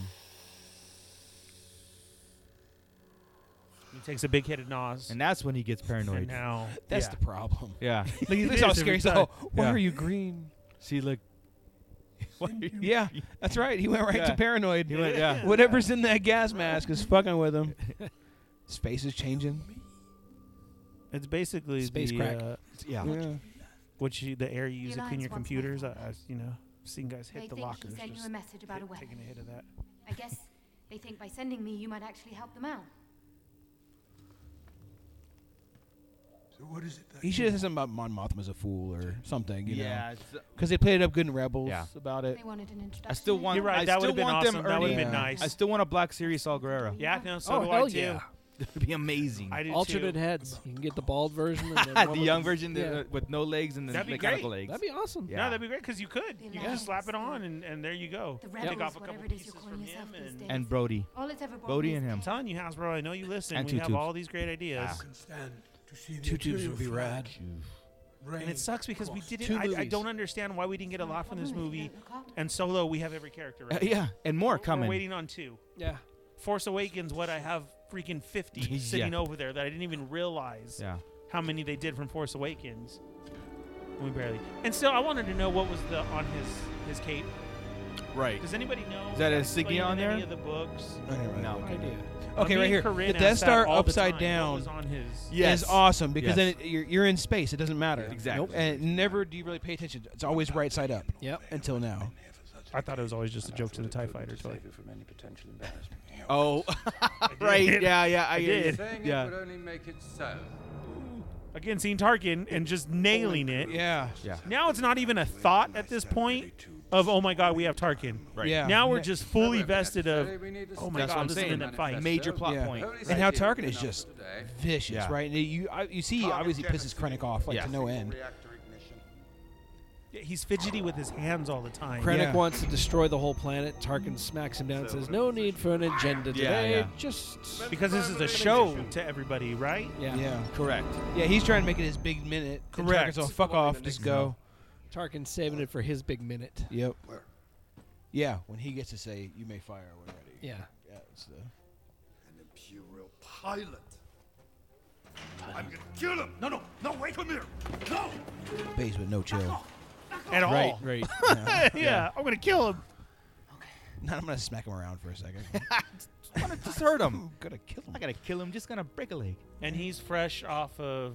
Speaker 9: takes a big hit of Nas.
Speaker 8: And that's when he gets paranoid.
Speaker 9: now-
Speaker 10: That's the problem.
Speaker 8: Yeah.
Speaker 10: Like, he looks all scary. He's like, "Oh, why are you green?
Speaker 8: She looked.
Speaker 10: yeah, that's right. He went right
Speaker 8: Yeah.
Speaker 10: to paranoid.
Speaker 8: He went- yeah.
Speaker 10: Whatever's in that gas mask is fucking with him. Space is changing.
Speaker 9: It's basically
Speaker 10: Space
Speaker 9: the,
Speaker 10: crack.
Speaker 9: Uh,
Speaker 10: Yeah. Yeah.
Speaker 9: Which you, the air you use to
Speaker 15: Eli
Speaker 9: clean your
Speaker 15: wants my
Speaker 9: computers. I, I've you know seen guys
Speaker 15: They
Speaker 9: hit the
Speaker 15: think
Speaker 9: lockers.
Speaker 15: He sent you
Speaker 9: just
Speaker 15: a message about a weapon.
Speaker 9: taking a hit of that.
Speaker 15: I guess they think by sending me, you might actually help them out.
Speaker 23: So what is it that
Speaker 10: He should have said something about Mon Mothma's a fool or something, you
Speaker 8: Yeah,
Speaker 10: know.
Speaker 8: it's- uh,
Speaker 10: Because they played it up good in Rebels
Speaker 8: Yeah.
Speaker 10: about it.
Speaker 15: They wanted an introduction.
Speaker 8: I still want.
Speaker 9: You're right,
Speaker 8: I
Speaker 9: that
Speaker 8: still
Speaker 9: would've been
Speaker 8: want them
Speaker 9: awesome. That would've
Speaker 8: early.
Speaker 9: been nice.
Speaker 8: I still want a Black Series Saul Guerrero.
Speaker 9: Yeah, no, so
Speaker 10: Oh,
Speaker 9: do I
Speaker 10: hell
Speaker 9: too.
Speaker 10: yeah.
Speaker 8: That'd be amazing.
Speaker 9: I do
Speaker 11: Alternate
Speaker 9: too.
Speaker 11: heads. You can get the bald version. And
Speaker 8: the
Speaker 11: one with
Speaker 8: young version
Speaker 11: yeah.
Speaker 8: that- with no legs and the
Speaker 9: That'd be
Speaker 8: mechanical
Speaker 9: great.
Speaker 8: legs.
Speaker 11: That'd be awesome.
Speaker 8: Yeah.
Speaker 9: No, that'd be great because you could. You could just slap it on and, and there you go.
Speaker 15: The
Speaker 9: Take
Speaker 15: rebels,
Speaker 9: off a couple
Speaker 15: whatever it is
Speaker 9: pieces
Speaker 15: you're calling
Speaker 9: from him
Speaker 15: yourself these
Speaker 9: and,
Speaker 15: days.
Speaker 8: and Brody.
Speaker 15: All it's ever brought
Speaker 8: Brody
Speaker 15: me is
Speaker 8: and him.
Speaker 15: death.
Speaker 9: telling you, Hasbro, I know you listen.
Speaker 8: And
Speaker 9: we
Speaker 8: two
Speaker 9: have
Speaker 8: tubes.
Speaker 9: all these great ideas.
Speaker 8: Ah.
Speaker 23: can stand to see the
Speaker 10: Two tubes would be
Speaker 23: imperial
Speaker 10: rad.
Speaker 23: flag reign
Speaker 9: And it sucks because we
Speaker 23: across
Speaker 9: didn't.
Speaker 10: Two
Speaker 9: I, I
Speaker 10: movies.
Speaker 9: don't understand why we didn't get a lot from this movie. And Solo, we have every character.
Speaker 8: Uh,
Speaker 9: Right
Speaker 8: yeah, and more
Speaker 9: We're
Speaker 8: coming.
Speaker 9: waiting on two.
Speaker 10: Yeah.
Speaker 9: Force Awakens, what I have freaking 50
Speaker 8: Yeah.
Speaker 9: sitting over there that I didn't even realize
Speaker 8: Yeah.
Speaker 9: how many they did from Force Awakens. We barely. And still, I wanted to know what was the on his his cape.
Speaker 8: Right.
Speaker 9: Does anybody know?
Speaker 8: Is that a
Speaker 9: it's
Speaker 8: signet
Speaker 9: explained in
Speaker 8: on there?
Speaker 9: Any of the books?
Speaker 10: I don't
Speaker 8: No.
Speaker 10: have no idea.
Speaker 9: Uh, me
Speaker 10: Okay, right
Speaker 9: and
Speaker 10: here.
Speaker 9: Corinne
Speaker 10: the
Speaker 9: asked
Speaker 10: Death
Speaker 9: that
Speaker 10: Star
Speaker 9: all the
Speaker 10: upside
Speaker 9: time, what was
Speaker 10: down
Speaker 9: on his.
Speaker 8: Yes.
Speaker 10: is awesome
Speaker 8: Yes.
Speaker 10: because then it, you're, you're in space. It doesn't matter.
Speaker 8: Exactly.
Speaker 10: And never do you really pay attention. It's always right side up.
Speaker 11: Yep.
Speaker 10: Until now.
Speaker 9: I thought it was always just a joke to the Tie Fighter toy.
Speaker 1: Save you from any potential embarrassment.
Speaker 8: Oh, right. Yeah, yeah. I,
Speaker 9: did.
Speaker 8: Saying it Yeah. would
Speaker 1: only make it so.
Speaker 9: Again, seeing Tarkin and just nailing it.
Speaker 10: Yeah.
Speaker 8: Yeah.
Speaker 9: Now it's not even a thought at this point of oh my god we have Tarkin.
Speaker 8: Right.
Speaker 10: Yeah.
Speaker 9: Now we're just fully vested of
Speaker 1: We need to
Speaker 9: oh my
Speaker 8: That's what
Speaker 9: god
Speaker 8: I'm
Speaker 9: this is
Speaker 8: saying.
Speaker 9: in that fight.
Speaker 8: Major plot
Speaker 10: Yeah.
Speaker 8: point.
Speaker 10: And how Tarkin is just vicious,
Speaker 8: Yeah.
Speaker 10: right? And you I, you see, he obviously pisses Krennic off like
Speaker 8: Yeah.
Speaker 10: to no end.
Speaker 9: Yeah, He's fidgety with his hands all the time.
Speaker 10: Cra-
Speaker 11: Krennic
Speaker 10: Yeah.
Speaker 11: wants to destroy the whole planet. Tarkin smacks him down and says, "No need for an agenda
Speaker 8: Yeah,
Speaker 11: today.
Speaker 8: yeah.
Speaker 11: Just
Speaker 9: because this is a show to everybody, right?
Speaker 11: yeah.
Speaker 10: Yeah.
Speaker 8: Correct.
Speaker 10: Yeah, he's trying to make it his big minute. and
Speaker 9: Correct.
Speaker 10: Tarkin's all fuck off, just go.
Speaker 11: Tarkin's saving it for his big minute.
Speaker 10: Yep. Yeah, when he gets to say, you may fire or whatever.
Speaker 11: Yeah.
Speaker 10: Yeah, it's the,
Speaker 16: An imperial pilot. I'm gonna kill him. No, no, no, wait, come here. No.
Speaker 10: base with no chill.
Speaker 9: At all.
Speaker 8: Right. Right.
Speaker 9: yeah, I'm gonna kill him.
Speaker 10: Now I'm going to smack him around for a second.
Speaker 8: Wanna just hurt him.
Speaker 10: I'm going to kill him.
Speaker 8: I gotta kill him. Just gonna break a leg.
Speaker 9: And he's fresh off of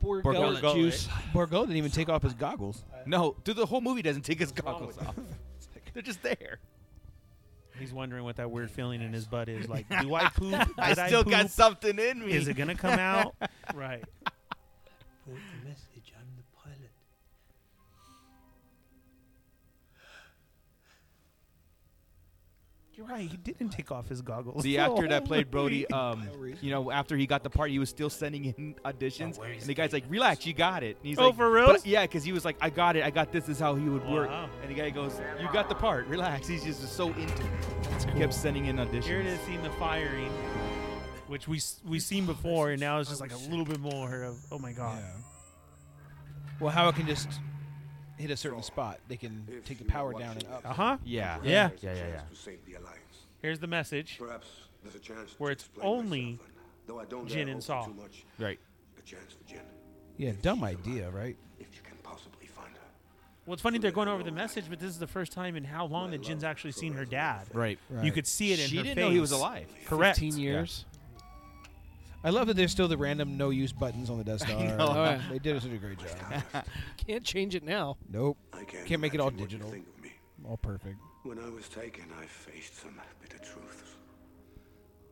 Speaker 10: Borgo,
Speaker 8: Borgullet.
Speaker 10: juice. Borgo didn't even take off his goggles.
Speaker 8: No, Oh, dude. The whole movie doesn't take his goggles
Speaker 9: with
Speaker 8: off. They're just there.
Speaker 9: he's wondering what that weird feeling in his butt is like. Do I poop? Did
Speaker 8: I still
Speaker 9: poop?
Speaker 8: got something in me.
Speaker 9: Is it gonna come out? right.
Speaker 23: Port the message. I'm the pilot.
Speaker 9: You're right. He didn't take off his goggles.
Speaker 8: the actor that played Brody,
Speaker 9: Oh,
Speaker 8: um, you know, after he got the part, he was still sending in auditions, and the guy's like, "Relax, you got it." And he's
Speaker 9: Oh,
Speaker 8: like,
Speaker 9: for real?
Speaker 8: "But- yeah, because he was like, "I got it, I got this. This is how he would work."
Speaker 9: Wow.
Speaker 8: And the guy goes, "You got the part. Relax." He's just so into it. He kept sending in auditions.
Speaker 9: Here it is, seen the firing, which we s- we seen before, and now it's
Speaker 8: Oh,
Speaker 9: just like a little bit more of oh my god.
Speaker 10: Well, how it can just hit a certain spot. They can take the power down and up.
Speaker 9: Uh huh.
Speaker 8: Uh-huh. Yeah.
Speaker 9: Yeah.
Speaker 8: Yeah. Yeah. Yeah.
Speaker 22: to save the alliance.
Speaker 9: Here's the message.
Speaker 22: Perhaps there's a chance to
Speaker 9: Where it's
Speaker 22: explain myself,
Speaker 9: only
Speaker 22: and though I don't
Speaker 9: Jin
Speaker 22: dare
Speaker 9: and
Speaker 22: hope
Speaker 9: Saw.
Speaker 22: Too much,
Speaker 8: Right.
Speaker 22: a chance for Jin,
Speaker 10: Yeah, dumb idea, right?
Speaker 22: if you can possibly find her.
Speaker 9: Well, it's funny they're going over the message, but this is the first time in how long that Jin's actually seen her dad.
Speaker 8: Right.
Speaker 9: You could see it in
Speaker 8: She
Speaker 9: her
Speaker 8: didn't
Speaker 9: face.
Speaker 8: know he was alive.
Speaker 9: Correct.
Speaker 11: 15 years.
Speaker 10: I love that there's still the random no use buttons on the Death Star.
Speaker 8: know.
Speaker 11: Oh, yeah.
Speaker 10: They did such a great job.
Speaker 11: Can't change it now.
Speaker 10: Nope.
Speaker 22: I can't,
Speaker 10: Can't make it all
Speaker 22: imagine what you
Speaker 10: digital.
Speaker 22: Think of me.
Speaker 10: All perfect.
Speaker 22: When I was taken, I faced some bitter truths.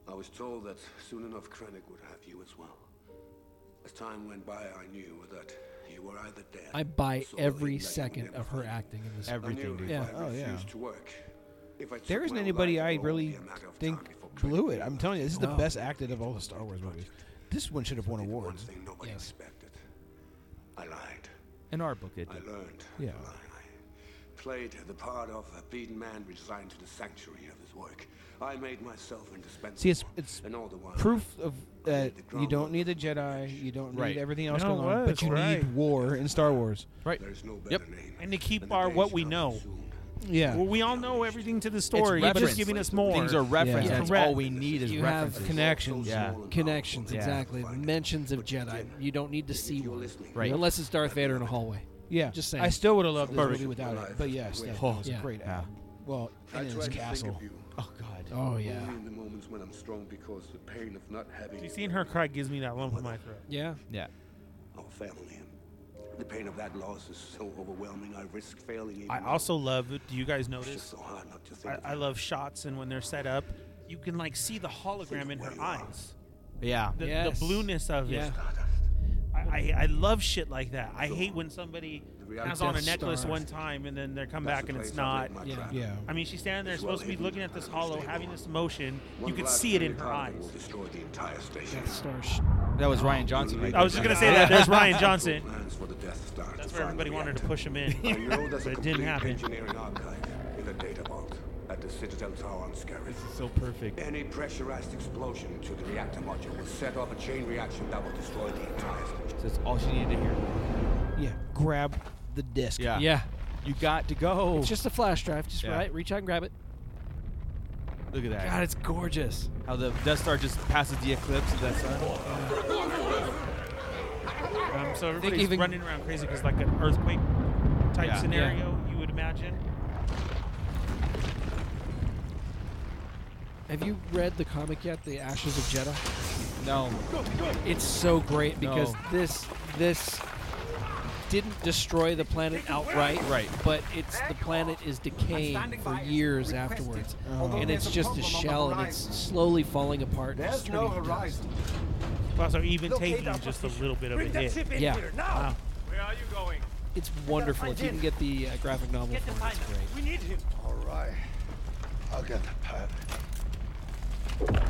Speaker 22: I was told that soon enough Krennic would have you as well. As time went by, I knew that you were either dead.
Speaker 11: I buy
Speaker 22: sorely
Speaker 11: every
Speaker 22: lacking
Speaker 11: second
Speaker 22: in
Speaker 11: of her
Speaker 22: everything.
Speaker 11: acting in this.
Speaker 22: I knew
Speaker 8: Everything.
Speaker 22: if
Speaker 8: Dude.
Speaker 11: Yeah.
Speaker 22: I
Speaker 10: Oh, yeah.
Speaker 22: refused to work, if I took
Speaker 10: There isn't
Speaker 22: my own
Speaker 10: anybody
Speaker 22: life, it
Speaker 10: I
Speaker 22: would only be
Speaker 10: really
Speaker 22: a matter of time
Speaker 10: think
Speaker 22: before Krennic
Speaker 10: blew it.
Speaker 22: realized
Speaker 10: I'm telling you, this is the
Speaker 11: No.
Speaker 10: best acted of all the Star Wars movies. This one should have won
Speaker 22: One
Speaker 10: awards.
Speaker 22: thing nobody
Speaker 11: Yes.
Speaker 22: expected. I lied.
Speaker 8: In our book, it
Speaker 22: I
Speaker 8: did.
Speaker 22: learned
Speaker 10: Yeah.
Speaker 22: to lie. I played the part of a beaten man resigned to the sanctuary of his work. I made myself indispensable.
Speaker 10: See, it's it's
Speaker 22: and all the while,
Speaker 10: proof of that you don't need the Jedi, you don't need
Speaker 8: Right.
Speaker 10: everything else
Speaker 9: No,
Speaker 10: going on,
Speaker 9: that's
Speaker 10: but you
Speaker 9: right.
Speaker 10: need war in Star Wars.
Speaker 8: Right.
Speaker 22: There is no better name.
Speaker 9: And to keep
Speaker 22: than the
Speaker 9: our what
Speaker 22: days
Speaker 9: we
Speaker 22: come
Speaker 9: know.
Speaker 22: soon.
Speaker 10: Yeah.
Speaker 9: Well, we all know everything to the story. You're just
Speaker 10: referenced.
Speaker 9: giving us more.
Speaker 8: Things are referenced.
Speaker 9: Yeah.
Speaker 8: That's
Speaker 9: Correct.
Speaker 8: all we need is
Speaker 11: you
Speaker 8: references.
Speaker 11: have connections.
Speaker 8: Yeah.
Speaker 11: Connections,
Speaker 8: Yeah.
Speaker 11: exactly. Mentions of Jedi. You don't need to see one.
Speaker 10: Right.
Speaker 11: Unless it's Darth Vader in a hallway.
Speaker 10: Yeah.
Speaker 11: Just saying.
Speaker 10: I still would have loved this
Speaker 11: Perfect.
Speaker 10: movie without it. But yes, that
Speaker 11: Oh,
Speaker 10: was a
Speaker 11: yeah.
Speaker 10: great
Speaker 11: Yeah.
Speaker 10: Well,
Speaker 22: I
Speaker 10: and in
Speaker 22: try
Speaker 10: his
Speaker 22: to think
Speaker 10: castle.
Speaker 22: of you.
Speaker 10: Oh god.
Speaker 22: Only In the moments when I'm strong, because the pain of not having
Speaker 9: You seen her cry gives me that lump in my throat.
Speaker 11: Yeah.
Speaker 8: Yeah.
Speaker 22: our family. The pain of that loss is so overwhelming. I risk failing. Even
Speaker 9: I
Speaker 22: though
Speaker 9: also love. Do you guys notice?
Speaker 22: so hard not to think
Speaker 9: I,
Speaker 22: of
Speaker 9: I love shots, and when they're set up, you can like see the hologram in her eyes.
Speaker 8: Yeah.
Speaker 9: The, the blueness of it. I, I, I love shit like that. I hate when somebody
Speaker 22: reality-
Speaker 9: has on a
Speaker 22: Death
Speaker 9: necklace
Speaker 22: Star.
Speaker 9: one time and then they come
Speaker 22: That's
Speaker 9: back
Speaker 22: the
Speaker 9: and it's
Speaker 22: place I
Speaker 9: not.
Speaker 22: think my Yeah. trap
Speaker 10: Yeah.
Speaker 9: I mean, she's standing there,
Speaker 22: is
Speaker 9: supposed to be
Speaker 22: well
Speaker 9: looking at this hollow, having this emotion.
Speaker 22: One
Speaker 9: You could
Speaker 22: blast
Speaker 9: see it
Speaker 22: from
Speaker 9: in
Speaker 22: the
Speaker 9: her
Speaker 22: target
Speaker 9: eyes.
Speaker 22: will destroy the entire station.
Speaker 8: That was Ryan Johnson right
Speaker 9: I was
Speaker 8: there.
Speaker 9: just gonna say that. There's Ryan Johnson.
Speaker 22: Plans for the Death Star
Speaker 9: That's
Speaker 22: to
Speaker 9: where
Speaker 22: find the
Speaker 9: everybody wanted to
Speaker 22: reactor.
Speaker 9: push him in,
Speaker 22: I know
Speaker 9: but
Speaker 22: there's a
Speaker 9: it
Speaker 22: complete
Speaker 9: didn't happen.
Speaker 22: engineering archive in the data vault at the Citadel Tower on Scarif. This
Speaker 8: is so perfect.
Speaker 22: Any pressurized explosion to the reactor module will set off a chain reaction that will destroy the entire station.
Speaker 8: That's all she needed to hear.
Speaker 10: Yeah. Grab the disc.
Speaker 8: Yeah. You got to go.
Speaker 11: It's just a flash drive. Just
Speaker 8: Yeah.
Speaker 11: right, reach out and grab it.
Speaker 8: Look at that.
Speaker 11: God, it's gorgeous.
Speaker 8: How the Death Star just passes the eclipse of that sun.
Speaker 9: Um, so everybody's
Speaker 10: even-
Speaker 9: running around crazy because like an earthquake type
Speaker 8: Yeah.
Speaker 9: scenario you would imagine.
Speaker 11: Have you read the comic yet, The Ashes of Jeddah?
Speaker 8: No.
Speaker 11: It's so great because
Speaker 8: No.
Speaker 11: this this didn't destroy the planet outright.
Speaker 8: Right.
Speaker 11: But it's the planet is decaying for years afterwards,
Speaker 10: although
Speaker 11: and it's
Speaker 10: there's a
Speaker 11: just a
Speaker 10: problem on the
Speaker 11: shell, and it's slowly falling apart. and it's turning to dust.
Speaker 9: Wow, so even taking just a little bit of a hit.
Speaker 11: Yeah.
Speaker 9: Wow.
Speaker 24: Where are you going?
Speaker 11: It's wonderful. If you can get the uh, graphic novel for it, it's great.
Speaker 24: We need him.
Speaker 16: All right. I'll get the pad.
Speaker 9: Did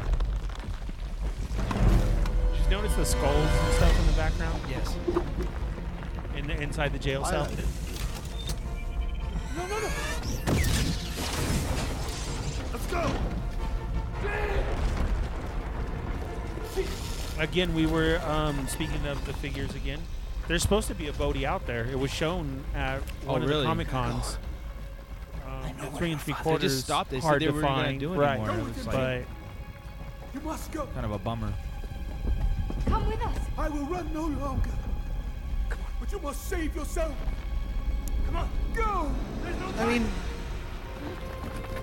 Speaker 9: you notice the skulls and stuff in the background?
Speaker 11: Yes.
Speaker 9: In the, inside the jail cell.
Speaker 16: No, no, no. Let's go.
Speaker 9: Again, we were um, speaking of the figures again. There's supposed to be a Bodhi out there. It was shown at
Speaker 8: Oh,
Speaker 9: one of
Speaker 8: really?
Speaker 9: the Comic Cons. Um, the three and three quarters.
Speaker 8: They just stopped. They said
Speaker 9: hard
Speaker 8: they
Speaker 9: to
Speaker 8: weren't gonna
Speaker 9: find.
Speaker 8: do
Speaker 9: right.
Speaker 8: anymore. It was
Speaker 9: But
Speaker 8: like-
Speaker 16: You must go.
Speaker 8: kind of a bummer.
Speaker 16: Come with us. I will run no longer. Come on, but you must save yourself. Come on, go. There's no
Speaker 10: I mean,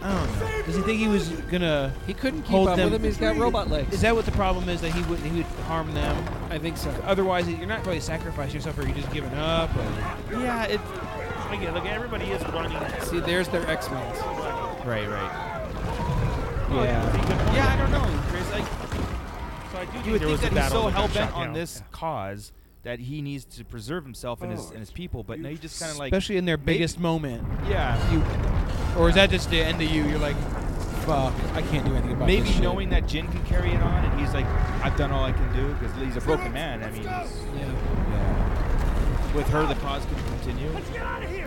Speaker 10: I don't know. Does he think he was gonna?
Speaker 11: He couldn't keep
Speaker 10: hold
Speaker 11: up
Speaker 10: them?
Speaker 11: with him. He's got robot legs.
Speaker 10: Is that what the problem is? That he would he would harm them?
Speaker 11: I think so.
Speaker 10: Otherwise, you're not really sacrificing yourself, or you're just giving up. Or...
Speaker 9: yeah, it. Again, look, everybody is running.
Speaker 11: See, there's their X Men.
Speaker 8: Right, right.
Speaker 9: Oh, Yeah.
Speaker 8: Yeah, I don't know, Chris. Like,
Speaker 9: So I do
Speaker 8: you would think
Speaker 9: there was a
Speaker 8: that he's
Speaker 9: battle
Speaker 8: so
Speaker 9: that
Speaker 8: hell
Speaker 9: got
Speaker 8: bent
Speaker 9: shot
Speaker 8: on
Speaker 9: down.
Speaker 8: this cause that he needs to preserve himself and his and his people, but now he just kind of like
Speaker 10: Oh, Especially in their
Speaker 8: maybe-
Speaker 10: biggest moment.
Speaker 8: Yeah.
Speaker 10: You, or is that just the end of you? You're like, fuck, I can't do anything about
Speaker 8: Maybe
Speaker 10: this shit."
Speaker 8: knowing that Jin can carry it on, and he's like, I've done all I can do because he's a broken man. I mean, he's- yeah. With her, the cause could continue.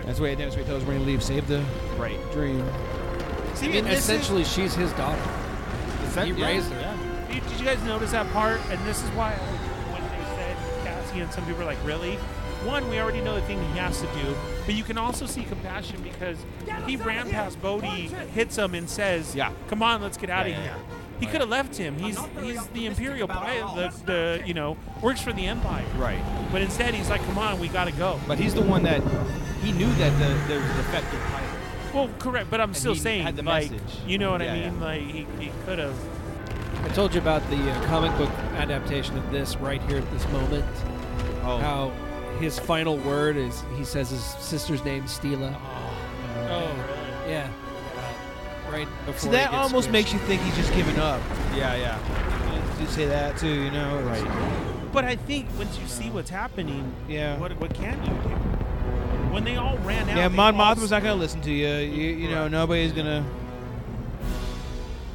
Speaker 10: That's the way. That's what he tells us when he leaves. Save the
Speaker 8: right
Speaker 10: dream.
Speaker 9: See,
Speaker 11: I mean,
Speaker 9: and this is-
Speaker 11: essentially, she's his daughter.
Speaker 8: Essen-
Speaker 11: he
Speaker 8: yeah,
Speaker 11: raised her.
Speaker 9: Did did you guys notice that part? And this is why I like, when they said Cassian, some people are like, really? One, we already know the thing he has to do, but you can also see compassion because he ran past Bodhi, hits him, and says,
Speaker 8: Yeah.
Speaker 9: come on, let's get out of
Speaker 8: Yeah, yeah,
Speaker 9: here."
Speaker 8: yeah.
Speaker 9: He could have left him. He's he's the imperial pilot, the, the you know works for the empire.
Speaker 8: Right.
Speaker 9: But instead, he's like, "Come on, we gotta go."
Speaker 8: But he's the one that he knew that the there was a defective pilot.
Speaker 9: Well, correct. But I'm
Speaker 8: And
Speaker 9: still
Speaker 8: he
Speaker 9: saying,
Speaker 8: had the
Speaker 9: like,
Speaker 8: message.
Speaker 9: you know what
Speaker 8: Yeah,
Speaker 9: I
Speaker 8: yeah.
Speaker 9: mean? Like, he, he could have.
Speaker 11: I told you about the uh, comic book adaptation of this right here at this moment.
Speaker 8: Oh.
Speaker 11: How his final word is he says his sister's name Stila. Uh,
Speaker 9: Oh, really?
Speaker 11: Yeah. Right before
Speaker 10: So that
Speaker 11: he gets
Speaker 10: almost
Speaker 11: squished.
Speaker 10: makes you think he's just giving up.
Speaker 8: Yeah, yeah.
Speaker 10: You say that too, you know? Right.
Speaker 9: But I think once you see what's happening,
Speaker 10: Yeah.
Speaker 9: what what can you do? When they all ran out,
Speaker 10: Yeah,
Speaker 9: they
Speaker 10: Mon
Speaker 9: all
Speaker 10: Mothma's not gonna listen to you. You, you know, nobody's gonna.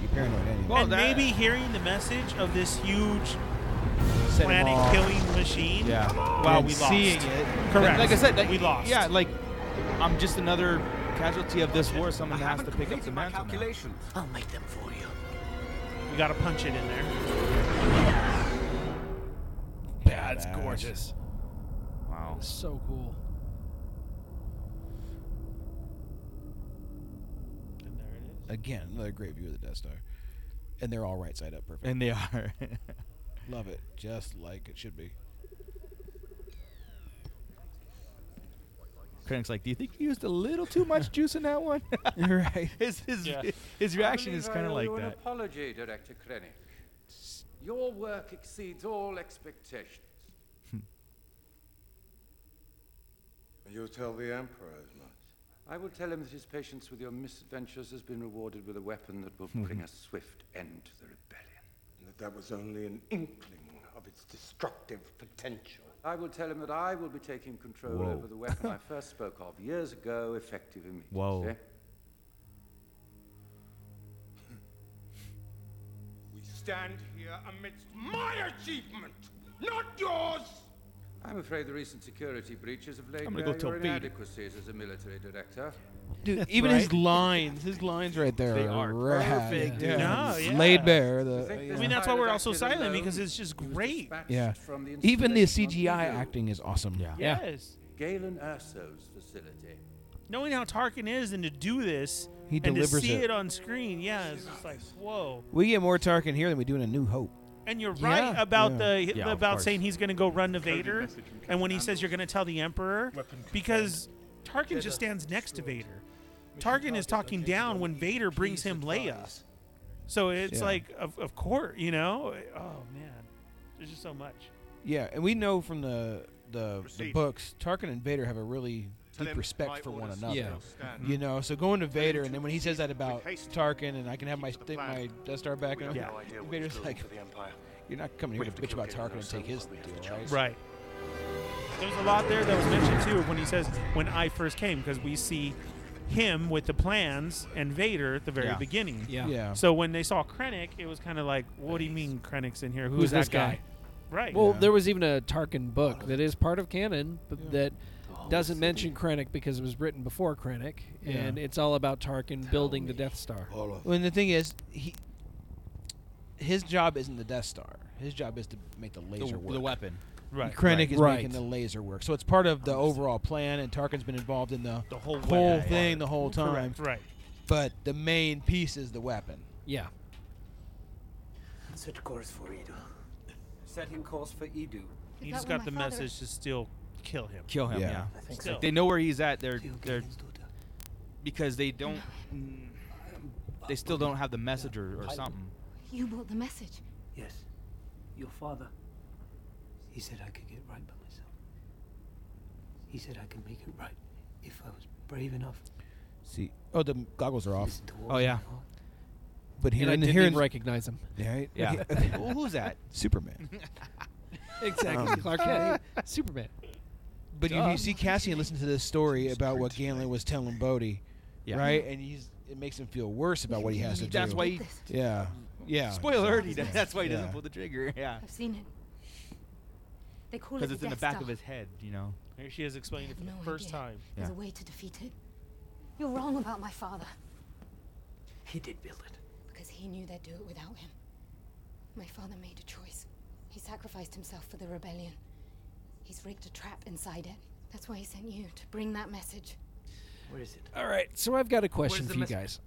Speaker 10: You paranoid anyway.
Speaker 9: and maybe hearing the message of this huge
Speaker 10: Set 'em off.
Speaker 9: planet-killing machine.
Speaker 8: Yeah.
Speaker 9: Wow,
Speaker 10: And
Speaker 9: we lost.
Speaker 10: seeing it.
Speaker 9: Correct.
Speaker 8: Like I said, like,
Speaker 9: we lost.
Speaker 8: Yeah, like I'm just another casualty of this war. Someone has to pick up the mantle. now.
Speaker 25: I'll make them for you.
Speaker 9: we gotta punch it in there.
Speaker 11: That's
Speaker 8: Badass.
Speaker 11: gorgeous.
Speaker 8: Wow.
Speaker 11: So cool.
Speaker 10: Again, another great view of the Death Star. And they're all right side up, perfect.
Speaker 8: And they are.
Speaker 10: Love it, just like it should be.
Speaker 8: Crank's like, do you think you used a little too much juice in that one? right. His his
Speaker 1: Yeah.
Speaker 8: his reaction
Speaker 1: I
Speaker 8: is
Speaker 1: believe I
Speaker 8: kind of
Speaker 1: owe
Speaker 8: like
Speaker 1: you An
Speaker 8: that.
Speaker 1: apology, Director Krennic. Your work exceeds all expectations.
Speaker 8: Hmm.
Speaker 22: You'll tell the Emperor as much.
Speaker 1: I will tell him that his patience with your misadventures has been rewarded with a weapon that will bring a swift end to the rebellion.
Speaker 22: And that that was only an inkling of its destructive potential.
Speaker 1: I will tell him that I will be taking control
Speaker 22: Whoa.
Speaker 1: over the weapon I first spoke of years ago, effective immediately.
Speaker 8: Whoa.
Speaker 22: We stand here amidst my achievement, not yours!
Speaker 1: I'm afraid the recent security breaches have laid
Speaker 10: I'm
Speaker 1: bare
Speaker 10: gonna go tell
Speaker 1: your
Speaker 10: Bede.
Speaker 1: inadequacies as a military director.
Speaker 10: Dude, even his lines, his lines right there.
Speaker 1: They are
Speaker 10: rad.
Speaker 1: perfect,
Speaker 10: Yeah.
Speaker 1: dude.
Speaker 10: Yeah.
Speaker 1: No,
Speaker 10: It's
Speaker 1: yeah.
Speaker 10: Laid bare.
Speaker 1: You
Speaker 10: The,
Speaker 1: think
Speaker 10: yeah.
Speaker 1: I mean, that's why we're also silent, because
Speaker 9: Because it's just great.
Speaker 10: Yeah.
Speaker 1: from the
Speaker 10: Even the
Speaker 1: installation on
Speaker 10: CGI
Speaker 1: Naboo.
Speaker 10: acting is awesome. Yeah.
Speaker 9: Yes.
Speaker 1: Galen Erso's facility.
Speaker 9: Knowing how Tarkin is and to do this
Speaker 10: He
Speaker 9: and to
Speaker 10: delivers
Speaker 9: see
Speaker 10: it.
Speaker 9: it. on screen, yeah, it's just like, whoa.
Speaker 10: We get more Tarkin here than we do in A New Hope.
Speaker 9: And you're
Speaker 10: Yeah.
Speaker 9: right about
Speaker 10: Yeah.
Speaker 9: the
Speaker 10: Yeah, of
Speaker 9: about
Speaker 10: course.
Speaker 9: saying he's going to go run to
Speaker 10: Coded
Speaker 9: Vader,
Speaker 10: message from
Speaker 9: and when he says you're going to tell the Emperor, because Tarkin
Speaker 10: Jedi
Speaker 9: just stands next to Vader. Tarkin is talking down when Vader brings him Leia. So it's
Speaker 10: Yeah.
Speaker 9: like, of, of course, you know. Oh man, there's just so much.
Speaker 10: Yeah, and we know from the the, the
Speaker 9: Proceed.
Speaker 10: books, Tarkin and Vader have a really
Speaker 9: Tell
Speaker 10: deep
Speaker 9: him
Speaker 10: respect
Speaker 9: my
Speaker 10: for one
Speaker 9: orders
Speaker 10: another.
Speaker 9: still stand.
Speaker 10: You know, so going to Vader, and then when he says that about Tarkin, and I can have my th- my Death Star back,
Speaker 22: We
Speaker 10: and
Speaker 22: have
Speaker 10: I'm-
Speaker 22: no idea what
Speaker 10: Vader's
Speaker 22: he's doing
Speaker 10: like,
Speaker 22: for the Empire.
Speaker 10: "You're not coming here
Speaker 22: We
Speaker 10: to
Speaker 22: have
Speaker 10: bitch
Speaker 22: to
Speaker 10: about
Speaker 22: kill
Speaker 10: Tarkin
Speaker 22: Vader
Speaker 10: and take his deal, right?"
Speaker 9: Right. There's a lot there that was mentioned too when he says when I first came because we see him with the plans and Vader at the very
Speaker 10: Yeah.
Speaker 9: beginning.
Speaker 10: Yeah. Yeah.
Speaker 9: So when they saw Krennic, it was kind of like, what do you mean Krennic's in here? Who's,
Speaker 10: Who's
Speaker 9: that
Speaker 10: this guy?
Speaker 9: Right.
Speaker 11: Well, there was even a Tarkin book that is part of canon, but that
Speaker 10: Oh,
Speaker 11: doesn't mention Krennic because it was written before Krennic,
Speaker 10: Yeah.
Speaker 11: and it's all about Tarkin building the Death Star.
Speaker 10: Well, and the thing is, he his job isn't the Death Star. His job is to make the laser
Speaker 8: the
Speaker 10: work.
Speaker 8: weapon.
Speaker 9: Right.
Speaker 10: Krennic
Speaker 8: Right.
Speaker 10: is
Speaker 8: Right.
Speaker 10: making the laser work. So it's part of the overall plan, and Tarkin's been involved in the,
Speaker 9: the whole,
Speaker 10: whole
Speaker 9: weapon.
Speaker 10: thing the whole time.
Speaker 9: Correct, right.
Speaker 10: But the main piece is the weapon.
Speaker 11: Yeah.
Speaker 16: Set course for Edu. Setting course for Edu.
Speaker 9: He just got the message to still kill him.
Speaker 8: Kill him. Yeah.
Speaker 9: I think
Speaker 8: Still.
Speaker 9: so.
Speaker 8: They know where he's at. They're they're because they don't. They still don't have the message or, or something.
Speaker 15: You brought the message.
Speaker 16: Yes. Your father. He said I could get right by myself. He said I could make it right if I was brave enough.
Speaker 10: See, oh, the goggles are off.
Speaker 16: Oh, yeah.
Speaker 10: But here
Speaker 11: And I
Speaker 10: in
Speaker 11: didn't
Speaker 10: here
Speaker 11: even
Speaker 10: in-
Speaker 11: recognize him.
Speaker 10: Yeah.
Speaker 11: Yeah.
Speaker 8: Who- who's that?
Speaker 10: Superman.
Speaker 11: Exactly,
Speaker 10: Um,
Speaker 11: Clark Kent, he- Superman.
Speaker 10: But you,
Speaker 11: Duh.
Speaker 10: you see Cassian listen to this story about what Galen was telling Bodhi,
Speaker 8: Yeah.
Speaker 10: right? And he's it makes him feel worse about what he has to do.
Speaker 8: That's why he-
Speaker 10: Yeah. Yeah.
Speaker 8: Spoiler alert, he does-
Speaker 10: Yeah.
Speaker 8: that's why he doesn't
Speaker 10: Yeah.
Speaker 8: pull the trigger. Yeah.
Speaker 15: I've seen it. They call it
Speaker 8: Because it's in the
Speaker 15: Death
Speaker 8: back
Speaker 15: Star.
Speaker 8: of his head, you know.
Speaker 9: Here she is explaining it for
Speaker 15: No
Speaker 9: the first
Speaker 15: idea.
Speaker 9: time.
Speaker 15: There's
Speaker 8: Yeah.
Speaker 15: a way to defeat it. You're wrong about my father.
Speaker 16: He did build it.
Speaker 15: Because he knew they'd do it without him. My father made a choice. He sacrificed himself for the rebellion. He's rigged a trap inside it. That's why he sent you to bring that message.
Speaker 16: Where is it?
Speaker 11: All right, so I've got a question
Speaker 16: the
Speaker 11: for you
Speaker 16: message?
Speaker 11: guys.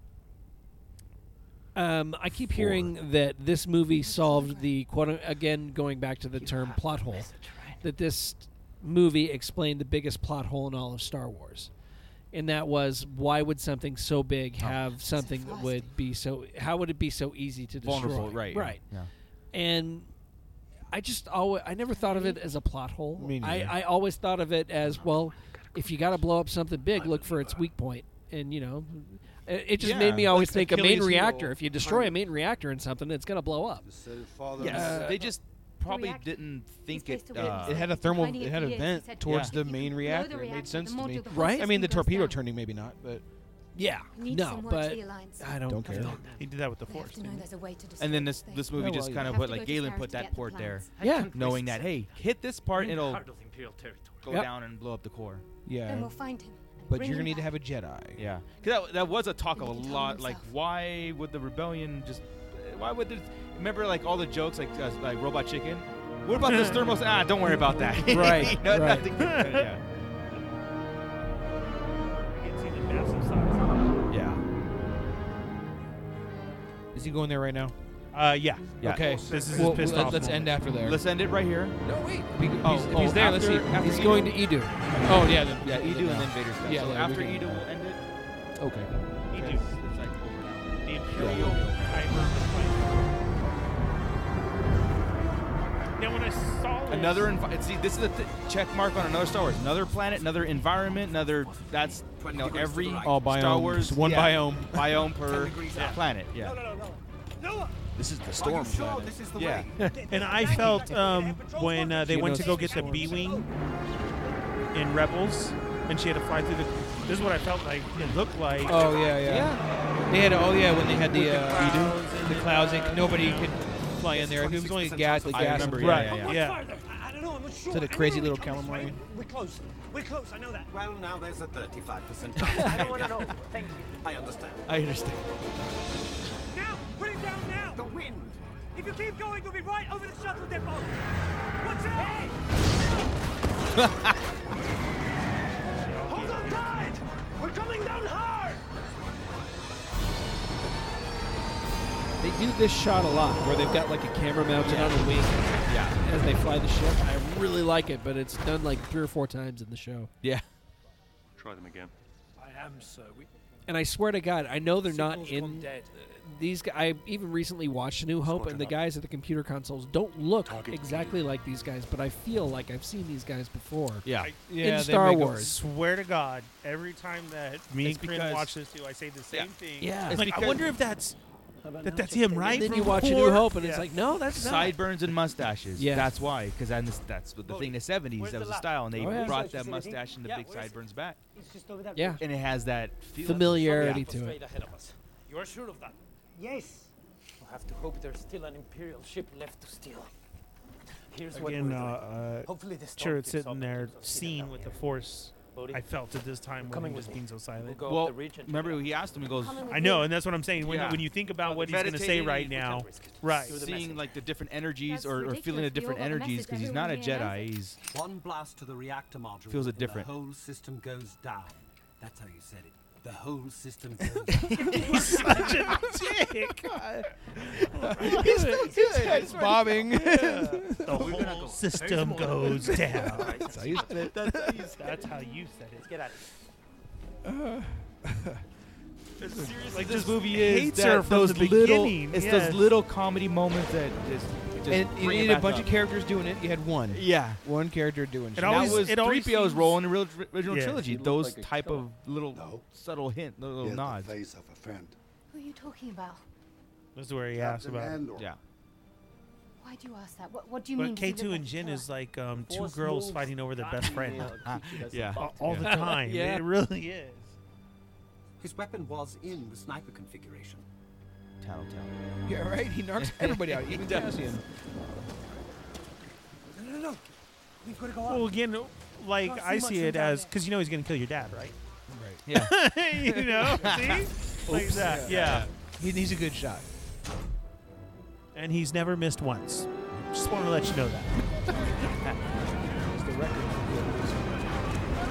Speaker 11: Um, I keep hearing that this movie solved the quote again going back to the term plot hole. That this movie explained the biggest plot hole in all of Star Wars. And that was why would something so big have something that would be so how would it be so easy to destroy?
Speaker 8: Vulnerable, right, yeah,
Speaker 11: Right.
Speaker 8: yeah.
Speaker 11: And I just always I never thought of it as a plot hole.
Speaker 10: Me neither.
Speaker 11: I, I always thought of it
Speaker 10: Oh
Speaker 11: as well. If you got to blow up something big, look for its weak point, and you know, it it just
Speaker 10: Yeah,
Speaker 11: made me always
Speaker 10: like
Speaker 11: think a main
Speaker 10: Achilles heel.
Speaker 11: reactor. If you destroy a main reactor in something, it's gonna blow up.
Speaker 8: Yeah,
Speaker 11: Uh,
Speaker 8: they just probably didn't think it. uh,
Speaker 10: It- it had a thermal. It had a vent towards
Speaker 8: Yeah.
Speaker 10: the main reactor. It made sense to me,
Speaker 11: Right?
Speaker 10: I mean, the torpedo turning maybe not, but
Speaker 11: yeah,
Speaker 15: Need
Speaker 11: no,
Speaker 15: someone to
Speaker 11: but
Speaker 15: the Alliance.
Speaker 11: I don't,
Speaker 10: Don't care.
Speaker 9: He did that with the
Speaker 15: They have
Speaker 9: force.
Speaker 15: to know there's a way to destroy
Speaker 8: And then this
Speaker 15: thing.
Speaker 8: this movie
Speaker 10: Yeah,
Speaker 8: just
Speaker 10: well,
Speaker 8: kind
Speaker 10: yeah.
Speaker 8: of
Speaker 10: Have
Speaker 8: put
Speaker 15: to go
Speaker 8: like
Speaker 15: to
Speaker 8: Galen
Speaker 15: Saren
Speaker 8: put
Speaker 15: to
Speaker 8: that
Speaker 15: get the
Speaker 8: port there.
Speaker 15: plans.
Speaker 11: Yeah.
Speaker 8: knowing that hey, hit this part,
Speaker 10: Mm.
Speaker 8: it'll
Speaker 10: Part
Speaker 16: imperial territory.
Speaker 8: go
Speaker 10: Yep.
Speaker 8: down and blow up the core.
Speaker 10: yeah.
Speaker 15: Then we'll find him. and
Speaker 10: but
Speaker 15: bring
Speaker 10: you're
Speaker 15: him
Speaker 10: gonna need to
Speaker 15: back.
Speaker 10: have a Jedi.
Speaker 8: Yeah, 'Cause that, that was a talk of a
Speaker 15: He told
Speaker 8: lot. Like, why would the rebellion just? uh, Why would the? Remember, like all the jokes, like uh, like Robot Chicken. What about this thermos? Ah, don't worry about that.
Speaker 10: Right,
Speaker 8: You know,
Speaker 10: right.
Speaker 8: nothing- yeah.
Speaker 9: You can see the massive size.
Speaker 8: yeah.
Speaker 10: Is he going there right now?
Speaker 9: Uh, yeah.
Speaker 8: Yeah.
Speaker 10: Okay.
Speaker 8: This is his
Speaker 10: well,
Speaker 8: pissed
Speaker 10: let-
Speaker 8: off
Speaker 10: Let's
Speaker 8: moment.
Speaker 10: end after there.
Speaker 8: Let's end it right here.
Speaker 10: No, wait.
Speaker 8: Oh,
Speaker 10: he's, if
Speaker 8: oh,
Speaker 10: he's there. let's see.
Speaker 8: after- after
Speaker 10: he's
Speaker 8: Edo?
Speaker 10: going to Edu. Oh yeah. Then, yeah.
Speaker 8: Edu and then Vader's done.
Speaker 10: Yeah.
Speaker 8: So
Speaker 10: yeah, we
Speaker 8: after
Speaker 10: can-
Speaker 8: Edu, we'll end it.
Speaker 10: Okay.
Speaker 8: Edu. It's like over now.
Speaker 9: The Imperial Now, when I saw this-
Speaker 8: Another envi- see, this is a th- check mark on another Star Wars. Another planet, another environment, another. That's you know, every
Speaker 10: right. All
Speaker 8: Star
Speaker 10: biomes.
Speaker 8: Wars.
Speaker 10: One
Speaker 8: yeah,
Speaker 10: biome.
Speaker 8: biome
Speaker 9: Ten
Speaker 8: per
Speaker 9: degrees out.
Speaker 8: planet. Yeah.
Speaker 10: This is the
Speaker 8: storm planet. yeah.
Speaker 9: and I felt um, when uh, they
Speaker 10: She
Speaker 9: went to go
Speaker 10: knows the
Speaker 9: get the
Speaker 10: storms.
Speaker 9: B wing in Rebels, and she had to fly through the. This is what I felt like it looked like.
Speaker 10: Oh yeah, yeah. They had oh yeah when they had the
Speaker 9: With
Speaker 10: uh, the clouds and nobody could fly in there. It was only gas, the
Speaker 9: I
Speaker 10: gas,
Speaker 9: remember,
Speaker 10: and-
Speaker 9: yeah, yeah, yeah. Yeah.
Speaker 16: I, I don't know. I'm not sure.
Speaker 10: To the
Speaker 16: I know
Speaker 10: crazy
Speaker 16: where we
Speaker 10: little
Speaker 16: come this
Speaker 10: calamari.
Speaker 16: way. We're close. We're close. I know that.
Speaker 26: Well, now there's a 35% chance. I don't want to know. Thank you. I understand.
Speaker 8: I understand.
Speaker 16: Now, put it down now. The wind. If you keep going, you'll be right over the shuttle depot. What's up? Hold on tight. We're coming down hard.
Speaker 11: They do this shot a lot, where they've got like a camera mounted on the wing.
Speaker 8: Yeah.
Speaker 11: As they fly the ship, I really like it, but it's done like three or four times in the show.
Speaker 8: Yeah.
Speaker 27: Try them again.
Speaker 16: I am, sir. We,
Speaker 11: And I swear to God, I know they're not
Speaker 16: Signal's
Speaker 11: in
Speaker 16: gone dead.
Speaker 11: these. gu- I even recently watched A New Hope, and the guys at the computer consoles don't look exactly like these guys, but I feel like I've seen these guys before.
Speaker 9: I-
Speaker 11: in Star
Speaker 9: I
Speaker 11: Wars.
Speaker 9: swear to God, every time that me
Speaker 11: It's
Speaker 9: and Corinne
Speaker 11: because-
Speaker 9: watch this too, I say the same thing.
Speaker 11: Yeah. It's
Speaker 9: I'm like, I
Speaker 11: because-
Speaker 9: wonder if that's
Speaker 11: about
Speaker 9: that
Speaker 11: now,
Speaker 9: that's
Speaker 11: check
Speaker 9: him,
Speaker 11: the-
Speaker 9: right?
Speaker 11: Then
Speaker 9: from
Speaker 11: you watch A New
Speaker 9: before?
Speaker 11: Hope and it's like, no, that's not.
Speaker 8: sideburns and mustaches.
Speaker 11: Yeah.
Speaker 8: That's why, because that's the thing. The '70s that was the style, and they
Speaker 11: Oh, yeah.
Speaker 8: brought
Speaker 11: Research
Speaker 8: that
Speaker 11: facility.
Speaker 8: mustache and the
Speaker 11: Yeah,
Speaker 8: big
Speaker 11: where is it?
Speaker 8: sideburns back.
Speaker 16: it's just over that.
Speaker 11: Yeah.
Speaker 8: And it has that feel.
Speaker 11: Familiarity to it.
Speaker 1: Straight ahead of us.
Speaker 16: You're sure of that? Yes.
Speaker 1: We'll have to hope there's still an Imperial ship left to steal. Here's what
Speaker 9: Again,
Speaker 1: we're
Speaker 9: uh,
Speaker 1: doing.
Speaker 9: uh,
Speaker 1: Hopefully this
Speaker 9: sure,
Speaker 1: storm
Speaker 9: it's
Speaker 1: keeps up
Speaker 9: sitting there, scene with the force.
Speaker 1: Bodhi,
Speaker 9: I felt at this time when
Speaker 1: coming
Speaker 9: he was
Speaker 1: with me.
Speaker 9: being so silent.
Speaker 1: go up
Speaker 8: Well,
Speaker 1: the ridge and
Speaker 8: remember he asked him. He goes,
Speaker 9: I know, and that's what I'm saying. When,
Speaker 8: Yeah.
Speaker 9: when you think about what he's going to say
Speaker 8: Meditating,
Speaker 9: right
Speaker 8: we
Speaker 9: now,
Speaker 8: can't risk it.
Speaker 9: right?
Speaker 8: Seeing like the different energies
Speaker 9: That's
Speaker 8: or, or feeling the
Speaker 9: ridiculous. We all
Speaker 8: different
Speaker 9: got the
Speaker 8: energies
Speaker 9: message.
Speaker 8: because he's not a
Speaker 9: Everyone
Speaker 8: Jedi. He's
Speaker 28: One blast to the reactor module.
Speaker 8: Feels it
Speaker 28: and the
Speaker 8: different.
Speaker 28: whole system goes down. That's how you said it. The whole system goes down. He's
Speaker 9: such a dick.
Speaker 28: He's
Speaker 9: so
Speaker 28: good.
Speaker 9: good.
Speaker 28: He's bobbing.
Speaker 9: The whole system goes down. That's how you said it. That's how you said it. Let's
Speaker 1: get out
Speaker 9: Like
Speaker 8: this
Speaker 9: this movie
Speaker 8: hates
Speaker 9: is
Speaker 8: her
Speaker 9: that
Speaker 8: from
Speaker 9: from
Speaker 8: those
Speaker 9: the
Speaker 8: little.
Speaker 9: beginning.
Speaker 8: It's
Speaker 9: yes.
Speaker 8: those little comedy moments that just. just
Speaker 10: and you
Speaker 8: bring it
Speaker 10: needed a
Speaker 8: back
Speaker 10: bunch
Speaker 8: up.
Speaker 10: of characters doing it. You had one.
Speaker 8: Yeah.
Speaker 10: One character doing
Speaker 8: It
Speaker 10: shit.
Speaker 8: always, was
Speaker 10: that was
Speaker 8: 3PO's role in the real- original
Speaker 10: Yeah.
Speaker 8: trilogy.
Speaker 10: He looked
Speaker 8: Those
Speaker 10: like a
Speaker 8: type of little subtle hint, little
Speaker 10: He had the
Speaker 8: nods.
Speaker 15: Who are you talking about?
Speaker 9: This is where he asked
Speaker 15: Captain
Speaker 9: about.
Speaker 15: Andor.
Speaker 8: Yeah.
Speaker 15: Why do you ask that? What, what do you
Speaker 9: but
Speaker 15: mean? does he
Speaker 9: K2
Speaker 15: look
Speaker 9: and
Speaker 15: like
Speaker 9: Jin
Speaker 15: Kara?
Speaker 9: is like um, two
Speaker 15: Force
Speaker 9: girls
Speaker 15: moves.
Speaker 9: fighting over their best friend.
Speaker 8: Ah, Yeah.
Speaker 9: All, all the time.
Speaker 28: Yeah.
Speaker 9: It really is.
Speaker 28: His weapon was in the sniper configuration.
Speaker 8: Tattletale.
Speaker 10: Yeah, right? He narcs everybody out, even Cassian.
Speaker 16: No, no, no. We've got to go up.
Speaker 9: Well, again, like
Speaker 16: Can't see
Speaker 9: I
Speaker 16: much
Speaker 9: see
Speaker 16: from
Speaker 9: it
Speaker 16: down
Speaker 9: as because you know he's gonna kill your dad, right?
Speaker 10: Yeah.
Speaker 9: you know, see, like
Speaker 10: Oops.
Speaker 9: that.
Speaker 10: Yeah.
Speaker 9: Yeah.
Speaker 10: He, he's a good shot.
Speaker 9: and he's never missed once. Just want to let you know that.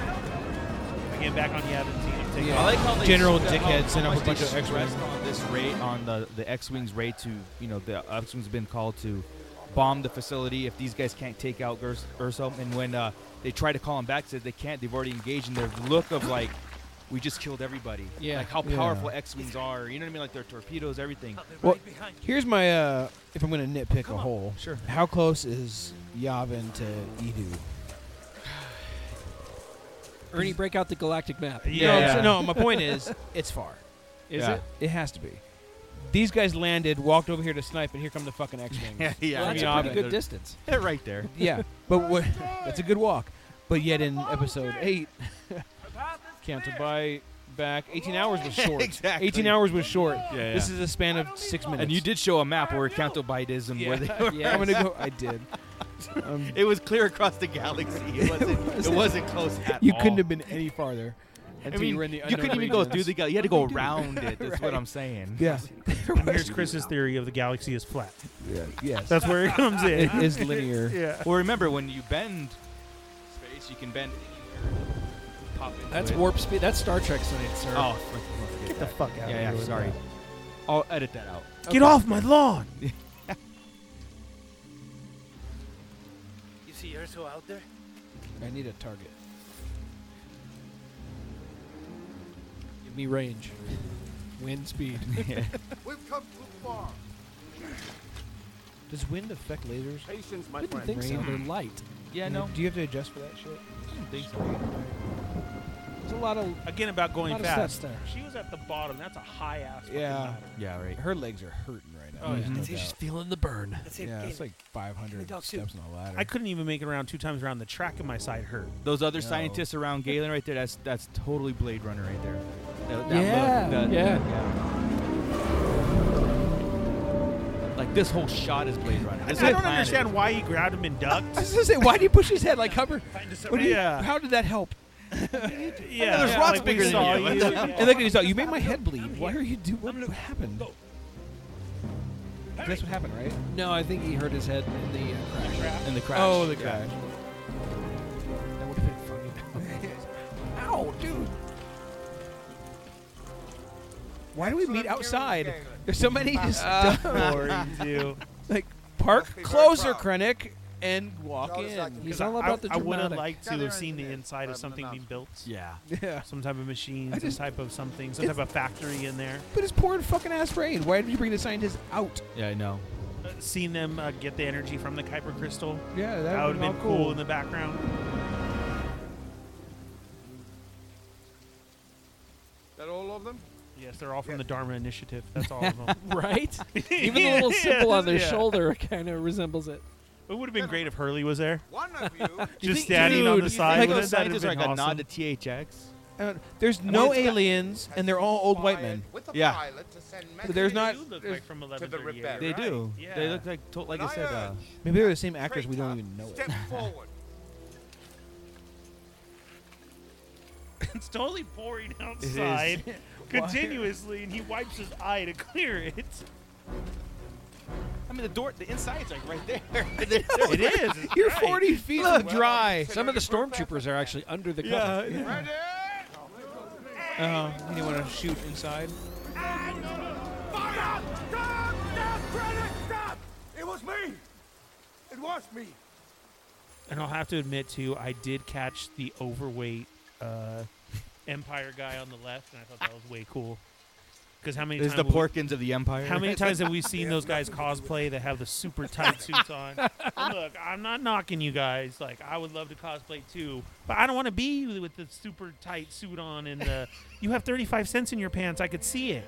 Speaker 9: Again, back on the haven't seen him take
Speaker 8: I like how they
Speaker 10: General
Speaker 8: showed that-
Speaker 10: Dickhead
Speaker 8: how-
Speaker 10: sent
Speaker 8: how
Speaker 10: a
Speaker 8: much they
Speaker 10: whole bunch of X-Men.
Speaker 8: stressed on this raid on the the X-wings raid to you know the X-wings been called to bomb the facility if these guys can't take out Gers- Urso. And when uh, they try to call him back, said they can't. They've already engaged in their look of like. We just killed everybody.
Speaker 10: Yeah.
Speaker 8: Like how
Speaker 10: Yeah.
Speaker 8: powerful X-wings are. You know what I mean? Like their torpedoes, everything.
Speaker 10: Well, here's my uh, if I'm gonna nitpick a hole.
Speaker 8: Sure.
Speaker 10: How close is Yavin to Edu?
Speaker 11: Ernie, break out the galactic map.
Speaker 10: No, I'm s- no, my point is, it's far. Is
Speaker 11: Yeah.
Speaker 10: it? It has to be. These guys landed, walked over here to snipe, and here come the fucking X-wings.
Speaker 8: Yeah, yeah.
Speaker 10: I
Speaker 8: That's
Speaker 10: mean,
Speaker 8: a pretty
Speaker 10: obvi-
Speaker 8: good distance. Yeah, right there.
Speaker 10: yeah, but what, that's a good walk. But yet in episode eight, counted by back, 18 hours was short.
Speaker 8: Exactly.
Speaker 10: 18 hours was short.
Speaker 8: yeah.
Speaker 10: This is a span of six minutes.
Speaker 8: And you did show a map where Canto Bidism where they were. Um,
Speaker 10: yeah, I'm gonna go. I did.
Speaker 8: it was clear across the galaxy. It wasn't. it wasn't close at
Speaker 10: you
Speaker 8: all.
Speaker 10: couldn't have been any farther. Until
Speaker 8: mean,
Speaker 10: you were in the
Speaker 8: you couldn't
Speaker 10: unknown
Speaker 8: even go
Speaker 10: regions.
Speaker 8: through the gal- you had to
Speaker 10: What
Speaker 8: go
Speaker 10: do you do?
Speaker 8: around it, that's what
Speaker 10: Right.
Speaker 8: I'm saying.
Speaker 10: Yeah.
Speaker 9: And here's Chris's theory of the galaxy is flat.
Speaker 10: Yeah. Yes.
Speaker 9: That's where it comes in.
Speaker 10: It is linear.
Speaker 9: yeah.
Speaker 8: Well, remember when you bend space, you can bend. Pop into
Speaker 11: That's
Speaker 8: it.
Speaker 11: warp speed. That's Star Trek science, sir.
Speaker 8: Oh, fuck, fuck, forget
Speaker 11: Get the
Speaker 8: that.
Speaker 11: fuck out of
Speaker 8: Yeah,
Speaker 11: here
Speaker 8: yeah.
Speaker 11: with
Speaker 8: Sorry.
Speaker 11: that.
Speaker 8: I'll edit that out.
Speaker 29: Get off my lawn.
Speaker 30: You see Urso out there?
Speaker 11: I need a target. Give me range. Wind speed.
Speaker 22: We've come too far.
Speaker 10: Does wind affect lasers?
Speaker 22: Patience, my
Speaker 10: Wouldn't
Speaker 22: friend.
Speaker 10: think so.
Speaker 22: Rain.
Speaker 10: They're light.
Speaker 8: Yeah,
Speaker 10: And
Speaker 8: no.
Speaker 10: Do you have to adjust for that shit?
Speaker 11: There's a lot of
Speaker 9: Again about going
Speaker 10: lot of
Speaker 9: fast.
Speaker 10: steps there.
Speaker 9: She was at the bottom. That's a high ass. fucking
Speaker 10: Yeah.
Speaker 9: ladder.
Speaker 8: Yeah, right.
Speaker 10: Her legs are hurting right now.
Speaker 9: Oh,
Speaker 10: There's
Speaker 9: yeah.
Speaker 10: no
Speaker 9: She's
Speaker 10: doubt.
Speaker 9: just feeling the burn. That's it,
Speaker 10: Yeah,
Speaker 9: get
Speaker 10: it's
Speaker 9: it.
Speaker 10: like 500
Speaker 9: Dog soup.
Speaker 10: steps on a ladder.
Speaker 9: I couldn't even make it around two times around the track, and my side hurt.
Speaker 8: Those other
Speaker 9: No.
Speaker 8: scientists around Galen right there, that's that's totally Blade Runner right there. That- that look,
Speaker 9: Yeah,
Speaker 8: that- that-
Speaker 9: yeah.
Speaker 8: yeah. Like this whole shot is Blade Runner.
Speaker 9: I,
Speaker 8: This
Speaker 9: I
Speaker 8: whole
Speaker 9: don't
Speaker 8: planet.
Speaker 9: understand why he grabbed him and ducked.
Speaker 10: I was gonna say, why do you push his head like Hubbard? What do you-
Speaker 9: Yeah.
Speaker 10: How did that help?
Speaker 9: Yeah, there's yeah, rocks like we bigger than saw you. you.
Speaker 10: and look at you, you made my head bleed. Why are you doing? What happened? That's what happened, right?
Speaker 11: No, I think he hurt his head in the uh, crash.
Speaker 8: In the crash.
Speaker 10: Oh, the
Speaker 8: Yeah.
Speaker 10: crash. That would have been funny. Ow, dude. Why do we meet outside? There's so many just
Speaker 22: Uh,
Speaker 10: dumb-
Speaker 22: boring,
Speaker 9: too.
Speaker 10: Like park
Speaker 9: Must be very
Speaker 10: closer,
Speaker 9: proud.
Speaker 10: Krennic, and walk in.
Speaker 9: Because I- I, I would have liked to have seen the inside of something being built.
Speaker 8: Yeah.
Speaker 10: Yeah.
Speaker 9: Some type of machine,
Speaker 10: I
Speaker 9: some
Speaker 10: just-
Speaker 9: type of something, some
Speaker 10: it's-
Speaker 9: type of factory in there.
Speaker 10: But it's pouring fucking ass rain. Why did you bring the scientists out?
Speaker 8: Yeah, I know.
Speaker 9: Uh, seen them uh, get the energy from the Kuiper crystal.
Speaker 10: Yeah, that
Speaker 9: would have
Speaker 10: would've been
Speaker 9: been
Speaker 10: all
Speaker 9: cool
Speaker 10: cool.
Speaker 9: in the background.
Speaker 31: That all of them?
Speaker 9: Yes, they're all from the Dharma Initiative. That's all of them.
Speaker 11: right? Even the little symbol on their
Speaker 9: Yeah.
Speaker 11: shoulder kind of resembles it.
Speaker 9: It would have been great if Hurley was there.
Speaker 31: One
Speaker 9: of you.
Speaker 11: Do
Speaker 9: Just standing on the side.
Speaker 8: Those
Speaker 9: Wouldn't that have
Speaker 8: scientists are
Speaker 9: been
Speaker 8: like a
Speaker 9: awesome?
Speaker 8: nod to THX.
Speaker 10: Uh, there's
Speaker 8: mean,
Speaker 10: no
Speaker 8: it's got-
Speaker 10: aliens, and they're all old white men.
Speaker 8: Yeah.
Speaker 10: But there's not. there's-
Speaker 9: from
Speaker 8: They do. They look like, to- like I said, uh,
Speaker 10: Maybe they're the same actors. We don't even know it.
Speaker 31: forward.
Speaker 9: it's totally pouring
Speaker 10: is.
Speaker 9: outside
Speaker 10: Why?
Speaker 9: continuously, and he wipes his eye to clear it.
Speaker 8: I mean, the door, the inside's like right there.
Speaker 9: it is. It's
Speaker 10: You're
Speaker 9: right.
Speaker 10: 40 feet from dry.
Speaker 11: Some of the stormtroopers are actually under the
Speaker 10: Yeah,
Speaker 11: cover.
Speaker 10: yeah. Uh, you want to shoot inside?
Speaker 22: Stop! Stop, Credit! Stop! It was me! It was me!
Speaker 9: And I'll have to admit too, I did catch the overweight uh, Empire guy on the left, and I thought that was way cool. Because how many
Speaker 8: There's
Speaker 9: times
Speaker 8: the Porkins of the Empire.
Speaker 9: How many times have we seen those guys cosplay that have the super tight suits on? And look, I'm not knocking you guys. Like, I would love to cosplay too, but I don't want to be you with the super tight suit on and the. You have 35 cents in your pants. I could see it,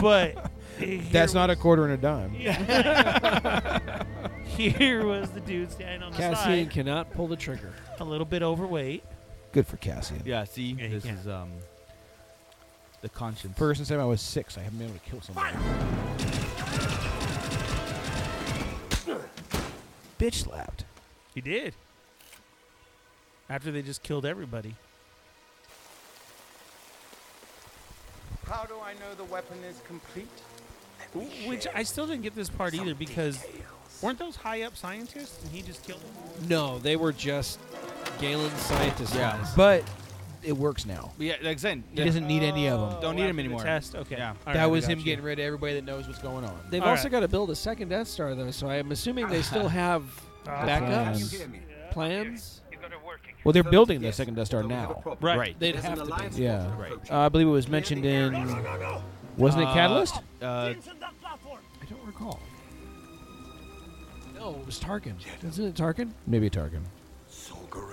Speaker 9: but eh,
Speaker 10: That's
Speaker 9: here-
Speaker 10: not a quarter and a dime.
Speaker 9: Yeah. Here was the dude standing on the
Speaker 11: Cassian
Speaker 9: side,
Speaker 11: cannot pull the trigger.
Speaker 9: a little bit overweight.
Speaker 10: Good for Cassian.
Speaker 8: Yeah, see, this
Speaker 9: can.
Speaker 8: is um, the conscience.
Speaker 10: First since I was six, I haven't been able to kill someone. Bitch slapped.
Speaker 9: He did. After they just killed everybody.
Speaker 31: How do I know the weapon is complete?
Speaker 9: W- Which I still didn't get this part either because weren't those high up scientists and he just killed them?
Speaker 11: No, they were just Galen's scientist
Speaker 8: Yeah.
Speaker 11: guys.
Speaker 10: But it works now.
Speaker 8: Yeah, like I said,
Speaker 10: He doesn't need any
Speaker 9: Oh,
Speaker 10: of them.
Speaker 8: Don't need him
Speaker 9: after the
Speaker 8: anymore.
Speaker 9: test? Okay.
Speaker 8: Yeah.
Speaker 9: All
Speaker 10: that
Speaker 9: right, I
Speaker 10: was
Speaker 9: got
Speaker 10: him
Speaker 9: you.
Speaker 10: getting rid of everybody that knows what's going on.
Speaker 11: They've
Speaker 9: All
Speaker 11: also
Speaker 9: right.
Speaker 11: got to build a second Death Star, though, so I'm assuming they still have
Speaker 9: Uh,
Speaker 11: backups, plans.
Speaker 10: Well, they're building the second Death Star now.
Speaker 9: Right. Right.
Speaker 11: They'd have to be.
Speaker 10: Yeah.
Speaker 8: Right.
Speaker 10: Uh, I believe it was mentioned in. Wasn't it
Speaker 8: Uh,
Speaker 10: Catalyst?
Speaker 8: Uh,
Speaker 10: I don't recall.
Speaker 11: No, it was Tarkin. Wasn't it Tarkin?
Speaker 10: Maybe Tarkin.
Speaker 32: Saw Gerrera,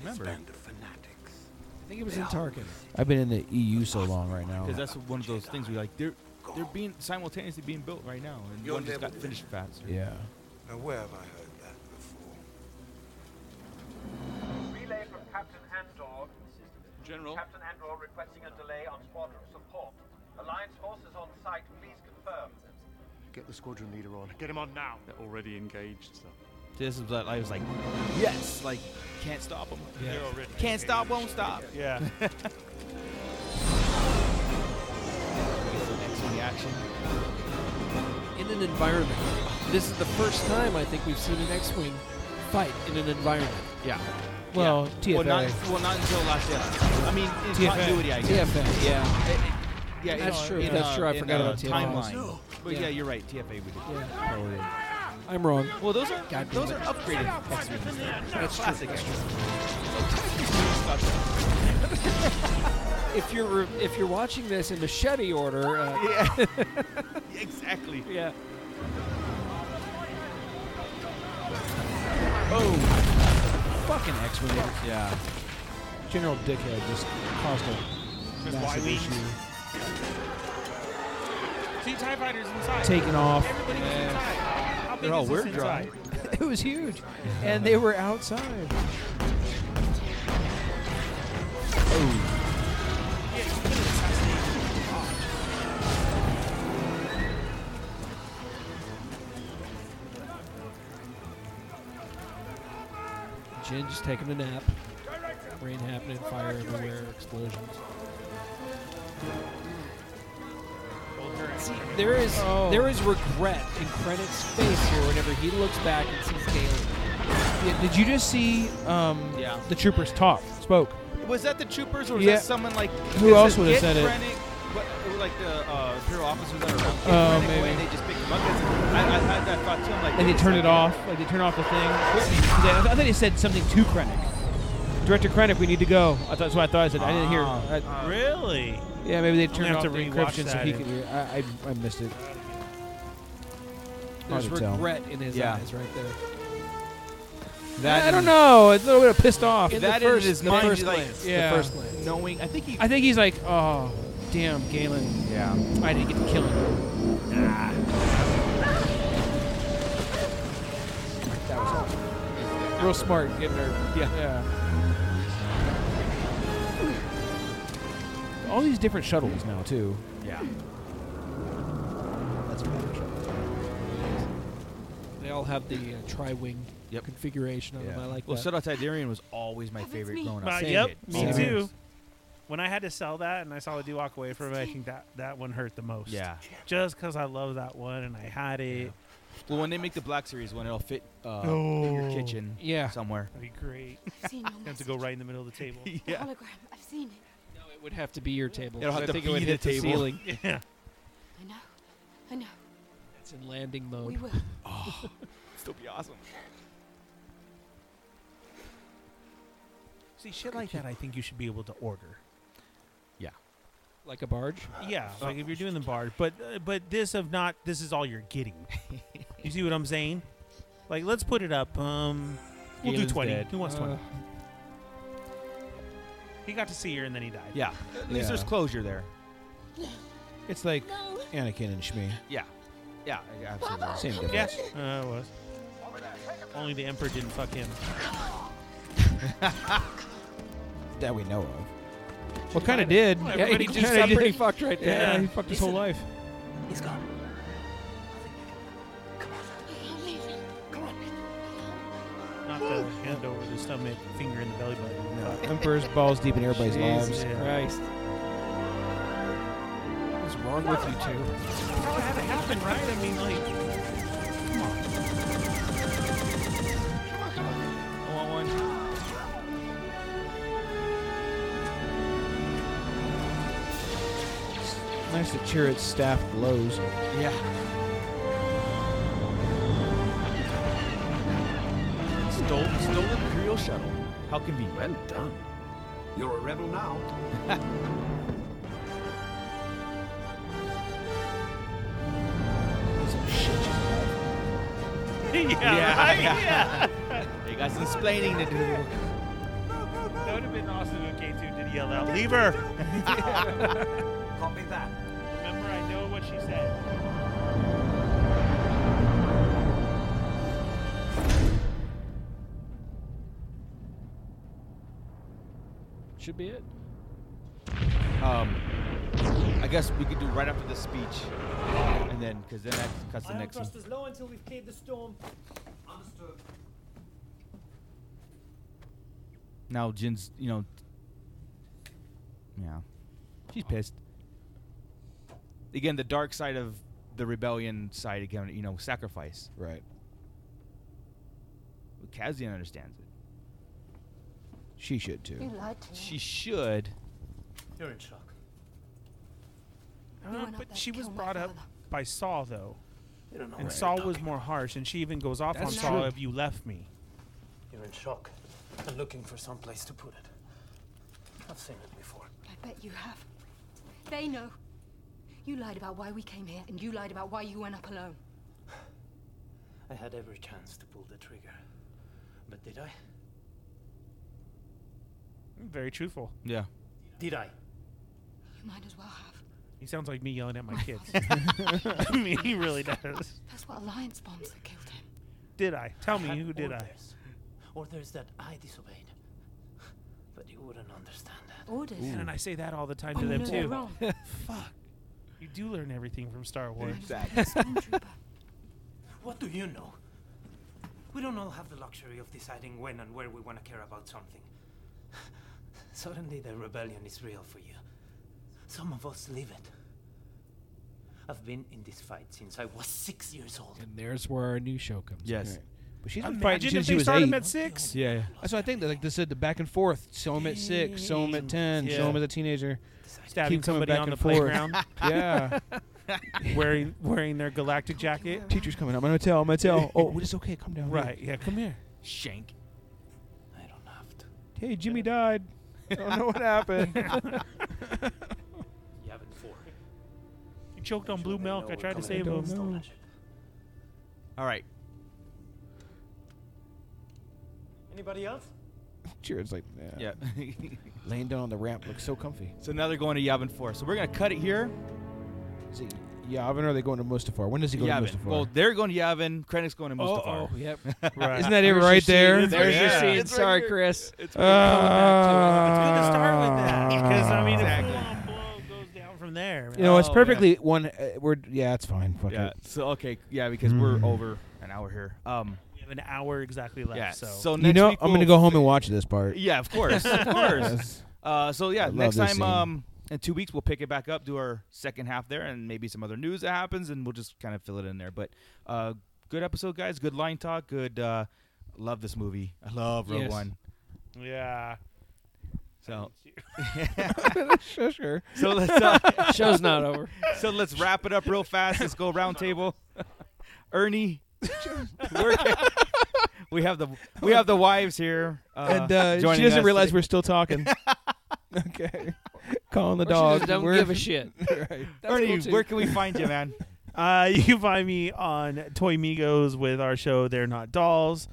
Speaker 32: his
Speaker 8: remember.
Speaker 32: band of fanatics.
Speaker 11: I think it was in Tarkin.
Speaker 10: I've been in the EU so long right
Speaker 11: Oh,
Speaker 10: now.
Speaker 8: Because that's one of those things we like. They're they're being simultaneously being built right now, and
Speaker 32: You're
Speaker 8: one just got
Speaker 32: level
Speaker 8: finished faster.
Speaker 10: Yeah.
Speaker 32: Now, where have I heard that before?
Speaker 16: Relay from Captain Andor. General. Captain Andor requesting a delay on squadron support. Alliance forces on site, please confirm.
Speaker 1: Get the squadron leader on. Get him on now. They're already engaged, sir.
Speaker 8: This is what I was like, yes, like can't stop them.
Speaker 1: Yeah. They're already
Speaker 8: Can't stop, won't stop.
Speaker 9: Yeah.
Speaker 11: In an environment. This is the first time I think we've seen an X-wing fight in an environment.
Speaker 8: Yeah.
Speaker 10: Well,
Speaker 8: Well, not,
Speaker 10: TFA.
Speaker 8: well, not until last year. I mean, in
Speaker 10: TFA.
Speaker 8: continuity, I guess.
Speaker 10: TFA.
Speaker 8: Yeah. It- it- Yeah,
Speaker 11: that's
Speaker 8: in-
Speaker 11: true.
Speaker 8: in
Speaker 11: that's
Speaker 8: a-
Speaker 11: true. I
Speaker 8: in
Speaker 11: forgot
Speaker 8: a
Speaker 11: about TFA.
Speaker 8: timeline. But yeah. you're right. TFA we did. Probably.
Speaker 11: Oh, I'm wrong.
Speaker 8: Well, those are
Speaker 11: God damn
Speaker 8: those
Speaker 11: it.
Speaker 8: are upgraded X-Men.
Speaker 11: That's true,
Speaker 8: classic
Speaker 11: that's
Speaker 8: X-Men.
Speaker 11: If you're re- if you're watching this in machete order, uh,
Speaker 8: Yeah. exactly.
Speaker 11: Yeah.
Speaker 10: Oh, fucking X Men.
Speaker 8: Yeah.
Speaker 10: General Dickhead just caused a
Speaker 9: That's why
Speaker 10: massive
Speaker 9: we-
Speaker 10: issue.
Speaker 9: See, TIE fighters inside.
Speaker 11: Taking off.
Speaker 9: Everybody was
Speaker 11: Yeah.
Speaker 9: inside. How big
Speaker 11: They're all
Speaker 9: is this
Speaker 11: weird
Speaker 9: inside?
Speaker 11: drawing. it was huge, and they were outside. Jin just taking a nap. Rain happening, fire everywhere, explosions. See, there is
Speaker 10: Oh.
Speaker 11: there is regret in Credit's face here whenever he looks back and sees Galen.
Speaker 10: Yeah, did you just see um,
Speaker 8: Yeah.
Speaker 10: the troopers talk? Spoke.
Speaker 8: Was that the troopers or was
Speaker 10: Yeah.
Speaker 8: that someone like
Speaker 10: Who
Speaker 8: it
Speaker 10: else
Speaker 8: says,
Speaker 10: would have
Speaker 8: "Get
Speaker 10: said it?"
Speaker 8: Krennic," What, it was like the uh, imperial officers that are around. Get
Speaker 10: Oh,
Speaker 8: Krennic away,
Speaker 10: maybe.
Speaker 8: and they just picked him up. That's- I, I, I, had that thought too. I'm like,
Speaker 10: And they
Speaker 8: wait a
Speaker 10: turned it
Speaker 8: second.
Speaker 10: off. Like they turned off the thing. I thought they said something to Krennic. Director Krennic, we need to go. I thought, that's what I thought I said. I didn't hear. I,
Speaker 9: Really?
Speaker 10: Yeah, maybe they
Speaker 9: I'm gonna
Speaker 10: turned
Speaker 9: have
Speaker 10: off
Speaker 9: to
Speaker 10: the
Speaker 9: rewatch
Speaker 10: encryption so
Speaker 9: that
Speaker 10: he
Speaker 9: in-
Speaker 10: could. hear. I, I, I missed it.
Speaker 11: There's
Speaker 10: Hard to tell.
Speaker 11: regret in his
Speaker 10: Yeah.
Speaker 11: eyes right there.
Speaker 10: I don't know. It's a little bit of pissed off.
Speaker 11: In the That first- is
Speaker 8: the mind, first like,
Speaker 11: glance. the
Speaker 10: yeah.
Speaker 11: first glance.
Speaker 8: Knowing, I think he.
Speaker 10: I think he's like, oh, damn, Galen.
Speaker 8: Yeah.
Speaker 10: I didn't get to kill him. That was awesome. Real smart getting her. Yeah. All these different shuttles now too.
Speaker 8: Yeah.
Speaker 10: That's a better shuttle.
Speaker 11: They all have the uh, tri-wing configuration on them. I like
Speaker 8: well,
Speaker 11: that.
Speaker 8: Shuttle Tidarian was always my favorite growing
Speaker 9: Uh,
Speaker 8: up.
Speaker 9: yep, me
Speaker 8: Always.
Speaker 9: too. When I had to sell that and I saw the dude walk away from it, I think that, that one hurt the most.
Speaker 8: Yeah.
Speaker 9: Just because I love that one and I had it.
Speaker 8: Well, when they make the Black Series one, it'll fit uh, in your
Speaker 10: Oh.
Speaker 9: No.
Speaker 8: kitchen somewhere.
Speaker 9: That'd be great.
Speaker 15: I've seen your
Speaker 9: have to go right in the middle of the table.
Speaker 15: The hologram. I've seen it.
Speaker 11: it would have to be your table.
Speaker 8: It'll
Speaker 11: 'cause
Speaker 8: have
Speaker 11: I
Speaker 8: to
Speaker 11: think
Speaker 8: be
Speaker 11: it would
Speaker 8: the
Speaker 11: hit
Speaker 8: table.
Speaker 11: The ceiling.
Speaker 8: Yeah.
Speaker 15: I know. I know.
Speaker 11: It's in landing mode.
Speaker 15: We will.
Speaker 10: Oh.
Speaker 8: Still be awesome.
Speaker 9: See, shit like that, I think you should be able to order.
Speaker 8: Yeah.
Speaker 11: Like a barge?
Speaker 9: Yeah, like if you're doing the bar, but uh, but this of not this is all you're getting. you see what I'm saying? Like let's put it up. Um, we'll
Speaker 8: Galen's
Speaker 9: do twenty.
Speaker 8: dead.
Speaker 9: Who wants
Speaker 8: Uh,
Speaker 9: twenty? He got to see her and then he died.
Speaker 8: Yeah. At least there's closure there.
Speaker 10: It's like Anakin and Shmi.
Speaker 8: Yeah. Yeah. Absolutely.
Speaker 10: Same difference.
Speaker 9: Yes, uh, it was. Only the emperor didn't fuck him.
Speaker 10: That we know of. Well, kind of did.
Speaker 9: Well,
Speaker 10: yeah,
Speaker 9: everybody
Speaker 10: he
Speaker 9: just
Speaker 10: kinda
Speaker 9: got
Speaker 10: did.
Speaker 9: pretty fucked right there.
Speaker 10: Yeah,
Speaker 9: Yeah.
Speaker 10: he fucked his whole life.
Speaker 33: He's gone.
Speaker 9: Not the hand over the stomach, finger in the belly button.
Speaker 10: Emperor's balls deep in everybody's
Speaker 11: Jesus
Speaker 10: lives.
Speaker 11: Christ. What's wrong with you two?
Speaker 9: Probably had to happen, right? I mean, like, come on.
Speaker 8: I want one.
Speaker 10: Nice to cheer its staff glows.
Speaker 8: Yeah.
Speaker 16: Stole,
Speaker 8: stole Imperial shuttle. How convenient.
Speaker 16: Well done. You're a rebel now.
Speaker 9: yeah,
Speaker 8: Yeah.
Speaker 9: right? Yeah.
Speaker 8: They got some explaining to do.
Speaker 9: That would have been awesome if K2 did yell out, Leave her!
Speaker 16: Copy that.
Speaker 9: Remember, I know what she said.
Speaker 11: Should be it.
Speaker 8: Um, I guess we could do right after the speech, and then because then that cuts the
Speaker 34: Ion
Speaker 8: next one.
Speaker 34: thrusters low until we've cleared the storm. Understood.
Speaker 8: Now Jin's, you know, yeah, she's pissed. Again, the dark side of the rebellion side again, you know, sacrifice.
Speaker 10: Right.
Speaker 8: Kazian understands it.
Speaker 10: She should too.
Speaker 8: She should.
Speaker 16: You're in shock.
Speaker 15: No
Speaker 9: Uh,
Speaker 15: one up
Speaker 9: but
Speaker 15: there
Speaker 9: she was
Speaker 15: killed my
Speaker 9: brought up by Saul, though.
Speaker 16: You don't know
Speaker 9: And
Speaker 16: what
Speaker 9: Saul
Speaker 16: you're
Speaker 9: was more harsh, and she even goes off
Speaker 16: That's
Speaker 9: on Saul
Speaker 16: true.
Speaker 9: if you left me.
Speaker 16: You're in shock and looking for some place to put it. I've seen it before.
Speaker 15: I bet you have. They know. You lied about why we came here, and you lied about why you went up alone.
Speaker 16: I had every chance to pull the trigger. But did I?
Speaker 9: Very truthful.
Speaker 8: Yeah.
Speaker 16: Did I?
Speaker 15: You might as well have.
Speaker 9: He sounds like me yelling at my kids.
Speaker 15: father-
Speaker 9: I mean, he really does.
Speaker 15: That's what alliance bombs that killed him.
Speaker 9: Did I? Tell me,
Speaker 16: had
Speaker 9: who did I?
Speaker 16: orders. Orders that I disobeyed. But you wouldn't understand that.
Speaker 15: Orders.
Speaker 9: Man, and I say that all the time
Speaker 16: Oh,
Speaker 9: to them
Speaker 16: no,
Speaker 9: too.
Speaker 16: wrong.
Speaker 9: Fuck. You do learn everything from Star Wars.
Speaker 16: Exactly. What do you know? We don't all have the luxury of deciding when and where we want to care about something. Suddenly, the rebellion is real for you. Some of us live it. I've been in this fight since I was six years old.
Speaker 11: And there's where our new show comes.
Speaker 10: Yes.
Speaker 11: in.
Speaker 10: But she's been
Speaker 11: Imagine
Speaker 10: fighting
Speaker 11: if
Speaker 10: since
Speaker 11: they
Speaker 10: she was
Speaker 11: started
Speaker 10: eight.
Speaker 11: him at six. Yeah, yeah.
Speaker 10: That's what I think. that, Like they said, the back and forth. Show him at six. Show him at ten.
Speaker 9: Yeah.
Speaker 10: Show him as a teenager.
Speaker 9: Stabbing
Speaker 10: Keep coming
Speaker 9: somebody
Speaker 10: back
Speaker 9: on
Speaker 10: and
Speaker 9: the
Speaker 10: forth.
Speaker 9: playground.
Speaker 10: yeah.
Speaker 9: wearing wearing their galactic jacket.
Speaker 10: Teacher's coming up. I'm gonna tell. I'm gonna tell. Oh, it's okay. Come down.
Speaker 9: Right. Yeah. Come here.
Speaker 8: Shank.
Speaker 10: Hey, Jimmy died. I don't know what happened.
Speaker 16: You haven't four.
Speaker 9: He choked on blue milk. I tried to
Speaker 16: coming
Speaker 9: save
Speaker 16: to
Speaker 9: him.
Speaker 8: All right.
Speaker 16: Anybody else?
Speaker 10: Jared's like,
Speaker 8: Yeah.
Speaker 10: Laying down on the ramp looks so comfy.
Speaker 8: so now they're going to Yavin 4. So we're going to cut it here.
Speaker 10: Is it Yavin or are they going to Mustafar? When does he go
Speaker 8: Yavin.
Speaker 10: to Mustafar?
Speaker 8: Well, they're going to Yavin. Krennic's going to Mustafar.
Speaker 11: Oh, oh, yep.
Speaker 10: Right. Isn't that it There's right your scene. there?
Speaker 11: There's your
Speaker 8: Yeah.
Speaker 11: scene.
Speaker 8: It's right
Speaker 11: Sorry,
Speaker 8: here.
Speaker 11: Chris. Ah.
Speaker 8: It's
Speaker 9: to start with that, because, I mean, if
Speaker 8: Exactly.
Speaker 9: Down from there.
Speaker 10: you know, it's
Speaker 8: Oh,
Speaker 10: perfectly one. Uh, we're yeah, it's fine. Fuck
Speaker 8: Yeah.
Speaker 10: it.
Speaker 8: So okay. Yeah, because
Speaker 10: Mm.
Speaker 8: we're over an hour here. Um,
Speaker 9: we have an hour exactly left.
Speaker 8: Yeah.
Speaker 9: So,
Speaker 8: next
Speaker 10: you know,
Speaker 8: week
Speaker 10: I'm
Speaker 8: we'll
Speaker 10: gonna go
Speaker 8: fi-
Speaker 10: home and watch this part.
Speaker 8: Yeah, of course, of
Speaker 10: Yes.
Speaker 8: course. Uh, so
Speaker 10: I
Speaker 8: yeah,
Speaker 10: love
Speaker 8: next
Speaker 10: this
Speaker 8: time,
Speaker 10: scene.
Speaker 8: um, in two weeks we'll pick it back up, do our second half there, and maybe some other news that happens, and we'll just kind of fill it in there. But uh, good episode, guys. Good line talk. Good. Uh, love this movie. I love Rogue
Speaker 10: Yes.
Speaker 8: One.
Speaker 9: yeah.
Speaker 8: So.
Speaker 10: Shush her.
Speaker 8: So let's uh,
Speaker 11: Show's not over.
Speaker 8: So let's wrap it up real fast. Let's go round table. Ernie, we're- we have the we have the wives here, uh,
Speaker 10: and uh, she
Speaker 8: joining
Speaker 10: doesn't
Speaker 8: us
Speaker 10: realize
Speaker 8: today.
Speaker 10: we're still talking. okay, calling the
Speaker 11: Or she
Speaker 10: dog.
Speaker 11: just don't
Speaker 10: We're-
Speaker 11: give a shit.
Speaker 10: right.
Speaker 11: That's
Speaker 8: Ernie,
Speaker 11: cool, too.
Speaker 8: where can we find you, man?
Speaker 9: Uh, you can find me on Toy Migos with our show They're Not Dolls,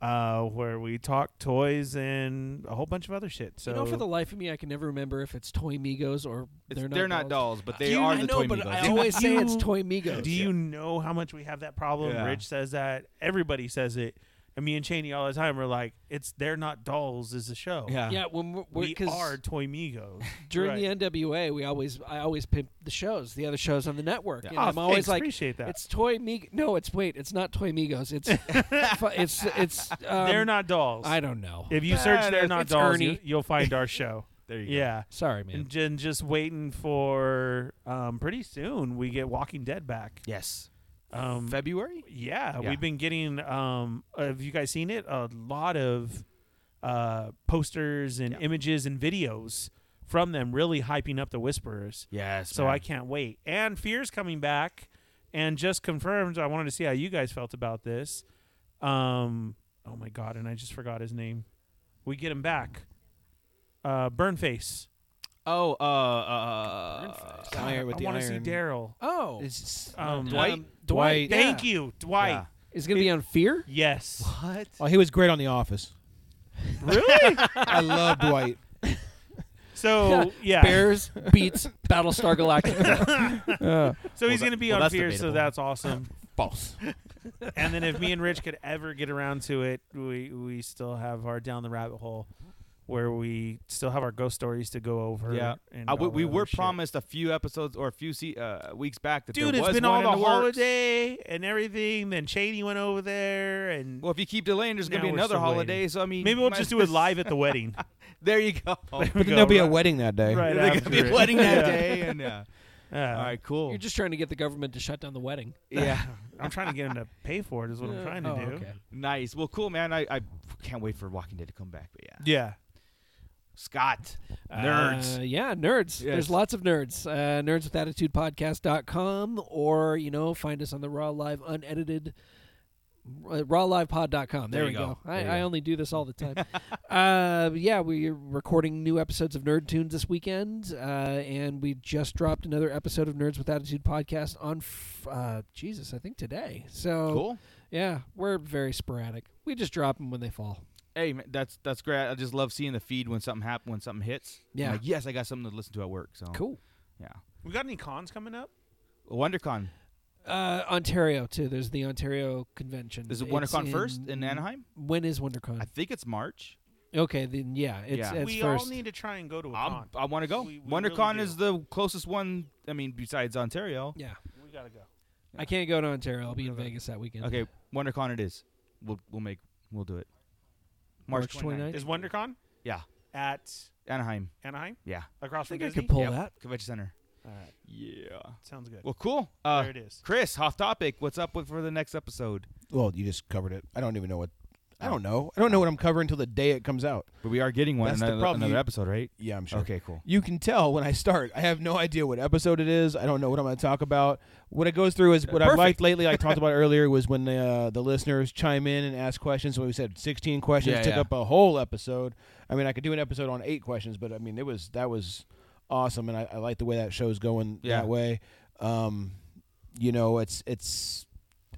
Speaker 9: uh, where we talk toys and a whole bunch of other shit. So
Speaker 11: you know, for the life of me, I can never remember if it's Toy Migos or
Speaker 8: It's-
Speaker 11: they're not.
Speaker 8: they're not dolls, but they
Speaker 11: Do you-
Speaker 8: are
Speaker 11: I
Speaker 8: the
Speaker 11: know,
Speaker 8: Toy
Speaker 11: but
Speaker 8: Migos.
Speaker 11: I
Speaker 8: Do
Speaker 11: always say it's
Speaker 9: you-
Speaker 11: Toy Migos.
Speaker 9: Do you know how much we have that problem?
Speaker 8: Yeah.
Speaker 9: Rich says that. Everybody says it. And me and Cheney all the time are like, it's They're Not Dolls is the show.
Speaker 8: Yeah.
Speaker 11: Yeah, when we're- we're-
Speaker 9: we
Speaker 11: 'cause
Speaker 9: are Toy Migos.
Speaker 11: during
Speaker 9: Right.
Speaker 11: the NWA, we always I always pimp the shows, the other shows on the network.
Speaker 9: Yeah.
Speaker 11: And
Speaker 9: Oh,
Speaker 11: I'm always
Speaker 9: thanks,
Speaker 11: like,
Speaker 9: appreciate that.
Speaker 11: It's Toy Mig. No, it's wait, it's not Toy Migos. It's fu- it's it's. Um,
Speaker 9: They're Not Dolls.
Speaker 11: I don't know.
Speaker 9: If you
Speaker 11: Nah,
Speaker 9: search They're
Speaker 11: that's-
Speaker 9: Not
Speaker 11: it's
Speaker 9: Dolls, you,
Speaker 11: Ernie.
Speaker 9: you'll find our show.
Speaker 8: There you go.
Speaker 9: Yeah.
Speaker 11: Sorry, man.
Speaker 9: And j- just waiting for um, pretty soon we get Walking Dead back.
Speaker 8: Yes.
Speaker 9: Um,
Speaker 8: February?
Speaker 9: Yeah,
Speaker 8: Yeah.
Speaker 9: We've been getting, um, have you guys seen it? A lot of uh, posters and images and videos from them really hyping up the Whisperers.
Speaker 8: Yes.
Speaker 9: So
Speaker 8: man.
Speaker 9: I can't wait. And Fear's coming back and just confirmed. I wanted to see how you guys felt about this. Um, oh my God. And I just forgot his name. We get him back. Uh, Burnface.
Speaker 8: Oh, uh, uh,
Speaker 9: God, I want to see Daryl.
Speaker 11: Oh,
Speaker 10: it's
Speaker 9: um,
Speaker 11: Dwight? Um, Dwight,
Speaker 9: Dwight. Thank
Speaker 11: yeah.
Speaker 9: you, Dwight.
Speaker 11: Yeah. Is gonna be on Fear?
Speaker 9: Yes.
Speaker 8: What?
Speaker 10: Oh, he was great on The Office.
Speaker 9: Really?
Speaker 10: I love Dwight.
Speaker 9: So yeah,
Speaker 11: Bears beats Battlestar Galactica.
Speaker 10: Yeah.
Speaker 9: So he's going to
Speaker 10: Well, that-
Speaker 9: be
Speaker 10: well,
Speaker 9: on
Speaker 10: that's
Speaker 9: Fear, so
Speaker 10: debatable.
Speaker 9: that's awesome.
Speaker 10: False.
Speaker 9: and then if me and Rich could ever get around to it, we we still have our down the rabbit hole, where we still have our ghost stories to go over.
Speaker 8: Yeah,
Speaker 9: and
Speaker 8: I- we,
Speaker 9: all
Speaker 8: we
Speaker 9: that
Speaker 8: were
Speaker 9: other shit.
Speaker 8: promised a few episodes or a few se- uh, weeks back that
Speaker 9: Dude,
Speaker 8: there
Speaker 9: it's
Speaker 8: was
Speaker 9: been all
Speaker 8: one
Speaker 9: the
Speaker 8: in the works.
Speaker 9: holiday and everything. Then Cheney went over there, and
Speaker 8: Well, if you keep delaying, there's gonna
Speaker 9: Now
Speaker 8: be
Speaker 9: we're
Speaker 8: another
Speaker 9: still
Speaker 8: holiday.
Speaker 9: waiting.
Speaker 8: So I mean,
Speaker 9: maybe we'll
Speaker 8: might
Speaker 9: just
Speaker 8: as
Speaker 9: do it
Speaker 8: well-
Speaker 9: live at the wedding.
Speaker 8: there you go.
Speaker 9: There
Speaker 8: But
Speaker 9: we
Speaker 10: then
Speaker 9: go,
Speaker 10: there'll be a
Speaker 9: right-
Speaker 10: wedding that day.
Speaker 9: Right
Speaker 8: There's gonna be
Speaker 9: after
Speaker 8: a
Speaker 9: it.
Speaker 8: wedding that
Speaker 9: Yeah.
Speaker 8: day, and uh,
Speaker 9: Yeah.
Speaker 8: all right, cool.
Speaker 11: You're just trying to get the government to shut down the wedding.
Speaker 8: Yeah.
Speaker 9: I'm trying to get him to pay for it. Is what I'm trying to
Speaker 11: Oh,
Speaker 9: do.
Speaker 11: okay.
Speaker 8: Nice. Well, cool, man. I, I can't wait for Walking Dead to come back. But yeah.
Speaker 9: Yeah.
Speaker 35: Scott. Nerds.
Speaker 11: Uh, yeah, nerds.
Speaker 35: Yes.
Speaker 11: There's lots of nerds. Uh, nerdswithattitudepodcast.com or, you know, find us on the Raw Live Unedited. Uh, rawlivepod.com. There,
Speaker 35: There
Speaker 11: we
Speaker 35: you
Speaker 11: go.
Speaker 35: go.
Speaker 11: I,
Speaker 35: There you
Speaker 11: I
Speaker 35: go.
Speaker 11: only do this all the time. uh, yeah, we're recording new episodes of Nerd Tunes this weekend, uh, and we just dropped another episode of Nerds with Attitude podcast on f- uh, Jesus, I think today. So
Speaker 8: Cool.
Speaker 11: Yeah, we're very sporadic. We just drop them when they fall.
Speaker 8: Hey, man, that's that's great. I just love seeing the feed when something happens, when something hits. I'm
Speaker 11: Yeah.
Speaker 8: like, yes, I got something to listen to at work. So
Speaker 11: Cool.
Speaker 8: Yeah.
Speaker 9: We got any cons coming up?
Speaker 8: WonderCon.
Speaker 11: Uh, Ontario too. There's the Ontario convention.
Speaker 8: Is it
Speaker 11: It's
Speaker 8: WonderCon first in Anaheim?
Speaker 11: When is WonderCon? I
Speaker 8: think it's March.
Speaker 11: Okay, then yeah, it's,
Speaker 8: Yeah.
Speaker 11: it's
Speaker 9: we
Speaker 11: first.
Speaker 9: all need to try and go to a
Speaker 8: I'm,
Speaker 9: con.
Speaker 8: I want to go.
Speaker 9: We- we
Speaker 8: WonderCon
Speaker 9: really
Speaker 8: is the closest one. I mean, besides Ontario.
Speaker 11: Yeah.
Speaker 9: do. We gotta go.
Speaker 11: I can't go to Ontario. I'll be in Vegas that weekend.
Speaker 8: Okay, WonderCon it is. We'll we'll make we'll do it.
Speaker 11: March 29th.
Speaker 9: Is WonderCon?
Speaker 8: Yeah.
Speaker 9: At
Speaker 8: Anaheim.
Speaker 9: Anaheim?
Speaker 8: Yeah.
Speaker 9: Across from
Speaker 11: think I
Speaker 9: Disney?
Speaker 11: could pull
Speaker 8: Yep,
Speaker 11: that.
Speaker 8: Convention Center.
Speaker 9: All right.
Speaker 8: Yeah.
Speaker 9: Sounds good.
Speaker 8: Well, cool. Uh,
Speaker 9: There it is.
Speaker 8: Chris, off topic. What's up with for the next episode?
Speaker 10: Well, you just covered it. I don't even know what. I don't know. I don't know what I'm covering until the day it comes out.
Speaker 8: But we are getting one
Speaker 10: That's
Speaker 8: another,
Speaker 10: the problem.
Speaker 8: another
Speaker 10: You-
Speaker 8: episode, right?
Speaker 10: Yeah, I'm sure.
Speaker 8: Okay, cool.
Speaker 10: You can tell when I start. I have no idea what episode it is. I don't know what I'm going to talk about. What it goes through is what I've
Speaker 8: Perfect.
Speaker 10: liked lately. I talked about earlier was when the, uh, the listeners chime in and ask questions. When we said 16 questions
Speaker 8: Yeah,
Speaker 10: took
Speaker 8: yeah.
Speaker 10: up a whole episode. I mean, I could do an episode on eight questions, but I mean, it was that was awesome, and I, I like the way that show's going
Speaker 8: Yeah.
Speaker 10: that way. Um, you know, it's it's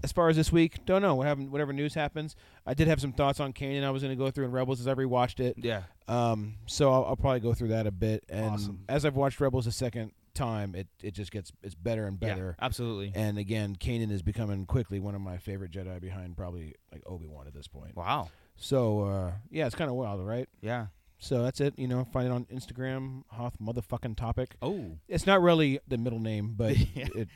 Speaker 10: as far as this week, don't know what happened. Whatever news happens, I did have some thoughts on Canyon. I was going to go through and Rebels as I rewatched it.
Speaker 8: Yeah.
Speaker 10: Um, so I'll, I'll probably go through that a bit. And
Speaker 8: Awesome.
Speaker 10: as I've watched Rebels a second time, it, it just gets it's better and
Speaker 8: Yeah,
Speaker 10: better.
Speaker 8: absolutely.
Speaker 10: And again, Kanan is becoming quickly one of my favorite Jedi behind probably like Obi Wan at this point.
Speaker 8: Wow.
Speaker 10: So uh, yeah, it's kind of wild, right?
Speaker 8: Yeah.
Speaker 10: So that's it. You know, find it on Instagram, Hoth motherfucking topic.
Speaker 8: Oh,
Speaker 10: it's not really the middle name, but it,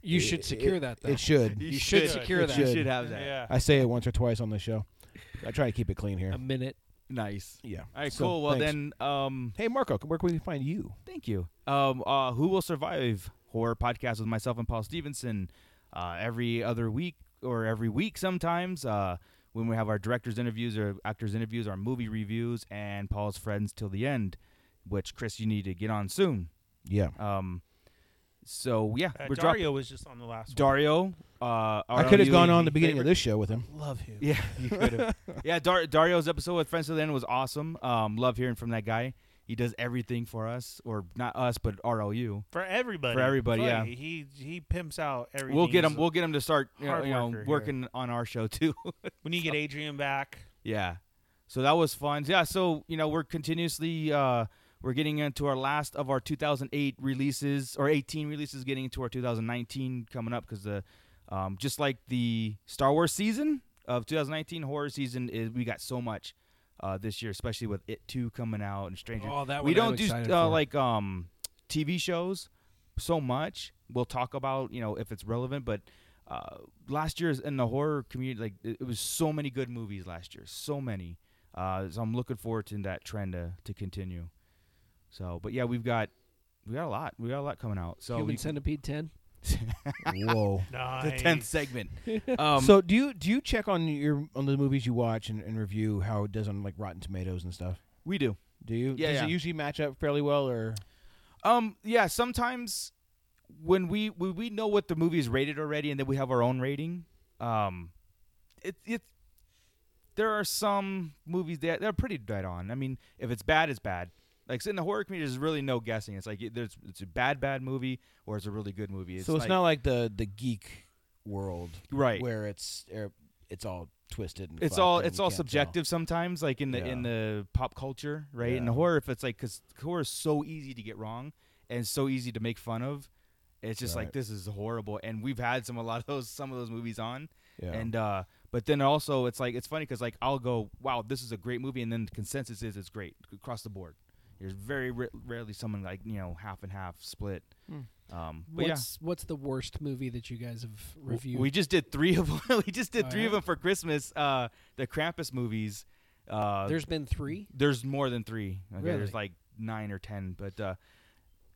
Speaker 11: You
Speaker 10: it-
Speaker 11: should secure
Speaker 10: it-
Speaker 11: that, though.
Speaker 10: It should.
Speaker 11: You You should should. secure
Speaker 10: It
Speaker 11: that.
Speaker 8: You should have that.
Speaker 10: I say it once or twice on the show. I try to keep it clean here.
Speaker 11: A minute.
Speaker 8: Nice.
Speaker 10: Yeah.
Speaker 8: All right,
Speaker 10: So,
Speaker 8: cool. Well,
Speaker 10: thanks.
Speaker 8: then, um,
Speaker 10: hey Marco, where can we find you?
Speaker 8: Thank you. Um, uh, Who Will Survive horror podcast with myself and Paul Stevenson uh, every other week or every week sometimes uh, when we have our directors interviews or actors interviews, our movie reviews, and Paul's friends till the end, which Chris, you need to get on soon.
Speaker 10: Yeah.
Speaker 8: Um. So yeah,
Speaker 9: Uh,
Speaker 8: we're
Speaker 9: Dario
Speaker 8: dropping-
Speaker 9: was just on the last one.
Speaker 8: Dario. Uh,
Speaker 10: I could have gone on
Speaker 8: RLU,
Speaker 10: the beginning
Speaker 8: favorite-
Speaker 10: of this show with him.
Speaker 9: Love him.
Speaker 8: Yeah, you could have. yeah, Dar- Dario's episode with Friends to the End was awesome. Um, love hearing from that guy. He does everything for us, or not us, but RLU
Speaker 9: For everybody.
Speaker 8: For everybody,
Speaker 9: Fuck,
Speaker 8: yeah.
Speaker 9: He he pimps out everything.
Speaker 8: We'll get
Speaker 9: He's
Speaker 8: him. We'll get him to start, you know,
Speaker 9: hard
Speaker 8: you know,
Speaker 9: worker here.
Speaker 8: working on our show too.
Speaker 9: We need to get Adrian back.
Speaker 8: Yeah. So that was fun. Yeah. So, you know, we're continuously, uh, we're getting into our last of our 2008 releases or 18 releases, getting into our 2019 coming up because the, um, just like the Star Wars season of 2019 horror season is, we got so much, uh, this year, especially with It 2 coming out and Stranger.
Speaker 11: Oh, that
Speaker 8: we
Speaker 11: one I'm
Speaker 8: don't do
Speaker 11: excited
Speaker 8: uh,
Speaker 11: for.
Speaker 8: like, um, TV shows so much. We'll talk about, you know, if it's relevant, but, uh, last year's in the horror community, like it, it was so many good movies last year, so many. Uh, so I'm looking forward to that trend to, to continue. So, but yeah, we've got we got a lot, we got a lot coming out. So
Speaker 11: Human
Speaker 8: you-
Speaker 11: Centipede 10.
Speaker 10: Whoa.
Speaker 8: the tenth segment. Um,
Speaker 10: so do you do you check on your on the movies you watch and, and review how it does on like Rotten Tomatoes and stuff?
Speaker 8: We do.
Speaker 10: Do you?
Speaker 8: Yeah,
Speaker 10: Does
Speaker 8: yeah.
Speaker 10: it usually match up fairly well or
Speaker 8: Um, yeah, sometimes when we when we know what the movie is rated already, and then we have our own rating. Um, it it there are some movies that they're pretty dead on. I mean, if it's bad, it's bad. Like in the horror community, there's really no guessing. It's like it- there's it's a bad bad movie or it's a really good movie.
Speaker 10: So it's not like the the geek world
Speaker 8: Right.
Speaker 10: where it's er, it's all twisted and
Speaker 8: it's
Speaker 10: fucked
Speaker 8: all
Speaker 10: and
Speaker 8: it's
Speaker 10: you
Speaker 8: all
Speaker 10: can't
Speaker 8: subjective sometimes like in the
Speaker 10: Yeah.
Speaker 8: in the pop culture right in the
Speaker 10: Yeah.
Speaker 8: horror if it's like because horror is so easy to get wrong and so easy to make fun of it's just like
Speaker 10: Right.
Speaker 8: this is horrible and we've had some a lot of those some of those movies on
Speaker 10: Yeah.
Speaker 8: and uh but then also it's like it's funny because like i'll go wow this is a great movie and then the consensus is it's great across the board there's very ra- rarely someone like you know half and half split
Speaker 11: Hmm.
Speaker 8: um but yeah
Speaker 11: What's what's the worst movie that you guys have reviewed?
Speaker 8: we just did three of them. we just did
Speaker 11: Oh,
Speaker 8: three of
Speaker 11: yeah?
Speaker 8: them for Christmas. Uh, the Krampus movies. Uh,
Speaker 11: There's been three?
Speaker 8: There's more than three. Okay,
Speaker 11: Really?
Speaker 8: There's like nine or ten. But uh,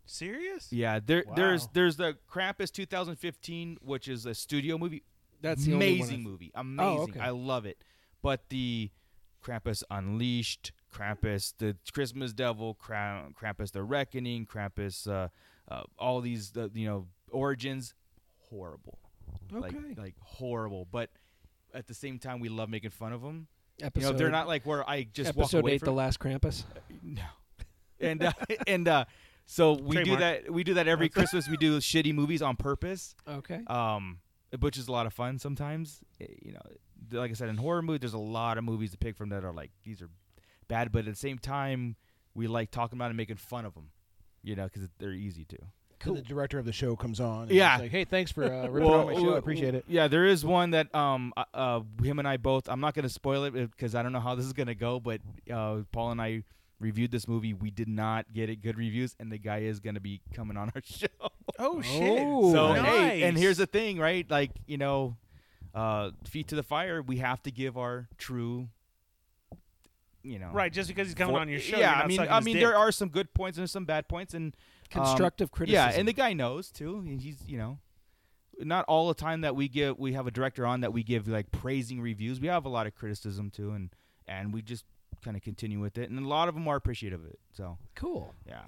Speaker 9: serious?
Speaker 8: Yeah. There,
Speaker 9: Wow.
Speaker 8: there's there's the Krampus 2015, which is a studio movie.
Speaker 11: That's the only one
Speaker 8: amazing
Speaker 11: I've-
Speaker 8: movie.
Speaker 11: Oh,
Speaker 8: Amazing.
Speaker 11: okay.
Speaker 8: I love it. But the Krampus Unleashed, Krampus, the Christmas Devil, Kram- Krampus the Reckoning, Krampus, uh, uh, all these uh, you know origins, horrible.
Speaker 11: Okay.
Speaker 8: Like, like horrible, but at the same time we love making fun of them. you know, they're not like where I just walk
Speaker 11: episode
Speaker 8: away
Speaker 11: eight,
Speaker 8: from Uh,
Speaker 11: the last Krampus.
Speaker 8: No, and uh, and uh, so we
Speaker 11: Trademark.
Speaker 8: do that. We do that every Christmas. We do shitty movies on purpose.
Speaker 11: Okay.
Speaker 8: Um, which is a lot of fun sometimes. Eh, you know, th- like I said, in horror movies, there's a lot of movies to pick from that are like these are bad, but at the same time, we like talking about and making fun of them. You know, because they're easy to.
Speaker 10: So The director of the show comes on. And
Speaker 8: Yeah.
Speaker 10: he's like, hey, thanks for uh, ripping
Speaker 8: Well,
Speaker 10: on my show. I
Speaker 8: well,
Speaker 10: appreciate it.
Speaker 8: Yeah, there is one that um uh, uh him and I both. I'm not gonna spoil it because I don't know how this is gonna go. But uh Paul and I reviewed this movie. We did not get it good reviews, and the guy is gonna be coming on our show.
Speaker 36: Oh, shit.
Speaker 8: So hey,
Speaker 36: Nice.
Speaker 8: and here's the thing, right? Like you know, uh feet to the fire. We have to give our true. You know,
Speaker 36: Right, just because he's coming
Speaker 8: vo-
Speaker 36: on your show,
Speaker 8: Yeah,
Speaker 36: you're not
Speaker 8: I mean,
Speaker 36: sucking
Speaker 8: I
Speaker 36: his
Speaker 8: mean,
Speaker 36: dick.
Speaker 8: there are some good points and there's some bad points and um,
Speaker 11: Constructive
Speaker 8: Yeah,
Speaker 11: criticism.
Speaker 8: and the guy knows too. and He's you know, not all the time that we give we have a director on that we give like praising reviews. We have a lot of criticism too, and and we just kind of continue with it. And a lot of them are appreciative of it. So
Speaker 11: cool.
Speaker 8: Yeah.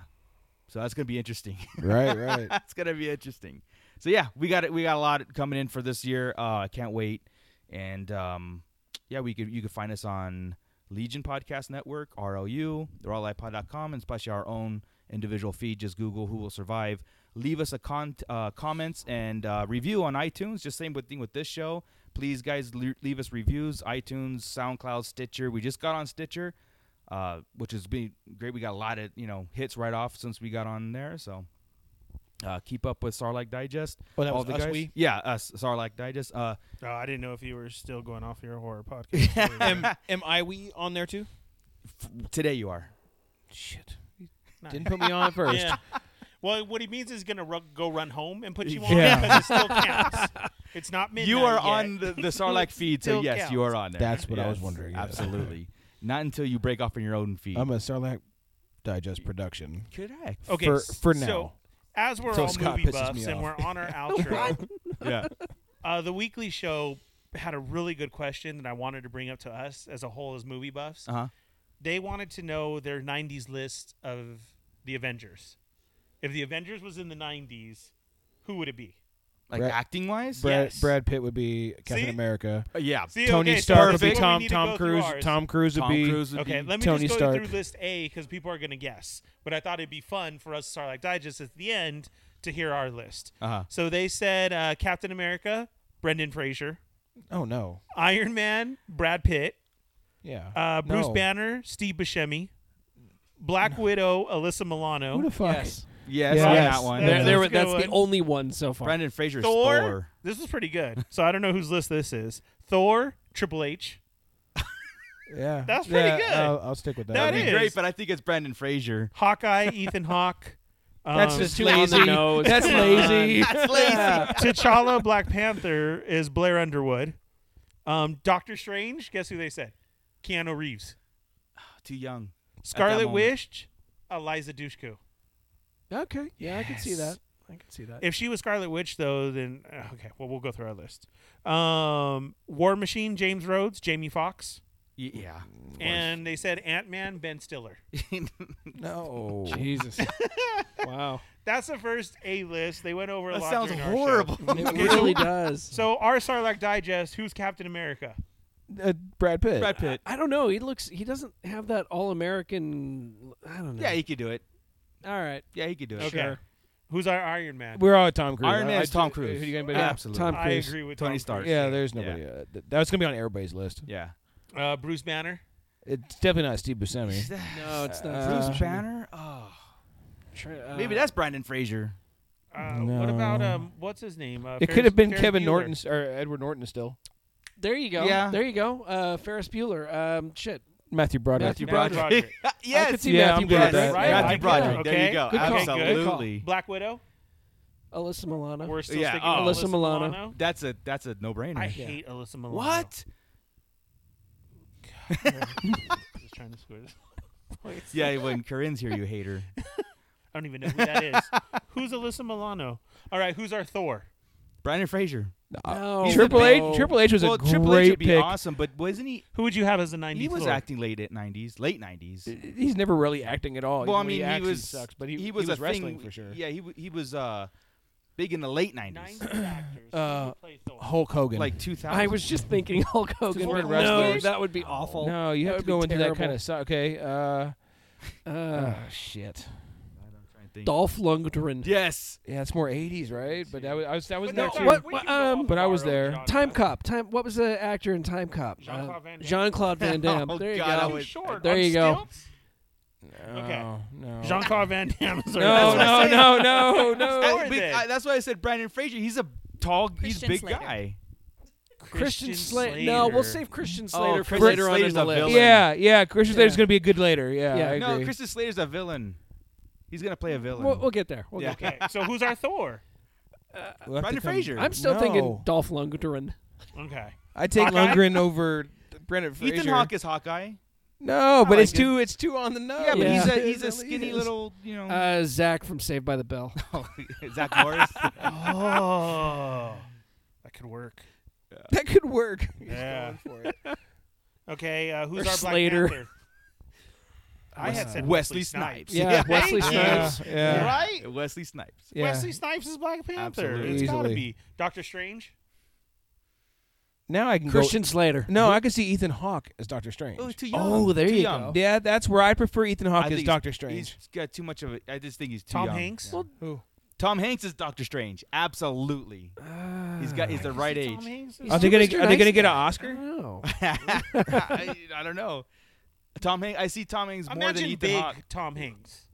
Speaker 8: So that's gonna be interesting.
Speaker 10: Right, right.
Speaker 8: it's gonna be interesting. So yeah, we got it. We got a lot coming in for this year. Uh, I can't wait. And um, yeah, we could you could find us on Legion Podcast Network, RLU, therallypod.com, and especially our own individual feed. Just Google Who Will Survive. Leave us a con- uh, comments and uh, review on iTunes. Just same with thing with this show. Please, guys, le- leave us reviews. iTunes, SoundCloud, Stitcher. We just got on Stitcher uh, which has been great. We got a lot of you know hits right off since we got on there. So uh, keep up with Sarlacc Digest.
Speaker 10: Oh, that
Speaker 8: all
Speaker 10: was
Speaker 8: the
Speaker 10: us,
Speaker 8: guys.
Speaker 10: we?
Speaker 8: Yeah, us Sarlacc Digest. Uh,
Speaker 9: Oh, I didn't know if you were still going off your horror podcast.
Speaker 10: am, am I we on there too?
Speaker 8: today you are.
Speaker 10: Shit. Didn't put me on first.
Speaker 9: Yeah. Well, what he means is gonna ru- go run home and put you on
Speaker 10: Yeah.
Speaker 9: because it still counts. It's not midnight.
Speaker 8: you are
Speaker 9: yet.
Speaker 8: on the, the Sarlacc feed, so
Speaker 9: Still
Speaker 8: yes,
Speaker 9: counts.
Speaker 8: you are on there.
Speaker 10: That's what I was
Speaker 8: Yes,
Speaker 10: wondering, yes.
Speaker 8: Absolutely. Not until you break off in your own feed.
Speaker 10: I'm a Sarlacc Digest production.
Speaker 8: Correct.
Speaker 9: Okay,
Speaker 10: For,
Speaker 9: s-
Speaker 10: for
Speaker 9: so
Speaker 10: now.
Speaker 9: as we're
Speaker 10: So
Speaker 9: all
Speaker 10: Scott
Speaker 9: movie
Speaker 10: pisses
Speaker 9: buffs
Speaker 10: me
Speaker 9: and
Speaker 10: off.
Speaker 9: we're on our outro,
Speaker 8: Yeah.
Speaker 9: uh, the weekly show had a really good question that I wanted to bring up to us as a whole as movie buffs.
Speaker 8: Uh-huh.
Speaker 9: They wanted to know their '90s list of the Avengers. If the Avengers was in the '90s, who would it be?
Speaker 8: Like acting wise?
Speaker 10: Brad,
Speaker 9: Yes.
Speaker 10: Brad Pitt would be Captain
Speaker 9: See?
Speaker 10: America.
Speaker 9: Uh, yeah. See,
Speaker 10: Tony
Speaker 9: okay, so
Speaker 10: Stark would
Speaker 9: that's
Speaker 10: be
Speaker 9: what we
Speaker 10: Tom.
Speaker 9: need to go
Speaker 10: Tom
Speaker 9: through
Speaker 10: Cruise.
Speaker 9: ours.
Speaker 10: Tom Cruise would be.
Speaker 9: okay. Let me
Speaker 10: Tony
Speaker 9: just go
Speaker 10: Stark.
Speaker 9: through list A because people are gonna guess. But I thought it'd be fun for us Sarlacc Digest at the end to hear our list.
Speaker 8: Uh-huh.
Speaker 9: So they said uh, Captain America, Brendan Fraser,
Speaker 10: Oh no.
Speaker 9: Iron Man, Brad Pitt,
Speaker 10: Yeah.
Speaker 9: uh, Bruce
Speaker 10: No.
Speaker 9: Banner, Steve Buscemi, Black Widow, Alyssa Milano.
Speaker 10: Who the fuck?
Speaker 11: Yes.
Speaker 8: Yes,
Speaker 9: Right?
Speaker 8: on that one.
Speaker 9: That-
Speaker 8: There- there
Speaker 9: a
Speaker 8: were-
Speaker 9: good
Speaker 8: that's the
Speaker 9: one.
Speaker 11: Only one so far.
Speaker 8: Brendan Fraser's
Speaker 9: Thor?
Speaker 8: Thor.
Speaker 9: This is pretty good. So I don't know whose list this is. Thor, Triple H.
Speaker 10: Yeah.
Speaker 9: That's pretty
Speaker 10: Yeah,
Speaker 9: good.
Speaker 10: I'll, I'll stick with that.
Speaker 9: That
Speaker 8: That'd be
Speaker 9: is.
Speaker 8: great, but I think it's Brandon Fraser.
Speaker 9: Hawkeye, Ethan Hawke.
Speaker 8: That's
Speaker 9: um,
Speaker 8: just too on the lazy. nose. That's Come lazy. on. That's lazy.
Speaker 9: Yeah. T'Challa, Black Panther is Blair Underwood. Um, Doctor Strange, guess who they said? Keanu Reeves.
Speaker 8: Too young. at that
Speaker 9: Scarlet
Speaker 8: moment.
Speaker 9: Witch, Eliza Dushku.
Speaker 11: Okay. Yeah, I can see
Speaker 9: Yes.
Speaker 11: that. I can see that.
Speaker 9: If she was Scarlet Witch, though, then uh, okay. Well, we'll go through our list. Um, War Machine, James Rhodes, Jamie Foxx,
Speaker 8: Y- yeah.
Speaker 9: and they said Ant Man, Ben Stiller.
Speaker 10: no.
Speaker 11: Jesus.
Speaker 8: uh,
Speaker 11: wow.
Speaker 9: That's the first A list. They went over a
Speaker 8: That
Speaker 9: lot.
Speaker 8: sounds
Speaker 9: during our
Speaker 8: horrible.
Speaker 9: show.
Speaker 8: It
Speaker 9: Okay,
Speaker 8: really
Speaker 9: so-
Speaker 11: does.
Speaker 9: So our Sarlacc digest. Who's Captain America?
Speaker 10: Uh, Brad Pitt.
Speaker 8: Brad Pitt.
Speaker 11: I don't know. He looks. He doesn't have that all American. I don't know.
Speaker 8: Yeah, he could do it.
Speaker 11: All right.
Speaker 8: Yeah, he could do it.
Speaker 9: Okay.
Speaker 11: Sure.
Speaker 9: Who's our Iron Man?
Speaker 10: We're all Tom Cruise.
Speaker 8: Iron
Speaker 10: I-
Speaker 8: Man
Speaker 10: I
Speaker 8: is
Speaker 10: do-
Speaker 8: Tom Cruise.
Speaker 10: who do you anybody-
Speaker 8: Yeah,
Speaker 10: Yeah.
Speaker 8: absolutely.
Speaker 10: Tom
Speaker 9: I Cruise. agree with
Speaker 8: Tony
Speaker 9: Tom
Speaker 8: Stark.
Speaker 9: Cruise.
Speaker 10: Yeah, there's nobody. Uh, th- that's gonna be on everybody's list.
Speaker 8: Yeah.
Speaker 9: Uh, Bruce Banner.
Speaker 10: It's definitely not Steve Buscemi.
Speaker 11: No, it's not.
Speaker 10: Uh,
Speaker 8: Bruce Banner. Oh,
Speaker 11: Tra- uh,
Speaker 8: maybe that's Brandon Fraser.
Speaker 9: Uh, What about
Speaker 10: No.
Speaker 9: um? What's his name? Uh,
Speaker 10: it
Speaker 9: Ferris-
Speaker 10: could have been
Speaker 9: Ferris
Speaker 10: Kevin
Speaker 9: Bueller.
Speaker 10: Norton s- or Edward Norton still.
Speaker 11: There you go.
Speaker 8: Yeah.
Speaker 11: There you go. Uh, Ferris Bueller. Um, shit.
Speaker 10: Matthew Broderick.
Speaker 8: Matthew Broderick. yes.
Speaker 11: I could see
Speaker 10: Yeah,
Speaker 11: Matthew
Speaker 10: I'm good with
Speaker 11: Broderick.
Speaker 10: that.
Speaker 9: Right.
Speaker 10: Yeah.
Speaker 9: I like
Speaker 8: Matthew Broderick.
Speaker 9: that.
Speaker 8: There you
Speaker 9: Okay.
Speaker 8: go.
Speaker 9: Good call.
Speaker 8: Absolutely.
Speaker 9: Black Widow.
Speaker 11: Alyssa Milano.
Speaker 9: We're still
Speaker 8: Yeah.
Speaker 9: sticking with
Speaker 8: oh.
Speaker 9: Alyssa Milano.
Speaker 8: That's a that's a no brainer.
Speaker 9: I hate Alyssa Milano.
Speaker 8: What?
Speaker 9: Just trying to square this.
Speaker 8: Yeah, when Corinne's here, you hate her.
Speaker 9: I don't even know who that is. who's Alyssa Milano? All right, who's our Thor?
Speaker 8: Brandon Fraser.
Speaker 10: No. Uh, Triple H- Triple H was a
Speaker 8: well, Triple H
Speaker 10: great
Speaker 8: would be
Speaker 10: pick.
Speaker 8: awesome, but wasn't he?
Speaker 9: Who would you have as the 90s?
Speaker 8: He was
Speaker 10: Lord?
Speaker 8: acting late at 90s, late 90s.
Speaker 10: Uh, He's never really acting at all.
Speaker 8: Well, I
Speaker 10: Even when
Speaker 8: mean,
Speaker 10: he,
Speaker 8: he,
Speaker 10: acts,
Speaker 8: was
Speaker 10: sucks, but he,
Speaker 8: he was,
Speaker 10: he was
Speaker 8: a
Speaker 10: wrestling
Speaker 8: thing,
Speaker 10: for sure.
Speaker 8: Yeah, he w- he was uh, big in the late 90s.
Speaker 10: Uh, Hulk Hogan,
Speaker 8: Like 2000.
Speaker 11: I was just thinking Hulk Hogan.
Speaker 10: We're
Speaker 11: No,
Speaker 10: wrestlers.
Speaker 11: that would be awful.
Speaker 10: No, you
Speaker 11: That
Speaker 10: have to
Speaker 11: would be
Speaker 10: go into that
Speaker 11: terrible.
Speaker 10: kind of stuff. Okay. Uh,
Speaker 11: Uh,
Speaker 10: oh, shit.
Speaker 11: Dolph Lundgren.
Speaker 8: Yes.
Speaker 10: Yeah, it's more '80s, right? But that was I was that was there
Speaker 11: No,
Speaker 10: too.
Speaker 11: what- what- um,
Speaker 10: but I was there.
Speaker 11: Time Cop. Time. What was the actor in Time Cop?
Speaker 10: Jean-Claude Van Damme.
Speaker 11: Jean Claude Van Damme.
Speaker 10: Oh,
Speaker 11: there you
Speaker 10: God, I
Speaker 11: go.
Speaker 10: was- Short,
Speaker 11: There
Speaker 10: on
Speaker 11: you go. Oh,
Speaker 10: stilts? No, no.
Speaker 9: Jean-Claude Van Damme is our-
Speaker 10: No,
Speaker 9: That's what I
Speaker 10: no,
Speaker 9: said.
Speaker 10: no, no, no.
Speaker 9: That's our
Speaker 8: Big-
Speaker 9: thing.
Speaker 8: I- that's why I said Brandon Fraser. He's a tall, he's
Speaker 11: Christian
Speaker 8: big
Speaker 11: Slater.
Speaker 8: guy.
Speaker 11: Christian Slater. No, we'll save Christian
Speaker 8: Oh,
Speaker 11: Slater for
Speaker 8: Christian
Speaker 11: later
Speaker 8: Slater's
Speaker 11: on
Speaker 8: a
Speaker 11: in the list.
Speaker 8: villain.
Speaker 10: Yeah, yeah. Christian Slater's gonna be a good later. Yeah, I agree.
Speaker 8: No, Christian Slater's a villain. He's gonna play a villain.
Speaker 11: We'll, we'll get there. We'll
Speaker 8: Yeah.
Speaker 11: get there.
Speaker 8: Okay,
Speaker 9: so who's our Thor?
Speaker 10: We'll have to
Speaker 8: Brendan
Speaker 10: come-
Speaker 8: Fraser.
Speaker 11: I'm still thinking
Speaker 10: No.
Speaker 11: Dolph Lundgren.
Speaker 9: Okay.
Speaker 10: I take
Speaker 8: Hawkeye?
Speaker 10: Lundgren over Brendan Fraser.
Speaker 8: Ethan Hawke is Hawkeye.
Speaker 10: No,
Speaker 8: I
Speaker 10: but
Speaker 8: like
Speaker 10: it's
Speaker 8: it.
Speaker 10: too it's too on the nose.
Speaker 8: Yeah, but he's
Speaker 11: Yeah.
Speaker 8: a he's a
Speaker 11: It
Speaker 8: skinny
Speaker 11: is.
Speaker 8: little you know
Speaker 11: Uh, Zach from Saved by the Bell.
Speaker 8: Oh, Zach Morris.
Speaker 9: oh, that could work.
Speaker 10: That could work.
Speaker 9: Yeah.
Speaker 10: going for it.
Speaker 9: Okay, uh, who's
Speaker 10: Or
Speaker 9: our
Speaker 10: Slater.
Speaker 9: Black Panther? I had said
Speaker 8: Wesley
Speaker 9: Wesley Snipes.
Speaker 8: Snipes. Yeah, Wesley
Speaker 9: thank
Speaker 8: Snipes.
Speaker 9: you.
Speaker 8: Yeah. Yeah.
Speaker 9: Right?
Speaker 8: Wesley Snipes.
Speaker 10: Yeah.
Speaker 9: Wesley Snipes is Black Panther.
Speaker 8: Absolutely.
Speaker 9: It's got to
Speaker 10: Easily.
Speaker 9: be. Doctor Strange?
Speaker 10: Now I can
Speaker 11: Christian
Speaker 10: go,
Speaker 11: Slater.
Speaker 10: No, I can see Ethan Hawke as Doctor Strange.
Speaker 8: Oh, too young.
Speaker 11: Oh, there
Speaker 8: too
Speaker 11: you go.
Speaker 8: young.
Speaker 10: Yeah, that's where I prefer Ethan
Speaker 8: I
Speaker 10: Hawke
Speaker 8: think
Speaker 10: as
Speaker 8: he's-
Speaker 10: Doctor Strange.
Speaker 8: He's got too much of it. I just think he's too
Speaker 9: Tom
Speaker 8: young.
Speaker 9: Hanks?
Speaker 8: Yeah.
Speaker 10: Who?
Speaker 8: Tom Hanks is Doctor Strange. Absolutely. he's got.
Speaker 10: Ah,
Speaker 8: He's the right
Speaker 9: Tom
Speaker 8: age.
Speaker 9: Hanks
Speaker 10: Are they gonna are they gonna get an Oscar?
Speaker 11: No.
Speaker 8: I, I don't know. Tom Hanks. I see Tom Hanks more
Speaker 9: Imagine
Speaker 8: than Ethan
Speaker 9: big
Speaker 8: Hawke.
Speaker 9: Tom Hanks.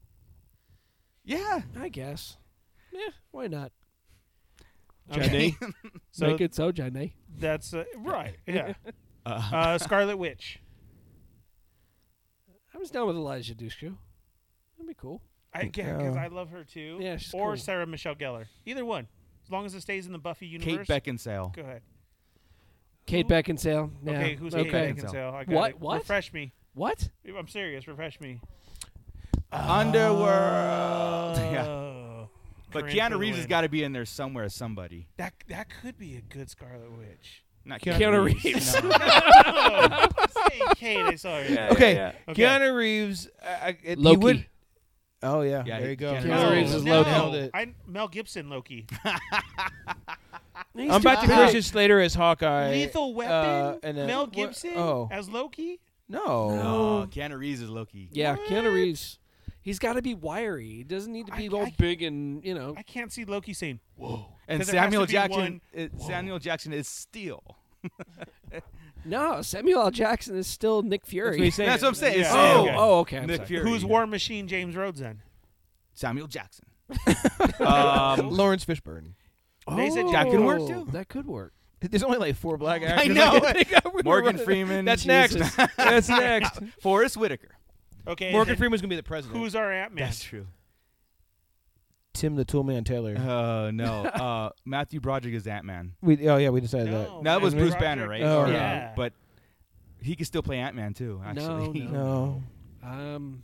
Speaker 8: Yeah.
Speaker 11: I guess. Yeah, why not?
Speaker 9: Okay.
Speaker 11: Johnny.
Speaker 9: So-
Speaker 11: Make it so, Johnny.
Speaker 9: That's uh, right. Yeah.
Speaker 8: Uh,
Speaker 9: uh, Scarlet Witch.
Speaker 11: I was down with Elijah Dushku. That'd be cool.
Speaker 9: I get because
Speaker 10: Yeah.
Speaker 9: I love her too.
Speaker 11: Yeah, she's
Speaker 9: or
Speaker 11: cool.
Speaker 9: Sarah Michelle Gellar. Either one, as long as it stays in the Buffy universe.
Speaker 8: Kate Beckinsale.
Speaker 9: Go ahead.
Speaker 11: Kate Beckinsale. Yeah.
Speaker 9: Okay, who's
Speaker 11: okay.
Speaker 9: Kate Beckinsale? I got
Speaker 11: what?
Speaker 9: it.
Speaker 11: What?
Speaker 9: Refresh me.
Speaker 11: What?
Speaker 9: I'm serious. Refresh me.
Speaker 8: Underworld. Uh, Yeah.
Speaker 9: Oh.
Speaker 8: But
Speaker 9: Corinne for the
Speaker 8: Keanu Reeves has
Speaker 9: win.
Speaker 8: got to be in there somewhere as somebody.
Speaker 9: That that could be a good Scarlet Witch.
Speaker 8: Not
Speaker 10: Keanu
Speaker 8: Keanu,
Speaker 10: Reeves.
Speaker 8: no.
Speaker 9: oh, saying Kate, I saw her.
Speaker 8: oh, Yeah,
Speaker 10: Okay,
Speaker 8: yeah,
Speaker 9: yeah.
Speaker 10: Keanu Reeves. I, I, it, he
Speaker 11: Loki.
Speaker 10: would- oh yeah,
Speaker 8: Yeah,
Speaker 10: there
Speaker 8: he-
Speaker 10: you go.
Speaker 8: Keanu
Speaker 9: No,
Speaker 11: Keanu Reeves is
Speaker 9: no.
Speaker 11: Loki.
Speaker 10: Nailed it.
Speaker 9: I, Mel Gibson Loki.
Speaker 11: He's
Speaker 10: I'm about
Speaker 11: too
Speaker 10: to
Speaker 11: big.
Speaker 10: Christian Slater as Hawkeye.
Speaker 9: Lethal Weapon.
Speaker 10: uh, and then-
Speaker 9: Mel
Speaker 10: wha-
Speaker 9: Gibson
Speaker 10: Oh
Speaker 9: as Loki.
Speaker 10: no.
Speaker 8: No, Keanu Reeves is Loki.
Speaker 11: Yeah,
Speaker 9: Oh. What?
Speaker 11: Keanu Reeves. He's got to be wiry. He doesn't need to
Speaker 9: I-
Speaker 11: be all
Speaker 9: I-
Speaker 11: big and you know.
Speaker 9: I can't see Loki saying whoa.
Speaker 8: And
Speaker 9: 'Cause there has
Speaker 8: Samuel
Speaker 9: to be
Speaker 8: Jackson.
Speaker 9: one-
Speaker 8: It, Samuel Jackson is Steel.
Speaker 11: No, Samuel L. Jackson is still Nick Fury.
Speaker 10: he's saying.
Speaker 8: That's what I'm saying.
Speaker 9: Yeah.
Speaker 8: Steel.
Speaker 11: oh,
Speaker 9: Okay.
Speaker 11: oh, okay. I'm
Speaker 8: Nick
Speaker 11: sorry.
Speaker 8: Fury.
Speaker 9: Who's War Machine James Rhodes then?
Speaker 8: Samuel Jackson. um,
Speaker 10: Lawrence Fishburne.
Speaker 9: They said
Speaker 11: oh,
Speaker 8: Jack can work too.
Speaker 11: That could work.
Speaker 10: There's only like four black actors.
Speaker 8: I know.
Speaker 10: can think of. We were
Speaker 8: Morgan
Speaker 10: running-
Speaker 8: Freeman.
Speaker 10: That's
Speaker 8: Jesus.
Speaker 10: next. That's next.
Speaker 8: Forrest Whitaker.
Speaker 9: Okay.
Speaker 10: Morgan
Speaker 9: then
Speaker 10: Freeman's gonna be the president.
Speaker 9: Who's our Ant Man?
Speaker 8: That's true.
Speaker 10: Tim the Toolman Taylor?
Speaker 8: Oh no. Uh, Matthew Broderick is Ant Man.
Speaker 10: we oh yeah, we decided that.
Speaker 9: No,
Speaker 8: No, that was
Speaker 9: Matthew
Speaker 8: Bruce Banner, right?
Speaker 9: Broderick.
Speaker 10: Oh,
Speaker 8: Or, uh,
Speaker 9: yeah.
Speaker 8: But he can still play Ant Man too. Actually.
Speaker 11: No,
Speaker 10: No.
Speaker 11: Um,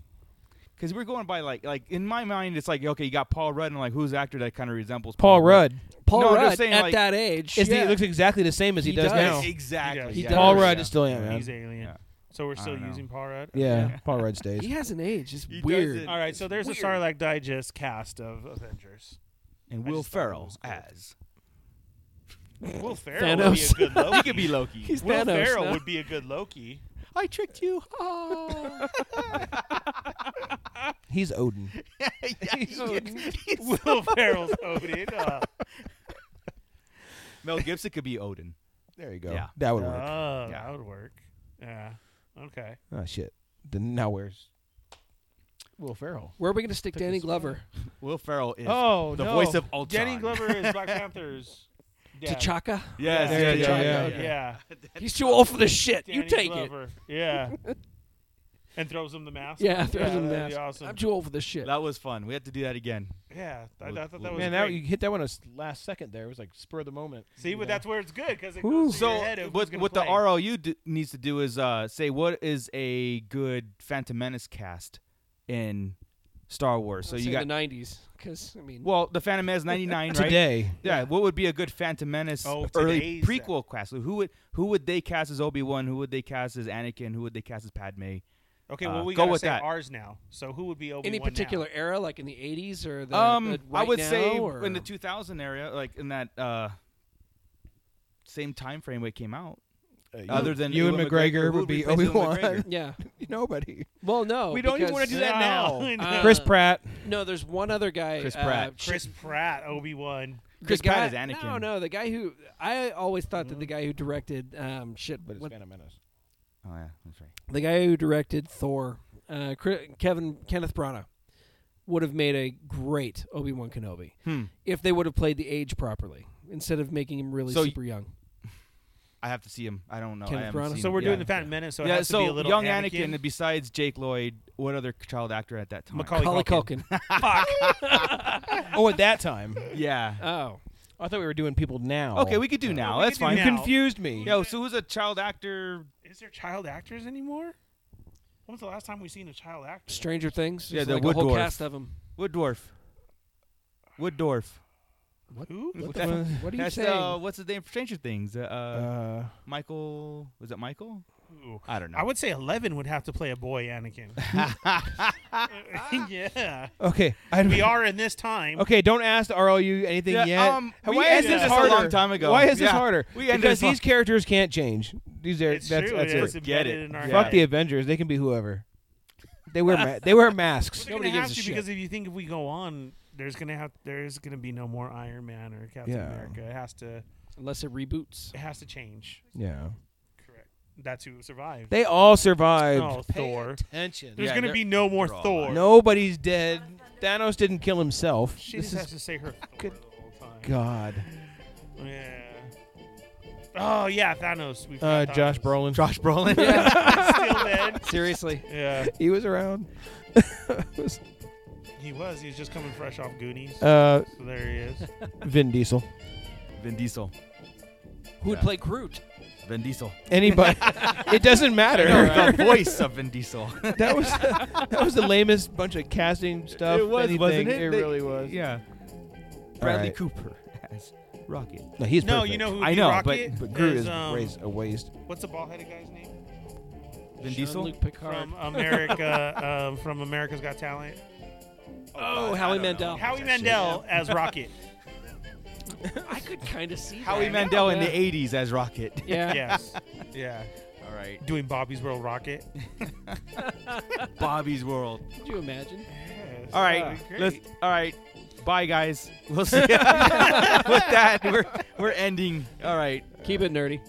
Speaker 8: Because we're going by like like in my mind, it's like okay, you got Paul Rudd, and like who's the actor that kind of resembles
Speaker 10: Paul Rudd.
Speaker 11: Paul
Speaker 8: No, I'm just
Speaker 11: Rudd
Speaker 8: saying,
Speaker 11: at
Speaker 8: like,
Speaker 11: that age.
Speaker 10: Is
Speaker 11: yeah.
Speaker 10: he looks exactly the same as he,
Speaker 11: He
Speaker 10: does,
Speaker 11: does.
Speaker 10: now.
Speaker 11: He
Speaker 8: Exactly.
Speaker 9: He
Speaker 8: yeah.
Speaker 11: does.
Speaker 10: Paul
Speaker 11: does.
Speaker 10: Rudd is still Ant Man.
Speaker 9: He's alien.
Speaker 8: Yeah.
Speaker 9: So we're still
Speaker 8: don't know.
Speaker 9: using Paul Rudd.
Speaker 10: Yeah, Paul Rudd stays.
Speaker 11: He has an age. It's
Speaker 8: He does
Speaker 11: weird.
Speaker 8: it.
Speaker 9: All right. So there's
Speaker 8: Weird.
Speaker 9: a Sarlacc digest cast of Avengers.
Speaker 8: And
Speaker 9: I
Speaker 8: Will
Speaker 9: just thought that
Speaker 8: Ferrell
Speaker 9: was cool.
Speaker 8: as
Speaker 9: Will Ferrell would be a
Speaker 11: Thanos.
Speaker 9: good Loki.
Speaker 8: he could be Loki.
Speaker 11: He's
Speaker 9: Will
Speaker 11: Thanos
Speaker 9: Ferrell
Speaker 11: now.
Speaker 9: would be a good Loki.
Speaker 8: I tricked you. Oh.
Speaker 10: He's Odin.
Speaker 9: Will Ferrell's Odin. Uh,
Speaker 8: Mel Gibson could be Odin.
Speaker 10: There you go.
Speaker 8: Yeah.
Speaker 10: That would
Speaker 9: oh,
Speaker 10: work.
Speaker 9: that would work. Yeah. Okay.
Speaker 10: Oh shit. Then now where's Will Ferrell?
Speaker 11: Where are we going to stick
Speaker 10: Took
Speaker 11: Danny
Speaker 10: us-
Speaker 11: Glover?
Speaker 8: Will Ferrell is
Speaker 9: Oh,
Speaker 8: the
Speaker 9: no.
Speaker 8: voice of Ultron.
Speaker 9: Danny Glover is Black Panther's. dad.
Speaker 11: T'Chaka?
Speaker 8: Yes,
Speaker 10: There you
Speaker 8: yes,
Speaker 10: go,
Speaker 8: yes,
Speaker 10: yeah.
Speaker 8: yes, yes.
Speaker 9: Yeah.
Speaker 11: He's too old for this shit. you
Speaker 9: Danny
Speaker 11: take it.
Speaker 9: Glover. Yeah. and throws him the mask.
Speaker 11: Yeah, throws him the
Speaker 9: that'd be
Speaker 11: mask.
Speaker 9: awesome.
Speaker 11: I'm too old for this shit.
Speaker 8: That was fun. We have to do that again.
Speaker 9: yeah, I, I thought that was
Speaker 10: Man,
Speaker 9: great.
Speaker 10: that, you hit that one a s- last second there. It was like spur of the moment.
Speaker 9: See,
Speaker 10: you
Speaker 9: but
Speaker 10: know?
Speaker 9: that's where it's good because it
Speaker 10: Ooh.
Speaker 9: goes through your
Speaker 8: So
Speaker 9: head of who's
Speaker 8: what
Speaker 9: gonna
Speaker 8: what
Speaker 9: play.
Speaker 8: the RLU d- needs to do is uh, say what is a good Phantom Menace cast in Star Wars. So
Speaker 11: I'd
Speaker 8: you
Speaker 11: say
Speaker 8: got
Speaker 11: the '90s, because I mean,
Speaker 8: Well, the Phantom Menace '99, right?
Speaker 10: Today.
Speaker 8: yeah. What would be a good Phantom Menace
Speaker 11: Oh,
Speaker 8: early
Speaker 11: today's, uh,
Speaker 8: prequel cast? Who would who would they cast as Obi Wan? Who would they cast as Anakin? Who would they cast as Padme?
Speaker 9: Okay,
Speaker 8: Uh,
Speaker 9: well we
Speaker 8: go
Speaker 9: gotta
Speaker 8: with
Speaker 9: say
Speaker 8: that.
Speaker 9: ours now. So who would be Obi Wan?
Speaker 11: any particular era, like in the '80s or the,
Speaker 8: um,
Speaker 11: the
Speaker 8: I
Speaker 11: uh, right
Speaker 8: would
Speaker 11: now,
Speaker 8: say
Speaker 11: or
Speaker 8: in the 2000 area, like in that uh, same time frame where it came out. Other than
Speaker 10: Ewan McGregor
Speaker 8: who
Speaker 10: would be
Speaker 8: replace Ewan
Speaker 10: Obi-Wan.
Speaker 8: McGregor?
Speaker 11: yeah,
Speaker 10: nobody.
Speaker 11: Well, no,
Speaker 10: We don't even
Speaker 11: because-
Speaker 10: wanna do that
Speaker 11: No.
Speaker 10: now. Chris Pratt.
Speaker 11: No, there's one other guy.
Speaker 8: Chris
Speaker 11: uh,
Speaker 8: Pratt.
Speaker 11: sh-
Speaker 9: Chris Pratt, Obi Wan.
Speaker 11: the guy- No, no, the guy who I always thought that the guy who directed um shit, but
Speaker 10: Phantom Menace.
Speaker 8: Oh yeah, that's right.
Speaker 11: the guy who directed Thor, uh, Cri- Kevin Kenneth Branagh, would have made a great Obi Wan Kenobi
Speaker 8: Hmm.
Speaker 11: if they would have played the age properly instead of making him really
Speaker 8: So y-
Speaker 11: super young.
Speaker 8: I have to see him. I don't know.
Speaker 11: Kenneth
Speaker 8: I haven't
Speaker 11: Branagh?
Speaker 8: seen
Speaker 11: So
Speaker 8: him.
Speaker 11: we're
Speaker 8: Yeah.
Speaker 11: doing the Phantom Menace, so it
Speaker 8: yeah,
Speaker 11: has to
Speaker 8: so
Speaker 11: be a little
Speaker 8: young
Speaker 11: Anakin.
Speaker 8: Besides Jake Lloyd, what other child actor at that time?
Speaker 11: Macaulay Macaulay Culkin.
Speaker 10: oh, at that time.
Speaker 8: Yeah.
Speaker 11: Oh.
Speaker 10: I thought we were doing people now.
Speaker 8: Okay, we could do now. That's fine.
Speaker 10: You confused me.
Speaker 8: Yo, so who's a child actor?
Speaker 9: Is there child actors anymore? When was the last time we seen a child actor?
Speaker 11: Stranger Things.
Speaker 8: Yeah,
Speaker 11: There's
Speaker 8: the
Speaker 11: like
Speaker 8: Wood
Speaker 11: a whole
Speaker 8: Dwarf.
Speaker 11: cast of them.
Speaker 8: Wood Dwarf. Wood Dwarf.
Speaker 11: What?
Speaker 9: Who?
Speaker 11: What,
Speaker 8: That-
Speaker 11: the fuck? what are you
Speaker 8: that's,
Speaker 11: saying?
Speaker 8: Uh, what's his name? for Stranger Things. Uh, uh, Michael. Was it Michael? I don't know.
Speaker 9: I would say Eleven would have to play a boy Anakin. yeah.
Speaker 10: Okay, I-
Speaker 9: we are in this time.
Speaker 10: Okay, don't ask the ROU anything
Speaker 9: Yeah,
Speaker 10: yet.
Speaker 9: um,
Speaker 10: How-
Speaker 9: we
Speaker 10: why is
Speaker 9: ended
Speaker 10: this
Speaker 9: this a
Speaker 10: harder?
Speaker 9: long time ago.
Speaker 10: Why is this
Speaker 9: Yeah,
Speaker 10: harder?
Speaker 9: we ended
Speaker 10: because
Speaker 9: this long-
Speaker 10: these characters can't change. These are
Speaker 9: It's
Speaker 10: that's,
Speaker 9: true,
Speaker 10: that's
Speaker 9: it is
Speaker 10: it.
Speaker 9: Forget embedded it. in our
Speaker 10: Fuck
Speaker 9: head.
Speaker 10: the Avengers. They can be whoever. They wear ma- they wear masks.
Speaker 9: They're gonna have to because if you think if we go on, there's gonna have there's gonna be no more Iron Man or Captain
Speaker 10: Yeah.
Speaker 9: America. It has to
Speaker 11: unless it reboots.
Speaker 9: It has to change.
Speaker 10: Yeah.
Speaker 9: Correct. That's who survived.
Speaker 10: They all survived.
Speaker 9: Oh, Thor.
Speaker 10: attention.
Speaker 9: There's
Speaker 10: Yeah,
Speaker 9: gonna
Speaker 10: they're-
Speaker 9: be no more
Speaker 10: they're all
Speaker 9: Thor.
Speaker 10: Nobody's dead. Thanos didn't kill himself.
Speaker 9: She
Speaker 10: this
Speaker 9: just
Speaker 10: is
Speaker 9: has to say her Thor the whole time.
Speaker 10: God.
Speaker 9: Yeah. Oh yeah, Thanos. We've
Speaker 10: Uh,
Speaker 9: got
Speaker 10: Josh
Speaker 9: Thanos.
Speaker 10: Brolin. Josh Brolin.
Speaker 9: Still dead.
Speaker 11: Seriously.
Speaker 9: Yeah.
Speaker 10: He was around. Uh,
Speaker 9: He was. He was just coming fresh off Goonies.
Speaker 10: Uh,
Speaker 9: so there he is.
Speaker 10: Vin Diesel.
Speaker 8: Vin Diesel.
Speaker 11: Who would play Groot?
Speaker 8: Vin Diesel.
Speaker 10: Anybody. it doesn't matter.
Speaker 8: No, the voice of Vin Diesel.
Speaker 10: that was that was the lamest bunch of casting stuff.
Speaker 8: It was,
Speaker 10: anything.
Speaker 8: wasn't it? They-
Speaker 10: really was.
Speaker 8: Yeah. Bradley Cooper as Rocket.
Speaker 10: No, he's
Speaker 9: no.
Speaker 10: perfect.
Speaker 9: You know who? would
Speaker 8: I
Speaker 9: be
Speaker 8: know,
Speaker 9: Rocket?
Speaker 8: but- but
Speaker 10: Groot is
Speaker 9: um,
Speaker 10: raised- a waste.
Speaker 9: What's the bald-headed guy's name?
Speaker 8: Vin Diesel.
Speaker 11: Jean-Luc Picard.
Speaker 9: From America, um, from America's Got Talent.
Speaker 11: Oh, Howie Mandel.
Speaker 9: Howie Mandel as Rocket.
Speaker 11: I could kind of see
Speaker 8: Howie
Speaker 11: that.
Speaker 8: Mandel in
Speaker 11: Yeah.
Speaker 8: the 80s as Rocket.
Speaker 11: Yeah.
Speaker 9: Yes. Yeah.
Speaker 8: All right.
Speaker 9: Doing Bobby's World Rocket.
Speaker 8: Bobby's World.
Speaker 11: Could you imagine?
Speaker 8: All
Speaker 9: that'd
Speaker 8: right.
Speaker 9: be great.
Speaker 8: Let's, all right. Bye, guys. We'll see. With that, we're, we're ending. All right.
Speaker 11: Keep it nerdy.